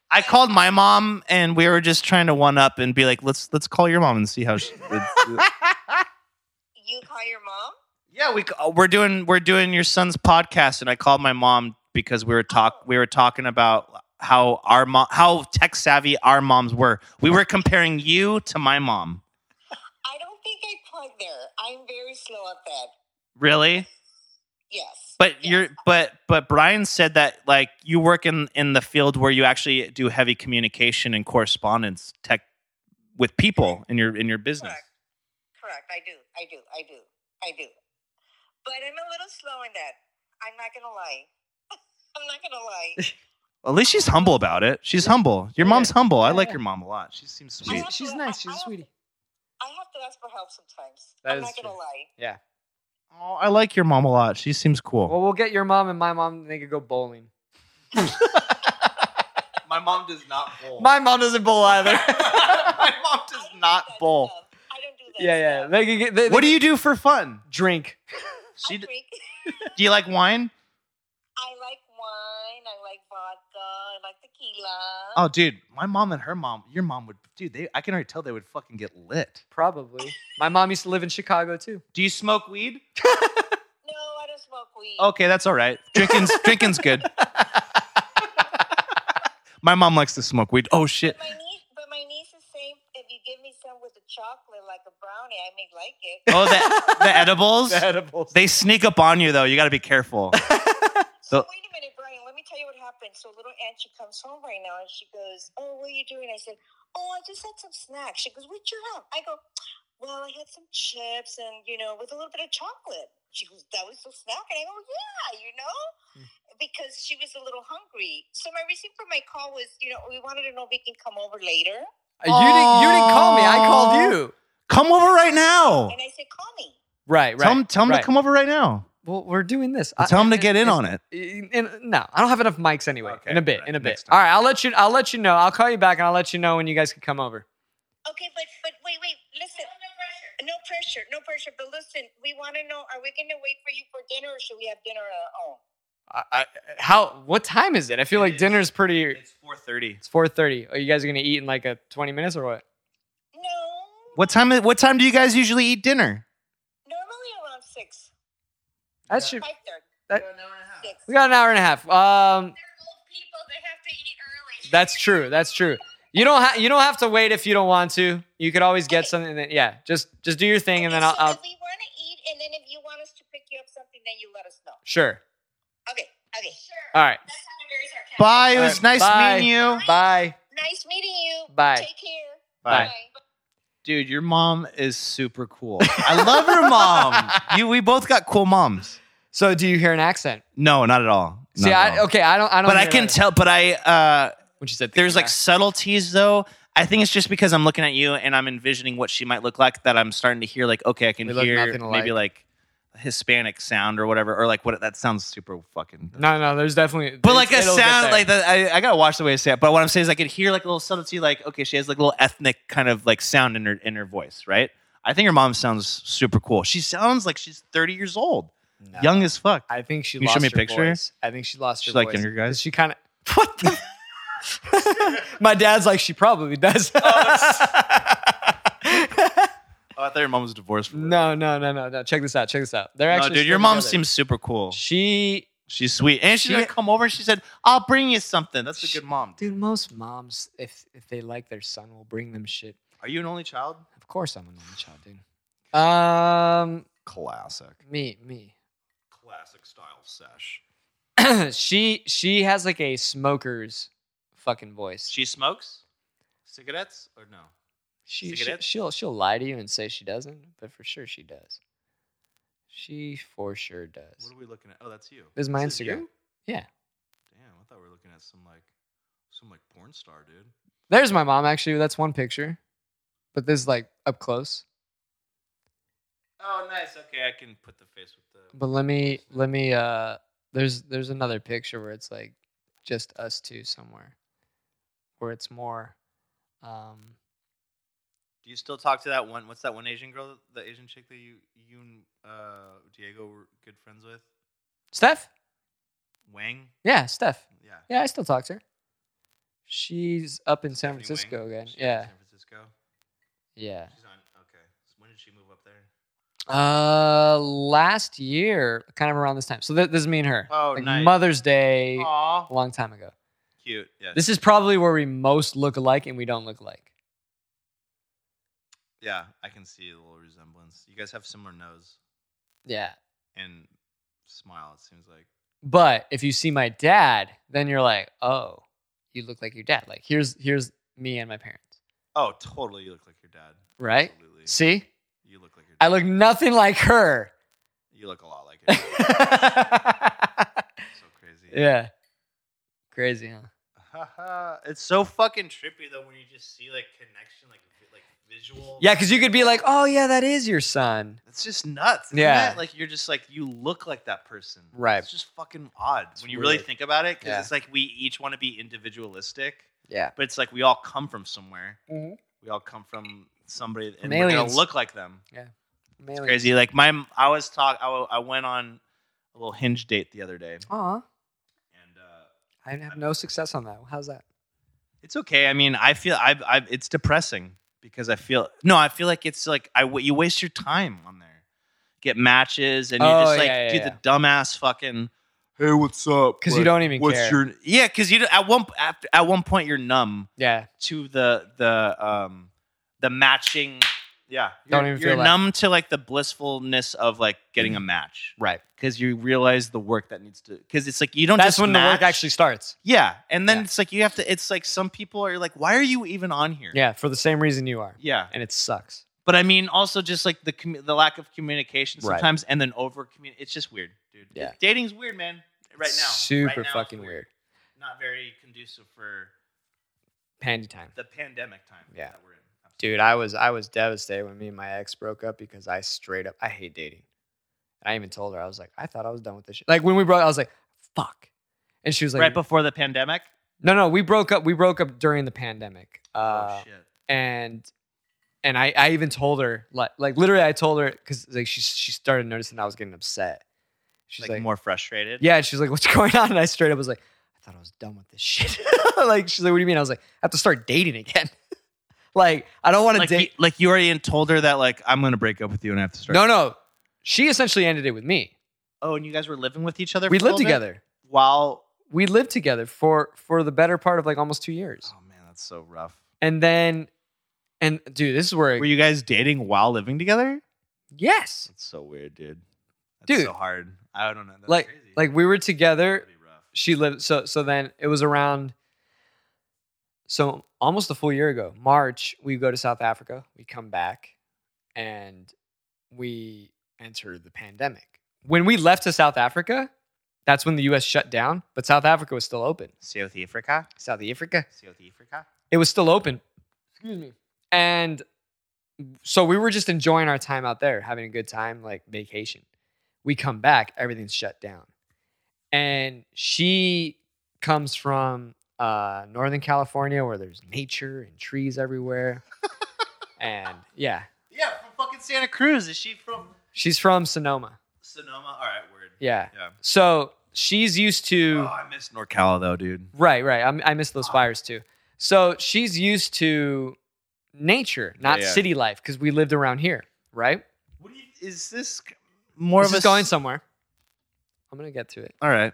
[SPEAKER 2] I called my mom and we were just trying to one up and be like, let's let's call your mom and see how she.
[SPEAKER 3] You call your mom?
[SPEAKER 2] yeah, we ca- we're doing we're doing your son's podcast and I called my mom because we were
[SPEAKER 1] Oh.
[SPEAKER 2] talk we were talking about how our mom how tech savvy our moms were. We were comparing you to my mom.
[SPEAKER 3] I don't think I plug there. I'm very slow at that.
[SPEAKER 2] Really?
[SPEAKER 3] Yes.
[SPEAKER 2] But
[SPEAKER 3] Yes.
[SPEAKER 2] you're but but Brian said that like you work in in the field where you actually do heavy communication and correspondence tech with people in your in your business.
[SPEAKER 3] Correct. Correct. I do. I do. I do. I do. But I'm a little slow in that. I'm not gonna lie. I'm not gonna lie.
[SPEAKER 2] At least she's humble about it. She's humble. Your
[SPEAKER 1] Yeah.
[SPEAKER 2] mom's humble. I
[SPEAKER 1] Yeah,
[SPEAKER 2] like
[SPEAKER 1] yeah.
[SPEAKER 2] your mom a lot. She seems
[SPEAKER 1] She's,
[SPEAKER 2] sweet.
[SPEAKER 3] have
[SPEAKER 1] she's
[SPEAKER 3] to-
[SPEAKER 1] nice.
[SPEAKER 3] I-
[SPEAKER 1] She's
[SPEAKER 3] I
[SPEAKER 1] a
[SPEAKER 3] have
[SPEAKER 1] sweetie.
[SPEAKER 3] I have to ask for help sometimes.
[SPEAKER 1] That
[SPEAKER 3] I'm
[SPEAKER 1] is
[SPEAKER 3] not gonna
[SPEAKER 1] true.
[SPEAKER 3] lie.
[SPEAKER 2] Oh, I like your mom a lot. She seems cool.
[SPEAKER 1] Well, we'll get your mom and my mom. and They could go bowling.
[SPEAKER 2] my mom does not bowl.
[SPEAKER 1] My mom doesn't bowl either.
[SPEAKER 2] my mom
[SPEAKER 3] I
[SPEAKER 2] does
[SPEAKER 3] don't do
[SPEAKER 2] not
[SPEAKER 3] that
[SPEAKER 2] bowl.
[SPEAKER 3] stuff. um, I don't do that.
[SPEAKER 1] Ah, yeah, yeah. They could get. They,
[SPEAKER 2] What
[SPEAKER 1] they
[SPEAKER 2] do you do for fun?
[SPEAKER 1] drink?
[SPEAKER 2] She
[SPEAKER 3] She
[SPEAKER 2] d-
[SPEAKER 3] drink.
[SPEAKER 2] do you like wine?
[SPEAKER 3] I like wine. I like vodka. I like tequila.
[SPEAKER 2] Oh, dude, my mom and her mom, your mom would, dude. They, I can already tell they would fucking get lit.
[SPEAKER 1] Probably. My mom used to live in Chicago too.
[SPEAKER 2] Do you smoke weed?
[SPEAKER 3] No, I don't smoke weed.
[SPEAKER 2] Okay, that's all right. Drinking's drinking's good. My mom likes to smoke weed. Oh shit.
[SPEAKER 3] My niece, but my niece is saying if you give me some with the chocolate, like a brownie, I may like it.
[SPEAKER 2] Oh, the, the edibles.
[SPEAKER 1] edibles.
[SPEAKER 2] They sneak up on you though. You got to be careful.
[SPEAKER 3] So
[SPEAKER 2] So-
[SPEAKER 3] wait a minute, Brian. Let me tell you what happened. So little aunt, she comes home right now, and she goes, "Oh, what are you doing?" I said, "Oh, I just had some snacks." She goes, "What you have?" I go, "Well, I had some chips, and you know, with a little bit of chocolate." She goes, "That was so snack," and I go, "Yeah, you know." Because she was a little hungry. So my reason for my call was, you know, we wanted to know if we can come over later.
[SPEAKER 1] You didn't. You didn't call me. I called you.
[SPEAKER 2] Come over right now.
[SPEAKER 3] And I said, call me.
[SPEAKER 1] Right. Right.
[SPEAKER 2] Tell him, tell him
[SPEAKER 1] right.
[SPEAKER 2] to come over right now.
[SPEAKER 1] Well, we're doing this.
[SPEAKER 2] Tell him to
[SPEAKER 1] and-
[SPEAKER 2] get in
[SPEAKER 1] and-
[SPEAKER 2] on it.
[SPEAKER 1] In, in- no, I don't have enough mics anyway.
[SPEAKER 2] Okay,
[SPEAKER 1] in a bit,
[SPEAKER 2] all right,
[SPEAKER 1] in a bit.
[SPEAKER 2] next
[SPEAKER 1] All right, I'll let you. I'll let you know. I'll call you back and I'll let you know when you guys can come over.
[SPEAKER 3] Okay, but but wait, wait, listen. No pressure. No pressure. No pressure. But listen, we want to know: Are we going to wait for you for dinner, or should we have dinner on our own?
[SPEAKER 1] I, I, how? What time is it? I feel
[SPEAKER 2] It
[SPEAKER 1] like
[SPEAKER 2] is-
[SPEAKER 1] dinner's pretty.
[SPEAKER 2] It's 4:30.
[SPEAKER 1] It's four thirty. Are you guys gonna eat in like a twenty minutes or what?
[SPEAKER 3] No.
[SPEAKER 2] What time? is- What time do you guys usually eat dinner?
[SPEAKER 3] Normally around six,
[SPEAKER 1] That should.
[SPEAKER 3] five thirty, six.
[SPEAKER 1] We got an hour and a half. Um,
[SPEAKER 3] They're old people; they have to eat early.
[SPEAKER 1] that's true. That's true. You don't have. You don't have to wait if you don't want to. You could always get
[SPEAKER 3] Okay.
[SPEAKER 1] something. That, yeah, just just do your thing and then
[SPEAKER 3] Okay,
[SPEAKER 1] I'll.
[SPEAKER 3] so
[SPEAKER 1] I'll
[SPEAKER 3] if we want to eat, and then if you want us to pick you up something, then you let us know.
[SPEAKER 1] sure.
[SPEAKER 3] Okay. Okay. Sure.
[SPEAKER 1] All right.
[SPEAKER 3] That sounded very sarcastic.
[SPEAKER 2] Bye. It
[SPEAKER 1] All
[SPEAKER 2] was
[SPEAKER 1] right,
[SPEAKER 2] nice
[SPEAKER 1] bye.
[SPEAKER 2] meeting you.
[SPEAKER 1] Bye.
[SPEAKER 3] Nice meeting you.
[SPEAKER 1] Bye.
[SPEAKER 3] Take care.
[SPEAKER 1] Bye.
[SPEAKER 2] Dude, your mom is super cool. I love your mom. You, we both got cool moms.
[SPEAKER 1] So, do you hear an accent?
[SPEAKER 2] No, not at all. Not
[SPEAKER 1] See,
[SPEAKER 2] at
[SPEAKER 1] I,
[SPEAKER 2] all.
[SPEAKER 1] okay, I don't. I don't.
[SPEAKER 2] but I
[SPEAKER 1] hear
[SPEAKER 2] can
[SPEAKER 1] that.
[SPEAKER 2] tell. But I, uh,
[SPEAKER 1] When she said
[SPEAKER 2] there's like
[SPEAKER 1] "Yeah."
[SPEAKER 2] subtleties though. I think it's just because I'm looking at you and I'm envisioning what she might look like that I'm starting to hear like, okay, I can
[SPEAKER 1] We look
[SPEAKER 2] hear
[SPEAKER 1] nothing alike.
[SPEAKER 2] maybe like Hispanic sound or whatever, or like what that sounds super fucking.
[SPEAKER 1] No, no, there's definitely.
[SPEAKER 2] But like a
[SPEAKER 1] it'll get
[SPEAKER 2] sound,
[SPEAKER 1] there.
[SPEAKER 2] like the, I, I gotta watch the way I say it. But what I'm saying is, I could hear like a little subtlety, like okay, she has like a little ethnic kind of like sound in her in her voice, right? I think her mom sounds super cool. She sounds like she's 30 years old,
[SPEAKER 1] No.
[SPEAKER 2] young as fuck.
[SPEAKER 1] I think she
[SPEAKER 2] Can you show
[SPEAKER 1] lost
[SPEAKER 2] me a
[SPEAKER 1] her
[SPEAKER 2] picture?
[SPEAKER 1] voice. I think she lost her
[SPEAKER 2] She's like,
[SPEAKER 1] voice.
[SPEAKER 2] "Younger guys?"
[SPEAKER 1] She kind of. What the? My dad's like, she probably does.
[SPEAKER 2] Oh, I thought your mom was divorced. From
[SPEAKER 1] no, no, no, no, no. Check this out. Check this out. They're
[SPEAKER 2] no,
[SPEAKER 1] actually.
[SPEAKER 2] dude, your
[SPEAKER 1] still
[SPEAKER 2] mom
[SPEAKER 1] together.
[SPEAKER 2] seems super cool.
[SPEAKER 1] She,
[SPEAKER 2] She's sweet, and she,
[SPEAKER 1] She-
[SPEAKER 2] gonna come over. and She said, "I'll bring you something." That's a
[SPEAKER 1] She-
[SPEAKER 2] good mom.
[SPEAKER 1] dude, most moms, if if they like their son, will bring them shit.
[SPEAKER 2] Are you an only child?
[SPEAKER 1] Of course, I'm an only child, dude. Um,
[SPEAKER 6] Classic.
[SPEAKER 1] me, me.
[SPEAKER 6] Classic style sesh.
[SPEAKER 1] she she has like a smoker's fucking voice.
[SPEAKER 2] She smokes cigarettes or no?
[SPEAKER 1] She, she
[SPEAKER 2] Cigarettes?
[SPEAKER 1] she'll she'll lie to you and say she doesn't, but for sure she does. She for sure does.
[SPEAKER 2] What are we looking at? Oh, that's you.
[SPEAKER 1] This is my
[SPEAKER 2] This is
[SPEAKER 1] Instagram.
[SPEAKER 2] you?
[SPEAKER 1] Yeah,
[SPEAKER 2] Damn, I thought we were looking at some like some like porn star, dude.
[SPEAKER 1] there's my mom. Actually, that's one picture, but this is like up close.
[SPEAKER 2] Oh, nice. Okay, I can put the face with the.
[SPEAKER 1] But let me let me. Uh, there's there's another picture where it's like just us two somewhere, where it's more. Um,
[SPEAKER 2] Do you still talk to that one? What's that one Asian girl? The Asian chick that you you and uh, Diego were good friends with?
[SPEAKER 1] Steph?
[SPEAKER 2] Wang.
[SPEAKER 1] Yeah, Steph.
[SPEAKER 2] Yeah.
[SPEAKER 1] Yeah, I still talk to her. She's up in San
[SPEAKER 2] Stephanie Wang.
[SPEAKER 1] Francisco again.
[SPEAKER 2] She's in
[SPEAKER 1] Yeah.
[SPEAKER 2] San Francisco.
[SPEAKER 1] Yeah.
[SPEAKER 2] She's on. Okay. So when did she move up there?
[SPEAKER 1] Uh, last year, kind of around this time. So th- this is me and her.
[SPEAKER 2] Oh,
[SPEAKER 1] like
[SPEAKER 2] nice.
[SPEAKER 1] Mother's Day,
[SPEAKER 2] Aw.
[SPEAKER 1] a long time ago.
[SPEAKER 2] Cute. Yeah.
[SPEAKER 1] This is probably where we most look alike and we don't look alike.
[SPEAKER 2] yeah. I can see a little resemblance. You guys have similar nose
[SPEAKER 1] Yeah.
[SPEAKER 2] and smile. It seems like.
[SPEAKER 1] But if you see my dad, then you're like, oh, you look like your dad. Like here's here's me and my parents.
[SPEAKER 2] Oh, totally. You look like your dad.
[SPEAKER 1] Right?
[SPEAKER 2] Absolutely.
[SPEAKER 1] See?
[SPEAKER 2] You look like your. Dad.
[SPEAKER 1] I look nothing like her.
[SPEAKER 2] You look a lot like your dad.
[SPEAKER 1] yeah.
[SPEAKER 2] so crazy.
[SPEAKER 1] Crazy, huh?
[SPEAKER 2] it's so fucking trippy though when you just see like connection, like vi- like visual.
[SPEAKER 1] Yeah, because you could be like, oh yeah, that is your son.
[SPEAKER 2] It's just nuts. Isn't
[SPEAKER 1] Yeah.
[SPEAKER 2] it? Like you're just like you look like that person.
[SPEAKER 1] Right.
[SPEAKER 2] It's just fucking odd
[SPEAKER 1] It's
[SPEAKER 2] when you really
[SPEAKER 1] weird.
[SPEAKER 2] think about it because
[SPEAKER 1] Yeah.
[SPEAKER 2] it's like we each want to be individualistic,
[SPEAKER 1] Yeah.
[SPEAKER 2] but it's like we all come from somewhere.
[SPEAKER 1] Mhm.
[SPEAKER 2] We all come from somebody, and
[SPEAKER 1] From
[SPEAKER 2] we're gonna
[SPEAKER 1] aliens.
[SPEAKER 2] look like them.
[SPEAKER 1] It's
[SPEAKER 2] Crazy. Like my, I was talk. I, wa- I went on a little hinge date the other day, and
[SPEAKER 1] Aw.
[SPEAKER 2] uh,
[SPEAKER 1] I have no success on that. How's that?
[SPEAKER 2] It's okay. I mean, I feel I, I it's depressing because I feel no, I feel like it's like I w- you waste your time on there, get matches, and you
[SPEAKER 1] Oh,
[SPEAKER 2] just like
[SPEAKER 1] yeah, yeah,
[SPEAKER 2] do the dumbass fucking
[SPEAKER 6] Hey, what's up?
[SPEAKER 1] Because
[SPEAKER 6] Like,
[SPEAKER 1] you don't even
[SPEAKER 6] What's
[SPEAKER 1] care.
[SPEAKER 6] your?
[SPEAKER 2] yeah. Because you at one after, at one point you're numb
[SPEAKER 1] yeah.
[SPEAKER 2] to the the um the matching. Yeah,
[SPEAKER 1] Don't
[SPEAKER 2] You're-
[SPEAKER 1] even feel
[SPEAKER 2] you're
[SPEAKER 1] that. Mm-hmm.
[SPEAKER 2] numb to like the blissfulness of like getting a match
[SPEAKER 1] Right.
[SPEAKER 2] because you realize the work that needs to because it's like you don't
[SPEAKER 1] That's
[SPEAKER 2] just
[SPEAKER 1] when the work
[SPEAKER 2] match.
[SPEAKER 1] actually starts.
[SPEAKER 2] yeah, and then
[SPEAKER 1] Yeah.
[SPEAKER 2] it's like you have to. It's like some people are like, why are you even on here?
[SPEAKER 1] Yeah, for the same reason you are.
[SPEAKER 2] Yeah.
[SPEAKER 1] And it sucks.
[SPEAKER 2] But I mean, also just like the commu- the lack of communication
[SPEAKER 1] Right.
[SPEAKER 2] sometimes, and then over communicate. It's just weird, dude.
[SPEAKER 1] Yeah.
[SPEAKER 2] dating's weird, man. Right now,
[SPEAKER 1] Super
[SPEAKER 2] Right now it's
[SPEAKER 1] fucking weird.
[SPEAKER 2] Not very conducive for
[SPEAKER 1] Pandy time.
[SPEAKER 2] the pandemic time.
[SPEAKER 1] Yeah.
[SPEAKER 2] that we're in.
[SPEAKER 1] Dude, I was I was devastated when me and my ex broke up because I straight up I hate dating. I even told her I was like, I thought I was done with this shit. Like when we broke, I was like, fuck. And she was like,
[SPEAKER 2] right before the pandemic.
[SPEAKER 1] No, no, we broke up. We broke up during the pandemic. Uh,
[SPEAKER 2] oh shit.
[SPEAKER 1] and and I, I even told her like like literally I told her because like she she started noticing I was getting upset. She's
[SPEAKER 2] Like,
[SPEAKER 1] like,
[SPEAKER 2] more frustrated.
[SPEAKER 1] yeah, and she's like, what's going on? And I straight up was like, I thought I was done with this shit. like she's like, what do you mean? I was like, I have to start dating again. like I don't want to
[SPEAKER 2] Like,
[SPEAKER 1] date.
[SPEAKER 2] you, like you already told her that like I'm gonna break up with you and I have to start.
[SPEAKER 1] No, no. She essentially ended it with me.
[SPEAKER 2] Oh, and you guys were living with each other.
[SPEAKER 1] We
[SPEAKER 2] for a
[SPEAKER 1] lived
[SPEAKER 2] little bit?
[SPEAKER 1] together.
[SPEAKER 2] While
[SPEAKER 1] We lived together for for the better part of like almost two years.
[SPEAKER 2] oh man, that's so rough.
[SPEAKER 1] And then, and dude, this is where it-
[SPEAKER 2] Were you guys dating while living together?
[SPEAKER 1] yes,
[SPEAKER 2] That's so weird, dude. That's
[SPEAKER 1] Dude.
[SPEAKER 2] so hard. I don't know. That's
[SPEAKER 1] like
[SPEAKER 2] crazy.
[SPEAKER 1] like we were together.
[SPEAKER 2] That'd be rough.
[SPEAKER 1] She lived so so then it was around. So almost a full year ago, March, we go to South Africa. We come back, and we enter the pandemic. When we left to South Africa, that's when the U.S. shut down, but South Africa was still open.
[SPEAKER 2] South Africa.
[SPEAKER 1] South Africa.
[SPEAKER 2] South Africa.
[SPEAKER 1] it was still open. Excuse me. And so we were just enjoying our time out there, having a good time, like vacation. We come back, everything's shut down. And she comes from uh, Northern California where there's nature and trees everywhere. and yeah,
[SPEAKER 2] Yeah, from fucking Santa Cruz. Is she from
[SPEAKER 1] she's from Sonoma.
[SPEAKER 2] Sonoma? All right, word.
[SPEAKER 1] Yeah.
[SPEAKER 2] Yeah.
[SPEAKER 1] So she's used to.
[SPEAKER 2] Oh, I miss NorCal though, dude.
[SPEAKER 1] Right, right. I'm, I miss those fires too. So she's used to nature, not
[SPEAKER 2] Yeah, yeah.
[SPEAKER 1] city life, because we lived around here, right?
[SPEAKER 2] What do you, is this c- more
[SPEAKER 1] this
[SPEAKER 2] of
[SPEAKER 1] is
[SPEAKER 2] a
[SPEAKER 1] going
[SPEAKER 2] s-
[SPEAKER 1] somewhere. I'm gonna get to it.
[SPEAKER 2] All right.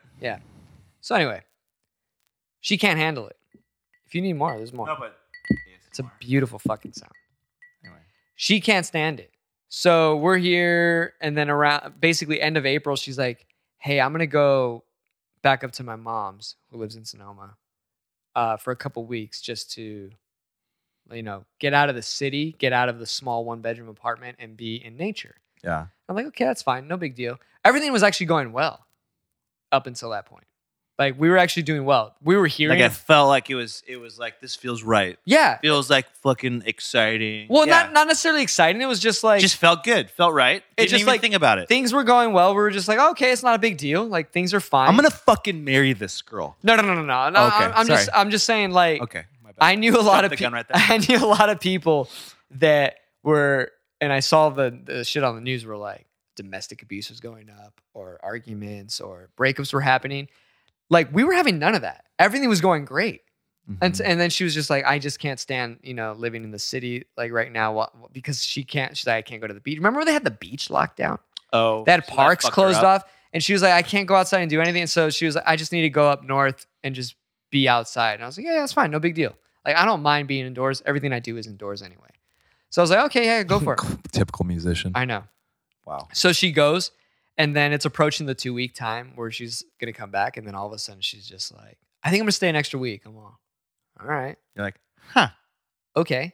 [SPEAKER 1] So anyway, she can't handle it. If you need more, there's more.
[SPEAKER 2] No, but
[SPEAKER 1] it's a beautiful fucking sound.
[SPEAKER 2] anyway.
[SPEAKER 1] She can't stand it. So we're here, and then around basically end of April, she's like, "Hey, I'm gonna go back up to my mom's, who lives in Sonoma, uh, for a couple weeks, just to, you know, get out of the city, get out of the small one bedroom apartment, and be in nature."
[SPEAKER 2] Yeah.
[SPEAKER 1] I'm like, "Okay, that's fine, no big deal." Everything was actually going well up until that point. Like we were actually doing well. We were hearing,
[SPEAKER 2] Like I felt like it was. It was like this feels right.
[SPEAKER 1] yeah.
[SPEAKER 2] Feels like fucking exciting.
[SPEAKER 1] Well,
[SPEAKER 2] Yeah.
[SPEAKER 1] not not necessarily exciting. It was just like
[SPEAKER 2] just felt good. Felt right. Didn't
[SPEAKER 1] just,
[SPEAKER 2] even
[SPEAKER 1] like,
[SPEAKER 2] think about it.
[SPEAKER 1] things were going well. We were just like, okay, it's not a big deal. Like things are fine.
[SPEAKER 2] I'm gonna fucking marry this girl.
[SPEAKER 1] No, no, no, no, no. no
[SPEAKER 2] Okay,
[SPEAKER 1] I'm, I'm just,
[SPEAKER 2] sorry.
[SPEAKER 1] I'm just saying. Like,
[SPEAKER 2] Okay. My bad.
[SPEAKER 1] I knew a lot
[SPEAKER 2] Dropped
[SPEAKER 1] of,
[SPEAKER 2] the
[SPEAKER 1] pe-
[SPEAKER 2] gun right there.
[SPEAKER 1] I knew a lot of people that were, and I saw the, the shit on the news. Were like, domestic abuse was going up or arguments or breakups were happening. Like we were having none of that. Everything was going great.
[SPEAKER 2] Mm-hmm.
[SPEAKER 1] And, and then she was just like, I just can't stand, you know, living in the city like right now wha- wha- because she can't, she's like, I can't go to the beach. Remember when they had the beach locked down?
[SPEAKER 8] Oh,
[SPEAKER 1] They had
[SPEAKER 8] so that
[SPEAKER 1] parks
[SPEAKER 8] fucked her
[SPEAKER 1] closed
[SPEAKER 8] up.
[SPEAKER 1] off. And she was like, I can't go outside and do anything. so she was like, I just need to go up north and just be outside. And I was like, yeah, that's fine. No big deal. Like, I don't mind being indoors. Everything I do is indoors anyway. So I was like, okay, yeah, go for it.
[SPEAKER 9] Typical musician.
[SPEAKER 1] I know.
[SPEAKER 9] Wow.
[SPEAKER 1] So she goes, and then it's approaching the two week time where she's gonna come back, and then all of a sudden she's just like, "I think I'm gonna stay an extra week." I'm all, all right,
[SPEAKER 2] You're like, huh?
[SPEAKER 1] okay.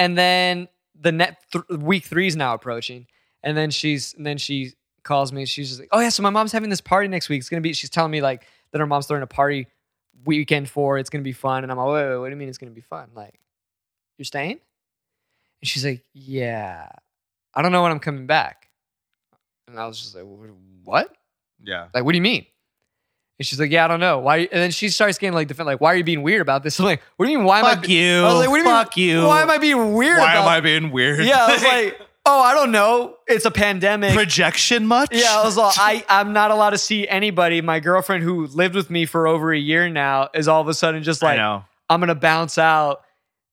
[SPEAKER 1] And then the net th- week three is now approaching, and then she's and then she calls me. She's just like, "Oh yeah, so my mom's having this party next week. It's gonna be." She's telling me like that her mom's throwing a party weekend for. It's gonna be fun, and I'm like, wait, wait, wait, what do you mean it's gonna be fun? Like, you're staying? And she's like, yeah. I don't know when I'm coming back. And I was just like, "Wh- what?
[SPEAKER 2] Yeah.
[SPEAKER 1] Like, what do you mean? And she's like, yeah, I don't know. Why? And then she starts getting like defend, like, why are you being weird about this? I'm like, what do you mean? Why am I?
[SPEAKER 2] Fuck
[SPEAKER 1] be-
[SPEAKER 2] you.
[SPEAKER 1] I was like, what do you mean-
[SPEAKER 2] Fuck you.
[SPEAKER 1] Why am I being weird?
[SPEAKER 2] Why
[SPEAKER 1] about
[SPEAKER 2] am I being weird?
[SPEAKER 1] Yeah, I was like, oh, I don't know. It's a pandemic.
[SPEAKER 2] projection much?
[SPEAKER 1] yeah, I was like, I, I'm not allowed to see anybody. My girlfriend, who lived with me for over a year now, is all of a sudden just
[SPEAKER 2] I
[SPEAKER 1] like,
[SPEAKER 2] know.
[SPEAKER 1] I'm gonna bounce out,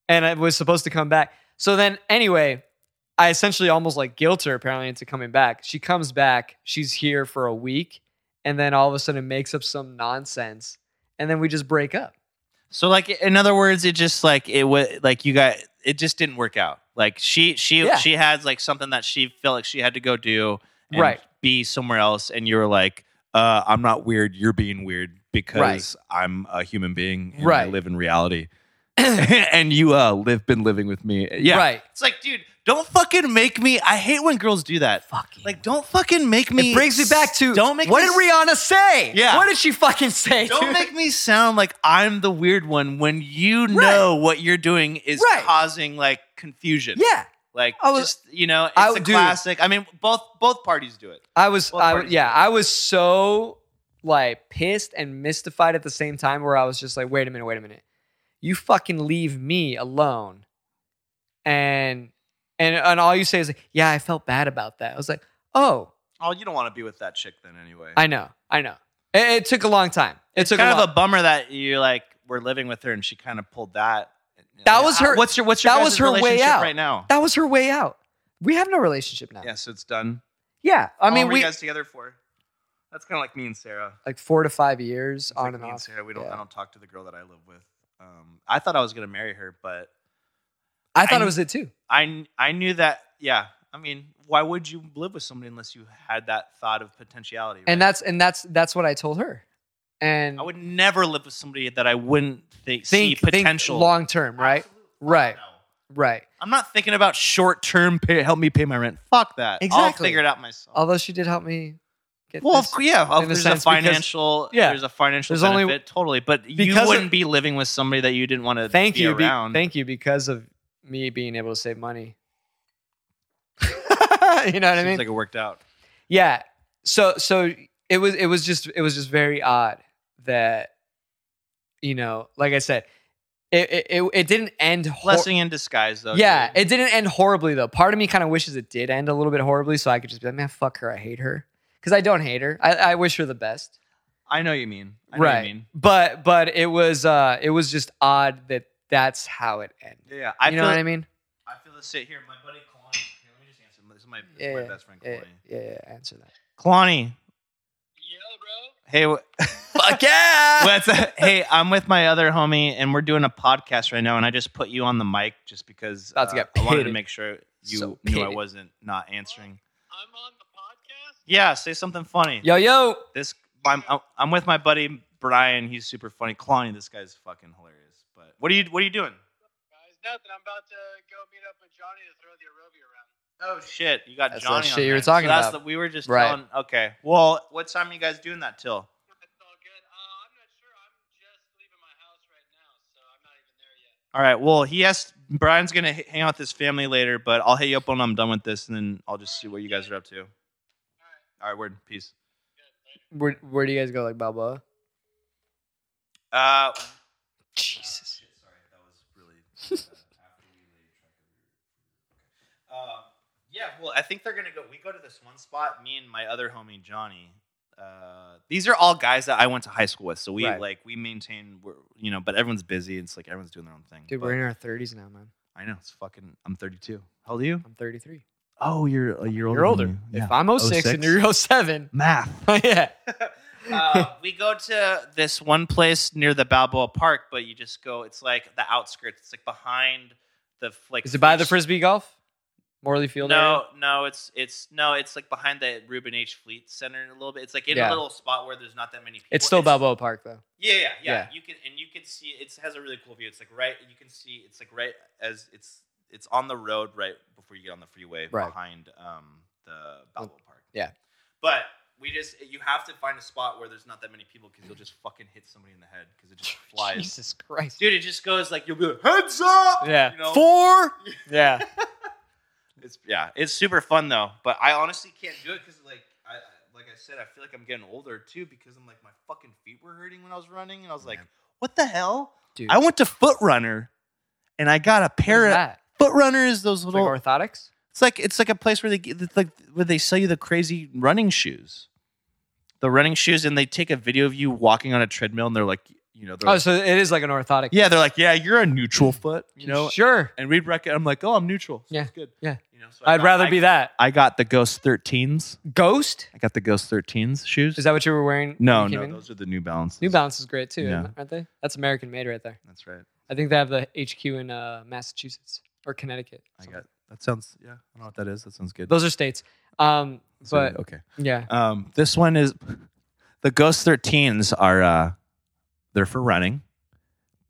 [SPEAKER 1] and I was supposed to come back. So then, anyway, I essentially almost like guilt her apparently into coming back. She comes back, she's here for a week, and then all of a sudden makes up some nonsense, and then we just break up.
[SPEAKER 2] So like in other words, it just like it was like you got it just didn't work out. Like she she
[SPEAKER 1] Yeah.
[SPEAKER 2] she had like something that she felt like she had to go do and
[SPEAKER 1] Right.
[SPEAKER 2] be somewhere else and you were like, uh, I'm not weird, you're being weird because
[SPEAKER 1] Right.
[SPEAKER 2] I'm a human being and I
[SPEAKER 1] Right.
[SPEAKER 2] live in reality. and you uh live been living with me. Yeah.
[SPEAKER 1] Right.
[SPEAKER 2] It's like, dude, don't fucking make me I hate when girls do that.
[SPEAKER 1] Fucking.
[SPEAKER 2] Like don't fucking make me
[SPEAKER 1] it brings me back to
[SPEAKER 2] don't make
[SPEAKER 1] what
[SPEAKER 2] me
[SPEAKER 1] did Rihanna say?
[SPEAKER 2] Yeah.
[SPEAKER 1] What did she fucking say?
[SPEAKER 2] Don't
[SPEAKER 1] dude?
[SPEAKER 2] make me sound like I'm the weird one when you know what you're doing is
[SPEAKER 1] Right.
[SPEAKER 2] causing like confusion.
[SPEAKER 1] yeah.
[SPEAKER 2] Like
[SPEAKER 1] I was-
[SPEAKER 2] just you know, it's
[SPEAKER 1] I
[SPEAKER 2] a
[SPEAKER 1] would do-
[SPEAKER 2] classic. I mean, both both parties do it.
[SPEAKER 1] I was,
[SPEAKER 2] Both
[SPEAKER 1] I,
[SPEAKER 2] parties.
[SPEAKER 1] yeah, I was so like pissed and mystified at the same time where I was just like, wait a minute, wait a minute. You fucking leave me alone. And, and, and all you say is like, yeah, I felt bad about that. I was like, oh,
[SPEAKER 2] Oh, you don't want to be with that chick then anyway.
[SPEAKER 1] I know, I know. It, it took a long time. It took
[SPEAKER 2] kind
[SPEAKER 1] a
[SPEAKER 2] of
[SPEAKER 1] long,
[SPEAKER 2] a bummer that you like were living with her and she kind of pulled that.
[SPEAKER 1] That
[SPEAKER 2] Yeah.
[SPEAKER 1] was her-
[SPEAKER 2] What's your what's your
[SPEAKER 1] that
[SPEAKER 2] guys'
[SPEAKER 1] was her way
[SPEAKER 2] relationship
[SPEAKER 1] out.
[SPEAKER 2] right now?
[SPEAKER 1] that was her way out. We have no relationship now.
[SPEAKER 2] Yeah, so it's done.
[SPEAKER 1] Yeah. I mean, we,
[SPEAKER 2] you guys together for. That's kind of like me and Sarah.
[SPEAKER 1] like four to five years
[SPEAKER 2] It's
[SPEAKER 1] on
[SPEAKER 2] like
[SPEAKER 1] and
[SPEAKER 2] me and
[SPEAKER 1] off.
[SPEAKER 2] Sarah, we don't.
[SPEAKER 1] Yeah.
[SPEAKER 2] I don't talk to the girl that I live with. Um, I thought I was gonna marry her, but
[SPEAKER 1] I thought
[SPEAKER 2] I-
[SPEAKER 1] it was it too.
[SPEAKER 2] I kn- I knew that. Yeah, I mean, why would you live with somebody unless you had that thought of potentiality?
[SPEAKER 1] And
[SPEAKER 2] right?
[SPEAKER 1] that's, and that's, that's what I told her. And
[SPEAKER 2] I would never live with somebody that I wouldn't think,
[SPEAKER 1] think,
[SPEAKER 2] see potential.
[SPEAKER 1] long term, right? Right,
[SPEAKER 2] No.
[SPEAKER 1] right.
[SPEAKER 2] I'm not thinking about short term. Pay, help me pay my rent. Fuck that. I'll
[SPEAKER 1] Exactly.
[SPEAKER 2] figure it out myself.
[SPEAKER 1] Although she did help me get
[SPEAKER 2] well, of
[SPEAKER 1] this.
[SPEAKER 2] cou- yeah, of-
[SPEAKER 1] in the
[SPEAKER 2] there's a
[SPEAKER 1] sense because-
[SPEAKER 2] financial,
[SPEAKER 1] yeah.
[SPEAKER 2] there's a financial
[SPEAKER 1] There's only-
[SPEAKER 2] benefit, totally. But you
[SPEAKER 1] Because of-
[SPEAKER 2] wouldn't be living with somebody that you didn't want to
[SPEAKER 1] thank
[SPEAKER 2] be
[SPEAKER 1] you, be-
[SPEAKER 2] around.
[SPEAKER 1] thank you, because of me being able to save money. you know what I
[SPEAKER 2] Seems
[SPEAKER 1] mean?
[SPEAKER 2] like it worked out.
[SPEAKER 1] yeah. So, so it was, it was just, it was just very odd that, you know, like I said, it, it, it, it didn't end. hor-
[SPEAKER 2] Blessing in disguise, though.
[SPEAKER 1] yeah,
[SPEAKER 2] dude.
[SPEAKER 1] it didn't end horribly though. Part of me kind of wishes it did end a little bit horribly, so I could just be like, man, fuck her, I hate her, because I don't hate her. I, I wish her the best.
[SPEAKER 2] I know you mean. I Know
[SPEAKER 1] right
[SPEAKER 2] what you mean.
[SPEAKER 1] but but it was uh it was just odd that that's how it ended
[SPEAKER 2] Yeah, yeah. I
[SPEAKER 1] you
[SPEAKER 2] feel
[SPEAKER 1] know what i mean
[SPEAKER 2] I feel the sit here. My buddy Kalani. Here, let me just answer. him. This is my, this is
[SPEAKER 1] Yeah,
[SPEAKER 2] my best friend,
[SPEAKER 1] yeah,
[SPEAKER 2] Kalani.
[SPEAKER 1] yeah, yeah, answer that
[SPEAKER 2] Kalani,
[SPEAKER 10] Yeah, bro.
[SPEAKER 2] hey, wh-
[SPEAKER 1] fuck yeah
[SPEAKER 2] what's up? hey, I'm with my other homie, and we're doing a podcast right now, and I just put you on the mic just because uh,
[SPEAKER 1] About to get
[SPEAKER 2] I wanted to
[SPEAKER 1] pitted.
[SPEAKER 2] make sure you
[SPEAKER 1] So
[SPEAKER 2] knew I
[SPEAKER 1] pitted.
[SPEAKER 2] wasn't not answering.
[SPEAKER 10] I'm on the podcast.
[SPEAKER 2] Yeah, say something funny.
[SPEAKER 1] yo yo
[SPEAKER 2] This, I'm, I'm- I'm with my buddy Brian. He's super funny. Kalani, this guy's fucking hilarious. But what are you, what are you doing?
[SPEAKER 10] Guys, nothing. I'm about to go meet up with Johnny to throw the aerobic around.
[SPEAKER 2] Oh shit! You got
[SPEAKER 1] That's that
[SPEAKER 2] Johnny.
[SPEAKER 1] shit
[SPEAKER 2] on
[SPEAKER 1] you were
[SPEAKER 2] there.
[SPEAKER 1] talking
[SPEAKER 2] so that's
[SPEAKER 1] about.
[SPEAKER 2] The, we were just
[SPEAKER 1] Right.
[SPEAKER 2] telling. Okay. Well, what time are you guys doing that till?
[SPEAKER 10] It's all good. Uh, I'm not sure. I'm just leaving my house right now, so I'm not even there yet.
[SPEAKER 2] All right. Well, he asked Brian's gonna h- hang out with his family later, but I'll hit you up when I'm done with this, and then I'll just see what you guys are up to. All right. Word. Peace.
[SPEAKER 1] where, where do you guys go like balboa
[SPEAKER 2] Uh.
[SPEAKER 1] jesus
[SPEAKER 2] Oh, Sorry, that was really. Uh, Yeah, well, I think they're gonna go. We go to this one spot. Me and my other homie Johnny. Uh, these are all guys that I went to high school with, so we
[SPEAKER 1] Right.
[SPEAKER 2] like we maintain. We're, you know, but everyone's busy. And it's like everyone's doing their own thing.
[SPEAKER 1] Dude,
[SPEAKER 2] But
[SPEAKER 1] we're in our 30s now, man.
[SPEAKER 2] I know it's fucking. I'm 32. How old are you?
[SPEAKER 1] I'm 33.
[SPEAKER 2] Oh, you're a year older. oh
[SPEAKER 1] You're older.
[SPEAKER 2] Than me. Yeah.
[SPEAKER 1] If I'm 06, and
[SPEAKER 2] 06.
[SPEAKER 1] you're 07,
[SPEAKER 2] Math.
[SPEAKER 1] Oh, yeah.
[SPEAKER 2] uh, we go to this one place near the Balboa Park, but you just go. It's like the outskirts. It's like behind the f- like.
[SPEAKER 1] Is it by the
[SPEAKER 2] Fleet-
[SPEAKER 1] frisbee golf? Morley Field?
[SPEAKER 2] No, no, it's it's no, it's like behind the Reuben H. Fleet Center a little bit. It's like in
[SPEAKER 1] Yeah.
[SPEAKER 2] a little spot where there's not that many people.
[SPEAKER 1] It's still Balboa Park, though.
[SPEAKER 2] Yeah, yeah, yeah,
[SPEAKER 1] Yeah.
[SPEAKER 2] You can and you can see it has a really cool view. It's like right. You can see it's like right as it's it's on the road right before you get on the freeway
[SPEAKER 1] Right. Mm,
[SPEAKER 2] behind um the Balboa Park.
[SPEAKER 1] yeah.
[SPEAKER 2] but. We just you have to find a spot where there's not that many people because you'll just fucking hit somebody in the head because it just flies.
[SPEAKER 1] Jesus Christ.
[SPEAKER 2] Dude, it just goes like you'll be like heads up.
[SPEAKER 1] Yeah.
[SPEAKER 2] you know?
[SPEAKER 1] Four. Yeah.
[SPEAKER 2] It's yeah, it's super fun though. But I honestly can't do it because like I I- like I said, I feel like I'm getting older too because I'm like my fucking feet were hurting when I was running, and I was like, what the hell?
[SPEAKER 1] Dude.
[SPEAKER 2] I went to Foot Runner, and I got a pair
[SPEAKER 1] Where's
[SPEAKER 2] of
[SPEAKER 1] that?
[SPEAKER 2] Foot Runner is those
[SPEAKER 1] It's
[SPEAKER 2] little.
[SPEAKER 1] like orthotics?
[SPEAKER 2] it's like it's like a place where they get- it's like where they sell you the crazy running shoes, the running shoes, and they take a video of you walking on a treadmill, and they're like, you know, they're
[SPEAKER 1] Oh,
[SPEAKER 2] like,
[SPEAKER 1] so it is like an orthotic.
[SPEAKER 2] yeah, they're like, yeah, you're a neutral foot, you know.
[SPEAKER 1] Sure.
[SPEAKER 2] And we'd rec- I'm like, oh, I'm neutral. So
[SPEAKER 1] Yeah,
[SPEAKER 2] it's good.
[SPEAKER 1] yeah.
[SPEAKER 2] You know, so I
[SPEAKER 1] I'd
[SPEAKER 2] got-
[SPEAKER 1] rather
[SPEAKER 2] I-
[SPEAKER 1] be that.
[SPEAKER 2] I got the Ghost 13s.
[SPEAKER 1] Ghost?
[SPEAKER 2] I got the Ghost 13s shoes.
[SPEAKER 1] Is that what you were wearing? when
[SPEAKER 2] no,
[SPEAKER 1] you came
[SPEAKER 2] no,
[SPEAKER 1] in?
[SPEAKER 2] those are the New Balances.
[SPEAKER 1] New Balance is great too,
[SPEAKER 2] Yeah.
[SPEAKER 1] aren't they? That's American made right there.
[SPEAKER 2] That's right.
[SPEAKER 1] I think they have the HQ in uh, Massachusetts or Connecticut.
[SPEAKER 2] I got that sounds yeah. I don't know what that is. That sounds good.
[SPEAKER 1] Those are states. Um,
[SPEAKER 2] So,
[SPEAKER 1] but
[SPEAKER 2] okay.
[SPEAKER 1] yeah,
[SPEAKER 2] Um, this one is the Ghost 13s are uh, they're for running.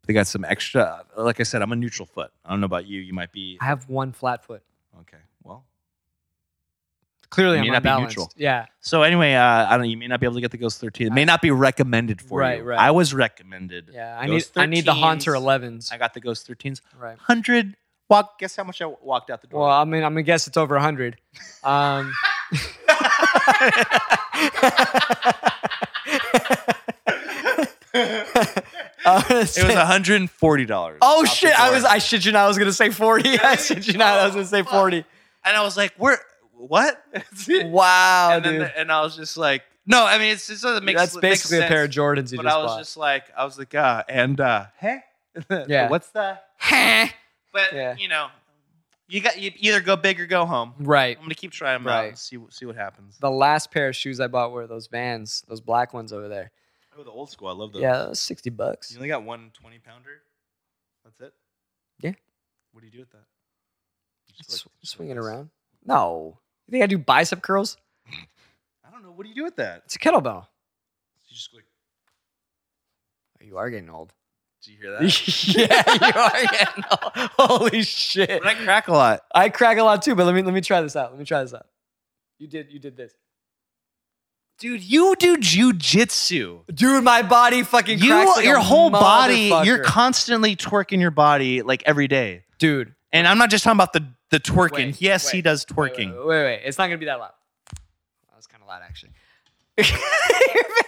[SPEAKER 2] They got some extra. Like I said, I'm a neutral foot. I don't know about you. You might be
[SPEAKER 1] I have one flat foot.
[SPEAKER 2] okay. Well,
[SPEAKER 1] Clearly,
[SPEAKER 2] You
[SPEAKER 1] I'm
[SPEAKER 2] may not be
[SPEAKER 1] unbalanced.
[SPEAKER 2] neutral.
[SPEAKER 1] Yeah,
[SPEAKER 2] so anyway, uh, I don't. You may not be able to get the Ghost 13. It may not be recommended for
[SPEAKER 1] Right,
[SPEAKER 2] you.
[SPEAKER 1] right.
[SPEAKER 2] I was recommended.
[SPEAKER 1] yeah. I need
[SPEAKER 2] Those
[SPEAKER 1] I need the Haunter
[SPEAKER 2] 13s.
[SPEAKER 1] 11s.
[SPEAKER 2] I got the Ghost 13s.
[SPEAKER 1] Right.
[SPEAKER 2] hundred walk. Guess how much I walked out the door.
[SPEAKER 1] Well, I mean, I'm gonna guess it's over 100. Um,
[SPEAKER 2] it was hundred and forty dollars.
[SPEAKER 1] oh shit! I was I shit you not. I was gonna say 40. I shit you not. I was gonna say
[SPEAKER 2] fuck.
[SPEAKER 1] 40.
[SPEAKER 2] and I was like, "Where? What?" and
[SPEAKER 1] Wow,
[SPEAKER 2] then
[SPEAKER 1] dude.
[SPEAKER 2] the- and I was just like, "No, I mean, it's just doesn't make
[SPEAKER 1] That's
[SPEAKER 2] it makes
[SPEAKER 1] basically a pair of
[SPEAKER 2] sense."
[SPEAKER 1] Jordans you
[SPEAKER 2] But
[SPEAKER 1] just
[SPEAKER 2] I was
[SPEAKER 1] bought.
[SPEAKER 2] just like, I was like, uh, and uh, hey,
[SPEAKER 1] Yeah.
[SPEAKER 2] what's that? But
[SPEAKER 1] Yeah.
[SPEAKER 2] you know, you got you either go big or go home.
[SPEAKER 1] right.
[SPEAKER 2] I'm gonna keep trying them out
[SPEAKER 1] Right.
[SPEAKER 2] and see what- see what happens.
[SPEAKER 1] The last pair of shoes I bought were those Vans, those black ones over there.
[SPEAKER 2] Oh, the old school. I love those.
[SPEAKER 1] Yeah, that was 60 bucks.
[SPEAKER 2] You only got one 20 pounder? That's it?
[SPEAKER 1] Yeah.
[SPEAKER 2] What do you do with that? You just,
[SPEAKER 1] Sw-
[SPEAKER 2] like,
[SPEAKER 1] swing it
[SPEAKER 2] this.
[SPEAKER 1] around. No. You think I do bicep curls?
[SPEAKER 2] I don't know. What do you do with that?
[SPEAKER 1] It's a kettlebell. Oh,
[SPEAKER 2] You just go like,
[SPEAKER 1] You are getting old.
[SPEAKER 2] do you hear
[SPEAKER 1] yeah,
[SPEAKER 2] that?
[SPEAKER 1] you are getting old. Holy shit.
[SPEAKER 2] but I crack a lot.
[SPEAKER 1] I crack a lot too, but let me let me try this out. Let me try this out. You did you did this.
[SPEAKER 2] Dude, you do jujitsu.
[SPEAKER 1] Dude, my body fucking
[SPEAKER 2] You,
[SPEAKER 1] cracks like a
[SPEAKER 2] your whole body, you're
[SPEAKER 1] motherfucker.
[SPEAKER 2] constantly twerking your body like every day.
[SPEAKER 1] Dude.
[SPEAKER 2] And I'm not just talking about the, the twerking.
[SPEAKER 1] Wait,
[SPEAKER 2] yes, he
[SPEAKER 1] wait,
[SPEAKER 2] does
[SPEAKER 1] Wait,
[SPEAKER 2] twerking.
[SPEAKER 1] Wait, wait, wait. It's not gonna be that loud. That was kind of loud actually.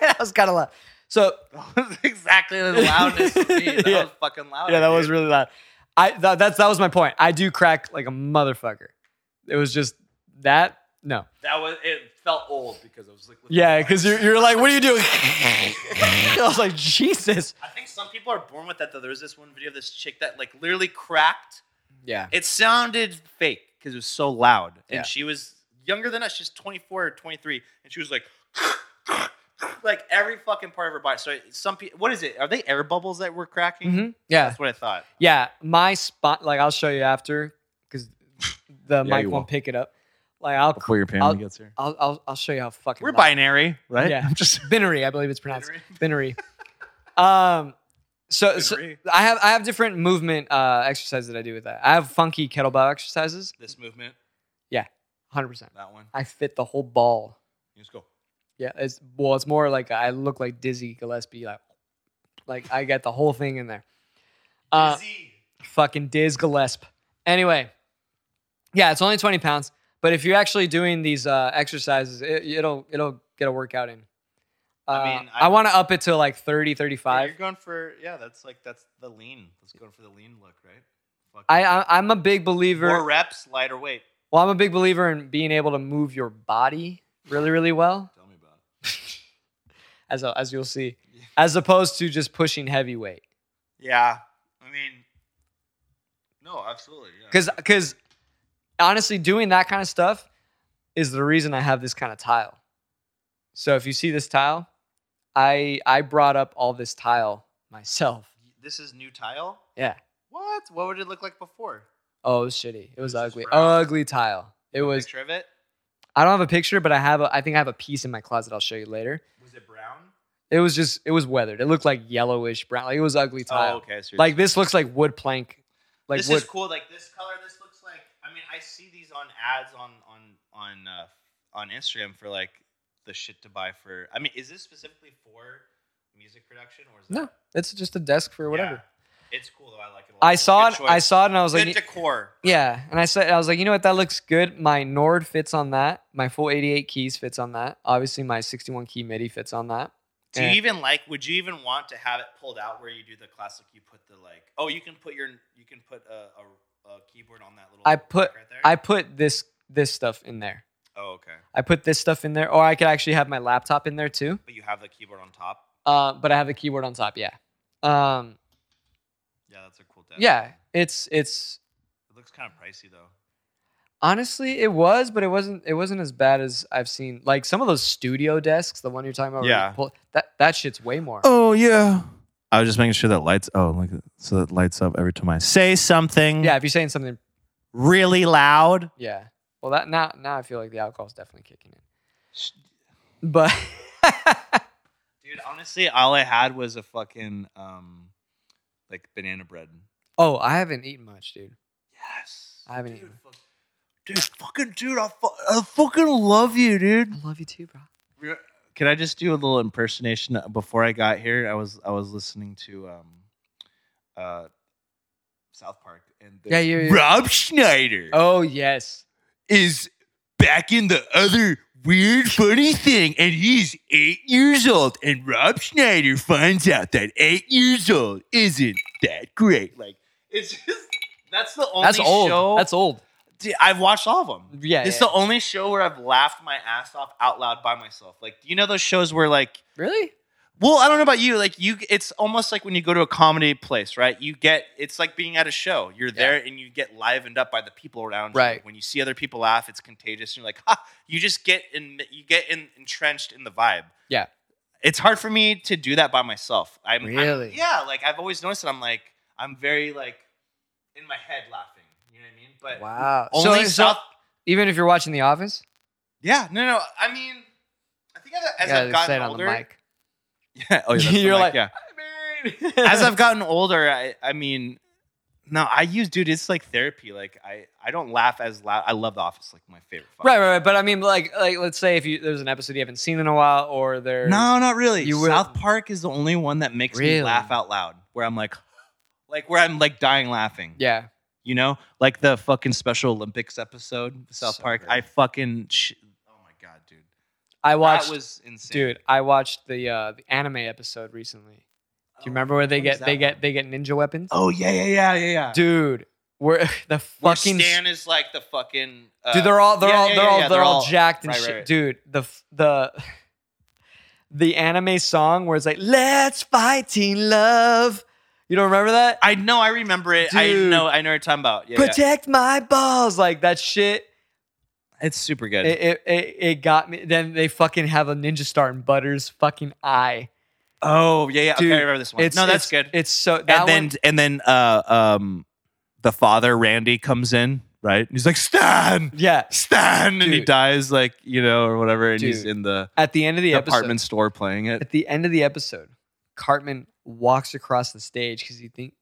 [SPEAKER 1] that was kind of loud. So
[SPEAKER 2] That was exactly the loudness of me. That
[SPEAKER 1] Yeah.
[SPEAKER 2] was fucking loud.
[SPEAKER 1] yeah, that was
[SPEAKER 2] dude.
[SPEAKER 1] really loud. I tha- that's that was my point. I do crack like a motherfucker. It was just that. No.
[SPEAKER 2] That was, it felt old because I was like, looking
[SPEAKER 1] Yeah,
[SPEAKER 2] at my-
[SPEAKER 1] because you're, you're like, what are you doing? I was like, Jesus.
[SPEAKER 2] I think some people are born with that though. There was this one video of this chick that like literally cracked.
[SPEAKER 1] Yeah.
[SPEAKER 2] It sounded fake because it was so loud. And
[SPEAKER 1] Yeah.
[SPEAKER 2] she was younger than us. She's 24 or 23. And she was like, like every fucking part of her body. So it- some people, what is it? Are they air bubbles that we're cracking?
[SPEAKER 1] hmm Yeah.
[SPEAKER 2] That's what I thought.
[SPEAKER 1] Yeah, my spot. Like I'll show you after because the mic
[SPEAKER 2] you
[SPEAKER 1] won't pick it up. Like I'll
[SPEAKER 5] Before your
[SPEAKER 1] I'll-
[SPEAKER 5] family gets here.
[SPEAKER 1] I'll I'll, I'll show you how fucking
[SPEAKER 2] We're
[SPEAKER 1] loud-
[SPEAKER 2] binary, right?
[SPEAKER 1] Yeah.
[SPEAKER 2] I'm just
[SPEAKER 1] Binary, I believe it's pronounced Binary. um, so, so
[SPEAKER 2] Binary.
[SPEAKER 1] I have I have different movement uh, exercises that I do with that. I have funky kettlebell exercises,
[SPEAKER 2] this movement,
[SPEAKER 1] hundred percent.
[SPEAKER 2] that one.
[SPEAKER 1] I fit the whole ball.
[SPEAKER 2] You just go.
[SPEAKER 1] Yeah, it's well, it's more like I look like Dizzy Gillespie, like like I got the whole thing in there. Uh,
[SPEAKER 2] Dizzy.
[SPEAKER 1] fucking Diz Gillespie. Anyway, yeah, it's only 20 pounds, but if you're actually doing these uh, exercises, it, it'll it'll get a workout in. Uh, I
[SPEAKER 2] I
[SPEAKER 1] mean,
[SPEAKER 2] mean,
[SPEAKER 1] I,
[SPEAKER 2] I-
[SPEAKER 1] want to up it to like 30, 35.
[SPEAKER 2] You're going for yeah. That's like that's the lean. Let's go for the lean look, right? Fuck.
[SPEAKER 1] I, I I'm a big believer.
[SPEAKER 2] More reps, lighter weight.
[SPEAKER 1] Well, I'm a big believer in being able to move your body really, really well,
[SPEAKER 2] Tell me about
[SPEAKER 1] as as you'll see, as opposed to just pushing heavy weight.
[SPEAKER 2] it. Yeah. I mean, no, absolutely. Yeah.
[SPEAKER 1] Because because honestly, doing that kind of stuff is the reason I have this kind of tile. So if you see this tile, I I brought up all this tile myself.
[SPEAKER 2] this is new tile.
[SPEAKER 1] Yeah.
[SPEAKER 2] What? What would it look like before?
[SPEAKER 1] Oh, it was shitty. It was
[SPEAKER 2] This is
[SPEAKER 1] ugly.
[SPEAKER 2] rough.
[SPEAKER 1] Ugly tile. It was.
[SPEAKER 2] Picture of it.
[SPEAKER 1] I don't have a picture, but I have. A, I think I have a piece in my closet. I'll show you later.
[SPEAKER 2] Was it brown?
[SPEAKER 1] It was just. It was weathered. It looked like yellowish brown. Like it was ugly tile.
[SPEAKER 2] Oh, okay. I see what
[SPEAKER 1] Like this looks like wood plank. Like
[SPEAKER 2] this
[SPEAKER 1] wood.
[SPEAKER 2] is cool. Like this color, this looks like. I mean, I see these on ads on on on uh, on Instagram for like the shit to buy for. I mean, is this specifically for music production or is
[SPEAKER 1] No,
[SPEAKER 2] that,
[SPEAKER 1] it's just a desk for whatever.
[SPEAKER 2] Yeah. It's cool though. I like it. A lot.
[SPEAKER 1] I
[SPEAKER 2] It's a
[SPEAKER 1] saw
[SPEAKER 2] good
[SPEAKER 1] it. I
[SPEAKER 2] choice.
[SPEAKER 1] saw it, and I was
[SPEAKER 2] Good
[SPEAKER 1] like,
[SPEAKER 2] decor.
[SPEAKER 1] Yeah, and I said I was like, you know what, that looks good. My Nord fits on that. My full 88 keys fits on that. Obviously, my 61 key MIDI fits on that.
[SPEAKER 2] Do
[SPEAKER 1] Yeah.
[SPEAKER 2] you even like? Would you even want to have it pulled out where you do the classic? You put the like. Oh, you can put your. You can put a, a, a keyboard on that little.
[SPEAKER 1] I put-
[SPEAKER 2] rack right there.
[SPEAKER 1] I put this this stuff in there.
[SPEAKER 2] Oh, okay.
[SPEAKER 1] I put this stuff in there, or I could actually have my laptop in there too.
[SPEAKER 2] But you have the keyboard on top.
[SPEAKER 1] Uh, but I have the keyboard on top. Yeah, um,
[SPEAKER 2] Yeah, that's a cool desk.
[SPEAKER 1] yeah. It's it's
[SPEAKER 2] It looks kind of pricey though.
[SPEAKER 1] honestly it was, but it wasn't it wasn't as bad as I've seen. Like some of those studio desks, the one you're talking about. where you
[SPEAKER 2] Yeah.
[SPEAKER 1] pull- that that shit's way more.
[SPEAKER 5] Oh yeah.
[SPEAKER 2] I was just making sure that lights. Oh, look, so that lights up every time I say something.
[SPEAKER 1] Yeah, if you're saying something
[SPEAKER 2] really loud.
[SPEAKER 1] Yeah. Well, that now now I feel like the alcohol's definitely kicking in. But
[SPEAKER 2] Dude, honestly, all I had was a fucking um, like banana bread.
[SPEAKER 1] oh, I haven't eaten much, dude.
[SPEAKER 2] Yes,
[SPEAKER 1] I haven't
[SPEAKER 2] dude,
[SPEAKER 1] eaten.
[SPEAKER 2] fuck- Dude, fucking dude, I, fu- I fucking love you, dude.
[SPEAKER 1] I love you too, bro.
[SPEAKER 2] Can I just do a little impersonation before I got here? I was I was listening to um, uh, South Park and the-
[SPEAKER 1] Yeah, you. you-
[SPEAKER 6] Rob Schneider
[SPEAKER 1] Oh yes.
[SPEAKER 6] is back in the other weird, funny thing, and he's eight years old. And Rob Schneider finds out that eight years old isn't that great. Like,
[SPEAKER 2] it's just that's the only
[SPEAKER 1] That's old.
[SPEAKER 2] show.
[SPEAKER 1] That's old.
[SPEAKER 2] Dude, I've watched all of them.
[SPEAKER 1] Yeah.
[SPEAKER 2] It's
[SPEAKER 1] yeah.
[SPEAKER 2] the only show where I've laughed my ass off out loud by myself. Like, do you know those shows where like
[SPEAKER 1] really?
[SPEAKER 2] well, I don't know about you, like you it's almost like when you go to a comedy place, right? You get it's like being at a show. You're there and you get livened up by the people around you.
[SPEAKER 1] Right.
[SPEAKER 2] When you see other people laugh, it's contagious and you're like, "Ha, you just get in you get in, entrenched in the vibe."
[SPEAKER 1] Yeah.
[SPEAKER 2] It's hard for me to do that by myself. I'm I'm-
[SPEAKER 1] Really?
[SPEAKER 2] yeah, like I've always noticed that I'm like I'm very like in my head laughing, you know what I mean? But
[SPEAKER 1] Wow.
[SPEAKER 2] only
[SPEAKER 1] so,
[SPEAKER 2] South
[SPEAKER 1] so even if you're watching The Office,
[SPEAKER 2] Yeah, no, no. I mean, I think as, as
[SPEAKER 1] yeah,
[SPEAKER 2] I've
[SPEAKER 1] they say
[SPEAKER 2] gotten
[SPEAKER 1] it on
[SPEAKER 2] older,
[SPEAKER 1] the mic.
[SPEAKER 2] yeah, oh, yeah, that's the
[SPEAKER 1] You're like-
[SPEAKER 2] mic, yeah. As
[SPEAKER 1] As
[SPEAKER 2] I've gotten older, I, I mean, no, I use, dude, it's like therapy. Like I, I don't laugh as loud. I love The Office, like my favorite. fucking-
[SPEAKER 1] right, right, right. But I mean, like, like let's say if you there's an episode you haven't seen in a while, or there.
[SPEAKER 2] No, not really.
[SPEAKER 1] You will-
[SPEAKER 2] South Park is the only one that makes
[SPEAKER 1] Really?
[SPEAKER 2] me laugh out loud, where I'm like, like where I'm like dying laughing.
[SPEAKER 1] Yeah.
[SPEAKER 2] You know, like the fucking Special Olympics episode, South
[SPEAKER 1] So
[SPEAKER 2] Park.
[SPEAKER 1] good.
[SPEAKER 2] I fucking, sh- oh my god, dude,
[SPEAKER 1] I watched.
[SPEAKER 2] that was insane,
[SPEAKER 1] dude, I watched the uh, the anime episode recently. Do you remember where they
[SPEAKER 2] Oh, What is
[SPEAKER 1] get
[SPEAKER 2] that
[SPEAKER 1] they
[SPEAKER 2] one?
[SPEAKER 1] get they get ninja weapons?
[SPEAKER 2] Oh yeah, yeah, yeah, yeah, yeah.
[SPEAKER 1] dude, we're the
[SPEAKER 2] Where
[SPEAKER 1] fucking
[SPEAKER 2] Stan is like the fucking. Uh,
[SPEAKER 1] dude. They're all they're
[SPEAKER 2] yeah,
[SPEAKER 1] all
[SPEAKER 2] yeah,
[SPEAKER 1] they're
[SPEAKER 2] yeah,
[SPEAKER 1] all
[SPEAKER 2] yeah,
[SPEAKER 1] they're all jacked and
[SPEAKER 2] right,
[SPEAKER 1] shit,
[SPEAKER 2] right, right.
[SPEAKER 1] dude. The f- the the anime song where it's like "Let's fight, teen love." You don't remember that?
[SPEAKER 2] I know, I remember it. I
[SPEAKER 1] Dude.
[SPEAKER 2] know, I know what you're talking about. Yeah, yeah.
[SPEAKER 1] Protect my balls, like that shit.
[SPEAKER 2] it's super good.
[SPEAKER 1] It, it it it got me. Then they fucking have a ninja star in Butters' fucking eye.
[SPEAKER 2] oh yeah, yeah.
[SPEAKER 1] Dude,
[SPEAKER 2] okay, I remember this one.
[SPEAKER 1] It's
[SPEAKER 2] no, that's
[SPEAKER 1] it's-
[SPEAKER 2] good.
[SPEAKER 1] It's so that
[SPEAKER 2] and then
[SPEAKER 1] one,
[SPEAKER 2] and then uh, um, the father Randy comes in, right? He's like Stan,
[SPEAKER 1] yeah.
[SPEAKER 2] Stan, and he
[SPEAKER 1] Dude.
[SPEAKER 2] dies like you know or whatever, and he's
[SPEAKER 1] Dude.
[SPEAKER 2] in the
[SPEAKER 1] At the end of the episode,
[SPEAKER 2] department store playing it.
[SPEAKER 1] at the end of the episode, Cartman walks across the stage because he think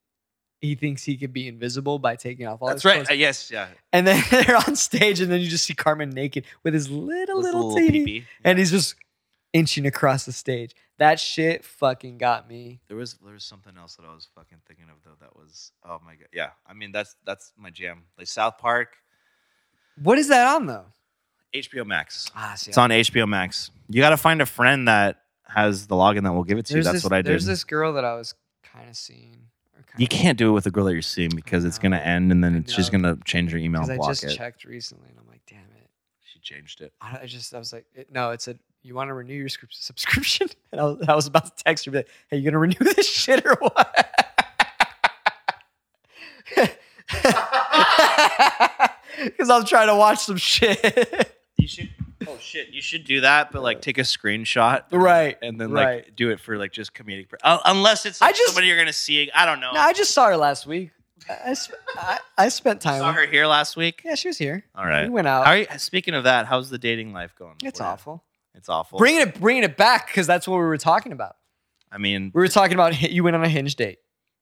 [SPEAKER 1] he thinks he could be invisible by taking off all
[SPEAKER 2] That's
[SPEAKER 1] his
[SPEAKER 2] right.
[SPEAKER 1] clothes.
[SPEAKER 2] Uh, yes, yeah.
[SPEAKER 1] And then they're on stage, and then you just see Cartman naked with his little
[SPEAKER 2] This
[SPEAKER 1] little, teeny,
[SPEAKER 2] pee-pee.
[SPEAKER 1] and he's just inching across the stage. That shit fucking got me.
[SPEAKER 2] There was there was something else that I was fucking thinking of though. That was oh my god. Yeah, I mean that's that's my jam. Like South Park,
[SPEAKER 1] What is that on though?
[SPEAKER 2] HBO Max.
[SPEAKER 1] Ah, see,
[SPEAKER 2] It's on HBO Max. You got to find a friend that has the login that will give it to you.
[SPEAKER 1] there's
[SPEAKER 2] That's
[SPEAKER 1] this-
[SPEAKER 2] what I did.
[SPEAKER 1] There's this girl that I was kind of seeing, or Okay.
[SPEAKER 5] You can't do it with a girl that you're seeing because it's gonna
[SPEAKER 1] No.
[SPEAKER 5] end, and then
[SPEAKER 1] I
[SPEAKER 5] it's, she's
[SPEAKER 1] know.
[SPEAKER 5] gonna change her email
[SPEAKER 1] Because
[SPEAKER 5] and
[SPEAKER 1] I
[SPEAKER 5] block
[SPEAKER 1] just
[SPEAKER 5] it.
[SPEAKER 1] checked recently, and I'm like, damn it.
[SPEAKER 5] She changed it.
[SPEAKER 1] I I just I was like, it, no, it said you want to renew your scrip- subscription, and I was, I was about to text her, be like, hey, you gonna renew this shit or what? Because I'm trying to watch some shit.
[SPEAKER 2] You should. Oh shit! You should do that, but like take a screenshot,
[SPEAKER 1] right.
[SPEAKER 2] And then like
[SPEAKER 1] Right.
[SPEAKER 2] do it for like just comedic. pur- Uh, unless it's
[SPEAKER 1] I
[SPEAKER 2] like
[SPEAKER 1] just-
[SPEAKER 2] somebody you're gonna see. I don't know.
[SPEAKER 1] No, I just saw her last week. I, I, sp- I, I spent time.
[SPEAKER 2] saw
[SPEAKER 1] with-
[SPEAKER 2] her here last week.
[SPEAKER 1] Yeah, she was here.
[SPEAKER 2] All
[SPEAKER 1] We
[SPEAKER 2] right.
[SPEAKER 1] went
[SPEAKER 2] How
[SPEAKER 1] out.
[SPEAKER 2] are you, speaking of that, how's the dating life going?
[SPEAKER 1] it's
[SPEAKER 2] for you?
[SPEAKER 1] awful.
[SPEAKER 2] It's awful.
[SPEAKER 1] Bringing it, bringing it back because that's what we were talking about.
[SPEAKER 2] I mean,
[SPEAKER 1] We were talking about hi- you went on a hinge date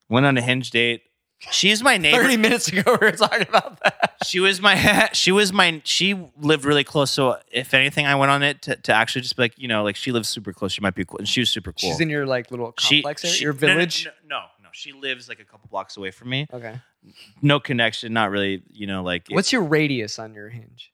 [SPEAKER 2] went on a hinge date. She's my neighbor.
[SPEAKER 1] thirty minutes ago. We were talking about that.
[SPEAKER 2] She was my she was my she lived really close. So if anything, I went on it to, to actually just be like you know like she lives super close. She might be cool, and she was super cool.
[SPEAKER 1] She's in your like little
[SPEAKER 2] She-
[SPEAKER 1] complex, area,
[SPEAKER 2] she-
[SPEAKER 1] your
[SPEAKER 2] no, no,
[SPEAKER 1] village.
[SPEAKER 2] No no, no, no, she lives like a couple blocks away from me.
[SPEAKER 1] Okay.
[SPEAKER 2] No connection, not really. You know, like it-
[SPEAKER 1] What's your radius on your hinge?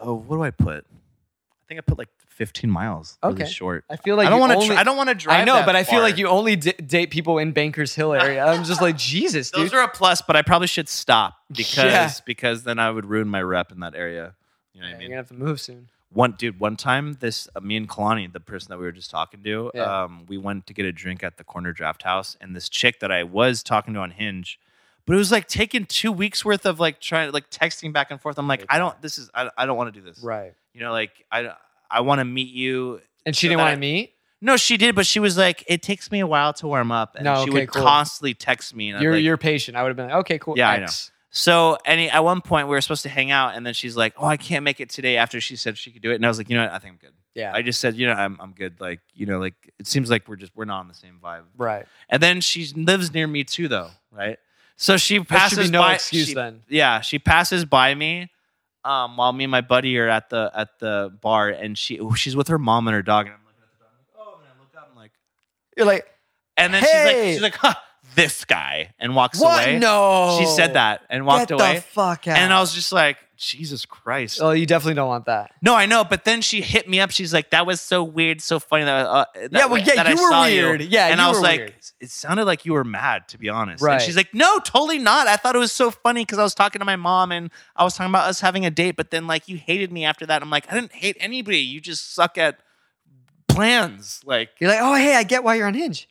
[SPEAKER 2] oh, what do I put? I think I put like 15 miles. Really
[SPEAKER 1] Okay.
[SPEAKER 2] short.
[SPEAKER 1] I feel like
[SPEAKER 2] I don't
[SPEAKER 1] you
[SPEAKER 2] want to.
[SPEAKER 1] only-
[SPEAKER 2] I don't want to drive.
[SPEAKER 1] I know,
[SPEAKER 2] that
[SPEAKER 1] but I feel
[SPEAKER 2] far.
[SPEAKER 1] like you only d- date people in Bankers Hill area. I'm just like Jesus, dude.
[SPEAKER 2] Those are a plus, but I probably should stop because
[SPEAKER 1] Yeah.
[SPEAKER 2] because then I would ruin my rep in that area. You know what I
[SPEAKER 1] Yeah,
[SPEAKER 2] mean?
[SPEAKER 1] You're gonna have to move soon.
[SPEAKER 2] one dude one time this uh, me and kalani the person that we were just talking to
[SPEAKER 1] Yeah.
[SPEAKER 2] um, we went to get a drink at the corner draft house and this chick that i was talking to on hinge but it was like taking two weeks worth of like trying like texting back and forth i'm like i don't this is i, I don't want to do this
[SPEAKER 1] Right.
[SPEAKER 2] you know like i i want to meet you
[SPEAKER 1] And she
[SPEAKER 2] So
[SPEAKER 1] didn't
[SPEAKER 2] that
[SPEAKER 1] want
[SPEAKER 2] I-
[SPEAKER 1] to meet.
[SPEAKER 2] no she did but she was like it takes me a while to warm up and
[SPEAKER 1] No,
[SPEAKER 2] she
[SPEAKER 1] okay,
[SPEAKER 2] would
[SPEAKER 1] cool.
[SPEAKER 2] constantly text me and I'd
[SPEAKER 1] You're
[SPEAKER 2] like,
[SPEAKER 1] you're patient. I would have been like, okay, cool.
[SPEAKER 2] Yeah, I
[SPEAKER 1] X.
[SPEAKER 2] so any at one point we were supposed to hang out and then she's like oh i can't make it today after she said she could do it and i was like you know what i think i'm good
[SPEAKER 1] Yeah.
[SPEAKER 2] I just said, you know, I'm I'm good. Like, you know, like it seems like we're just we're not on the same vibe.
[SPEAKER 1] right.
[SPEAKER 2] And then she lives near me too, though, right? So she
[SPEAKER 1] That should
[SPEAKER 2] passes
[SPEAKER 1] be no
[SPEAKER 2] by.
[SPEAKER 1] excuse
[SPEAKER 2] she-
[SPEAKER 1] then.
[SPEAKER 2] Yeah, she passes by me, um, while me and my buddy are at the at the bar, and she she's with her mom and her dog, and I'm looking at the dog, I'm like, oh, and I look up, I'm like,
[SPEAKER 1] You're like,
[SPEAKER 2] and then
[SPEAKER 1] Hey!
[SPEAKER 2] she's like, she's like, huh, this guy, and walks
[SPEAKER 1] what?
[SPEAKER 2] away.
[SPEAKER 1] No.
[SPEAKER 2] She said that and walked
[SPEAKER 1] Get
[SPEAKER 2] away,
[SPEAKER 1] the fuck out.
[SPEAKER 2] and I was just like, Jesus Christ.
[SPEAKER 1] Oh, you definitely don't want that.
[SPEAKER 2] No, I know, but then she hit me up. She's like, "That was so weird, so funny that, uh, that
[SPEAKER 1] Yeah, well, yeah,
[SPEAKER 2] that I
[SPEAKER 1] you were
[SPEAKER 2] saw
[SPEAKER 1] weird. Yeah,
[SPEAKER 2] and
[SPEAKER 1] you
[SPEAKER 2] I was
[SPEAKER 1] were
[SPEAKER 2] like,
[SPEAKER 1] weird.
[SPEAKER 2] "It sounded like you were mad, to be honest."
[SPEAKER 1] Right.
[SPEAKER 2] And she's like, "No, totally not. I thought it was so funny because I was talking to my mom and I was talking about us having a date, but then like you hated me after that. I'm like, I didn't hate anybody. You just suck at plans. Like,
[SPEAKER 1] You're like, oh hey, I get why you're on Hinge.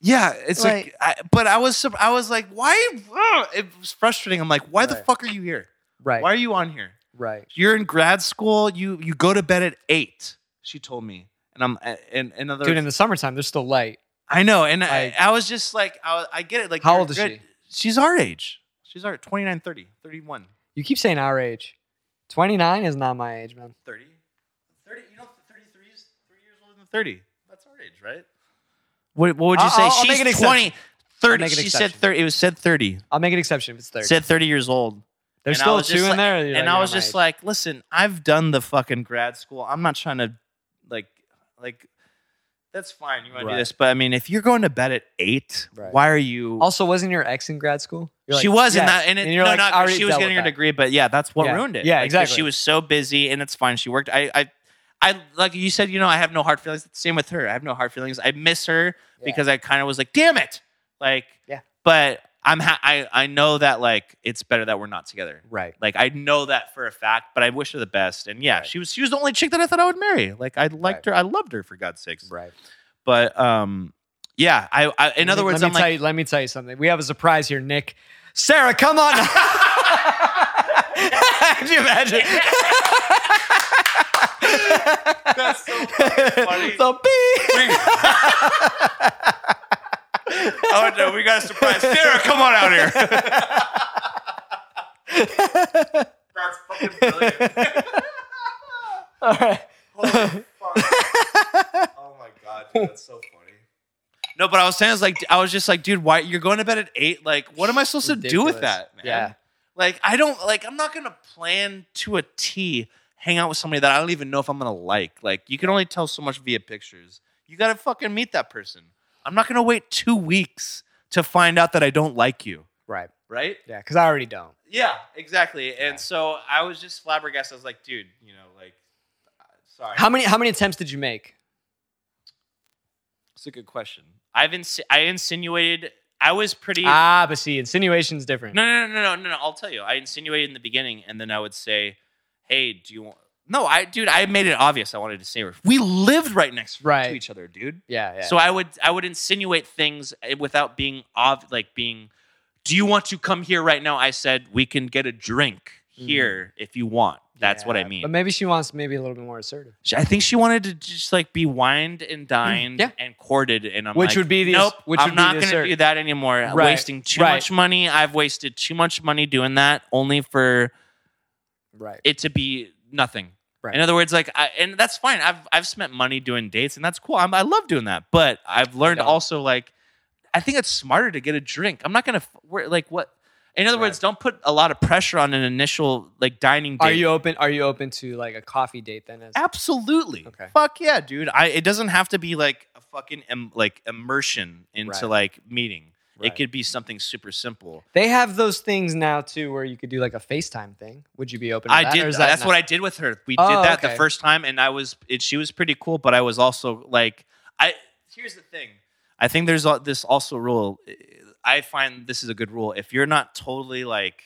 [SPEAKER 2] yeah, it's like, I, but I was, sur- I was like, why? ugh, it was frustrating. I'm like, why the
[SPEAKER 1] Right.
[SPEAKER 2] fuck are you here?
[SPEAKER 1] Right.
[SPEAKER 2] Why are you on here?
[SPEAKER 1] right.
[SPEAKER 2] you're in grad school. You you go to bed at eight. She told me, and I'm and and other.
[SPEAKER 1] Dude, in the summertime, there's still light.
[SPEAKER 2] I know, and I,
[SPEAKER 1] Like-
[SPEAKER 2] I was just like, I, I get it. Like,
[SPEAKER 1] How
[SPEAKER 2] you're
[SPEAKER 1] old is
[SPEAKER 2] good-
[SPEAKER 1] she?
[SPEAKER 2] She's our age. She's our 29, 30, 31,
[SPEAKER 1] You keep saying our age. 29 is not my age, man.
[SPEAKER 2] 30. 30 you know, 33 is three years older than 30. That's our age, right? What, what would you
[SPEAKER 1] I'll-
[SPEAKER 2] say?
[SPEAKER 1] I'll- I'll make an
[SPEAKER 2] she's
[SPEAKER 1] exception.
[SPEAKER 2] 20, 30.
[SPEAKER 1] I'll make an
[SPEAKER 2] she said
[SPEAKER 1] exception.
[SPEAKER 2] 30. It was said 30.
[SPEAKER 1] I'll make an exception if it's 30.
[SPEAKER 2] Said 30 years old.
[SPEAKER 1] There's
[SPEAKER 2] and I
[SPEAKER 1] still
[SPEAKER 2] was
[SPEAKER 1] two
[SPEAKER 2] just
[SPEAKER 1] in
[SPEAKER 2] like-
[SPEAKER 1] there.
[SPEAKER 2] and I was just like, listen, I've done the fucking grad school. I'm not trying to like like that's fine. You want to
[SPEAKER 1] Right.
[SPEAKER 2] do this, but I mean, if you're going to bed at eight,
[SPEAKER 1] Right.
[SPEAKER 2] why are you?
[SPEAKER 1] also, wasn't your ex in grad school? You're
[SPEAKER 2] she
[SPEAKER 1] like,
[SPEAKER 2] was in
[SPEAKER 1] yes.
[SPEAKER 2] that, and, it, no,
[SPEAKER 1] like,
[SPEAKER 2] not-
[SPEAKER 1] I already
[SPEAKER 2] she was
[SPEAKER 1] dealt
[SPEAKER 2] getting her
[SPEAKER 1] with that.
[SPEAKER 2] degree, but yeah, that's what
[SPEAKER 1] Yeah.
[SPEAKER 2] ruined it.
[SPEAKER 1] Yeah,
[SPEAKER 2] Like, 'cause
[SPEAKER 1] exactly.
[SPEAKER 2] She was so busy, and it's fine. She worked. I, I, I like you said. You know, I have no hard feelings. Same with her. I have no hard feelings. I miss her
[SPEAKER 1] Yeah.
[SPEAKER 2] because I kind of was like, damn it, like
[SPEAKER 1] Yeah.
[SPEAKER 2] But I'm ha- I I know that like it's better that we're not together.
[SPEAKER 1] Right.
[SPEAKER 2] Like I know that for a fact, but I wish her the best. And yeah,
[SPEAKER 1] Right.
[SPEAKER 2] she was she was the only chick that I thought I would marry. Like I
[SPEAKER 1] Right.
[SPEAKER 2] liked her, I loved her for God's sakes.
[SPEAKER 1] Right.
[SPEAKER 2] But um, yeah, I, I in
[SPEAKER 1] Let
[SPEAKER 2] other
[SPEAKER 1] me-
[SPEAKER 2] words,
[SPEAKER 1] let
[SPEAKER 2] I'm
[SPEAKER 1] me tell
[SPEAKER 2] like,
[SPEAKER 1] you, let me tell you something. We have a surprise here, Nick. Sarah, come on. Can you imagine? That's so funny. So
[SPEAKER 5] Oh no, we got a surprise. Sarah, come on out here.
[SPEAKER 1] All right.
[SPEAKER 5] Oh my god, dude, that's so funny.
[SPEAKER 2] no, but I was saying, I was like, I was just like, dude, why you're going to bed at eight? Like, what am I supposed to do with
[SPEAKER 1] Ridiculous.
[SPEAKER 2] that, man?
[SPEAKER 1] Yeah.
[SPEAKER 2] Like, I don't like. I'm not gonna plan to a T hang out with somebody that I don't even know if I'm gonna like. Like, you can only tell so much via pictures. You gotta fucking meet that person. I'm not gonna wait two weeks to find out that I don't like you,
[SPEAKER 1] Right.
[SPEAKER 2] right?
[SPEAKER 1] Yeah, because I already don't.
[SPEAKER 2] Yeah, exactly.
[SPEAKER 1] Yeah.
[SPEAKER 2] And so I was just flabbergasted. I was like, dude, you know, like, uh, sorry.
[SPEAKER 1] How many how many attempts did you make?
[SPEAKER 2] It's a good question. I've ins- I insinuated
[SPEAKER 5] I was pretty.
[SPEAKER 1] Ah, but see, insinuation's different.
[SPEAKER 5] No, no, no, no, no, no, no. I'll tell you. I insinuated in the beginning, and then I would say, "Hey, do you want?" No, I, dude, I made it obvious. I wanted to say we lived right next
[SPEAKER 1] Right.
[SPEAKER 5] to each other, dude.
[SPEAKER 1] Yeah, yeah.
[SPEAKER 5] So I would, I would insinuate things eh, without being ob- like being. Do you want to come here right now? I said we can get a drink here if you want. That's what I
[SPEAKER 1] Mm-hmm. Yeah,
[SPEAKER 5] mean.
[SPEAKER 1] But maybe she wants maybe a little bit more assertive.
[SPEAKER 5] She- I think she wanted to just like be wined and dined
[SPEAKER 1] Mm, Yeah.
[SPEAKER 5] and courted, and I'm
[SPEAKER 1] Which
[SPEAKER 5] like,
[SPEAKER 1] would be the-
[SPEAKER 5] nope.
[SPEAKER 1] which
[SPEAKER 5] I'm
[SPEAKER 1] would be
[SPEAKER 5] not
[SPEAKER 1] the
[SPEAKER 5] going
[SPEAKER 1] assert-
[SPEAKER 5] to do that anymore. I'm
[SPEAKER 1] Right,
[SPEAKER 5] Wasting too
[SPEAKER 1] right.
[SPEAKER 5] much money. I've wasted too much money doing that, only for
[SPEAKER 1] Right.
[SPEAKER 5] it to be nothing.
[SPEAKER 1] Right.
[SPEAKER 5] In other words, like, I, and that's fine. I've I've spent money doing dates, and that's cool. I'm, I love doing that. But I've learned
[SPEAKER 1] Yeah.
[SPEAKER 5] also like, I think it's smarter to get a drink. I'm not gonna f- we're, like what. In other words, don't put a lot of pressure on an initial like dining date.
[SPEAKER 1] Are you open? Are you open to like a coffee date then? As
[SPEAKER 5] Absolutely.
[SPEAKER 1] Okay.
[SPEAKER 5] Fuck yeah, dude.
[SPEAKER 2] I, it doesn't have to be like a fucking em, like immersion into
[SPEAKER 1] Right.
[SPEAKER 2] like meeting.
[SPEAKER 1] Right.
[SPEAKER 2] It could be something super simple.
[SPEAKER 1] they have those things now too, where you could do like a FaceTime thing. Would you be open? To
[SPEAKER 2] I
[SPEAKER 1] that,
[SPEAKER 2] did.
[SPEAKER 1] Or is that
[SPEAKER 2] that's
[SPEAKER 1] not-
[SPEAKER 2] what I did with her. We
[SPEAKER 1] Oh,
[SPEAKER 2] did that
[SPEAKER 1] okay.
[SPEAKER 2] the first time, and I was. It, she was pretty cool, but I was also like, I. Here's the thing. I think there's al- this also rule. I find this is a good rule. If you're not totally like,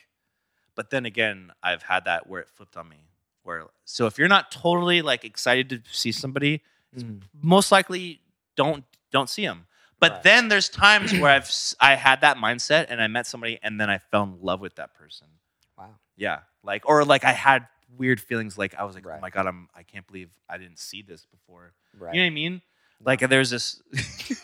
[SPEAKER 2] but then again, I've had that where it flipped on me. Where so if you're not totally like excited to see somebody,
[SPEAKER 1] Mm.
[SPEAKER 2] most likely don't don't see them. But
[SPEAKER 1] Right.
[SPEAKER 2] then there's times where I've s- I had that mindset and I met somebody and then I fell in love with that person.
[SPEAKER 1] Wow.
[SPEAKER 2] Yeah. Like or like I had weird feelings like I was like,
[SPEAKER 1] Right.
[SPEAKER 2] "Oh my god, I'm I can't believe I didn't see this before."
[SPEAKER 1] Right.
[SPEAKER 2] You know what I mean? Like there's this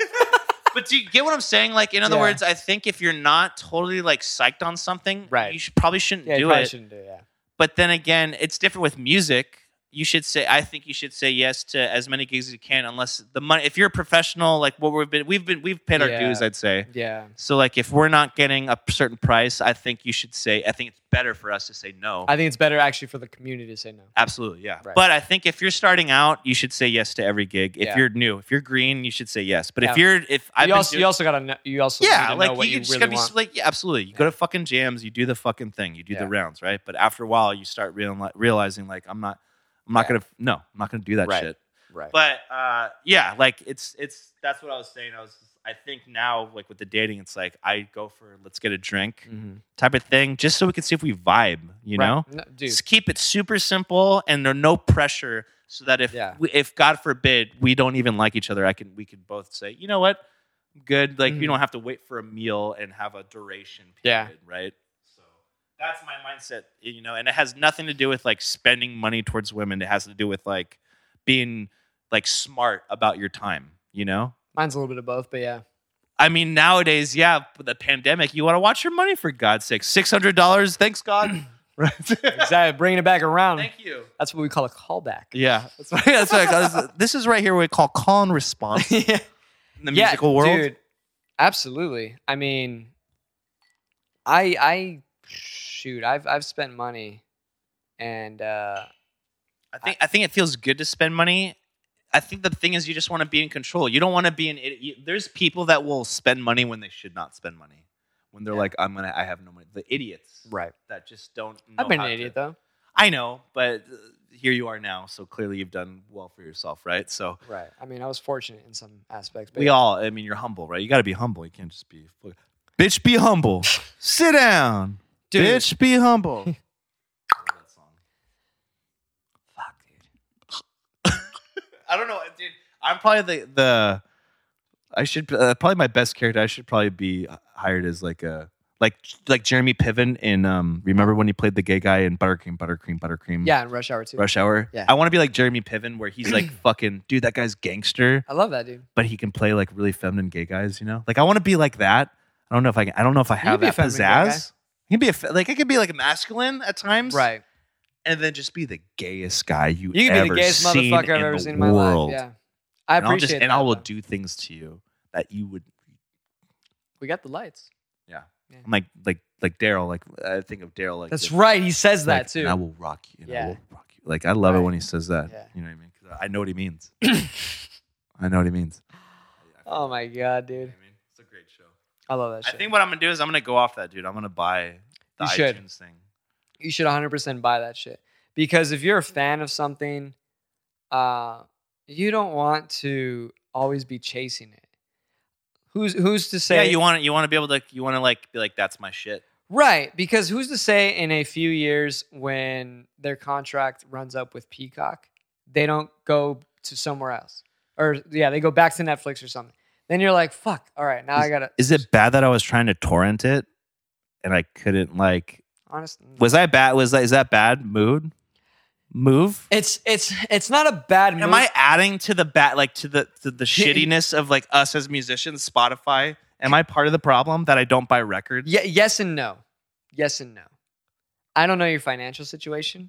[SPEAKER 2] But do you get what I'm saying? Like in other
[SPEAKER 1] Yeah.
[SPEAKER 2] words, I think if you're not totally like psyched on something,
[SPEAKER 1] Right.
[SPEAKER 2] you should, probably shouldn't
[SPEAKER 1] yeah, you
[SPEAKER 2] do
[SPEAKER 1] probably
[SPEAKER 2] it.
[SPEAKER 1] shouldn't do. it, Yeah.
[SPEAKER 2] But then again, it's different with music. You should say I think you should say yes to as many gigs as you can unless the money if you're a professional, like what we've been we've been we've paid our
[SPEAKER 1] Yeah.
[SPEAKER 2] dues, I'd say.
[SPEAKER 1] Yeah.
[SPEAKER 2] So like if we're not getting a certain price, I think you should say I think it's better for us to say no.
[SPEAKER 1] I think it's better actually for the community to say no.
[SPEAKER 2] Absolutely, yeah.
[SPEAKER 1] Right.
[SPEAKER 2] But I think if you're starting out, you should say yes to every gig. If
[SPEAKER 1] Yeah.
[SPEAKER 2] you're new, if you're green, you should say yes. But
[SPEAKER 1] Yeah.
[SPEAKER 2] if you're if I've
[SPEAKER 1] you
[SPEAKER 2] been
[SPEAKER 1] also
[SPEAKER 2] doing-
[SPEAKER 1] you also gotta know, you also need
[SPEAKER 2] yeah,
[SPEAKER 1] to
[SPEAKER 2] like
[SPEAKER 1] know what
[SPEAKER 2] you,
[SPEAKER 1] you,
[SPEAKER 2] just
[SPEAKER 1] really
[SPEAKER 2] gotta be
[SPEAKER 1] want.
[SPEAKER 2] like yeah, absolutely. You go to fucking jams, you do the fucking thing, you do
[SPEAKER 1] Yeah.
[SPEAKER 2] the rounds, right? But after a while, you start real, realizing like I'm not, I'm not
[SPEAKER 1] Yeah.
[SPEAKER 2] gonna no, I'm not gonna do that
[SPEAKER 1] Right.
[SPEAKER 2] shit.
[SPEAKER 1] right.
[SPEAKER 2] But uh, yeah, like it's it's that's what I was saying. I was I think now like with the dating, it's like I go for let's get a drink
[SPEAKER 1] Mhm.
[SPEAKER 2] type of thing, just so we can see if we vibe, you
[SPEAKER 1] Right.
[SPEAKER 2] know.
[SPEAKER 1] No, dude.
[SPEAKER 2] Just keep it super simple and there no pressure so that if
[SPEAKER 1] Yeah.
[SPEAKER 2] we, if God forbid we don't even like each other, I can we could both say, you know what, good. Like we
[SPEAKER 1] Mhm.
[SPEAKER 2] don't have to wait for a meal and have a duration
[SPEAKER 1] Yeah.
[SPEAKER 2] period, right? So that's my mindset, you know, and it has nothing to do with like spending money towards women. It has to do with like being like smart about your time, you know.
[SPEAKER 1] Mine's a little bit of both, but yeah.
[SPEAKER 2] I mean, nowadays, yeah, with the pandemic, you want to watch your money for God's sake. Six hundred dollars, thanks God. right?
[SPEAKER 1] Exactly. Bringing it back around.
[SPEAKER 2] Thank you.
[SPEAKER 1] That's what we call a callback.
[SPEAKER 2] Yeah, that's what, that's what I call this. This is right here what we call call and response
[SPEAKER 1] yeah.
[SPEAKER 2] in the musical world.
[SPEAKER 1] Dude, absolutely. I mean, I I shoot, I've I've spent money and uh
[SPEAKER 2] I think I think it feels good to spend money. I think the thing is, you just want to be in control. You don't want to be an idiot. You- There's people that will spend money when they should not spend money. When they're like, "I'm gonna, I have no money." The idiots
[SPEAKER 1] right.
[SPEAKER 2] that just don't. Know
[SPEAKER 1] I've been an
[SPEAKER 2] how
[SPEAKER 1] idiot
[SPEAKER 2] to-
[SPEAKER 1] though.
[SPEAKER 2] I know, but uh, here you are now. So clearly, you've done well for yourself, right? So
[SPEAKER 1] Right. I mean, I was fortunate in some aspects, but
[SPEAKER 2] we all. I mean, you're humble, right? You got to be humble. You can't just be, bitch. Be humble. Sit down,
[SPEAKER 1] dude,
[SPEAKER 2] bitch. Be humble.
[SPEAKER 1] fuck, dude.
[SPEAKER 2] I don't know, dude. I'm probably the the. I should uh, probably my best character. I should probably be hired as like a like like Jeremy Piven in um. Remember when he played the gay guy in Buttercream, Buttercream, Buttercream?
[SPEAKER 1] Yeah, in rush hour too.
[SPEAKER 2] Rush Hour.
[SPEAKER 1] Yeah.
[SPEAKER 2] I want to be like Jeremy Piven, where he's like fucking dude. That guy's gangster,
[SPEAKER 1] I love that dude.
[SPEAKER 2] but he can play like really feminine gay guys. You know, like I want to be like that. I don't know if I can. I don't know if I have
[SPEAKER 1] be a
[SPEAKER 2] that
[SPEAKER 1] feminine gay
[SPEAKER 2] pizzazz. I can be a fe- like I could be like masculine at times,
[SPEAKER 1] Right.
[SPEAKER 2] And then just be the gayest guy you
[SPEAKER 1] You can
[SPEAKER 2] ever
[SPEAKER 1] be the gayest
[SPEAKER 2] seen
[SPEAKER 1] motherfucker I've
[SPEAKER 2] in
[SPEAKER 1] ever
[SPEAKER 2] the
[SPEAKER 1] seen in my
[SPEAKER 2] world.
[SPEAKER 1] life. Yeah. I
[SPEAKER 2] And I'll
[SPEAKER 1] appreciate
[SPEAKER 2] just-
[SPEAKER 1] that.
[SPEAKER 2] and I will
[SPEAKER 1] though.
[SPEAKER 2] do things to you that you would.
[SPEAKER 1] We got the lights.
[SPEAKER 2] I'm like like like Daryl. Like I think of Daryl. Like
[SPEAKER 1] That's
[SPEAKER 2] this,
[SPEAKER 1] right. He says
[SPEAKER 2] like,
[SPEAKER 1] that too.
[SPEAKER 2] And I will rock you. And
[SPEAKER 1] Yeah.
[SPEAKER 2] I will rock you. Like I love it
[SPEAKER 1] Right.
[SPEAKER 2] when he says that.
[SPEAKER 1] Yeah.
[SPEAKER 2] You know what I mean? 'Cause I know what he means. I know what he means.
[SPEAKER 1] Oh my god, dude.
[SPEAKER 2] mean, it's a great show.
[SPEAKER 1] I love that
[SPEAKER 2] I
[SPEAKER 1] shit.
[SPEAKER 2] think what I'm gonna do is I'm gonna go off that dude. I'm gonna buy the
[SPEAKER 1] You
[SPEAKER 2] iTunes
[SPEAKER 1] should.
[SPEAKER 2] thing.
[SPEAKER 1] you should 100% buy that shit because if you're a fan of something uh you don't want to always be chasing it Who's who's to say?
[SPEAKER 2] yeah, you want you want to be able to you want to like be like that's my shit.
[SPEAKER 1] right? Because who's to say in a few years when their contract runs up with Peacock, they don't go to somewhere else, or yeah, they go back to Netflix or something. Then you're like, fuck. All right, now I gotta.
[SPEAKER 2] Is it bad that I was trying to torrent it and I couldn't like
[SPEAKER 1] Honest.
[SPEAKER 2] was I bad was that is that bad mood? Move?
[SPEAKER 1] It's it's it's not a bad.
[SPEAKER 2] Am
[SPEAKER 1] move.
[SPEAKER 2] I adding to the bat like to the to the shittiness of like us as musicians, Spotify? Am I part of the problem that I don't buy records?
[SPEAKER 1] Ye- yes and no. Yes and no. I don't know your financial situation.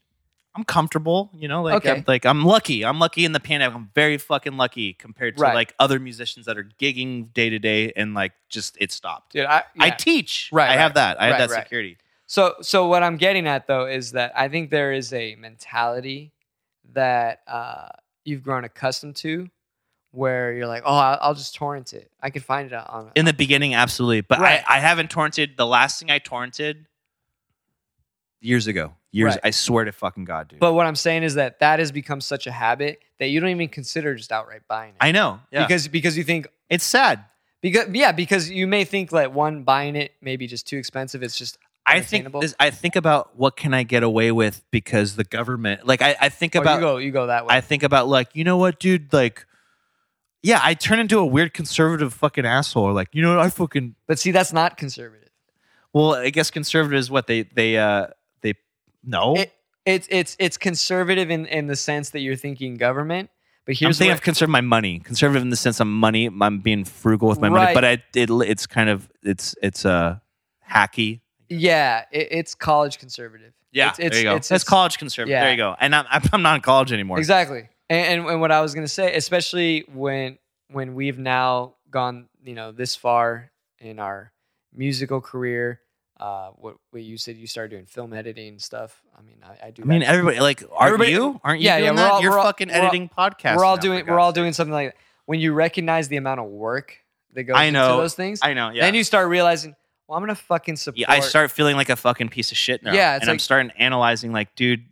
[SPEAKER 2] I'm comfortable, you know, like
[SPEAKER 1] Okay.
[SPEAKER 2] I'm, like I'm lucky. I'm lucky in the pandemic. I'm very fucking lucky compared to
[SPEAKER 1] Right.
[SPEAKER 2] like other musicians that are gigging day to day and like just it stopped.
[SPEAKER 1] Dude, I,
[SPEAKER 2] I
[SPEAKER 1] yeah.
[SPEAKER 2] teach.
[SPEAKER 1] Right,
[SPEAKER 2] I have
[SPEAKER 1] right.
[SPEAKER 2] that. I have
[SPEAKER 1] Right,
[SPEAKER 2] that
[SPEAKER 1] right.
[SPEAKER 2] security.
[SPEAKER 1] So, so what I'm getting at though is that I think there is a mentality that uh, you've grown accustomed to, where you're like, oh, I'll, I'll just torrent it. I can find it on.
[SPEAKER 2] In the beginning, absolutely. But
[SPEAKER 1] Right.
[SPEAKER 2] I, I haven't torrented the last thing I torrented years ago. Years
[SPEAKER 1] Right.
[SPEAKER 2] I swear to fucking God, dude.
[SPEAKER 1] but what I'm saying is that that has become such a habit that you don't even consider just outright buying it.
[SPEAKER 2] I know. Yeah.
[SPEAKER 1] Because because you think
[SPEAKER 2] it's sad.
[SPEAKER 1] because yeah because you may think like one buying it may be just too expensive. It's just
[SPEAKER 2] I think
[SPEAKER 1] unattainable.
[SPEAKER 2] this, I think about what can I get away with because the government like I, I think
[SPEAKER 1] Oh,
[SPEAKER 2] about
[SPEAKER 1] you go you go that way.
[SPEAKER 2] I think about like, you know what, dude, like yeah, I turn into a weird conservative fucking asshole. Like, you know what, I fucking
[SPEAKER 1] but see, that's not conservative.
[SPEAKER 2] well, I guess conservative is what they they uh they no.
[SPEAKER 1] It- It's it's it's conservative in, in the sense that you're thinking government. But
[SPEAKER 2] I'm
[SPEAKER 1] here's the
[SPEAKER 2] thinking
[SPEAKER 1] way,
[SPEAKER 2] of conservative my money. Conservative in the sense I'm money. I'm being frugal with my money,
[SPEAKER 1] Right.
[SPEAKER 2] but I it, it's kind of it's it's uh hacky.
[SPEAKER 1] yeah, it, it's college conservative. it's, it's,
[SPEAKER 2] there you go.
[SPEAKER 1] It's, it's-
[SPEAKER 2] That's college conservative.
[SPEAKER 1] yeah.
[SPEAKER 2] There you go. And I'm I'm I'm not in college anymore.
[SPEAKER 1] Exactly. And, and and what I was gonna say, especially when when we've now gone, you know, this far in our musical career. Uh, what, what you said, you started doing film editing and stuff. I mean, I, I do.
[SPEAKER 2] I mean,
[SPEAKER 1] that.
[SPEAKER 2] everybody like aren't
[SPEAKER 1] Everybody-
[SPEAKER 2] you? Aren't you
[SPEAKER 1] Yeah,
[SPEAKER 2] doing
[SPEAKER 1] yeah, we're
[SPEAKER 2] that?
[SPEAKER 1] all-
[SPEAKER 2] You're
[SPEAKER 1] we're all-
[SPEAKER 2] fucking
[SPEAKER 1] we're all-
[SPEAKER 2] editing podcasts.
[SPEAKER 1] we're all
[SPEAKER 2] now,
[SPEAKER 1] doing
[SPEAKER 2] for
[SPEAKER 1] we're all
[SPEAKER 2] God's sake.
[SPEAKER 1] doing something like that. When you recognize the amount of work that goes
[SPEAKER 2] I know.
[SPEAKER 1] into those things,
[SPEAKER 2] I know. Yeah.
[SPEAKER 1] then you start realizing, well, I'm gonna fucking support.
[SPEAKER 2] Yeah, I start feeling like a fucking piece of shit now.
[SPEAKER 1] Yeah, it's
[SPEAKER 2] and I'm
[SPEAKER 1] like-
[SPEAKER 2] starting analyzing like, dude,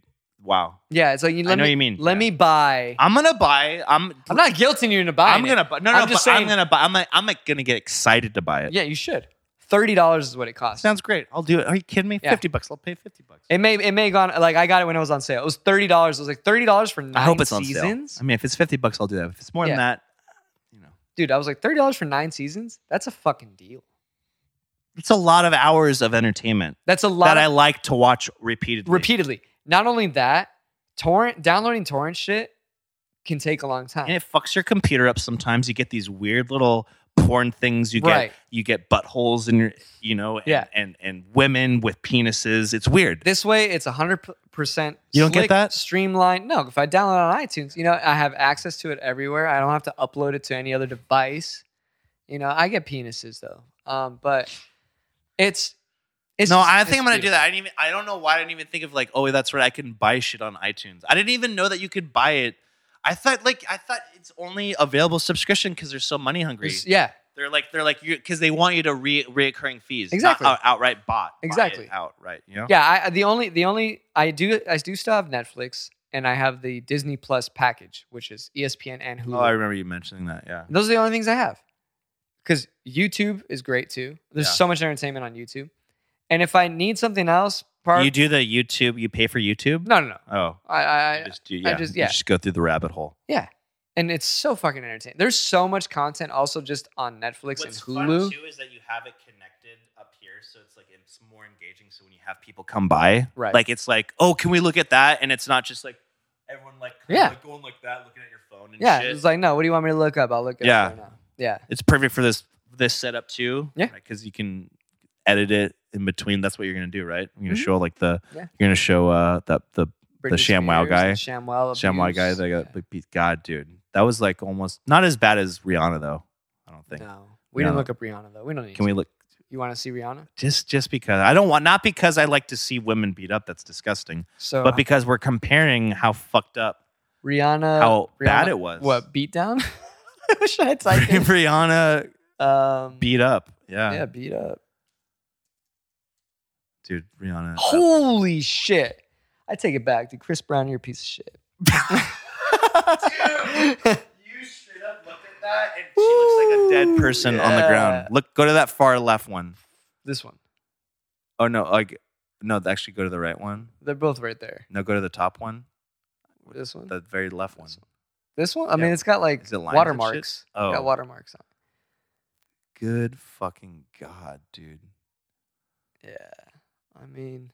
[SPEAKER 2] wow.
[SPEAKER 1] Yeah, it's like you. Let
[SPEAKER 2] I know
[SPEAKER 1] me,
[SPEAKER 2] what you mean.
[SPEAKER 1] Let
[SPEAKER 2] Yeah.
[SPEAKER 1] me buy. I'm,
[SPEAKER 2] I'm gonna buy. I'm.
[SPEAKER 1] not guilting you into buying.
[SPEAKER 2] I'm
[SPEAKER 1] it.
[SPEAKER 2] gonna buy. No, no,
[SPEAKER 1] I'm just
[SPEAKER 2] but I'm
[SPEAKER 1] saying-
[SPEAKER 2] gonna buy. I'm. Like, I'm like gonna get excited to buy it.
[SPEAKER 1] Yeah, you should. Thirty dollars is what it costs.
[SPEAKER 2] Sounds great. I'll do it. Are you kidding me?
[SPEAKER 1] Yeah.
[SPEAKER 2] Fifty bucks. I'll pay fifty bucks.
[SPEAKER 1] It may it may gone like I got it when it was on sale. It was thirty dollars. It was like thirty dollars for nine
[SPEAKER 2] I hope it's on
[SPEAKER 1] seasons.
[SPEAKER 2] sale. I mean, if it's fifty bucks, I'll do that. If it's more
[SPEAKER 1] Yeah.
[SPEAKER 2] than that,
[SPEAKER 1] Dude, I was like thirty dollars for nine seasons. That's a fucking deal.
[SPEAKER 2] it's a lot of hours of entertainment
[SPEAKER 1] That's a lot.
[SPEAKER 2] that
[SPEAKER 1] of-
[SPEAKER 2] I like to watch repeatedly.
[SPEAKER 1] repeatedly. Not only that, torrent downloading torrent shit can take a long time.
[SPEAKER 2] and it fucks your computer up sometimes. You get these weird little porn things. You get
[SPEAKER 1] Right.
[SPEAKER 2] you get buttholes in your you know and,
[SPEAKER 1] Yeah.
[SPEAKER 2] and and women with penises. It's weird.
[SPEAKER 1] This way, it's hundred percent.
[SPEAKER 2] You don't get that?
[SPEAKER 1] streamlined. No, if I download it on iTunes, you know I have access to it everywhere. I don't have to upload it to any other device. You know, I get penises though, um, but it's it's.
[SPEAKER 2] no,
[SPEAKER 1] just-
[SPEAKER 2] I
[SPEAKER 1] it's
[SPEAKER 2] think I'm gonna do
[SPEAKER 1] beautiful.
[SPEAKER 2] that. I didn't even. I don't know why I didn't even think of like, oh, that's right. I can buy shit on iTunes. I didn't even know that you could buy it. I thought like I thought it's only available subscription because they're so money hungry.
[SPEAKER 1] It's- Yeah,
[SPEAKER 2] They're like they're like you because they want you to re reoccurring fees, not
[SPEAKER 1] Exactly.
[SPEAKER 2] out- outright bought buy it
[SPEAKER 1] Exactly.
[SPEAKER 2] outright. You know,
[SPEAKER 1] yeah. I, the only the only I do I do still have Netflix and I have the Disney Plus package, which is E ESPN and Hulu.
[SPEAKER 2] Oh, I remember you mentioning that. Yeah,
[SPEAKER 1] Those are the only things I have. Because YouTube is great too. There's
[SPEAKER 2] Yeah.
[SPEAKER 1] so much entertainment on YouTube. And if I need something else, part
[SPEAKER 2] you do the YouTube. You pay for YouTube.
[SPEAKER 1] no, no, no.
[SPEAKER 2] Oh,
[SPEAKER 1] I, I,
[SPEAKER 2] you
[SPEAKER 1] I
[SPEAKER 2] just do, yeah.
[SPEAKER 1] just-
[SPEAKER 2] you
[SPEAKER 1] yeah.
[SPEAKER 2] just go through the rabbit hole.
[SPEAKER 1] and it's so fucking entertaining. There's so much content also just on Netflix
[SPEAKER 2] What's
[SPEAKER 1] and
[SPEAKER 2] fun
[SPEAKER 1] Hulu.
[SPEAKER 2] too is that you have it connected up here, so it's like it's more engaging. So when you have people come by,
[SPEAKER 1] Right.
[SPEAKER 2] Like it's like, oh, can we look at that? And it's not just like everyone like kinda,
[SPEAKER 1] Yeah.
[SPEAKER 2] like, going like that, looking at your phone and
[SPEAKER 1] Yeah,
[SPEAKER 2] shit.
[SPEAKER 1] it's like no. What do you want me to look up? I'll look it
[SPEAKER 2] Yeah.
[SPEAKER 1] up right now. Yeah,
[SPEAKER 2] it's perfect for this this setup too.
[SPEAKER 1] Yeah.
[SPEAKER 2] because you can edit it in between. That's what you're gonna do, right? You're gonna
[SPEAKER 1] Mhm.
[SPEAKER 2] show like the
[SPEAKER 1] Yeah.
[SPEAKER 2] you're gonna show uh that the ShamWow
[SPEAKER 1] Spears,
[SPEAKER 2] guy.
[SPEAKER 1] the ShamWow,
[SPEAKER 2] Shamwai guy
[SPEAKER 1] abuse.
[SPEAKER 2] that got like, beat. God, dude, that was like almost not as bad as Rihanna though. I don't
[SPEAKER 1] Yeah.
[SPEAKER 2] think.
[SPEAKER 1] No, we didn't
[SPEAKER 2] No.
[SPEAKER 1] look up Rihanna though. We don't need.
[SPEAKER 2] Can
[SPEAKER 1] to.
[SPEAKER 2] we look?
[SPEAKER 1] You want to see Rihanna?
[SPEAKER 2] just just because I don't want not because I like to see women beat up. That's disgusting.
[SPEAKER 1] So,
[SPEAKER 2] But because we're comparing how fucked up
[SPEAKER 1] Rihanna,
[SPEAKER 2] how
[SPEAKER 1] Rihanna-
[SPEAKER 2] bad it was.
[SPEAKER 1] What beatdown? Should I type in?
[SPEAKER 2] Brianna
[SPEAKER 1] Um,
[SPEAKER 2] beat up. Yeah,
[SPEAKER 1] yeah, beat up.
[SPEAKER 2] dude, Rihanna.
[SPEAKER 1] Holy shit. I take it back. Dude, Chris Brown, you're a piece of shit.
[SPEAKER 2] that, and she looks like a dead person on the ground. Look, go to that far left one.
[SPEAKER 1] This one.
[SPEAKER 2] Oh no, like no, actually go to the right one.
[SPEAKER 1] They're both right there.
[SPEAKER 2] No, go to the top one,
[SPEAKER 1] This one.
[SPEAKER 2] the very left one.
[SPEAKER 1] This one. I mean, it's got like
[SPEAKER 2] Is it lines and shit?
[SPEAKER 1] watermarks.
[SPEAKER 2] Oh.
[SPEAKER 1] Got watermarks on.
[SPEAKER 2] Good fucking god, dude.
[SPEAKER 1] it. Yeah. I mean,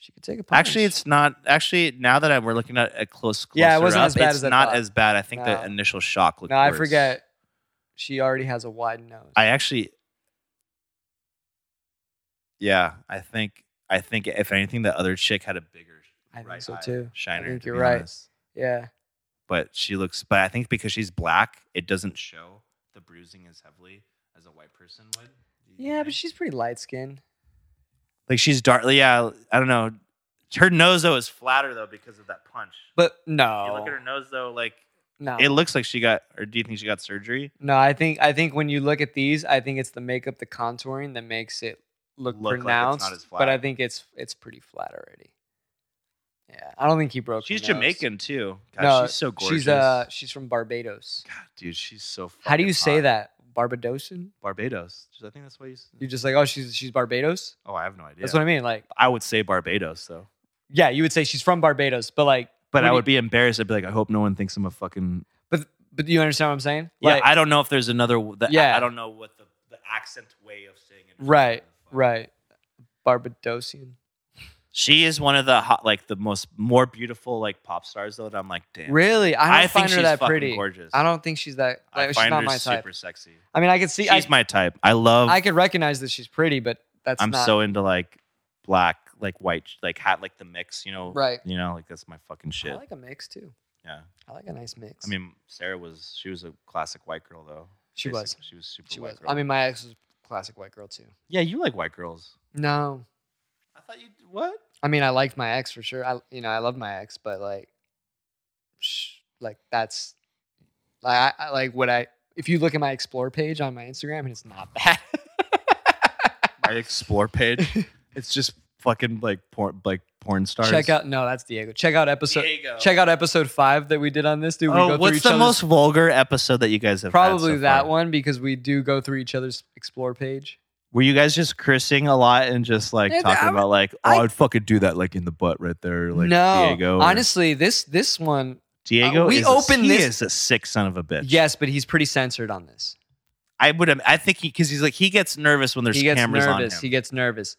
[SPEAKER 1] she could take a punch.
[SPEAKER 2] Actually, it's not. Actually, now that I, we're looking at a close, closer
[SPEAKER 1] Yeah, it wasn't
[SPEAKER 2] up,
[SPEAKER 1] as bad
[SPEAKER 2] it's
[SPEAKER 1] as I
[SPEAKER 2] not
[SPEAKER 1] thought.
[SPEAKER 2] as bad. I think
[SPEAKER 1] No.
[SPEAKER 2] the initial shock looked.
[SPEAKER 1] No, I
[SPEAKER 2] worse.
[SPEAKER 1] forget. She already has a wide nose.
[SPEAKER 2] I actually, yeah, I think I think if anything, the other chick had a bigger
[SPEAKER 1] I think
[SPEAKER 2] right
[SPEAKER 1] so
[SPEAKER 2] eye
[SPEAKER 1] too.
[SPEAKER 2] shiner.
[SPEAKER 1] I think
[SPEAKER 2] to
[SPEAKER 1] you're
[SPEAKER 2] be
[SPEAKER 1] right.
[SPEAKER 2] honest.
[SPEAKER 1] Yeah.
[SPEAKER 2] but she looks. But I think because she's black, it doesn't show the bruising as heavily as a white person would.
[SPEAKER 1] Yeah, but she's pretty light skinned.
[SPEAKER 2] like she's dark. Yeah, I don't know. Her nose though is flatter though because of that punch.
[SPEAKER 1] But
[SPEAKER 2] You
[SPEAKER 1] no.
[SPEAKER 2] look at her nose though, like
[SPEAKER 1] No.
[SPEAKER 2] it looks like she got. Or do you think she got surgery?
[SPEAKER 1] no, I think I think when you look at these, I think it's the makeup, the contouring that makes it look,
[SPEAKER 2] Look like it's not
[SPEAKER 1] pronounced.
[SPEAKER 2] as
[SPEAKER 1] But
[SPEAKER 2] flat.
[SPEAKER 1] I think it's it's pretty flat already. Yeah. I don't think he broke her
[SPEAKER 2] She's
[SPEAKER 1] nose.
[SPEAKER 2] Jamaican too. God,
[SPEAKER 1] no,
[SPEAKER 2] she's so gorgeous.
[SPEAKER 1] She's uh she's from Barbados.
[SPEAKER 2] God, dude, she's so.
[SPEAKER 1] How do
[SPEAKER 2] fucking
[SPEAKER 1] you say
[SPEAKER 2] hot.
[SPEAKER 1] that? Barbadosian?
[SPEAKER 2] Barbados. I think that's why you. s-
[SPEAKER 1] You're just like, oh, she's she's Barbados.
[SPEAKER 2] Oh, I have no idea.
[SPEAKER 1] That's what I mean. Like,
[SPEAKER 2] I would say Barbados though,
[SPEAKER 1] yeah, you would say she's from Barbados, but like,
[SPEAKER 2] but
[SPEAKER 1] What
[SPEAKER 2] I
[SPEAKER 1] do
[SPEAKER 2] would be embarrassed. I'd be like, I hope no one thinks I'm a fucking.
[SPEAKER 1] but but you understand what I'm saying?
[SPEAKER 2] Yeah,
[SPEAKER 1] Like,
[SPEAKER 2] I don't know if there's another. w- The,
[SPEAKER 1] Yeah.
[SPEAKER 2] I, I don't know what the, the accent way of saying it. is.
[SPEAKER 1] Right, right. Barbadosian.
[SPEAKER 2] She is one of the hot, like the most more beautiful like pop stars though. That I'm like, damn.
[SPEAKER 1] Really, I don't
[SPEAKER 2] I
[SPEAKER 1] find
[SPEAKER 2] think
[SPEAKER 1] her
[SPEAKER 2] she's
[SPEAKER 1] that
[SPEAKER 2] fucking
[SPEAKER 1] pretty.
[SPEAKER 2] gorgeous.
[SPEAKER 1] I don't think she's that.
[SPEAKER 2] I
[SPEAKER 1] Like, she's
[SPEAKER 2] find
[SPEAKER 1] not
[SPEAKER 2] her
[SPEAKER 1] my type.
[SPEAKER 2] super sexy.
[SPEAKER 1] I mean, I could see. I,
[SPEAKER 2] She's my type. I love.
[SPEAKER 1] I could recognize that she's pretty, but that's
[SPEAKER 2] I'm
[SPEAKER 1] not
[SPEAKER 2] so into like black, like white, like hat, like the mix. You know,
[SPEAKER 1] right.
[SPEAKER 2] You know, like that's my fucking shit.
[SPEAKER 1] I like a mix too.
[SPEAKER 2] yeah.
[SPEAKER 1] I like a nice mix.
[SPEAKER 2] I mean, Sarah was she was a classic white girl though.
[SPEAKER 1] She was.
[SPEAKER 2] Basic- She was super.
[SPEAKER 1] she
[SPEAKER 2] white
[SPEAKER 1] was.
[SPEAKER 2] Girl.
[SPEAKER 1] I mean, my ex was a classic white girl too.
[SPEAKER 2] yeah, you like white girls.
[SPEAKER 1] No,
[SPEAKER 2] I thought you what?
[SPEAKER 1] I mean, I liked my ex for sure. I, you know, I love my ex, but like, sh- like that's like I, I like what I. If you look at my explore page on my Instagram, and it's not that.
[SPEAKER 2] My explore page. it's just fucking like porn, like porn stars.
[SPEAKER 1] Check out no, that's Diego. Check out episode. Check out episode five that we did on this, dude. We
[SPEAKER 2] Oh,
[SPEAKER 1] go through
[SPEAKER 2] what's
[SPEAKER 1] each
[SPEAKER 2] the
[SPEAKER 1] other's-
[SPEAKER 2] most vulgar episode that you guys have? had
[SPEAKER 1] Probably
[SPEAKER 2] so
[SPEAKER 1] that
[SPEAKER 2] far?
[SPEAKER 1] one because we do go through each other's explore page.
[SPEAKER 2] Were you guys just cursing a lot and just like
[SPEAKER 1] Yeah,
[SPEAKER 2] talking
[SPEAKER 1] I-
[SPEAKER 2] about like oh,
[SPEAKER 1] I-
[SPEAKER 2] I, would fucking do that like in the butt right there, like
[SPEAKER 1] no,
[SPEAKER 2] Diego. or-
[SPEAKER 1] honestly, this this one,
[SPEAKER 2] Diego.
[SPEAKER 1] uh, we
[SPEAKER 2] is
[SPEAKER 1] opened
[SPEAKER 2] a,
[SPEAKER 1] this-
[SPEAKER 2] He is a sick son of a bitch.
[SPEAKER 1] yes, but he's pretty censored on this.
[SPEAKER 2] I would. am- I think he because he's like he gets nervous when there's
[SPEAKER 1] he gets
[SPEAKER 2] cameras
[SPEAKER 1] nervous.
[SPEAKER 2] on
[SPEAKER 1] He
[SPEAKER 2] him.
[SPEAKER 1] gets nervous.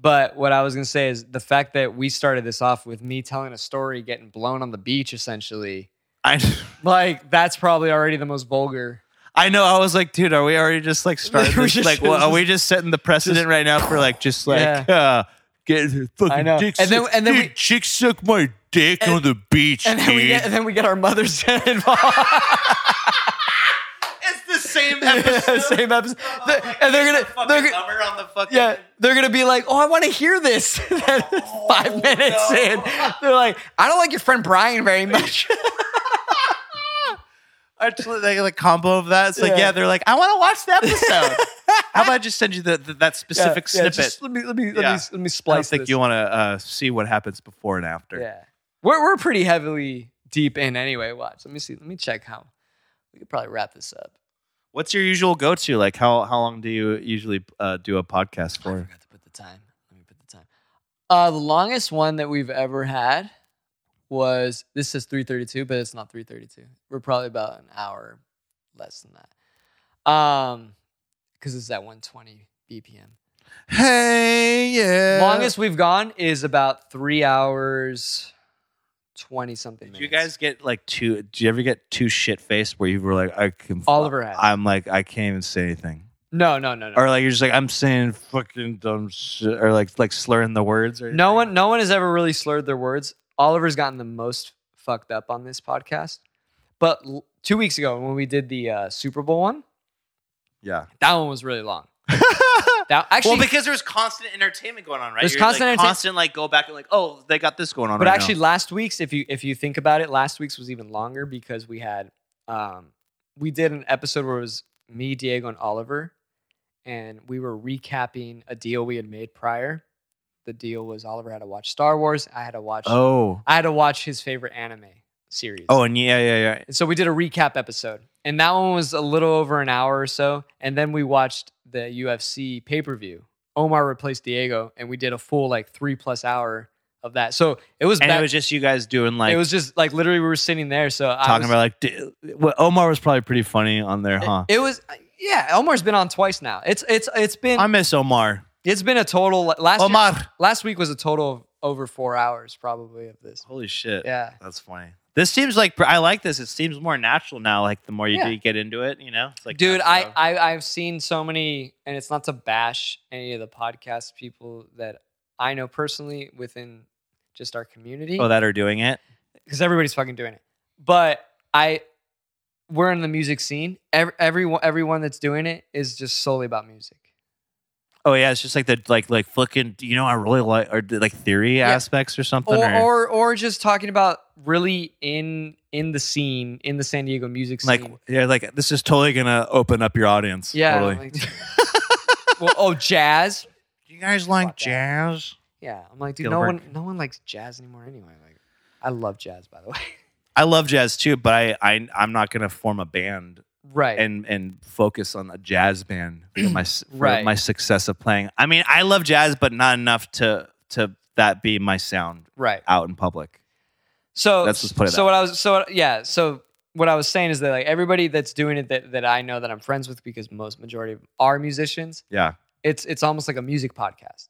[SPEAKER 1] But what I was gonna say is the fact that we started this off with me telling a story, getting blown on the beach, essentially.
[SPEAKER 2] I,
[SPEAKER 1] Like that's probably already the most vulgar.
[SPEAKER 2] I know. I was like, dude, are we already just like starting?
[SPEAKER 1] We
[SPEAKER 2] this?
[SPEAKER 1] just-
[SPEAKER 2] like, well, are we just setting the precedent
[SPEAKER 1] just-
[SPEAKER 2] right now for like just like uh,
[SPEAKER 6] Get the fucking
[SPEAKER 1] I know.
[SPEAKER 6] dick
[SPEAKER 1] And then-
[SPEAKER 6] suck-
[SPEAKER 1] and then
[SPEAKER 6] dude,
[SPEAKER 1] we-
[SPEAKER 6] chicks suck my dick
[SPEAKER 1] And-
[SPEAKER 6] on the beach,
[SPEAKER 1] And then we
[SPEAKER 6] dude.
[SPEAKER 1] get, and then we get our mothers involved.
[SPEAKER 2] it's the same
[SPEAKER 1] Same episode. The- and they're gonna they're gonna,
[SPEAKER 2] on the fucking
[SPEAKER 1] yeah they're gonna be like, oh, I want to hear this. Five
[SPEAKER 2] Oh,
[SPEAKER 1] minutes in, they're like, I don't like your friend Brian very much.
[SPEAKER 2] Actually, like, like combo of that. It's like,
[SPEAKER 1] Yeah.
[SPEAKER 2] yeah, they're like, I want to watch the episode. How about I just send you the, the, that specific
[SPEAKER 1] Yeah, yeah,
[SPEAKER 2] snippet?
[SPEAKER 1] just let me let me let
[SPEAKER 2] Yeah.
[SPEAKER 1] me let me
[SPEAKER 2] I
[SPEAKER 1] splice
[SPEAKER 2] don't think
[SPEAKER 1] this.
[SPEAKER 2] you want to uh, see what happens before and after.
[SPEAKER 1] Yeah. We're we're pretty heavily deep in anyway. Watch. Let me see. Let me check how we could probably wrap this up.
[SPEAKER 2] What's your usual go to? Like, how how long do you usually uh, do a podcast
[SPEAKER 1] I
[SPEAKER 2] for?
[SPEAKER 1] forgot to put the time. Let me put the time. Uh the longest one that we've ever had was this says 332, but it's not 332. We're probably about an hour less than that. Um because it's at 120 BPM.
[SPEAKER 2] Hey, yeah.
[SPEAKER 1] Longest we've gone is about three hours, twenty something
[SPEAKER 2] Did
[SPEAKER 1] minutes.
[SPEAKER 2] you guys get like two? Did you ever get too shit faced where you were like, I can.
[SPEAKER 1] Oliver had.
[SPEAKER 2] I'm like, I can't even say anything,
[SPEAKER 1] no, no, no, no.
[SPEAKER 2] or like you're just like, I'm saying fucking dumb shit, or like like slurring the words. Or
[SPEAKER 1] No
[SPEAKER 2] anything?
[SPEAKER 1] one, no one has ever really slurred their words. Oliver's gotten the most fucked up on this podcast. But l- two weeks ago, when we did the uh, Super Bowl one,
[SPEAKER 2] Yeah.
[SPEAKER 1] that one was really long. that actually,
[SPEAKER 2] well, because there's constant entertainment going on, right?
[SPEAKER 1] There's
[SPEAKER 2] You're, like,
[SPEAKER 1] constant entertain-
[SPEAKER 2] constant like go back and like, oh, they got this going on.
[SPEAKER 1] but
[SPEAKER 2] right
[SPEAKER 1] actually,
[SPEAKER 2] now.
[SPEAKER 1] last week's, if you if you think about it, last week's was even longer because we had, um, we did an episode where it was me, Diego, and Oliver, and we were recapping a deal we had made prior. The deal was Oliver had to watch Star Wars. I had to watch.
[SPEAKER 2] oh,
[SPEAKER 1] I had to watch his favorite anime. series.
[SPEAKER 2] Oh, and yeah, yeah, yeah.
[SPEAKER 1] And so we did a recap episode, and that one was a little over an hour or so. And then we watched the UFC pay per view. Omar replaced Diego, and we did a full like three plus hour of that. So it was
[SPEAKER 2] And
[SPEAKER 1] back-
[SPEAKER 2] it was just you guys doing like
[SPEAKER 1] just like literally we were sitting there. So I
[SPEAKER 2] talking
[SPEAKER 1] was,
[SPEAKER 2] about like d- well, Omar was probably pretty funny on there, huh?
[SPEAKER 1] it was yeah. Omar's been on twice now. It's it's it's been
[SPEAKER 2] I miss Omar.
[SPEAKER 1] it's been a total last year-
[SPEAKER 2] Omar.
[SPEAKER 1] last week was a total of over four hours probably of this.
[SPEAKER 2] Holy shit.
[SPEAKER 1] Yeah.
[SPEAKER 2] That's funny. This seems like I like this. It seems more natural now. Like the more you
[SPEAKER 1] Yeah.
[SPEAKER 2] do get into it, you know. It's like
[SPEAKER 1] Dude,
[SPEAKER 2] that
[SPEAKER 1] I,
[SPEAKER 2] stuff.
[SPEAKER 1] I I've seen so many, and it's not to bash any of the podcast people that I know personally within just our community,
[SPEAKER 2] oh that are doing it.
[SPEAKER 1] because everybody's fucking doing it. But I, we're in the music scene. Every, everyone everyone that's doing it is just solely about music.
[SPEAKER 2] Oh yeah, it's just like the like like fucking. You know, I really like or like theory aspects or something.
[SPEAKER 1] or,
[SPEAKER 2] Or,
[SPEAKER 1] or or just talking about really in in the scene in the San Diego music scene.
[SPEAKER 2] like yeah, like this is totally gonna open up your audience.
[SPEAKER 1] yeah,
[SPEAKER 2] totally.
[SPEAKER 1] like- well, oh, jazz.
[SPEAKER 2] you guys
[SPEAKER 1] Fuck
[SPEAKER 2] like
[SPEAKER 1] that.
[SPEAKER 2] jazz?
[SPEAKER 1] Yeah, I'm like, dude, no
[SPEAKER 2] Gilbert.
[SPEAKER 1] one no one likes jazz anymore anyway. Like, I love jazz, by the way.
[SPEAKER 2] I love jazz too, but I, I I'm not gonna form a band
[SPEAKER 1] right.
[SPEAKER 2] and and focus on a jazz band for my for
[SPEAKER 1] Right.
[SPEAKER 2] my success of playing. I mean, I love jazz, but not enough to to that be my sound
[SPEAKER 1] right.
[SPEAKER 2] out in public.
[SPEAKER 1] So
[SPEAKER 2] Let's just put it
[SPEAKER 1] So what I was so yeah, so what I was saying is that like everybody that's doing it that, that I know that I'm friends with because most majority of are musicians,
[SPEAKER 2] Yeah,
[SPEAKER 1] it's it's almost like a music podcast.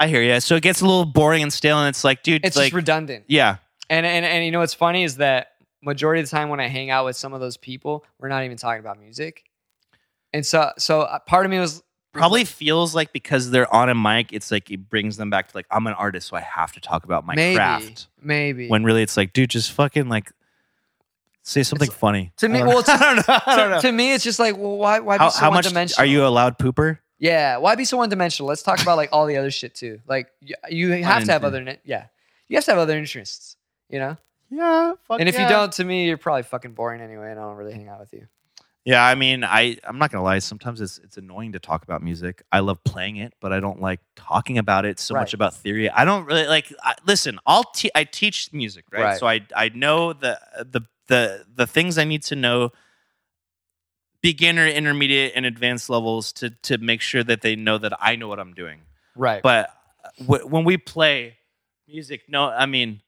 [SPEAKER 2] I hear you. So it gets a little boring and stale, and it's like, dude,
[SPEAKER 1] It's
[SPEAKER 2] like,
[SPEAKER 1] just redundant.
[SPEAKER 2] yeah,
[SPEAKER 1] And, and and you know what's funny is that majority of the time when I hang out with some of those people, we're not even talking about music. And so so uh, part of me was
[SPEAKER 2] probably feels like because they're on a mic, it's like it brings them back to like I'm an artist, so I have to talk about my
[SPEAKER 1] maybe
[SPEAKER 2] craft.
[SPEAKER 1] maybe
[SPEAKER 2] When really, it's like, dude, just fucking like say something funny.
[SPEAKER 1] to me
[SPEAKER 2] I don't
[SPEAKER 1] well
[SPEAKER 2] know.
[SPEAKER 1] to,
[SPEAKER 2] I don't know. I don't
[SPEAKER 1] to,
[SPEAKER 2] know.
[SPEAKER 1] to me it's just like well why why be
[SPEAKER 2] how,
[SPEAKER 1] so
[SPEAKER 2] how
[SPEAKER 1] one
[SPEAKER 2] much
[SPEAKER 1] dimensional?
[SPEAKER 2] are you a loud pooper?
[SPEAKER 1] Yeah, why be so one dimensional? Let's talk about like all the other shit too. Like y- you have to have
[SPEAKER 2] interest.
[SPEAKER 1] other ni- yeah. You have to have other interests, you know?
[SPEAKER 2] Yeah. Fuck
[SPEAKER 1] And if you
[SPEAKER 2] yeah.
[SPEAKER 1] don't to me, you're probably fucking boring anyway and I don't really hang out with you.
[SPEAKER 2] Yeah, I mean, I I'm not gonna lie. Sometimes it's it's annoying to talk about music. I love playing it, but I don't like talking about it so
[SPEAKER 1] Right.
[SPEAKER 2] much about theory. I don't really like. I, listen, I'll te- I teach music, right?
[SPEAKER 1] Right.
[SPEAKER 2] So I I know the the the the things I need to know. Beginner, intermediate, and advanced levels to to make sure that they know that I know what I'm doing.
[SPEAKER 1] Right.
[SPEAKER 2] But w- when we play music, no, I mean,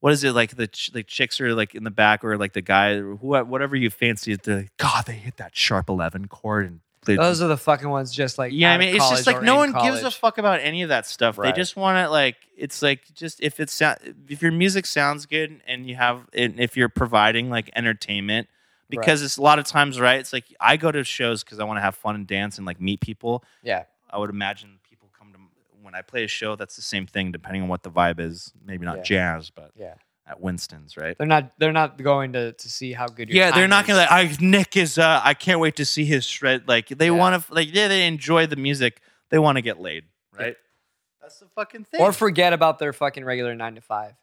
[SPEAKER 2] what is it like? The ch- the chicks are like in the back, or like the guy, or who, whatever you fancy. They're like, God, they hit that sharp eleven chord, and they,
[SPEAKER 1] Those are the fucking ones just like
[SPEAKER 2] yeah,
[SPEAKER 1] out
[SPEAKER 2] I
[SPEAKER 1] of
[SPEAKER 2] mean, it's just
[SPEAKER 1] college
[SPEAKER 2] like
[SPEAKER 1] or
[SPEAKER 2] no one
[SPEAKER 1] in
[SPEAKER 2] gives a
[SPEAKER 1] college.
[SPEAKER 2] fuck about any of that stuff.
[SPEAKER 1] Right.
[SPEAKER 2] They just want to like, it's like just if it's if your music sounds good and you have, and if you're providing like entertainment. Because it's a lot of times, right? It's like I go to shows because I want to have fun and dance and like meet people.
[SPEAKER 1] Yeah.
[SPEAKER 2] I would imagine people come to when I play a show. That's the same thing, depending on what the vibe is. Maybe not
[SPEAKER 1] Yeah.
[SPEAKER 2] jazz, but
[SPEAKER 1] Yeah.
[SPEAKER 2] at Winston's, right?
[SPEAKER 1] They're not they're not going to to see how good your
[SPEAKER 2] Yeah, they're
[SPEAKER 1] time
[SPEAKER 2] not gonna
[SPEAKER 1] is.
[SPEAKER 2] like. I, Nick is. Uh, I can't wait to see his shred. Like they
[SPEAKER 1] Yeah.
[SPEAKER 2] want to. Like yeah, they enjoy the music. They want to get laid, right? That's the fucking thing.
[SPEAKER 1] or forget about their fucking regular 9 to 5.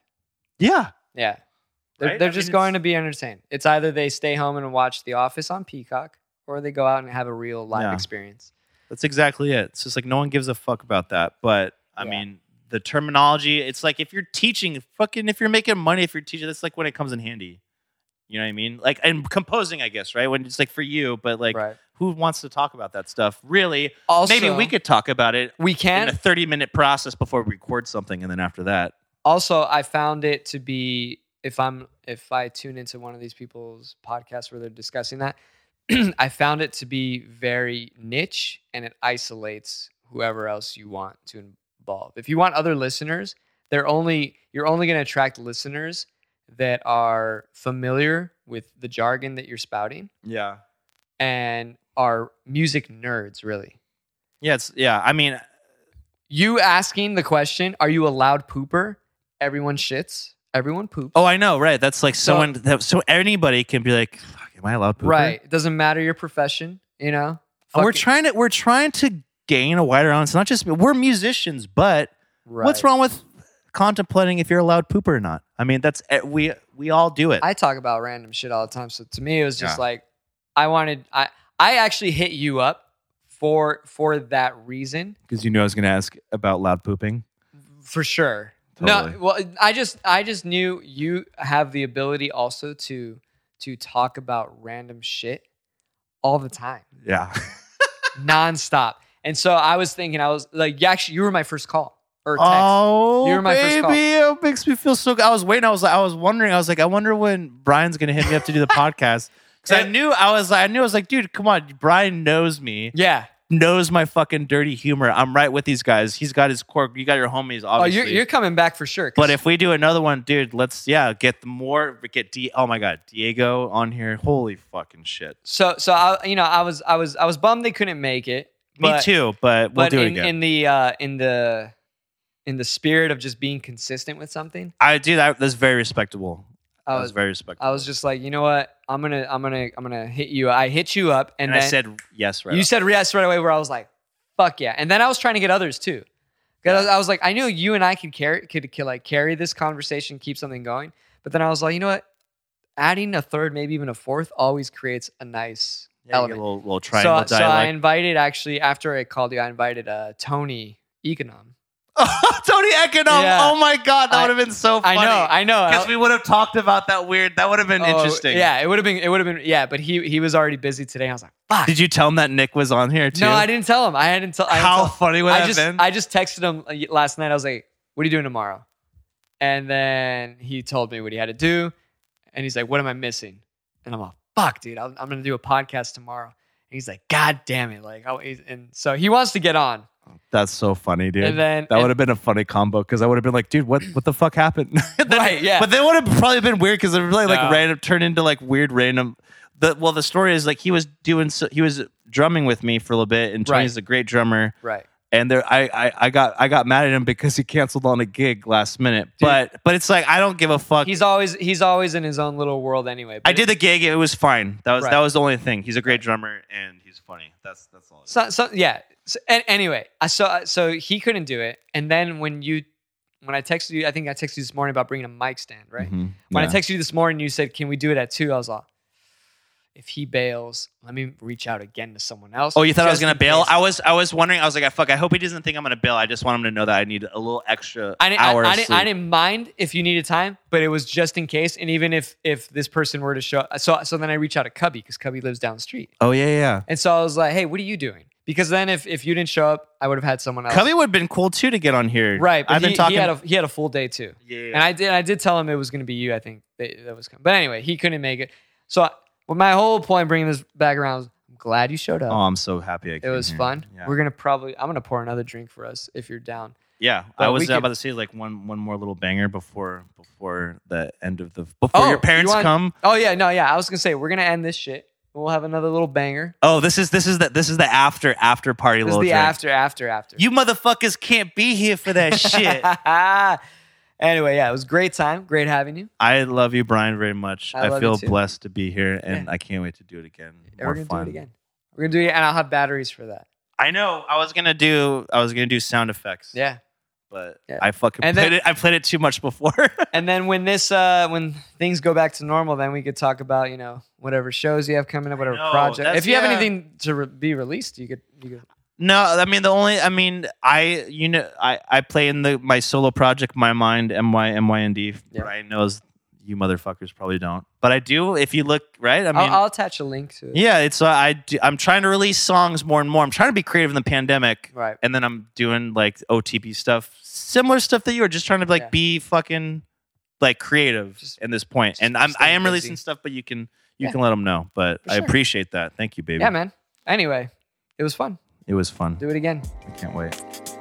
[SPEAKER 2] yeah,
[SPEAKER 1] Yeah. They're,
[SPEAKER 2] Right?
[SPEAKER 1] they're
[SPEAKER 2] I mean,
[SPEAKER 1] just
[SPEAKER 2] it's-
[SPEAKER 1] going to be entertained. It's either they stay home and watch The Office on Peacock or they go out and have a real live
[SPEAKER 2] Yeah.
[SPEAKER 1] experience.
[SPEAKER 2] that's exactly it. It's just like no one gives a fuck about that. But I
[SPEAKER 1] Yeah.
[SPEAKER 2] mean, the terminology. It's like if you're teaching, fucking, if you're making money, if you're teaching, that's like when it comes in handy. You know what I mean? Like and composing, I guess, right? When it's like for you, but like
[SPEAKER 1] right.
[SPEAKER 2] who wants to talk about that stuff really
[SPEAKER 1] Also,
[SPEAKER 2] maybe we could talk about it
[SPEAKER 1] we
[SPEAKER 2] in
[SPEAKER 1] can
[SPEAKER 2] a 30 minute process before we record something and then after that
[SPEAKER 1] also i found it to be if i'm if i tune into one of these people's podcasts where they're discussing that i found it to be very niche and it isolates whoever else you want to involve if you want other listeners they're only you're only going to attract listeners that are familiar with the jargon that you're spouting
[SPEAKER 2] yeah
[SPEAKER 1] and are music nerds really
[SPEAKER 2] yeah it's yeah i mean
[SPEAKER 1] you asking the question are you a loud pooper everyone shits everyone poops
[SPEAKER 2] oh i know right that's like
[SPEAKER 1] So-
[SPEAKER 2] someone that, so anybody can be like "Fuck, am i allowed pooper?
[SPEAKER 1] Right. It doesn't matter your profession, you know?
[SPEAKER 2] and we're
[SPEAKER 1] Fuck it.
[SPEAKER 2] trying to we're trying to gain a wider audience not just we're musicians but what's
[SPEAKER 1] Right.
[SPEAKER 2] wrong with contemplating if you're allowed pooper or not i mean that's eh, we we all do it
[SPEAKER 1] I talk about random shit all the time. So to me it was just like I wanted I I actually hit you up for for that reason.
[SPEAKER 2] because you knew i was going to ask about loud pooping
[SPEAKER 1] For sure. No, well, I just I just knew you have the ability also to to talk about random shit all the time,
[SPEAKER 2] Yeah.
[SPEAKER 1] nonstop. And so I was thinking, I was like, yeah, actually, you were my first call or text.
[SPEAKER 2] Oh,
[SPEAKER 1] You were my first
[SPEAKER 2] baby, it makes me feel so good. I was waiting. I was like, I was wondering. I was like, I wonder when Brian's gonna hit me up to do the podcast because I knew I was. I knew I was like, dude, come on, Brian knows me,
[SPEAKER 1] Yeah.
[SPEAKER 2] knows my fucking dirty humor. I'm right with these guys. He's got his quirk. You got your homies,
[SPEAKER 1] Oh,
[SPEAKER 2] obviously.
[SPEAKER 1] you're, you're coming back for sure. 'cause-
[SPEAKER 2] but if we do another one, dude, let's yeah get the more get D. Oh my god, Diego on here. Holy fucking shit.
[SPEAKER 1] so, so I, you know, I was, I was, I was bummed they couldn't make it.
[SPEAKER 2] me
[SPEAKER 1] but-
[SPEAKER 2] too, but we'll
[SPEAKER 1] But
[SPEAKER 2] do it
[SPEAKER 1] in,
[SPEAKER 2] again.
[SPEAKER 1] in the uh, in the in the spirit of just being consistent with something,
[SPEAKER 2] I do that. That's very respectable.
[SPEAKER 1] I
[SPEAKER 2] that was
[SPEAKER 1] was,
[SPEAKER 2] very respectable.
[SPEAKER 1] I was just like, you know what, I'm gonna, I'm gonna, I'm gonna hit you. I hit you up, oh, and,
[SPEAKER 2] and,
[SPEAKER 1] then
[SPEAKER 2] I said yes right.
[SPEAKER 1] you
[SPEAKER 2] off.
[SPEAKER 1] said yes right away. Where I was like, fuck yeah, and then I was trying to get others too. Because I, was, I was like, I knew you and I could carry, could, could like carry this conversation, keep something going. But then I was like, you know what, adding a third, maybe even a fourth, always creates a nice
[SPEAKER 2] Yeah, you get
[SPEAKER 1] element.
[SPEAKER 2] a little, little
[SPEAKER 1] so,
[SPEAKER 2] triangle
[SPEAKER 1] so I
[SPEAKER 2] dialect.
[SPEAKER 1] invited actually after I called you, I invited uh, Tony Econom.
[SPEAKER 2] Oh, Tony Econom.
[SPEAKER 1] Yeah.
[SPEAKER 2] Oh my god, that
[SPEAKER 1] I-
[SPEAKER 2] would have been so
[SPEAKER 1] I
[SPEAKER 2] funny.
[SPEAKER 1] know, I know.
[SPEAKER 2] Because we would have talked about that weird. That would have been
[SPEAKER 1] Oh,
[SPEAKER 2] interesting.
[SPEAKER 1] Yeah, it would have been. It would have been. Yeah, but he he was already busy today. I was like, fuck.
[SPEAKER 2] Did you tell him that Nick was on here too?
[SPEAKER 1] no, I didn't tell him. I hadn't tell. I didn't
[SPEAKER 2] How
[SPEAKER 1] tell-
[SPEAKER 2] funny would
[SPEAKER 1] I
[SPEAKER 2] that
[SPEAKER 1] just
[SPEAKER 2] have been?
[SPEAKER 1] I just texted him uh, last night. I was like, "What are you doing tomorrow?" And then he told me what he had to do, and he's like, "What am I missing?" And I'm like, "Fuck, dude, I'm, I'm gonna do a podcast tomorrow." And he's like, "God damn it!" Like, I, he's- and so he wants to get on,
[SPEAKER 2] That's so funny, dude.
[SPEAKER 1] and then
[SPEAKER 2] that
[SPEAKER 1] and-
[SPEAKER 2] would have been a funny combo because I would have been like, dude, what what the fuck happened? Then-
[SPEAKER 1] Right, yeah.
[SPEAKER 2] But that would have probably been weird because it would probably like
[SPEAKER 1] No.
[SPEAKER 2] random turn into like weird random. The well, the story is like he was doing so, he was drumming with me for a little bit, and
[SPEAKER 1] Right.
[SPEAKER 2] Tony's a great drummer.
[SPEAKER 1] right.
[SPEAKER 2] and there I, I I got I got mad at him because he canceled on a gig last minute. But but it's like I don't give a fuck.
[SPEAKER 1] He's always he's always in his own little world anyway.
[SPEAKER 2] I did the gig. It was fine. That was
[SPEAKER 1] Right.
[SPEAKER 2] that was the only thing. He's a great drummer and he's funny. That's that's all. it is.
[SPEAKER 1] So, so yeah. So, an anyway, I saw. So he couldn't do it, and then when you, when I texted you, I think I texted you this morning about bringing a mic stand, right?
[SPEAKER 2] Mhm.
[SPEAKER 1] When
[SPEAKER 2] Yeah.
[SPEAKER 1] I texted you this morning, you said, "Can we do it at 2? I was like, "If he bails, let me reach out again to someone else."
[SPEAKER 2] Oh, you thought I was
[SPEAKER 1] just
[SPEAKER 2] gonna
[SPEAKER 1] in
[SPEAKER 2] bail?
[SPEAKER 1] case."
[SPEAKER 2] I was. I was wondering. I was like, I fuck. I hope he doesn't think I'm gonna bail. I just want him to know that I need a little extra
[SPEAKER 1] I didn't, I,
[SPEAKER 2] hour.
[SPEAKER 1] I
[SPEAKER 2] of
[SPEAKER 1] didn't,
[SPEAKER 2] sleep.
[SPEAKER 1] I didn't mind if you needed time, but it was just in case. And even if if this person were to show, so so then I reach out to Cubby because Cubby lives down the street,
[SPEAKER 2] Oh yeah, yeah.
[SPEAKER 1] and so I was like, "Hey, what are you doing?" Because then if if you didn't show up, I would have had someone else.
[SPEAKER 2] Cubby would have been cool too to get on here.
[SPEAKER 1] right? But
[SPEAKER 2] I've
[SPEAKER 1] he,
[SPEAKER 2] been talking.
[SPEAKER 1] He had a, he had a full day too.
[SPEAKER 2] yeah,
[SPEAKER 1] And I did. I did tell him it was going to be you. I think that, that was coming. But anyway, he couldn't make it. So, I- well, my whole point bringing this back around is I'm glad you showed up.
[SPEAKER 2] oh, I'm so happy. I
[SPEAKER 1] it
[SPEAKER 2] came
[SPEAKER 1] was
[SPEAKER 2] here.
[SPEAKER 1] fun.
[SPEAKER 2] Yeah,
[SPEAKER 1] We're gonna probably. I'm gonna pour another drink for us if you're down.
[SPEAKER 2] Yeah,
[SPEAKER 1] But
[SPEAKER 2] I
[SPEAKER 1] we
[SPEAKER 2] was
[SPEAKER 1] could-
[SPEAKER 2] about to say like one one more little banger before before the end of the before your
[SPEAKER 1] you
[SPEAKER 2] parents
[SPEAKER 1] want-
[SPEAKER 2] come.
[SPEAKER 1] Oh yeah, no, yeah. I was gonna say we're gonna end this shit. We'll have another little banger.
[SPEAKER 2] Oh, this is this is the this is the after after party
[SPEAKER 1] This is
[SPEAKER 2] little
[SPEAKER 1] the
[SPEAKER 2] drink.
[SPEAKER 1] after, after, after.
[SPEAKER 2] You motherfuckers can't be here for that shit.
[SPEAKER 1] anyway, yeah, it was a great time. Great having you.
[SPEAKER 2] I love you, Brian, very much.
[SPEAKER 1] I
[SPEAKER 2] I,
[SPEAKER 1] love you
[SPEAKER 2] feel
[SPEAKER 1] too.
[SPEAKER 2] blessed to be here, and I can't wait to do it again.
[SPEAKER 1] And
[SPEAKER 2] More
[SPEAKER 1] we're gonna
[SPEAKER 2] fun.
[SPEAKER 1] do it again. We're gonna do it, and I'll have batteries for that.
[SPEAKER 2] I know. I was gonna do. I was gonna do sound effects.
[SPEAKER 1] Yeah.
[SPEAKER 2] but
[SPEAKER 1] Yeah.
[SPEAKER 2] I fucking
[SPEAKER 1] And
[SPEAKER 2] played
[SPEAKER 1] then-
[SPEAKER 2] it. I played it too much before.
[SPEAKER 1] And then when this, uh, when things go back to normal, then we could talk about you know whatever shows you have coming up, whatever
[SPEAKER 2] know,
[SPEAKER 1] project.
[SPEAKER 2] that's-
[SPEAKER 1] If you have
[SPEAKER 2] yeah.
[SPEAKER 1] anything to re- be released, you could. You could
[SPEAKER 2] No, I mean the only I mean I you know I I play in the my solo project my mind M Y M Y N D.
[SPEAKER 1] Yeah.
[SPEAKER 2] Brian knows you motherfuckers probably don't, but I do. If you look right, I
[SPEAKER 1] I
[SPEAKER 2] mean
[SPEAKER 1] will I'll attach a link to it.
[SPEAKER 2] yeah, it's uh, I do, I'm trying to release songs more and more. I'm trying to be creative in the pandemic,
[SPEAKER 1] Right.
[SPEAKER 2] and then I'm doing like OTP stuff, similar stuff that you were just trying to like
[SPEAKER 1] Yeah.
[SPEAKER 2] be fucking like creative
[SPEAKER 1] Just-
[SPEAKER 2] in this point.
[SPEAKER 1] just
[SPEAKER 2] And I'm I
[SPEAKER 1] stay
[SPEAKER 2] am
[SPEAKER 1] busy.
[SPEAKER 2] releasing stuff, but you can you
[SPEAKER 1] Yeah.
[SPEAKER 2] can let them know. But
[SPEAKER 1] For
[SPEAKER 2] I
[SPEAKER 1] sure.
[SPEAKER 2] appreciate that. Thank you, baby.
[SPEAKER 1] Yeah, man. Anyway, it was fun.
[SPEAKER 2] It was fun.
[SPEAKER 1] Do it again.
[SPEAKER 2] I can't wait.